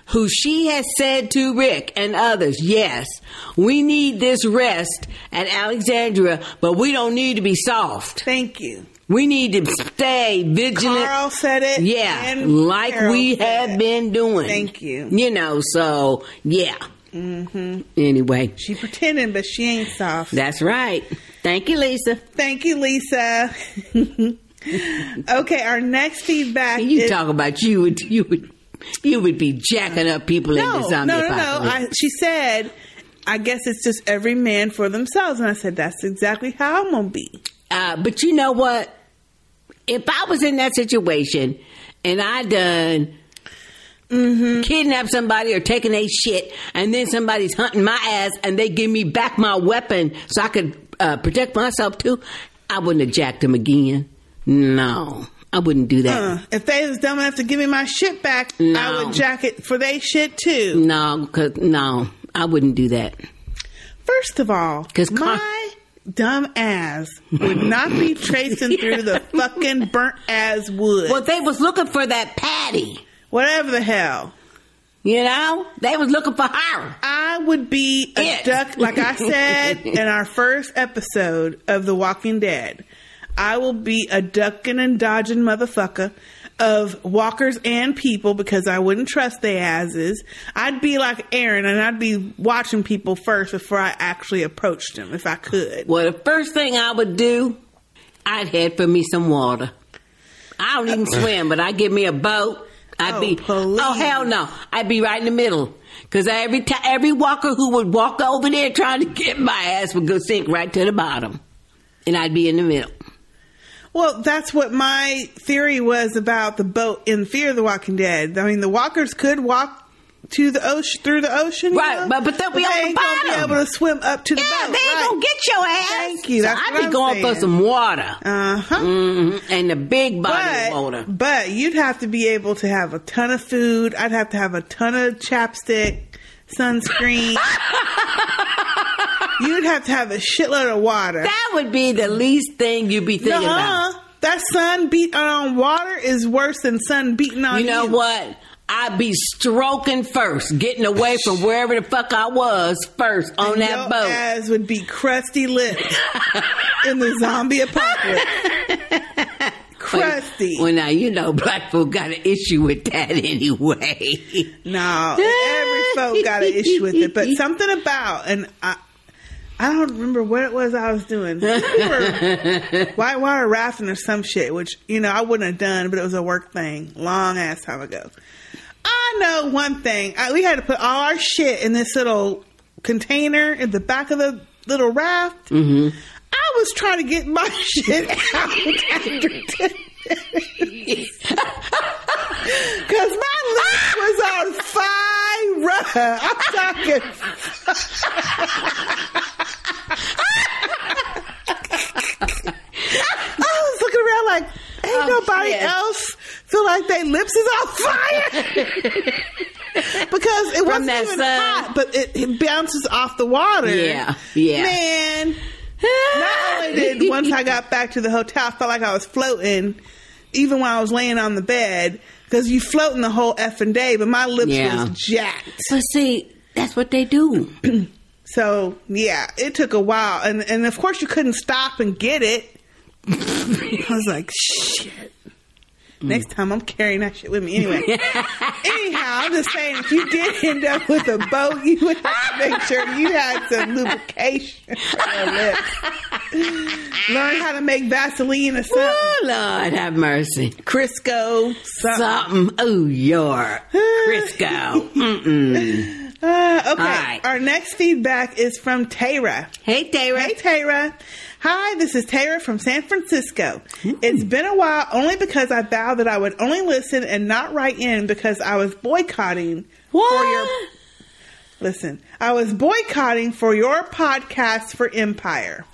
Speaker 21: who she has said to Rick and others, yes, we need this rest at Alexandria, but we don't need to be soft.
Speaker 1: Thank you.
Speaker 21: We need to stay vigilant.
Speaker 1: Carl said it.
Speaker 21: Yeah,
Speaker 1: and
Speaker 21: like
Speaker 1: Carol
Speaker 21: we
Speaker 1: said
Speaker 21: have been doing.
Speaker 1: Thank you.
Speaker 21: You know, so yeah.
Speaker 1: Mm-hmm.
Speaker 21: Anyway,
Speaker 1: She pretending, but she ain't soft.
Speaker 21: that's right. Thank you, Lisa.
Speaker 1: Thank you, Lisa. [laughs] okay, our next feedback.
Speaker 21: You
Speaker 1: is-
Speaker 21: talk about you would you would you would be jacking up people in the
Speaker 1: No, no,
Speaker 21: zombie
Speaker 1: no, no.
Speaker 21: apocalypse.
Speaker 1: I, she said, "I guess it's just every man for themselves." And I said, "That's exactly how I'm gonna be."
Speaker 21: Uh, but you know what? If I was in that situation and I done
Speaker 1: Mm-hmm.
Speaker 21: kidnapped somebody or taken a shit, and then somebody's hunting my ass and they give me back my weapon so I could uh, protect myself too, I wouldn't have jacked them again. No, I wouldn't do that.
Speaker 1: Uh, if they was dumb enough to give me my shit back, I would jack it for they shit too.
Speaker 21: No, cause no, I wouldn't do that.
Speaker 1: First of all,
Speaker 21: Cause Car-
Speaker 1: my dumb ass would not be tracing
Speaker 21: [laughs]
Speaker 1: through the fucking burnt as wood. Well,
Speaker 21: they was looking for that patty.
Speaker 1: Whatever the hell.
Speaker 21: You know, they was looking for her.
Speaker 1: I would be a duck, like I
Speaker 21: [laughs]
Speaker 1: said in our first episode of The Walking Dead. I will be a ducking and dodging motherfucker of walkers and people because I wouldn't trust their asses. I'd be like Aaron and I'd be watching people first before I actually approached them if I could.
Speaker 21: Well, the first thing I would do, I'd head for me some water. I don't
Speaker 1: [laughs]
Speaker 21: even swim, but I give me a boat. I'd be oh hell no, I'd be right in the middle because every ti every walker who would walk over there trying to get my ass would go sink right to the bottom, and I'd be in the middle.
Speaker 1: Well, that's what my theory was about the boat in Fear of the Walking Dead. I mean, the walkers could walk to the ocean through the ocean, right? But but they'll
Speaker 21: be on the
Speaker 1: ain't gonna
Speaker 21: bottom.
Speaker 1: be able to swim up to the
Speaker 21: Yeah,
Speaker 1: boat.
Speaker 21: they ain't gonna get your ass.
Speaker 1: Thank you.
Speaker 21: So
Speaker 1: That's
Speaker 21: I'd
Speaker 1: what
Speaker 21: be
Speaker 1: I'm
Speaker 21: going for
Speaker 1: saying.
Speaker 21: some water
Speaker 1: uh-huh.
Speaker 21: mm-hmm. and a big body of water.
Speaker 1: But you'd have to be able to have a ton of food. I'd have to have a ton of chapstick,
Speaker 21: [laughs]
Speaker 1: sunscreen. you'd have to have a shitload of water.
Speaker 21: That would be the least thing you'd be thinking about.
Speaker 1: That sun beat on water is worse than sun beating on
Speaker 21: You know what? I'd be stroking first, getting away from wherever the fuck I was first on
Speaker 1: And
Speaker 21: that
Speaker 1: your
Speaker 21: boat.
Speaker 1: ass would be crusty lips in the
Speaker 21: [laughs]
Speaker 1: zombie apocalypse. crusty.
Speaker 21: Well, now you know black folk got an issue with that [laughs] anyway.
Speaker 1: No, every folk got an issue with it, but
Speaker 21: [laughs]
Speaker 1: something about and I, I don't remember
Speaker 21: [laughs]
Speaker 1: what it was I was doing. We were whitewater rafting or some shit, which you know I wouldn't have done, but it was a work thing, long ass time ago. I know one thing. I, we had to put all our shit in this little container in the back of the little raft.
Speaker 21: Mm-hmm.
Speaker 1: I was trying to get my [laughs] shit out after 10 Because my lips was on fire. I'm talking. [laughs] I was looking around like, ain't nobody else feel like their lips is on fire. because it wasn't even hot, but it, it bounces off the water.
Speaker 21: Yeah, yeah.
Speaker 1: Man, not only
Speaker 21: [laughs]
Speaker 1: did once I got back to the hotel, I felt like I was floating, even while I was laying on the bed, because you floating the whole effing day, but my lips
Speaker 21: Yeah.
Speaker 1: was jacked.
Speaker 21: But see, that's what they do.
Speaker 1: [clears throat] so yeah, it took a while, and and of course you couldn't stop and get it. [laughs] I was like, shit. Next time I'm carrying that shit with me anyway. [laughs] Anyhow, I'm just saying if you did end up with a boat, you would have to make sure you had some lubrication for your lips. Learn how to make Vaseline or something. Oh
Speaker 21: Lord have mercy.
Speaker 1: Crisco. Something.
Speaker 21: Something. Oh,
Speaker 1: [sighs]
Speaker 21: your Crisco. Mm-mm.
Speaker 1: Uh, okay.
Speaker 21: All right.
Speaker 1: Our next feedback is from Tayra.
Speaker 21: Hey, Tayra.
Speaker 1: Hey, Tayra. Hi, this is Tayra from San Francisco.
Speaker 21: Hmm.
Speaker 1: It's been a while only because I vowed that I would only listen and not write in because I was boycotting for your. Listen, I was boycotting for your podcast for Empire.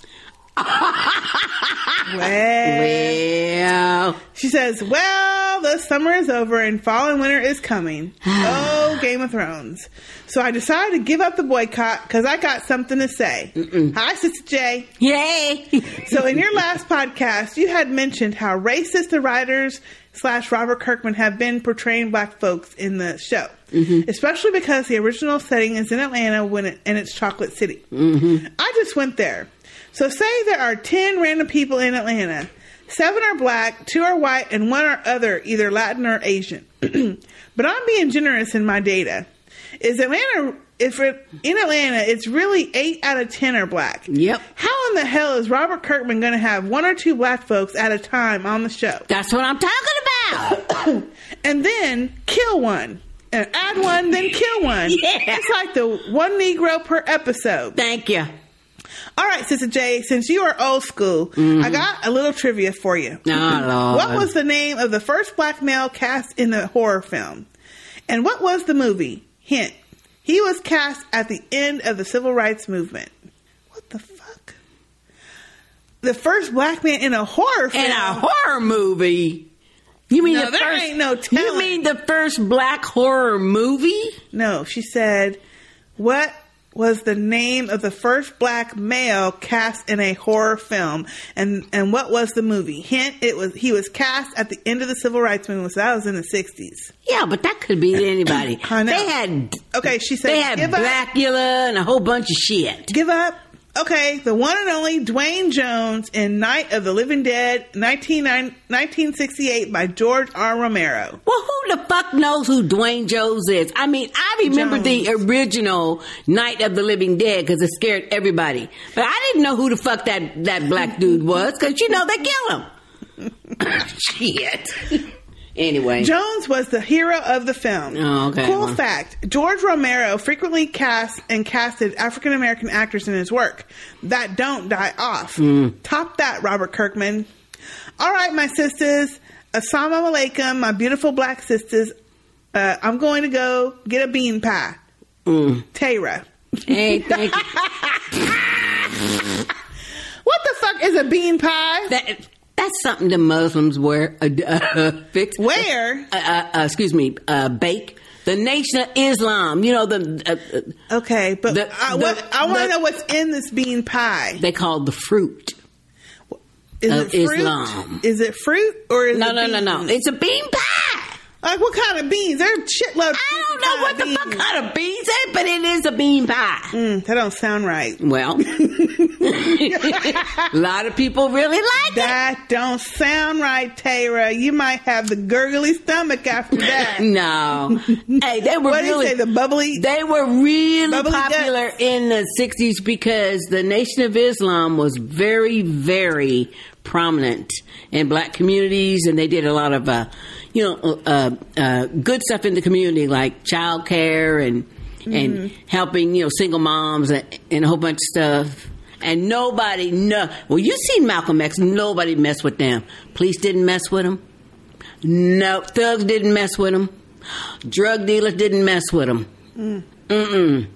Speaker 1: well, she says, "Well, Well, the summer is over and fall and winter is
Speaker 21: [sighs]
Speaker 1: coming. oh, Game of Thrones. So I decided to give up the boycott because I got something to say. Hi, Sister J.
Speaker 21: Yay! [laughs]
Speaker 1: so in your last podcast, you had mentioned how racist the writers slash Robert Kirkman have been portraying black folks in the show.
Speaker 21: Mm-hmm.
Speaker 1: Especially because the original setting is in Atlanta when it, and it's Chocolate City.
Speaker 21: Mm-hmm.
Speaker 1: I just went there. So say there are 10 random people in Atlanta. Seven are black, two are white, and one are other, either Latin or Asian. [clears throat] but I'm being generous in my data. Is Atlanta, if it, in Atlanta, it's really eight out of 10 are black.
Speaker 21: Yep.
Speaker 1: How in the hell is Robert Kirkman going to have one or two black folks at a time on the show?
Speaker 21: That's what I'm talking
Speaker 1: [coughs] about. and then kill one. And add one, then
Speaker 21: [laughs]
Speaker 1: kill one. Yeah. It's like the one Negro per episode.
Speaker 21: Thank you.
Speaker 1: All right, Sister J, since you are old school, I got a little trivia for you.
Speaker 21: Mm-hmm. Oh, Lord.
Speaker 1: What was the name of the first black male cast in the horror film? And what was the movie? Hint. He was cast at the end of the civil rights movement. What the fuck? The first black man in a horror film.
Speaker 21: In a horror movie. You mean
Speaker 1: No,
Speaker 21: the
Speaker 1: there
Speaker 21: first,
Speaker 1: ain't no
Speaker 21: You mean the first black horror movie?
Speaker 1: No, she said, What was the name of the first black male cast in a horror film? And and what was the movie? Hint it was he was cast at the end of the civil rights movement, so that was in the sixties.
Speaker 21: Yeah, but that could be
Speaker 1: [coughs]
Speaker 21: anybody. They had
Speaker 1: Okay, she said
Speaker 21: they had
Speaker 1: give up,
Speaker 21: Blackula and a whole bunch of shit.
Speaker 1: give up. Okay, the one and only Dwayne Jones in Night of the Living Dead 19, 1968 by George R. Romero.
Speaker 21: Well, who the fuck knows who Dwayne Jones is? I mean, I remember the original Night of the Living Dead because it scared everybody. But I didn't know who the fuck that, that black dude was because, you know, they kill him. [laughs] shit. Anyway.
Speaker 1: Jones was the hero of the film.
Speaker 21: Oh, okay.
Speaker 1: Cool
Speaker 21: Well.
Speaker 1: fact George Romero frequently cast and casted African American actors in his work that don't die off.
Speaker 21: Mm.
Speaker 1: Top that, Robert Kirkman. All right, my sisters. Assalamu alaikum, my beautiful black sisters. Uh, I'm going to go get a bean pie.
Speaker 21: Mm.
Speaker 1: Tayra.
Speaker 21: Hey, thank you.
Speaker 1: [laughs] what the fuck is a bean pie?
Speaker 21: That, that's something the Muslims wear, uh, uh, [laughs] fix.
Speaker 1: Where?
Speaker 21: Uh, uh, uh, excuse me, uh, bake. The Nation of Islam. You know, the. Uh,
Speaker 1: okay, but I, what- I want to know what's in this bean pie.
Speaker 21: They call the fruit.
Speaker 1: Is
Speaker 21: of
Speaker 1: it fruit?
Speaker 21: Islam.
Speaker 1: Is it fruit or is
Speaker 21: No,
Speaker 1: it
Speaker 21: no, no, no.
Speaker 1: beans?
Speaker 21: It's a bean pie.
Speaker 1: Like what kind of beans? They're shitload. I
Speaker 21: don't know what the fuck kind of beans that, but it is a bean pie.
Speaker 1: mm, that don't sound right. [laughs]
Speaker 21: Well, [laughs] a lot of people really like
Speaker 1: that. don't sound right, Tara. You might have the gurgly
Speaker 21: [laughs]
Speaker 1: stomach after that.
Speaker 21: no. Hey, they were
Speaker 1: What do you
Speaker 21: really
Speaker 1: say, the bubbly.
Speaker 21: They were really
Speaker 1: Bubbly
Speaker 21: popular in the '60s because the Nation of Islam was very, very prominent in black communities, and they did a lot of, uh, you know, uh, uh, good stuff in the community like child care and and
Speaker 12: Mhm.
Speaker 1: Mm-hmm.
Speaker 21: helping you know single moms and, and a whole bunch of stuff. And nobody, no, well, you seen Malcolm X. Nobody messed with them. Police didn't mess with them. No, thugs didn't mess with them. Drug dealers didn't mess with them.
Speaker 1: Mm.
Speaker 21: Mm-mm.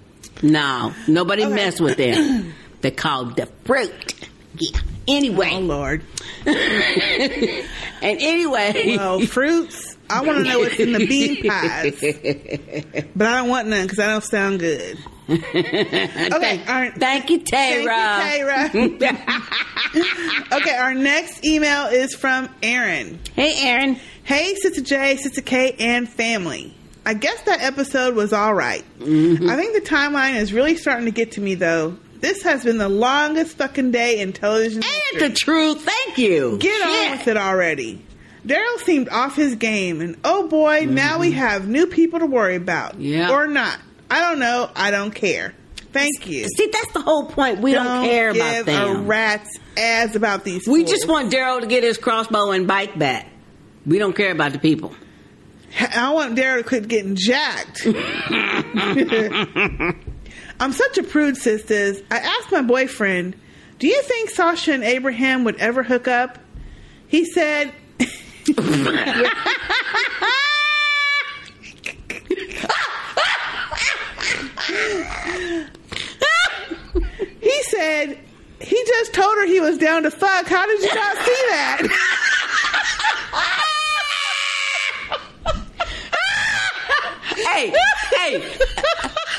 Speaker 21: No, nobody messed with
Speaker 1: [clears throat]
Speaker 21: them. they called the fruit. Yeah. Anyway. Oh,
Speaker 1: Lord.
Speaker 21: [laughs] and anyway. [laughs]
Speaker 1: Well, fruits. I want to know what's in the bean pies, but I don't want none because I don't sound good. Okay,
Speaker 21: Thank-
Speaker 1: all right.
Speaker 21: Thank you, Tara.
Speaker 1: Thank
Speaker 21: [laughs]
Speaker 1: you, Tara. okay, our next email is from Erin.
Speaker 21: Hey, Erin.
Speaker 1: Hey, Sister J, Sister K, and family. I guess that episode was all right.
Speaker 21: Mm-hmm.
Speaker 1: I think the timeline is really starting to get to me, though. This has been the longest fucking day in television. And
Speaker 21: the truth. Thank you.
Speaker 1: Get on with it already. Daryl seemed off his game, and oh boy, now we have new people to worry about.
Speaker 21: Mm-hmm. Yeah.
Speaker 1: Or not. I don't know. I don't care. Thank you.
Speaker 21: See, that's the whole point. We don't care about
Speaker 1: give A
Speaker 21: them.
Speaker 1: rat's ass about [laughs] these.
Speaker 21: We just want Daryl to get his crossbow and bike back. We don't care about the people.
Speaker 1: I want Daryl to quit
Speaker 21: [laughs]
Speaker 1: getting jacked. I'm such a prude, sisters. I asked my boyfriend, "Do you think Sasha and Abraham would ever hook up?" He said. [laughs] he said he just told her he was down to fuck. How did you not see that?
Speaker 21: Hey,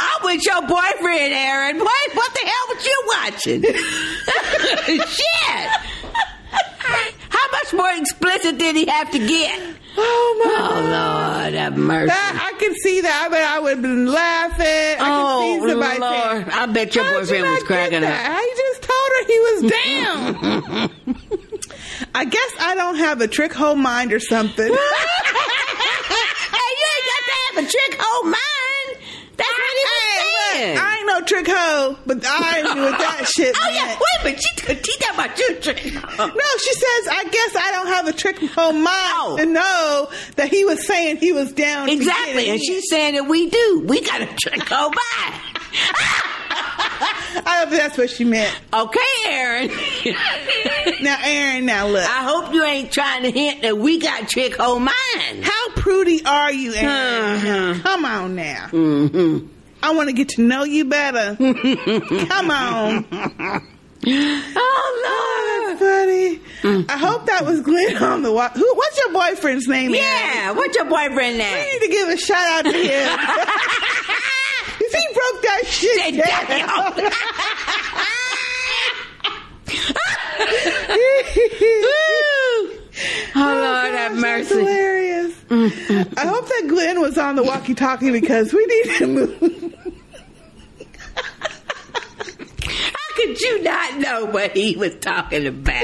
Speaker 21: I'm with your boyfriend, Aaron. What? What the hell was you watching? [laughs] Shit! How much more explicit did he have to get?
Speaker 1: [laughs] Oh my
Speaker 21: Oh Lord, have mercy!
Speaker 1: That, I can see that. I bet I would have been laughing. I
Speaker 21: oh
Speaker 1: can see somebody
Speaker 21: Lord,
Speaker 1: saying,
Speaker 21: I bet your
Speaker 1: "How'd you
Speaker 21: boyfriend
Speaker 1: not
Speaker 21: was
Speaker 1: get
Speaker 21: cracking
Speaker 1: that?
Speaker 21: up.
Speaker 1: I just told her
Speaker 21: [laughs]
Speaker 1: he was down. I guess I don't have a trick hole mind or something.
Speaker 21: [laughs] Hey, you ain't got to have a trick hoe mind. That's what he was saying.
Speaker 1: I ain't no trick hoe, but I knew
Speaker 21: [laughs]
Speaker 1: what that shit.
Speaker 21: Oh, yeah. Wait
Speaker 1: a minute. She
Speaker 21: uh,
Speaker 1: teach that about you trick. No, she says I guess I don't have a trick hoe mind
Speaker 21: Oh.
Speaker 1: to know that he was saying he was down. to get
Speaker 21: Exactly,
Speaker 1: it
Speaker 21: and
Speaker 1: in.
Speaker 21: she's saying that we do. We got a trick hoe mind.
Speaker 1: [laughs] I hope that's what she meant.
Speaker 21: Okay, [laughs] Aaron.
Speaker 1: now, Aaron, now look.
Speaker 21: I hope you ain't trying to hint that we got trick hoe mind.
Speaker 1: How prudy are you, Aaron?
Speaker 21: Uh-huh.
Speaker 1: Now, Come on now.
Speaker 21: Mm-hmm.
Speaker 1: I want to get to know
Speaker 21: [laughs]
Speaker 1: you better. Come on.
Speaker 21: Oh, Mm.
Speaker 1: Lord. buddy. I hope that was Glenn on the walk. Who, what's your boyfriend's name?
Speaker 21: Yeah, what's your boyfriend name?
Speaker 1: We need to give a shout out to him.
Speaker 21: [laughs]
Speaker 1: 'Cause he broke that shit
Speaker 21: [laughs]
Speaker 1: [laughs] down.
Speaker 21: Oh, Lord, have
Speaker 1: mercy. hilarious. I hope that Glenn was on the walkie talkie because we need to move.
Speaker 21: How could you not know what he was talking about?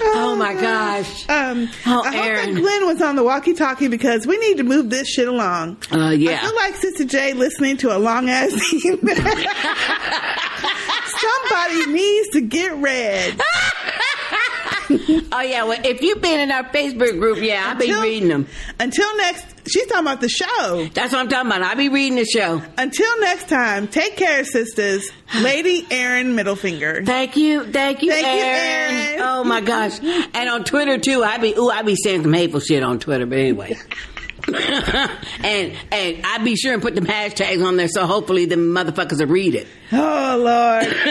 Speaker 21: Oh, my gosh.
Speaker 1: Um,
Speaker 21: Oh,
Speaker 1: I hope
Speaker 21: Aaron.
Speaker 1: that Glenn was on the walkie talkie because we need to move this shit along.
Speaker 21: Uh, yeah.
Speaker 1: I feel like Sister J listening to a long ass [laughs]
Speaker 21: [laughs]
Speaker 1: email. Somebody needs to get read.
Speaker 21: [laughs] oh yeah, well if you've been in our Facebook group, yeah, I've been reading them.
Speaker 1: Until next, she's talking about the show.
Speaker 21: That's what I'm talking about. I'll be reading the show.
Speaker 1: Until next time, take care, sisters. Lady Erin Middlefinger.
Speaker 21: Thank you, thank you,
Speaker 1: Thank you,
Speaker 21: Aaron.
Speaker 1: Aaron.
Speaker 21: Oh my gosh! And on Twitter too, I be ooh, I be saying some hateful shit on Twitter, but
Speaker 1: [laughs]
Speaker 21: anyway. [laughs] and and I be sure and put them hashtags on there, so hopefully the motherfuckers will read it.
Speaker 1: Oh Lord,
Speaker 21: [laughs]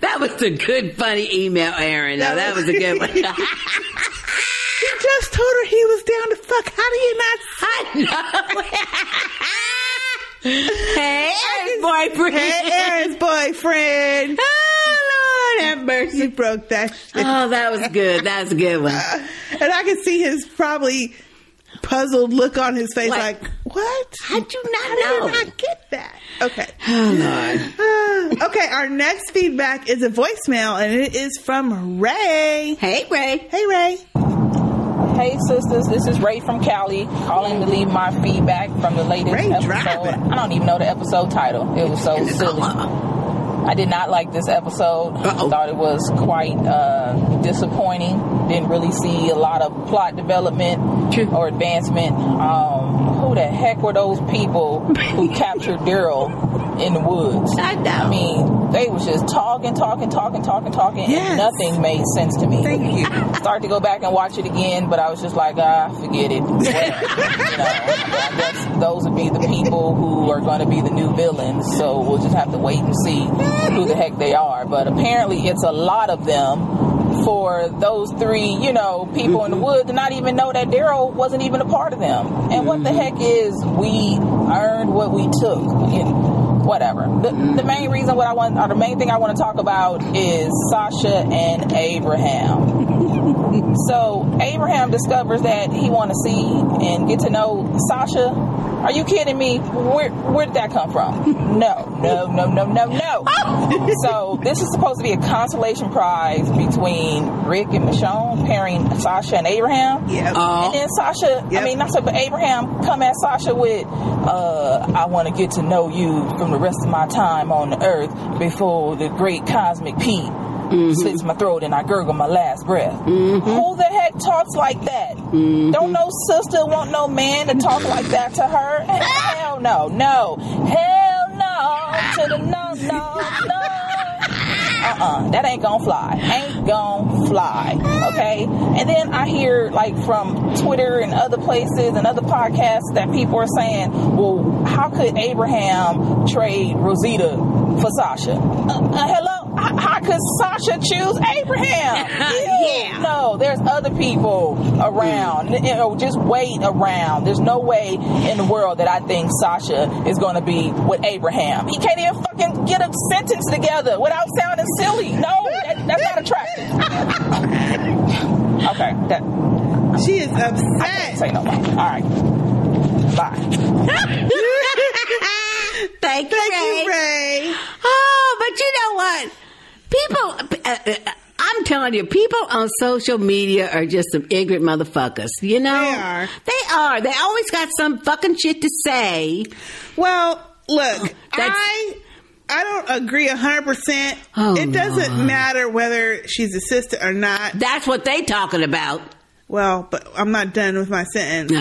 Speaker 21: that was a good funny email, Aaron. Now that was a good
Speaker 1: [laughs]
Speaker 21: one.
Speaker 1: He just told her he was down to fuck. How do you not
Speaker 21: [laughs] see?
Speaker 1: [laughs]
Speaker 21: hey, Aaron's boyfriend.
Speaker 1: Hey,
Speaker 21: [laughs]
Speaker 1: Aaron's boyfriend.
Speaker 21: Oh Lord, have mercy!
Speaker 1: He broke that. Shit.
Speaker 21: Oh, that was good. That's a good one.
Speaker 1: [laughs] And I could see his probably puzzled look on his face, like, "What?
Speaker 21: How'd you not
Speaker 1: know? Did I not get that?" Okay.
Speaker 21: [sighs] Oh
Speaker 1: Uh, [sighs] okay, our next feedback is a voicemail, and it is from Ray.
Speaker 21: Hey, Ray.
Speaker 1: Hey, Ray.
Speaker 17: Hey sisters, this is Ray from Cali calling to leave my feedback from the latest episode. I don't even know the episode title. It was so silly. I did not like this episode. I thought it was quite uh, disappointing. Didn't really see a lot of plot development or advancement. Um, who the heck were those people [laughs] who captured Daryl in the woods? I know. I mean, they was just talking, talking, talking, talking, talking, and nothing made sense to me. Thank you. Started to go back and watch it again, but I was just like, ah, forget it. [laughs] Whatever. you know, I guess those would be the people who are going to be the new villains. So we'll just have to wait and see who the heck they are. But apparently, it's a lot of them for those three, you know, people in the woods to not even know that Daryl wasn't even a part of them. And what the heck is we earned what we took? You know, whatever. The, the main reason what I want, or the main thing I want to talk about is Sasha and Abraham so Abraham discovers that he want to see and get to know Sasha. Are you kidding me? Where where did that come from? No, no, no, no, no, no. so this is supposed to be a consolation prize between Rick and Michonne pairing Sasha and Abraham. Yeah.
Speaker 21: Oh.
Speaker 17: And then Sasha, I mean not so, but Abraham come at Sasha with, uh, "I want to get to know you from the rest of my time on the earth before the great cosmic peak." slits my throat and I gurgle my last breath. Who the heck talks like that? Don't no sister want no man to talk like that to her? Hell no, no, hell no to the no, no, no. Uh-uh, that ain't gonna fly. Ain't gonna fly. Okay? And then I hear like from Twitter and other places and other podcasts that people are saying, well, how could Abraham trade Rosita for Sasha? Uh, uh, hello? How, how could Sasha choose
Speaker 21: [laughs]
Speaker 17: Abraham? yeah. No, there's other people around.
Speaker 21: Mm.
Speaker 17: You know, just wait around. There's no way in the world that I think Sasha is going to be with Abraham. He can't even fucking get a sentence together without sounding silly. No, that, that's not attractive.
Speaker 21: [laughs]
Speaker 17: okay. That,
Speaker 1: she is upset.
Speaker 17: I can't say no more. All right. Bye.
Speaker 21: [laughs] Thank, you, Ray. Oh, but you know what? People, uh, uh, I'm telling you, people on social media are just some ignorant motherfuckers. You know, they are. They are. They always got some fucking shit to say.
Speaker 1: Well, look, I I don't agree hundred percent. It doesn't
Speaker 21: Oh, Lord.
Speaker 1: matter whether she's a sister or not.
Speaker 21: That's what they talking about.
Speaker 1: Well, but I'm not done with my sentence.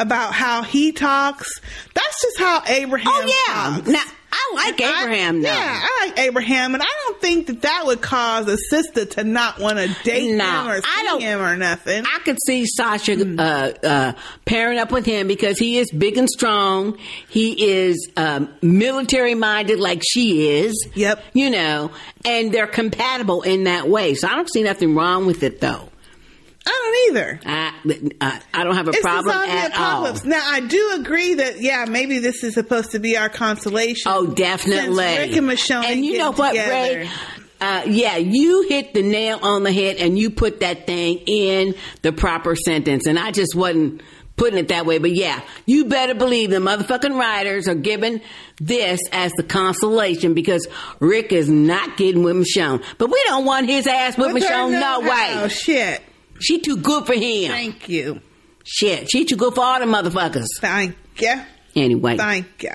Speaker 1: About how he talks. That's just how Abraham. Oh yeah. Now
Speaker 21: I like Abraham.
Speaker 1: I,
Speaker 21: though.
Speaker 1: Yeah, I like Abraham, and I don't think that that would cause a sister to not want to date him or see him or nothing.
Speaker 21: I could see Sasha uh, uh, pairing up with him because he is big and strong. He is um, military minded, like she is.
Speaker 1: Yep.
Speaker 21: You know, and they're compatible in that way. So I don't see nothing wrong with it, though.
Speaker 1: I don't either.
Speaker 21: I, I, I don't have a
Speaker 1: It's the
Speaker 21: problem
Speaker 1: zombie
Speaker 21: at all.
Speaker 1: apocalypse. Now I do agree that yeah, maybe this is supposed to be our consolation.
Speaker 21: Oh, definitely.
Speaker 1: Since Rick and Michonne
Speaker 21: And you
Speaker 1: get
Speaker 21: know what,
Speaker 1: together.
Speaker 21: Ray? Uh, yeah, you hit the nail on the head and you put that thing in the proper sentence. And I just wasn't putting it that way. But yeah, you better believe the motherfucking writers are giving this as the consolation because Rick is not getting with Michonne. But we don't want his ass with,
Speaker 1: With her,
Speaker 21: Michonne, no,
Speaker 1: no
Speaker 21: way.
Speaker 1: how. shit.
Speaker 21: She too good for him.
Speaker 1: Thank you.
Speaker 21: Shit, she too good for all the motherfuckers.
Speaker 1: Thank you.
Speaker 21: Anyway.
Speaker 1: Thank you.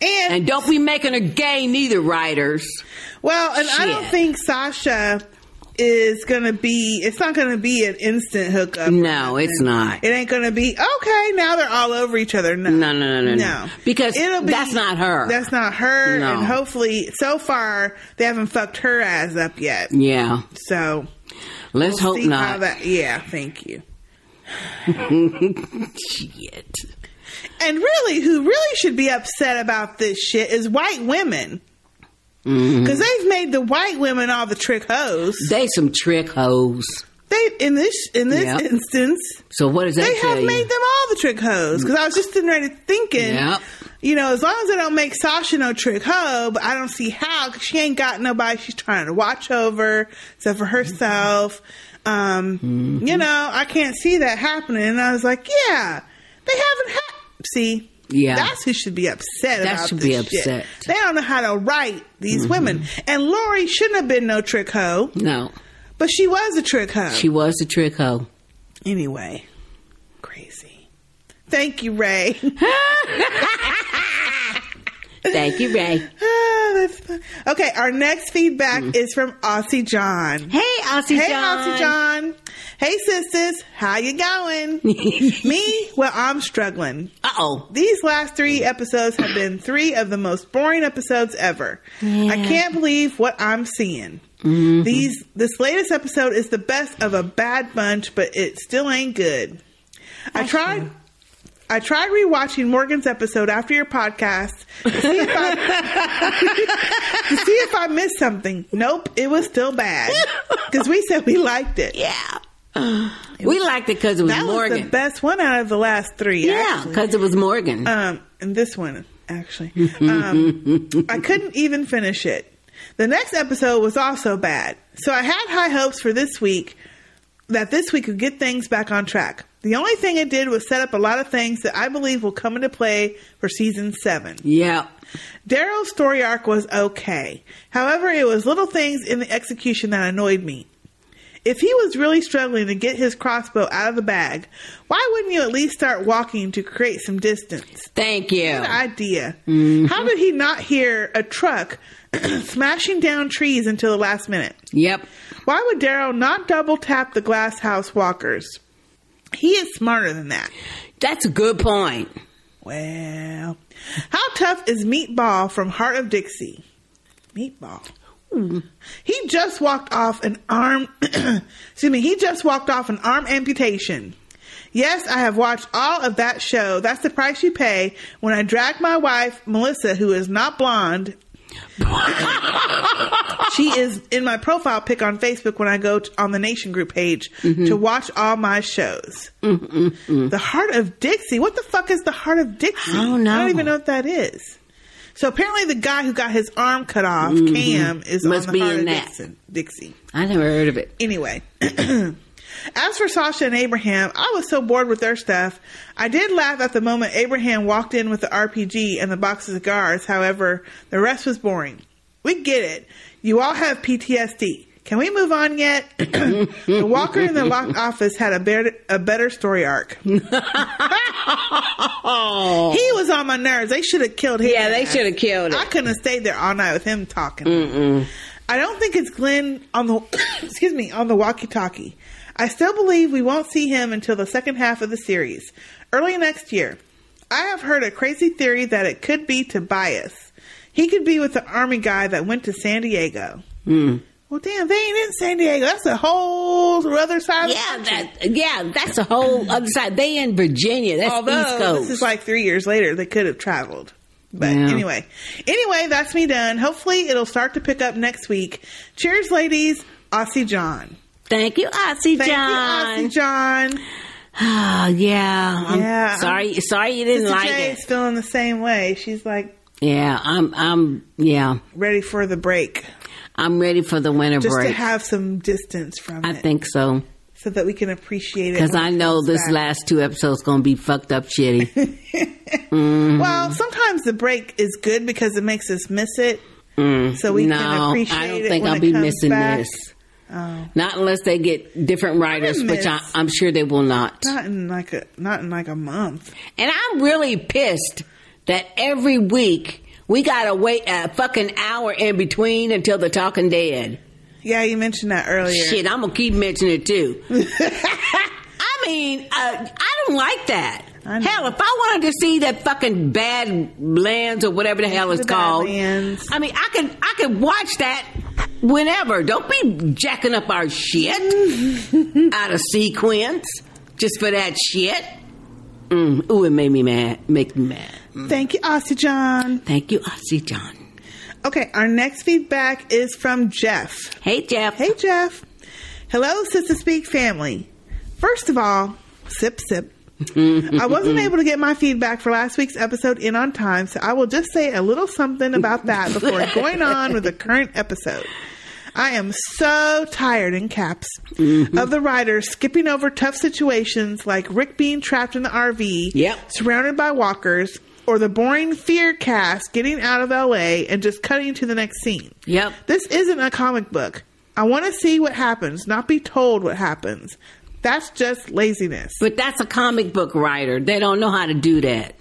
Speaker 1: And,
Speaker 21: don't be making her gay neither, writers.
Speaker 1: Well, and I don't
Speaker 21: Shit.
Speaker 1: think Sasha is gonna be. It's not gonna be an instant hookup. or
Speaker 21: No, it's
Speaker 1: nothing.
Speaker 21: not.
Speaker 1: It ain't gonna be okay. Now they're all over each other. No,
Speaker 21: No, no, no, no, no. Because that's not her.
Speaker 1: That's not her.
Speaker 21: No.
Speaker 1: And hopefully, so far they haven't fucked her ass up yet.
Speaker 21: Yeah.
Speaker 1: So
Speaker 21: let's
Speaker 1: we'll
Speaker 21: hope
Speaker 1: see
Speaker 21: not.
Speaker 1: how that- yeah, thank you.
Speaker 21: Shit.
Speaker 1: And really, who really should be upset about this shit is white women. Because they've made the white women all the trick hoes.
Speaker 21: Mm-hmm. They some trick hoes.
Speaker 1: They in this in this
Speaker 21: Yep.
Speaker 1: instance,
Speaker 21: So what does that
Speaker 1: they
Speaker 21: tell
Speaker 1: have
Speaker 21: you?
Speaker 1: made them all the trick hoes. Because I was just sitting there thinking,
Speaker 21: Yep.
Speaker 1: you know, as long as they don't make Sasha no trick hoe, but I don't see how 'cause she ain't got nobody she's trying to watch over except for herself. Um,
Speaker 21: Mm-hmm.
Speaker 1: You know, I can't see that happening. And I was like, yeah, they haven't. Ha- see,
Speaker 21: Yeah.
Speaker 1: that's who should be upset.
Speaker 21: That
Speaker 1: about
Speaker 21: should
Speaker 1: this
Speaker 21: be
Speaker 1: shit.
Speaker 21: upset. Mm-hmm.
Speaker 1: They don't know how to write these women. And Lori shouldn't have been no trick hoe.
Speaker 21: No.
Speaker 1: But she was a trick hoe.
Speaker 21: She was a trick hoe.
Speaker 1: Anyway, Thank you, Ray.
Speaker 21: [laughs] Thank you, Ray.
Speaker 1: [laughs]
Speaker 21: Mm.
Speaker 1: Ah, that's fun. okay, our next feedback is from Aussie John. Hey,
Speaker 21: Aussie
Speaker 1: hey,
Speaker 21: John.
Speaker 1: Aussie John. Hey, sisters. How you
Speaker 21: [laughs]
Speaker 1: going? Me? Well, I'm struggling.
Speaker 21: Uh-oh.
Speaker 1: These last three episodes have been three of the most boring episodes ever. I can't believe what I'm seeing. These this latest episode is the best of a bad bunch, but it still ain't good. I tried I tried rewatching Morgan's episode after your podcast to see if I, [laughs] to see if I missed something. Nope, it was still bad because we said we liked it.
Speaker 21: Yeah, we liked it because it was
Speaker 1: that
Speaker 21: Morgan.
Speaker 1: was the best one out of the last three.
Speaker 21: Yeah, because it was Morgan.
Speaker 1: Um, and this one actually, um, I couldn't even finish it. The next episode was also bad, so I had high hopes for this week that this week would get things back on track. The only thing it did was set up a lot of things that I believe will come into play for season seven.
Speaker 21: Yeah.
Speaker 1: Daryl's story arc was okay. However, it was little things in the execution that annoyed me. If he was really struggling to get his crossbow out of the bag, why wouldn't you at least start walking to create some distance?
Speaker 21: Thank you. Mm-hmm.
Speaker 1: Good idea. How did he not hear a truck [clears throat] smashing down trees until the last minute?
Speaker 21: Yep.
Speaker 1: Why would Daryl not double tap the glass house walkers? He is smarter than that.
Speaker 21: That's a good point.
Speaker 1: Well, how tough is Meatball from Heart of Dixie? Meatball. He just walked off an arm. [clears throat] excuse me. He just walked off an arm amputation. Yes, I have watched all of
Speaker 21: [laughs]
Speaker 1: that show. That's the price you pay when I dragged my wife Melissa, who is not blonde, she is in my profile pic on Facebook when I go to, on the Nation Group page
Speaker 21: Mhm.
Speaker 1: to watch all my shows.
Speaker 21: Mm,
Speaker 1: The Heart of Dixie. What the fuck is the Heart of Dixie?
Speaker 21: I don't know.
Speaker 1: I don't even know what that is. So apparently, the guy who got his arm cut [laughs] off,
Speaker 21: Mhm.
Speaker 1: Cam, is
Speaker 21: Must
Speaker 1: on the
Speaker 21: be
Speaker 1: Heart
Speaker 21: in
Speaker 1: of
Speaker 21: that.
Speaker 1: Dixon- Dixie.
Speaker 21: I never heard of it.
Speaker 1: Anyway, [clears throat] as for Sasha and Abraham, I was so bored with their stuff. I did laugh at the moment Abraham walked in with the RPG and the box of cigars. However, the rest was boring. We get it. You all have PTSD. Can we move on yet? [clears throat] the Walker in the locked office had a better, a better
Speaker 21: [laughs]
Speaker 1: story arc. he was on my nerves. They should have killed him.
Speaker 21: Oh. Yeah, they should have killed
Speaker 1: him. I couldn't have stayed there all night with him talking.
Speaker 21: Mm-mm.
Speaker 1: I don't think it's Glenn on the [coughs] excuse me on the walkie-talkie. I still believe we won't see him until the second half of the series, early next year. I have heard a crazy theory that it could be Tobias. He could be with the army guy that went to San Diego.
Speaker 21: Mm.
Speaker 1: Well, damn, they ain't in San Diego. That's the whole other side.
Speaker 21: Yeah, that, yeah, that's a whole other side. They in Virginia. That's
Speaker 1: Although
Speaker 21: East Coast.
Speaker 1: this is like three years later, they could have traveled. But
Speaker 21: Yeah. [laughs]
Speaker 1: anyway, anyway, that's me done. Hopefully, it'll start to pick up next week. Cheers, ladies. Aussie John.
Speaker 21: Thank you, Aussie John.
Speaker 1: Thank you, Aussie John.
Speaker 21: Oh yeah, I'm
Speaker 1: Yeah,
Speaker 21: sorry, sorry you didn't
Speaker 1: Sister
Speaker 21: like
Speaker 1: Jay's
Speaker 21: it.
Speaker 1: feeling the same way. She's like
Speaker 21: Yeah, I'm, I'm, yeah.
Speaker 1: Ready for the break?
Speaker 21: I'm ready for the winter
Speaker 1: just
Speaker 21: break.
Speaker 1: to have some distance from
Speaker 21: I
Speaker 1: it,
Speaker 21: think so
Speaker 1: so that we can appreciate it.
Speaker 21: because
Speaker 1: when
Speaker 21: I
Speaker 1: it
Speaker 21: know
Speaker 1: comes
Speaker 21: this
Speaker 1: back.
Speaker 21: last two episodes gonna be fucked up
Speaker 1: [laughs]
Speaker 21: shitty. Mhm.
Speaker 1: Well, sometimes the break is good because it makes us miss it,
Speaker 21: Mm.
Speaker 1: so we
Speaker 21: no,
Speaker 1: can appreciate
Speaker 21: I don't
Speaker 1: it
Speaker 21: think
Speaker 1: when
Speaker 21: I'll
Speaker 1: it
Speaker 21: be
Speaker 1: comes
Speaker 21: missing
Speaker 1: back.
Speaker 21: this.
Speaker 1: Oh.
Speaker 21: Not unless they get different writers, which I,
Speaker 1: miss.
Speaker 21: I'm sure they will not.
Speaker 1: Not in like a not in like a month.
Speaker 21: And I'm really pissed that every week we gotta wait a fucking hour in between until the Talking Dead.
Speaker 1: Yeah, you mentioned that earlier.
Speaker 21: Shit, I'm gonna keep mentioning it
Speaker 1: [laughs]
Speaker 21: too. I mean, uh, I don't like that. Hell, if I wanted to see that fucking Badlands or whatever the hell it's called, I mean, I could I could watch that whenever. Don't be jacking up our
Speaker 1: [laughs]
Speaker 21: shit out of sequence just for that shit. Mm, ooh, it made me mad. Make me mad.
Speaker 1: Thank you, Aussie John.
Speaker 21: Thank you, Aussie John.
Speaker 1: Okay, our next feedback is from Jeff.
Speaker 21: Hey, Jeff.
Speaker 1: Hey, Jeff. Hello, Sister Speak family. First of all, sip,
Speaker 21: [laughs]
Speaker 1: sip. I wasn't able to get my feedback for last week's episode in on time, so I will just say a little something about that [laughs] before going on with the current episode. I am so tired in caps
Speaker 21: Mm-hmm.
Speaker 1: of the writers skipping over tough situations like Rick being trapped in the RV, surrounded by walkers, or the boring fear cast getting out of LA and just cutting to the next scene.
Speaker 21: Yep.
Speaker 1: This isn't a comic book. I want to see what happens, not be told what happens. That's just laziness.
Speaker 21: But that's a comic book writer. They don't know how to do that.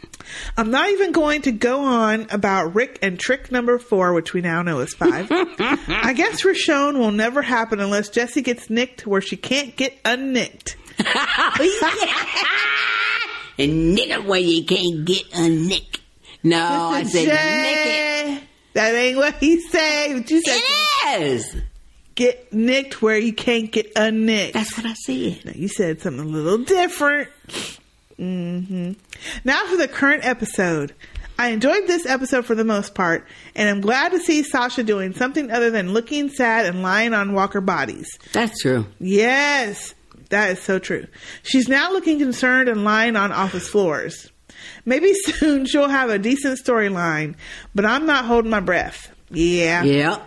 Speaker 1: I'm not even going to go on about Rick and trick number four, which we now know is five. I guess Rashon will never happen unless Jesse gets nicked where she can't get unnicked.
Speaker 21: and nick it where you can't get a nick. No, I said
Speaker 1: nick it. That ain't what he said. What you said
Speaker 21: it is.
Speaker 1: Get nicked where you can't get unnicked.
Speaker 21: That's what I said.
Speaker 1: No, you said something a little different. hmm Now for the current episode. I enjoyed this episode for the most part, and I'm glad to see Sasha doing something other than looking sad and lying on Walker bodies.
Speaker 21: That's true.
Speaker 1: Yes, that is so true. She's now looking concerned and lying on office floors. Maybe [laughs] soon she'll have a decent storyline, but I'm not holding my breath. Yeah.
Speaker 21: Yeah.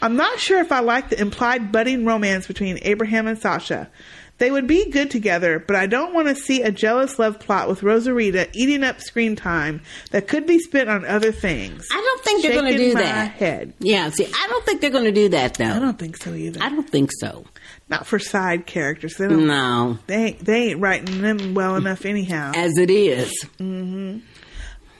Speaker 1: I'm not sure if I like the implied budding romance between Abraham and Sasha. They would be good together, but I don't want to see a jealous love plot with Rosarita eating up screen time that could be spent on other things.
Speaker 21: I don't think they're going to
Speaker 1: Shaking
Speaker 21: do
Speaker 1: my
Speaker 21: that.
Speaker 1: Head.
Speaker 21: Yeah, see, I don't think they're going to do that though. I don't
Speaker 1: think so either.
Speaker 21: I don't think so.
Speaker 1: Not for side characters. They don't,
Speaker 21: No,
Speaker 1: They ain't, they ain't writing them well enough anyhow.
Speaker 21: as it is.
Speaker 1: hmm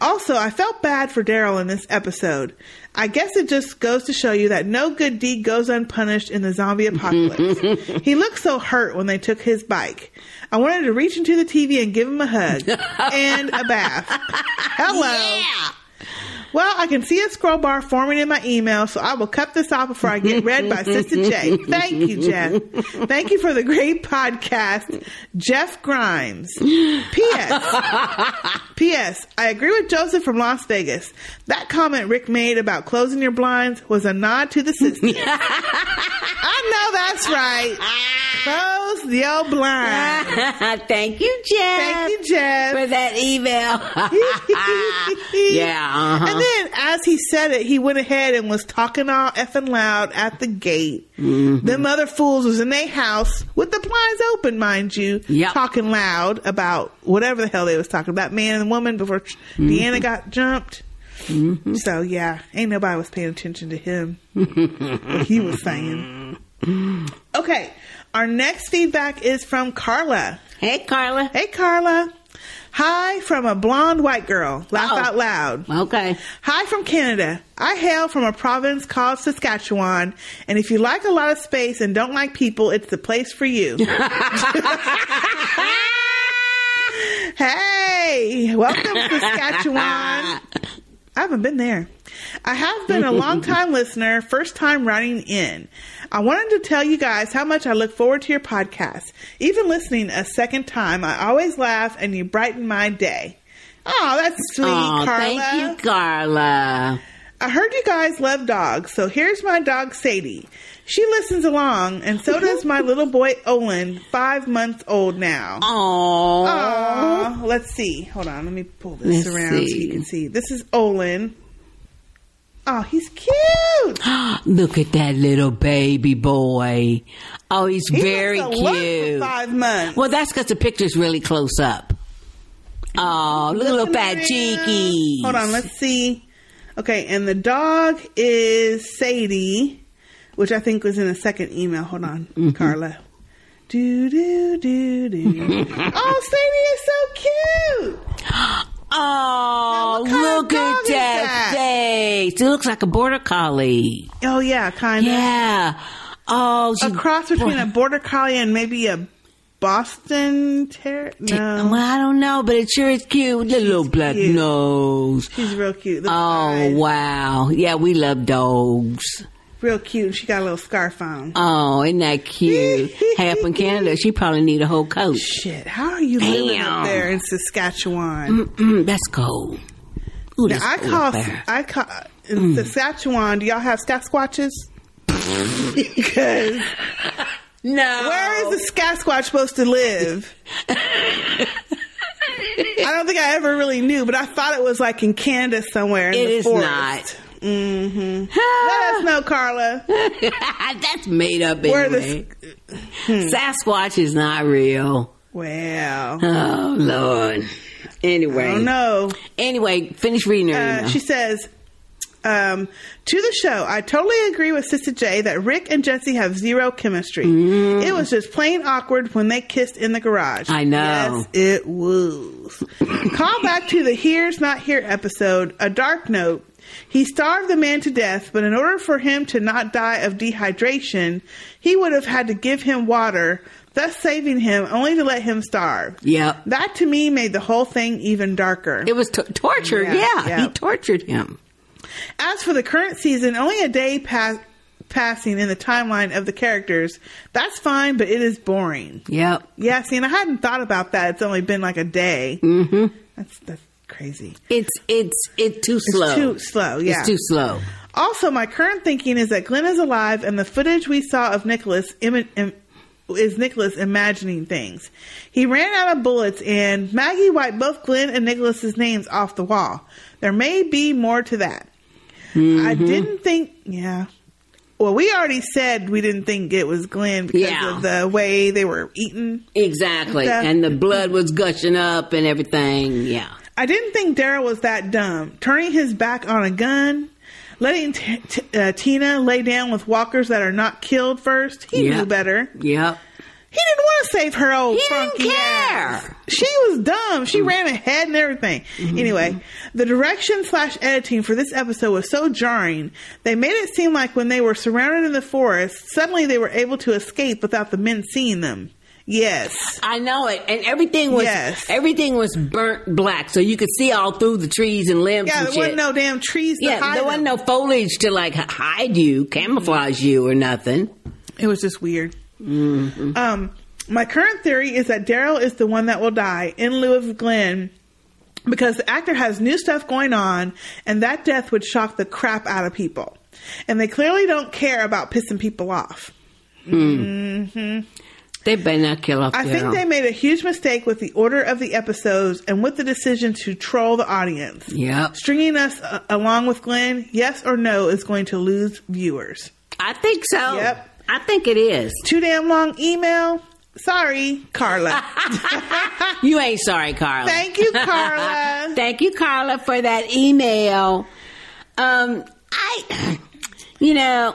Speaker 1: Also, I felt bad for Daryl in this episode. I guess it just goes to show you that no good deed goes unpunished in the zombie apocalypse.
Speaker 21: [laughs]
Speaker 1: he looked so hurt when they took his bike. I wanted to
Speaker 21: [laughs]
Speaker 1: reach into the TV and give him a hug and a bath. Hello. Well, I can see a scroll bar forming in my email, so I will cut this off before I get read by Sister J. Thank you, Jeff. Thank you for the great podcast, Jeff Grimes. P.S. P.S. I agree with Joseph from Las Vegas. That comment Rick made about closing your blinds was a nod to the sisters. I know
Speaker 21: [laughs]
Speaker 1: that's right. Close your blind.
Speaker 21: [laughs] Thank you, Jeff.
Speaker 1: Thank you, Jeff,
Speaker 21: for that
Speaker 1: [laughs]
Speaker 21: email. [laughs] yeah. uh-huh.
Speaker 1: And then, as he said it, he went ahead and was talking all effing loud at the gate.
Speaker 21: Mhm.
Speaker 1: Them other fools was in their house with the blinds open, mind you,
Speaker 21: Yep.
Speaker 1: talking loud about whatever the hell they was talking about, man and woman before
Speaker 21: Mm-hmm.
Speaker 1: Deanna got jumped. So yeah, ain't nobody was paying attention to him. what he was saying. Okay, our next feedback is from Carla.
Speaker 21: Hey, Carla.
Speaker 1: Hey, Carla. Hi from a blonde white girl. Laugh out loud.
Speaker 21: Okay.
Speaker 1: Hi from Canada. I hail from a province called Saskatchewan, and if you like a lot of space and don't like people, it's the place
Speaker 21: [laughs]
Speaker 1: for you. hey, welcome
Speaker 21: [laughs]
Speaker 1: Saskatchewan. I haven't been there. I have been a
Speaker 21: [laughs]
Speaker 1: long time listener, first time writing in. I wanted to tell you guys how much I look forward to your podcast. Even listening a second time, I always laugh and you brighten my day. Oh, that's sweet,
Speaker 21: Aw,
Speaker 1: Carla.
Speaker 21: Thank you, Carla.
Speaker 1: I heard you guys love dogs, so here's my dog Sadie. She listens along, and so does my little boy Owen, five months old now.
Speaker 21: Aww.
Speaker 1: Aww. Let's see. Hold on. Let me pull this
Speaker 21: Let's
Speaker 1: around so
Speaker 21: see.
Speaker 1: you can see. This is Olin. Oh,
Speaker 21: [gasps]
Speaker 1: he's cute.
Speaker 21: Look at that little baby boy. Oh, he's
Speaker 1: He
Speaker 21: very
Speaker 1: looks a lot for
Speaker 21: cute.
Speaker 1: five months.
Speaker 21: Well, that's because the picture's really close up. Oh, look at little fat cheeky.
Speaker 1: Hold on. Let's see. Okay, and the dog is Sadie, which I think was in a second email. Hold on,
Speaker 21: Mm-hmm.
Speaker 1: Carla. Do do do do. oh, Sadie is so cute.
Speaker 21: [gasps] Oh, look at that, face. It looks like a border collie.
Speaker 1: Oh yeah, kind of.
Speaker 21: Yeah. Oh,
Speaker 1: a cross between a border collie and maybe a Boston Terrier. No,
Speaker 21: Well, I don't know, but it sure is cute. The little black
Speaker 1: cute.
Speaker 21: nose.
Speaker 1: she's real cute.
Speaker 21: Oh, wow. Yeah, we love dogs.
Speaker 1: Real cute. And she got a little scarf on.
Speaker 21: Oh, isn't that cute? Half in Canada, she probably need a whole coat.
Speaker 1: Shit, how are you living
Speaker 21: Damn.
Speaker 1: up there in Saskatchewan?
Speaker 21: Mm-mm, that's cold. Ooh,
Speaker 1: now,
Speaker 21: that's
Speaker 1: I
Speaker 21: cold
Speaker 1: call
Speaker 21: up there. Mm.
Speaker 1: I call in Saskatchewan. Do y'all have
Speaker 21: [laughs]
Speaker 1: Sasquatches? Because
Speaker 21: no,
Speaker 1: where is the Sasquatch supposed to live? I don't think I ever really knew, but I thought it was like in Canada somewhere. In
Speaker 21: It
Speaker 1: the
Speaker 21: is
Speaker 1: forest.
Speaker 21: not.
Speaker 1: hmm
Speaker 21: [laughs]
Speaker 1: Let us know, Carla.
Speaker 21: That's made up
Speaker 1: Where the- Hmm.
Speaker 21: anyway. Sasquatch is not real.
Speaker 1: Well,
Speaker 21: Oh Lord. Anyway,
Speaker 1: I don't know.
Speaker 21: Anyway, finish reading her
Speaker 1: Uh,
Speaker 21: email.
Speaker 1: she says, um, to the show, I totally agree with Sister J that Rick and Jesse have zero chemistry. It was just plain awkward when they kissed in the garage.
Speaker 21: Mm. I know.
Speaker 1: Yes, it was. Call back to the Here's Not Here episode, A Dark Note. He starved the man to death, but in order for him to not die of dehydration, he would have had to give him water, thus saving him only to let him starve.
Speaker 21: Yep.
Speaker 1: That to me made the whole thing even darker.
Speaker 21: It was t- torture. Yeah, he tortured him.
Speaker 1: As for the current season, only a day pass- passing in the timeline of the characters. That's fine, but it is boring.
Speaker 21: Yep.
Speaker 1: Yeah, see, and I hadn't thought about that. It's only been like a day. Mm-hmm. That's that's crazy.
Speaker 21: It's it's it too slow.
Speaker 1: too slow, yeah.
Speaker 21: It's too slow.
Speaker 1: Also, my current thinking is that Glenn is alive, and the footage we saw of Nicholas Im- im- is Nicholas imagining things. He ran out of bullets, and Maggie wiped both Glenn and Nicholas's names off the wall. There may be more to that. I
Speaker 21: Mm-hmm.
Speaker 1: didn't think, yeah. Well, we already said we didn't think it was Glenn because
Speaker 21: Yeah.
Speaker 1: of the way they were eaten.
Speaker 21: Exactly.
Speaker 1: Stuff.
Speaker 21: And the blood was gushing up and everything. Yeah.
Speaker 1: I didn't think Daryl was that dumb. Turning his back on a gun, letting t- t- uh, Tina lay down with walkers that are not killed first. He
Speaker 21: Yeah.
Speaker 1: knew better.
Speaker 21: Yep.
Speaker 1: He didn't want to save her old
Speaker 21: He didn't Mm-hmm.
Speaker 1: funky ass. She was dumb. She ran ahead and everything. Anyway, the direction slash editing for this episode was so jarring. They made it seem like when they were surrounded in the forest, suddenly they were able to escape without the men seeing them. Yes.
Speaker 21: I know it. And everything was everything was burnt black, so you could see all through the trees and limbs.
Speaker 1: Yeah,
Speaker 21: and
Speaker 1: there wasn't
Speaker 21: shit.
Speaker 1: no damn trees to
Speaker 21: Yeah,
Speaker 1: hide
Speaker 21: there wasn't no foliage to like h- hide you, camouflage you, or nothing.
Speaker 1: It was just weird.
Speaker 21: Mm-hmm.
Speaker 1: Um, my current theory is that Daryl is the one that will die in lieu of Glenn because the actor has new stuff going on and that death would shock the crap out of people. And they clearly don't care about pissing people off. hmm
Speaker 21: They better not kill off.
Speaker 1: I think
Speaker 21: Daryl.
Speaker 1: they made a huge mistake with the order of the episodes and with the decision to troll the audience.
Speaker 21: Yep.
Speaker 1: Stringing us uh, along with Glenn, yes or no, is going to lose viewers.
Speaker 21: I think so.
Speaker 1: Yep.
Speaker 21: I think it is.
Speaker 1: Too damn long email. Sorry, Carla.
Speaker 21: [laughs] You ain't sorry, Carla.
Speaker 1: Thank you,
Speaker 21: [laughs]
Speaker 1: Carla.
Speaker 21: Thank you, Carla, for that email. Um, I, [clears throat] you know,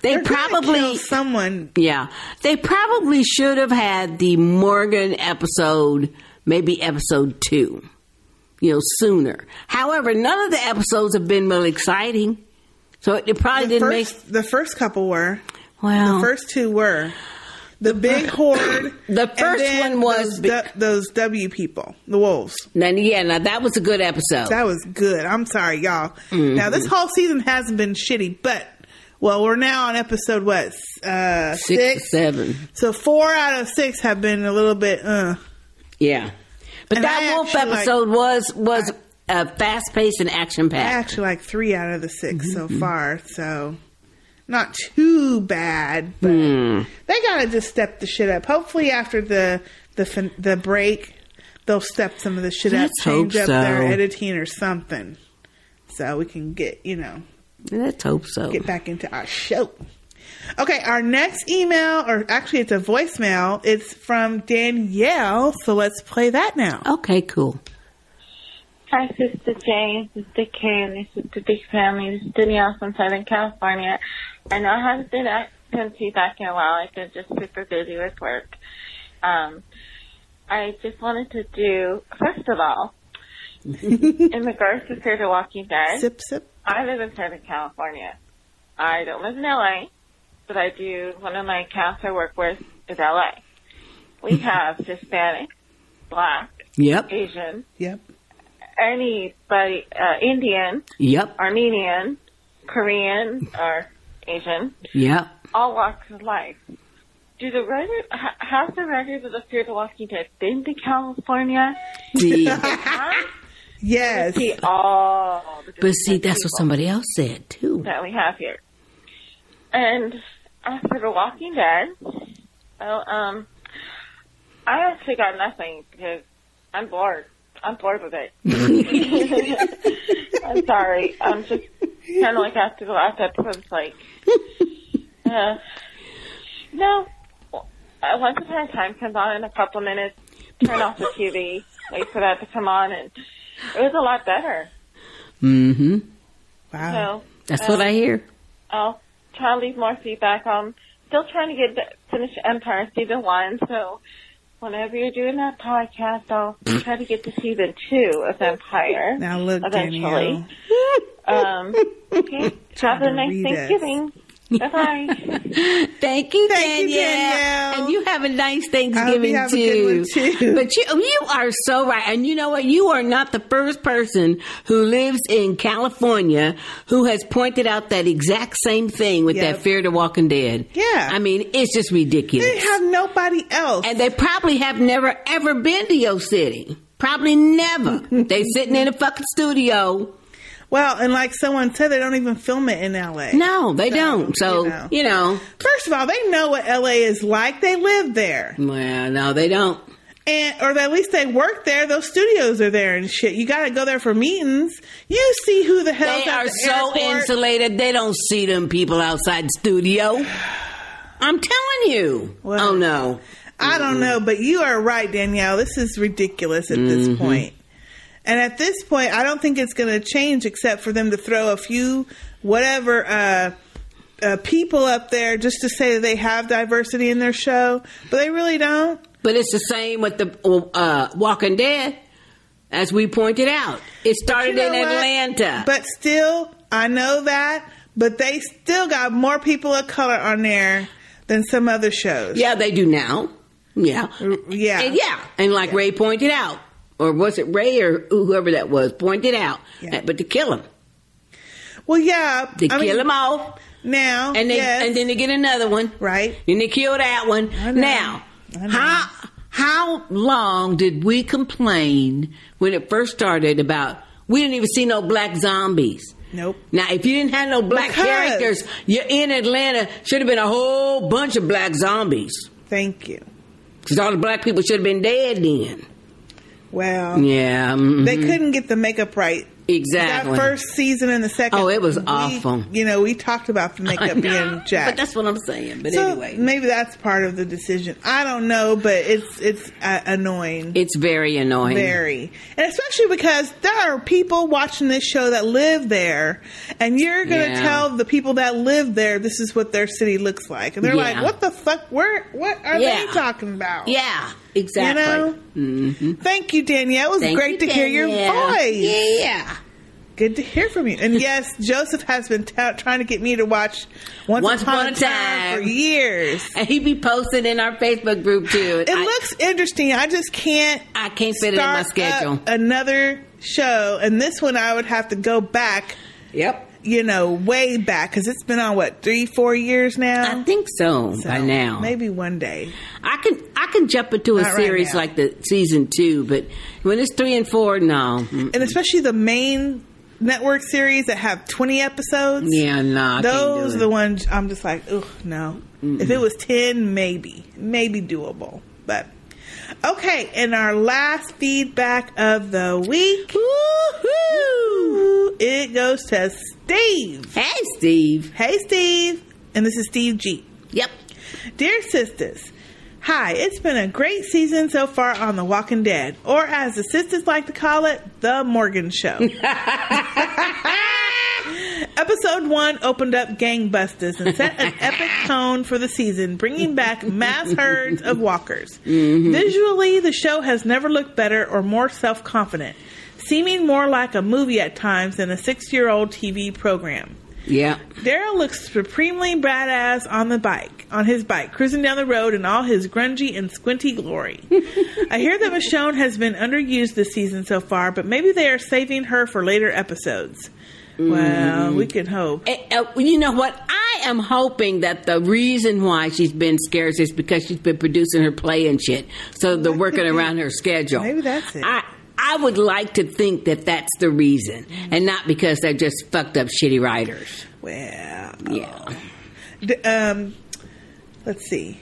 Speaker 21: they probably
Speaker 1: someone.
Speaker 21: Yeah, they probably should have had the Morgan episode, maybe episode two, you know, sooner. However, none of the episodes have been really exciting, so it probably didn't make
Speaker 1: first, the first couple were.
Speaker 21: Well,
Speaker 1: the first two were the big horde.
Speaker 21: [laughs] The first one was
Speaker 1: those, du- those W people, the wolves.
Speaker 21: Now, yeah, now that was a good episode.
Speaker 1: That was good. I'm sorry, y'all. Now this
Speaker 21: Mhm.
Speaker 1: whole season hasn't been shitty, but well, we're now on episode what s- uh,
Speaker 21: six, or
Speaker 1: six.
Speaker 21: seven.
Speaker 1: So four out of six have been a little bit. Uh.
Speaker 21: Yeah, but
Speaker 1: And
Speaker 21: that
Speaker 1: I
Speaker 21: wolf
Speaker 1: actually like-
Speaker 21: episode was was uh, fast paced and action
Speaker 1: I
Speaker 21: packed.
Speaker 1: actually like three out of the 6
Speaker 21: Mm-hmm,
Speaker 1: so far, so not too bad. But
Speaker 21: Hmm.
Speaker 1: they gotta just step the shit up. Hopefully, after the the fin- the break, they'll step some of the shit
Speaker 21: Let's
Speaker 1: up, change
Speaker 21: hope
Speaker 1: up their
Speaker 21: so.
Speaker 1: editing or something, so we can get you know
Speaker 21: Let's hope so.
Speaker 1: get back into our show. Okay, our next email, or actually, it's a voicemail. It's from Danielle, so let's play that now.
Speaker 21: Okay, cool.
Speaker 12: Hi, Sister Jane, Sister Karen, and Sister Big Family. This is Danielle from Southern California. I know I haven't been back, come to you back in a while. I've been just super busy with work. Um, I just wanted to do, first of
Speaker 1: [laughs]
Speaker 12: all, in regards to Fear the Walking Dead,
Speaker 1: Sip, sip.
Speaker 12: I live in Southern California. I don't live in LA, but I do, one of my accounts I work with is LA.
Speaker 1: [laughs]
Speaker 12: We have Hispanic, Black,
Speaker 21: Yep.
Speaker 12: Asian,
Speaker 1: Yep.
Speaker 12: anybody, uh, Indian,
Speaker 21: Yep.
Speaker 12: Armenian, Korean, or Asian,
Speaker 21: Yep.
Speaker 12: all walks of life. Do the writer, ha- have the writers of the Fear the Walking Dead been to California?
Speaker 21: See.
Speaker 1: yes.
Speaker 12: See [laughs] all the
Speaker 21: But see, that's what somebody else said too.
Speaker 12: that we have here. And after The Walking Dead, well, um, I actually got nothing because I'm bored. I'm bored with
Speaker 21: [laughs]
Speaker 12: it. I'm sorry. I'm just kind of like after the last episode, it's like, uh, no. Uh, Once upon a time comes on in a couple minutes, turn off the TV, wait for that to come on, and it was a lot better.
Speaker 21: Mm-hmm.
Speaker 12: Wow. So,
Speaker 21: That's
Speaker 12: uh,
Speaker 21: what I hear.
Speaker 12: I'll try to leave more feedback. I'm still trying to get the, finish Empire season one, so whenever you're doing that podcast, I'll try to get to season two of Empire.
Speaker 1: Now look,
Speaker 12: eventually. [laughs] Um, okay.
Speaker 1: [laughs] Trying
Speaker 12: Have a
Speaker 1: to
Speaker 12: nice
Speaker 1: read us.
Speaker 12: Thanksgiving. Bye bye.
Speaker 21: Thank you,
Speaker 12: Thank you,
Speaker 21: Danielle. And you have a nice Thanksgiving
Speaker 12: have a
Speaker 21: too.
Speaker 12: good one, too.
Speaker 21: But you you are so right. And you know what? You are not the first person who lives in California who has pointed out that exact same thing with
Speaker 1: Yep.
Speaker 21: that fear to walking dead.
Speaker 1: Yeah.
Speaker 21: I mean, it's just ridiculous.
Speaker 1: They have nobody else.
Speaker 21: And they probably have never ever been to your city. Probably never. they sitting in a fucking studio.
Speaker 1: Well, and like someone said, they don't even film it in LA.
Speaker 21: No, they don't. So, you know.
Speaker 1: First of all, they know what LA is like. They live there.
Speaker 21: Well, no, they don't.
Speaker 1: And or at least they work there. Those studios are there and shit. You got to go there for meetings. You see who the hell's
Speaker 21: They
Speaker 1: at
Speaker 21: are
Speaker 1: the
Speaker 21: so
Speaker 1: airport.
Speaker 21: insulated. They don't see them people outside the studio. I'm telling you. oh no.
Speaker 1: I don't know, but you are right, Danielle. This is ridiculous at this
Speaker 21: Mhm.
Speaker 1: point. And at this point, I don't think it's going to change except for them to throw a few whatever uh, uh, people up there just to say that they have diversity in their show, but they really don't.
Speaker 21: But it's the same with the uh, Walking Dead, as we pointed out. It started
Speaker 1: You know
Speaker 21: in
Speaker 1: what?
Speaker 21: Atlanta.
Speaker 1: But still, I know that, but they still got more people of color on there than some other shows.
Speaker 21: yeah, they do now. Yeah.
Speaker 1: Yeah.
Speaker 21: And yeah. And like Ray pointed out, or was it Ray or whoever that was pointed out, but to kill him.
Speaker 1: Well, yeah.
Speaker 21: They
Speaker 1: I
Speaker 21: kill
Speaker 1: mean-
Speaker 21: him off.
Speaker 1: Now.
Speaker 21: And they,
Speaker 1: yes.
Speaker 21: and then they get another one.
Speaker 1: Right.
Speaker 21: Then they kill that one. Now, how, how long did we complain when it first started about we didn't even see no black zombies?
Speaker 1: Nope.
Speaker 21: Now, if you didn't have no black
Speaker 1: Because-
Speaker 21: characters, you're in Atlanta, should have been a whole bunch of black zombies.
Speaker 1: Thank you.
Speaker 21: Because all the black people should have been dead then.
Speaker 1: Well,
Speaker 21: Yeah. mhm.
Speaker 1: they couldn't get the makeup right.
Speaker 21: Exactly.
Speaker 1: That first season and the second.
Speaker 21: Oh, it was
Speaker 1: we-
Speaker 21: awful.
Speaker 1: You know, we talked about the
Speaker 21: I
Speaker 1: makeup
Speaker 21: know,
Speaker 1: being jacked.
Speaker 21: But that's what I'm saying. But
Speaker 1: so
Speaker 21: anyway,
Speaker 1: maybe that's part of the decision. I don't know, but it's it's uh, annoying.
Speaker 21: it's very annoying.
Speaker 1: Very, and especially because there are people watching this show that live there, and you're going to
Speaker 21: Yeah.
Speaker 1: tell the people that live there this is what their city looks like, and they're
Speaker 21: Yeah.
Speaker 1: like, "What the fuck? Where? What are
Speaker 21: Yeah.
Speaker 1: they talking about?"
Speaker 21: Yeah, exactly.
Speaker 1: You know.
Speaker 21: Mhm.
Speaker 1: Thank you, Danielle. It was
Speaker 21: Thank
Speaker 1: great
Speaker 21: you,
Speaker 1: to hear your
Speaker 21: Danielle.
Speaker 1: voice.
Speaker 21: Yeah.
Speaker 1: Good to hear from you. And yes, Joseph has been ta- trying to get me to watch Once, Upon, a Time, for years.
Speaker 21: And he be posting in our Facebook group too.
Speaker 1: It looks interesting. I just can't.
Speaker 21: I can't fit it in my schedule.
Speaker 1: another show, and this one I would have to go back.
Speaker 21: Yep.
Speaker 1: You know, way back because it's been on what three, four years now. I
Speaker 21: think so, by now.
Speaker 1: Maybe one day.
Speaker 21: I can I can jump into a
Speaker 1: Not right
Speaker 21: series
Speaker 1: now.
Speaker 21: like the season two, but when it's three and four, no. Mm.
Speaker 1: And especially the main network series that have twenty episodes.
Speaker 21: Yeah, no. I uh, can't do
Speaker 1: Those
Speaker 21: it.
Speaker 1: are the ones I'm just like, ugh, no. If it was 10, maybe, maybe doable. But okay, and our last feedback of the week. Woohoo! It goes to Steve.
Speaker 21: Hey, Steve.
Speaker 1: Hey, Steve. And this is Steve G.
Speaker 21: Yep.
Speaker 1: Dear sisters, hi, it's been a great season so far on The Walking Dead, or as the sisters like to call it, The Morgan Show. Episode one opened up gangbusters and set an epic tone for the season, bringing back mass herds of walkers. Visually, the show has never looked better or more self confident, seeming more like a movie at times than a six year old TV program.
Speaker 21: Yeah.
Speaker 1: Daryl looks supremely badass on the bike, on his bike, cruising down the road in all his grungy and squinty glory. I hear that Michonne has been underused this season so far, but maybe they are saving her for later episodes. Well, we can hope.
Speaker 21: Eh, eh, you know what? I am hoping that the reason why she's been scarce is because she's been producing her play and shit. So they're working around
Speaker 1: [laughs]
Speaker 21: her schedule. Maybe
Speaker 1: that's it.
Speaker 21: I, I would like to think that that's the reason
Speaker 1: Mm.
Speaker 21: and not because they're just fucked up shitty writers.
Speaker 1: Well,
Speaker 21: yeah.
Speaker 1: D- um, let's see.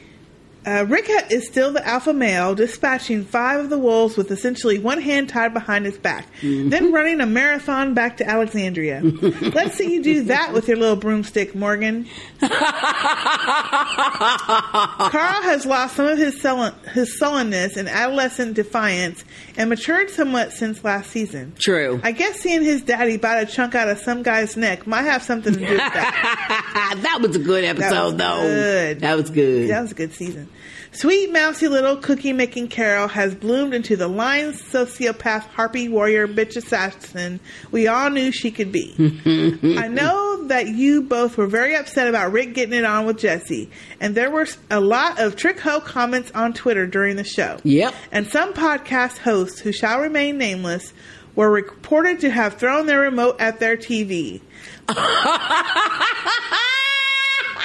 Speaker 1: Uh, Rick ha- is still the alpha male, dispatching five of the wolves with essentially one hand tied behind his back, then running a marathon back to Alexandria. Let's see you do that with your little broomstick, Morgan. Carl has lost some of his, sullen- his sullenness and adolescent defiance and matured somewhat since last season.
Speaker 21: True.
Speaker 1: I guess seeing his daddy bite a chunk out of some guy's neck might have something to do with
Speaker 21: [laughs]
Speaker 1: that.
Speaker 21: that was a good episode, though. That was good.
Speaker 1: That was a good season. Sweet, mousy little cookie making Carol has bloomed into the lion sociopath, harpy warrior, bitch assassin we all knew she could be. I know that you both were very upset about Rick getting it on with Jesse, and there were a lot of trick ho comments on Twitter during the show.
Speaker 21: Yep.
Speaker 1: And some podcast hosts who shall remain nameless were reported to have thrown their remote at their TV.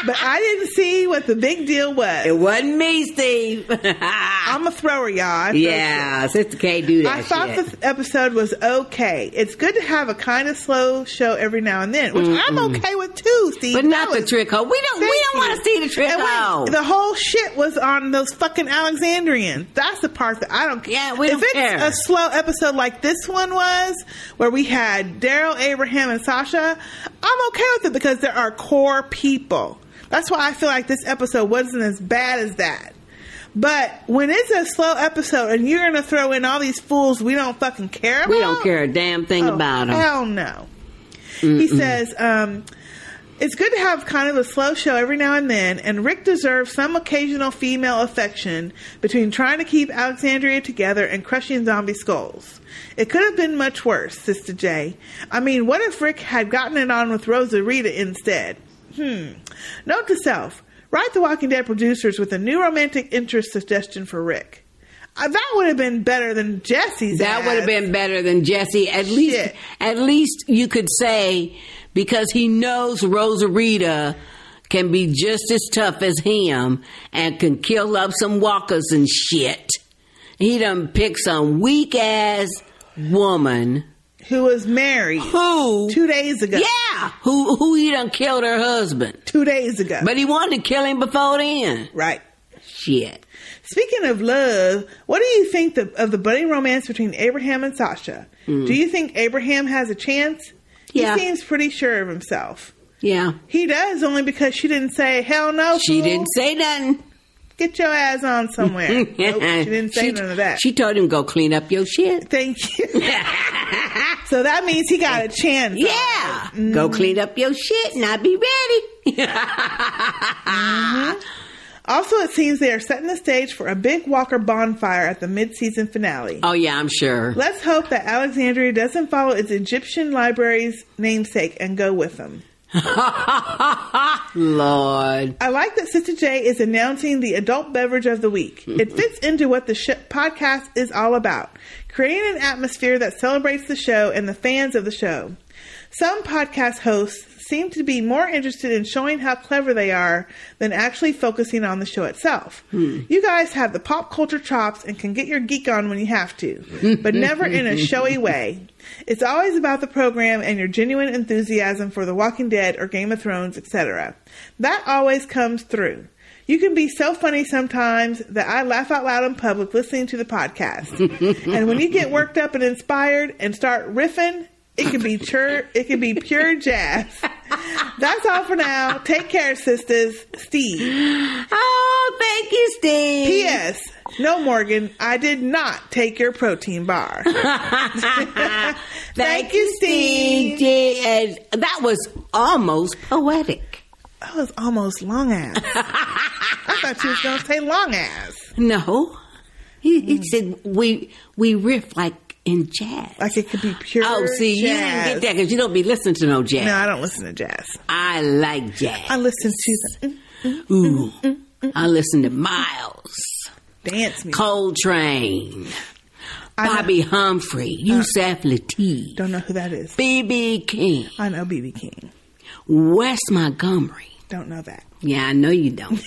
Speaker 1: But I didn't see what the big deal was. It
Speaker 21: wasn't me, Steve. [laughs] I'm
Speaker 1: a thrower, y'all. I feel
Speaker 21: yeah, Sister K do that
Speaker 1: I thought
Speaker 21: shit.
Speaker 1: this episode was okay. It's good to have a kind of slow show every now and then, which I'm
Speaker 21: Mm-mm.
Speaker 1: okay with too, Steve.
Speaker 21: But not the trick hole. We don't- we don't wanna see the trick hole.
Speaker 1: The whole shit was on those fucking Alexandrians. That's the part that I don't. Yeah,
Speaker 21: we
Speaker 1: if
Speaker 21: don't
Speaker 1: it's
Speaker 21: care.
Speaker 1: a slow episode like this one was, where we had Daryl, Abraham, and Sasha, I'm okay with it because there are core people. That's why I feel like this episode wasn't as bad as that. But when it's a slow episode and you're going to throw in all these fools we don't fucking care about,
Speaker 21: we don't care a damn thing
Speaker 1: Oh,
Speaker 21: about them.
Speaker 1: Hell no. He says, um, it's good to have kind of a slow show every now and then, and Rick deserves some occasional female affection between trying to keep Alexandria together and crushing zombie skulls. It could have been much worse, Sister J. I mean, what if Rick had gotten it on with Rosa Rita instead? Hmm. Note to self. Write The Walking Dead producers with a new romantic interest suggestion for Rick. Uh, that would have been better than Jesse's.
Speaker 21: That would have been better than Jesse. At least, at least you could say because he knows Rosarita can be just as tough as him and can kill up some walkers and shit. He done pick some weak ass woman
Speaker 1: who was married
Speaker 21: who
Speaker 1: two days ago.
Speaker 21: Yeah, who who he done killed her husband
Speaker 1: two days ago.
Speaker 21: But he wanted to kill him before then.
Speaker 1: Right.
Speaker 21: Shit.
Speaker 1: Speaking of love, what do you think the, of the budding romance between Abraham and Sasha?
Speaker 21: Mm.
Speaker 1: Do you think Abraham has a chance?
Speaker 21: Yeah.
Speaker 1: He seems pretty sure of himself.
Speaker 21: Yeah.
Speaker 1: He does only because she didn't say hell no.
Speaker 21: She didn't say nothing.
Speaker 1: Get your ass on
Speaker 21: [laughs]
Speaker 1: somewhere. Nope, she didn't say
Speaker 21: She-
Speaker 1: none of that.
Speaker 21: She told him go clean up your shit.
Speaker 1: Thank you. so that means he got a chance. Mm-hmm. Yeah.
Speaker 21: Go clean [laughs] up your shit and I'll be ready.
Speaker 1: Also, it seems they are setting the stage for a big Walker bonfire at the mid-season finale.
Speaker 21: Oh yeah, I'm sure.
Speaker 1: Let's hope that Alexandria doesn't follow its Egyptian library's namesake and go with them.
Speaker 21: Lord.
Speaker 1: I like that Sister J is announcing the adult beverage of the week. It fits into what the sh- podcast is all about creating an atmosphere that celebrates the show and the fans of the show. Some podcast hosts seem to be more interested in showing how clever they are than actually focusing on the show itself. You guys have the pop culture chops and can get your geek on when you have to, but never in a showy way. It's always about the program and your genuine enthusiasm for The Walking Dead or Game of Thrones, etc. That always comes through. You can be so funny sometimes that I laugh out loud in public listening to the podcast. and when you get worked up and inspired and start riffing, it can be pure, it can be pure jazz. That's all for now. Take care, sisters. Steve.
Speaker 21: Oh, thank you, Steve.
Speaker 1: P.S. No, Morgan, I did not take your protein bar.
Speaker 21: [laughs]
Speaker 1: [laughs]
Speaker 21: Thank, you, Steve. J- and That was almost poetic.
Speaker 1: That was almost long ass. I thought you was gonna say long ass.
Speaker 21: [laughs] No. He,
Speaker 1: Hmm.
Speaker 21: he said we we riff like in jazz.
Speaker 1: Like it could be pure.
Speaker 21: Oh, see, you didn't
Speaker 1: jazz.
Speaker 21: get that because you don't be listening to no jazz.
Speaker 1: No, I don't listen to jazz.
Speaker 21: I like jazz.
Speaker 1: I listen to the mm,
Speaker 21: Ooh, I listen to Miles,
Speaker 1: dance music,
Speaker 21: Coltrane, Bobby Humphrey, Yusef Lateef.
Speaker 1: Uh, Don't know who that is.
Speaker 21: B.B. King.
Speaker 1: I know B.B. King.
Speaker 21: Wes Montgomery.
Speaker 1: Don't know that.
Speaker 21: Yeah, I know you
Speaker 1: [laughs]
Speaker 21: don't.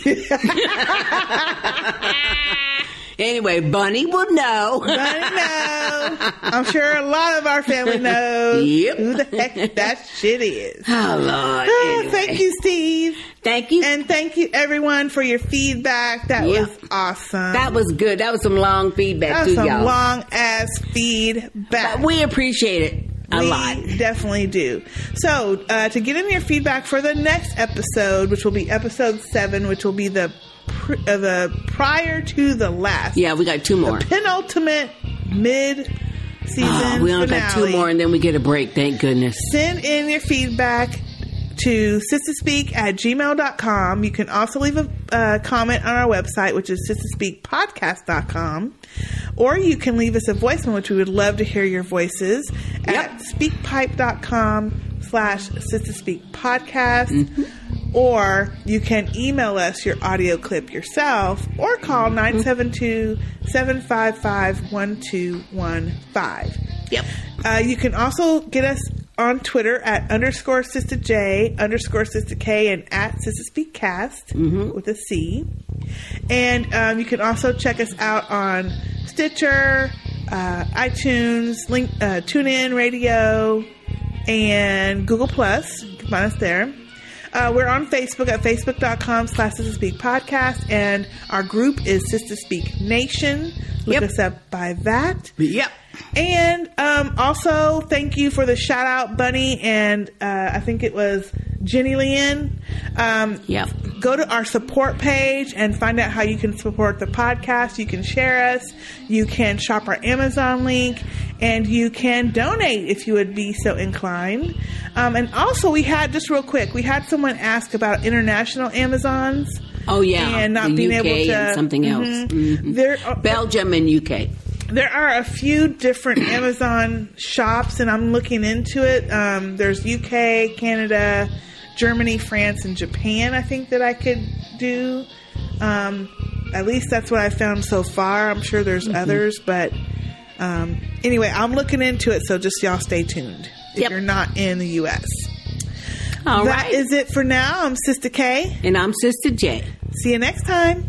Speaker 21: anyway, Bunny will know.
Speaker 1: Bunny
Speaker 21: [laughs]
Speaker 1: knows. I'm sure a lot of our family knows
Speaker 21: Yep.
Speaker 1: who the heck that shit is.
Speaker 21: [laughs] Oh, Lord.
Speaker 1: Ah,
Speaker 21: Anyway.
Speaker 1: Thank you, Steve.
Speaker 21: Thank you.
Speaker 1: And thank you, everyone, for your feedback. That
Speaker 21: Yeah.
Speaker 1: was awesome.
Speaker 21: That was good. That was some long feedback
Speaker 1: That
Speaker 21: too,
Speaker 1: was some
Speaker 21: y'all.
Speaker 1: long ass feedback.
Speaker 21: But we appreciate it a
Speaker 1: we
Speaker 21: lot.
Speaker 1: Definitely do. So, uh, to get in your feedback for the next episode, which will be episode seven, which will be the pr- uh, the prior to the last.
Speaker 21: Yeah, we got two more.
Speaker 1: penultimate mid season.
Speaker 21: Oh, we only got two more, and then we get a break. Thank goodness.
Speaker 1: Send in your feedback to sisterspeak at gmail.com. You can also leave a uh, comment on our website, which is sisterspeakpodcast.com. Or you can leave us a voicemail, which we would love to hear your voices, at speakpipe.com slash sisterspeakpodcast.
Speaker 21: Mm-hmm.
Speaker 1: Or you can email us your audio clip yourself or
Speaker 21: Mm-hmm.
Speaker 1: call 972 755 1215.
Speaker 21: Yep.
Speaker 1: Uh, you can also get us on Twitter at underscore sister J, underscore sister K, and at sister speak cast
Speaker 21: Mm-hmm.
Speaker 1: with a C. And um, you can also check us out on Stitcher, uh, iTunes, Link, uh, TuneIn Radio, and Google Plus. You can find us there. Uh, we're on Facebook at facebook.com slash Sister Speak Podcast, and our group is Sister Speak Nation. Look us up by that.
Speaker 21: Yep.
Speaker 1: And um, also, thank you for the shout out, Bunny, and uh, I think it was Jenny Lynn. Um,
Speaker 21: Yep.
Speaker 1: Go to our support page and find out how you can support the podcast. You can share us, you can shop our Amazon link, and you can donate if you would be so inclined. Um, and also, we had just real quick, we had someone ask about international Amazons.
Speaker 21: Oh yeah,
Speaker 1: and not
Speaker 21: the
Speaker 1: being
Speaker 21: UK
Speaker 1: able to
Speaker 21: and something else.
Speaker 1: Mhm.
Speaker 21: Mhm. Belgium and UK.
Speaker 1: There are a
Speaker 21: [coughs]
Speaker 1: few different Amazon shops, and I'm looking into it. Um, there's UK, Canada, Germany, France, and Japan, I think that I could do. Um, at least that's what I found so far. I'm sure
Speaker 21: Mm-hmm.
Speaker 1: there's others, but um, anyway, I'm looking into it, so just y'all stay tuned if you're not in the U.S.
Speaker 21: All
Speaker 1: That
Speaker 21: right.
Speaker 1: is it for now. I'm Sister K.
Speaker 21: And I'm Sister J.
Speaker 1: See you next time.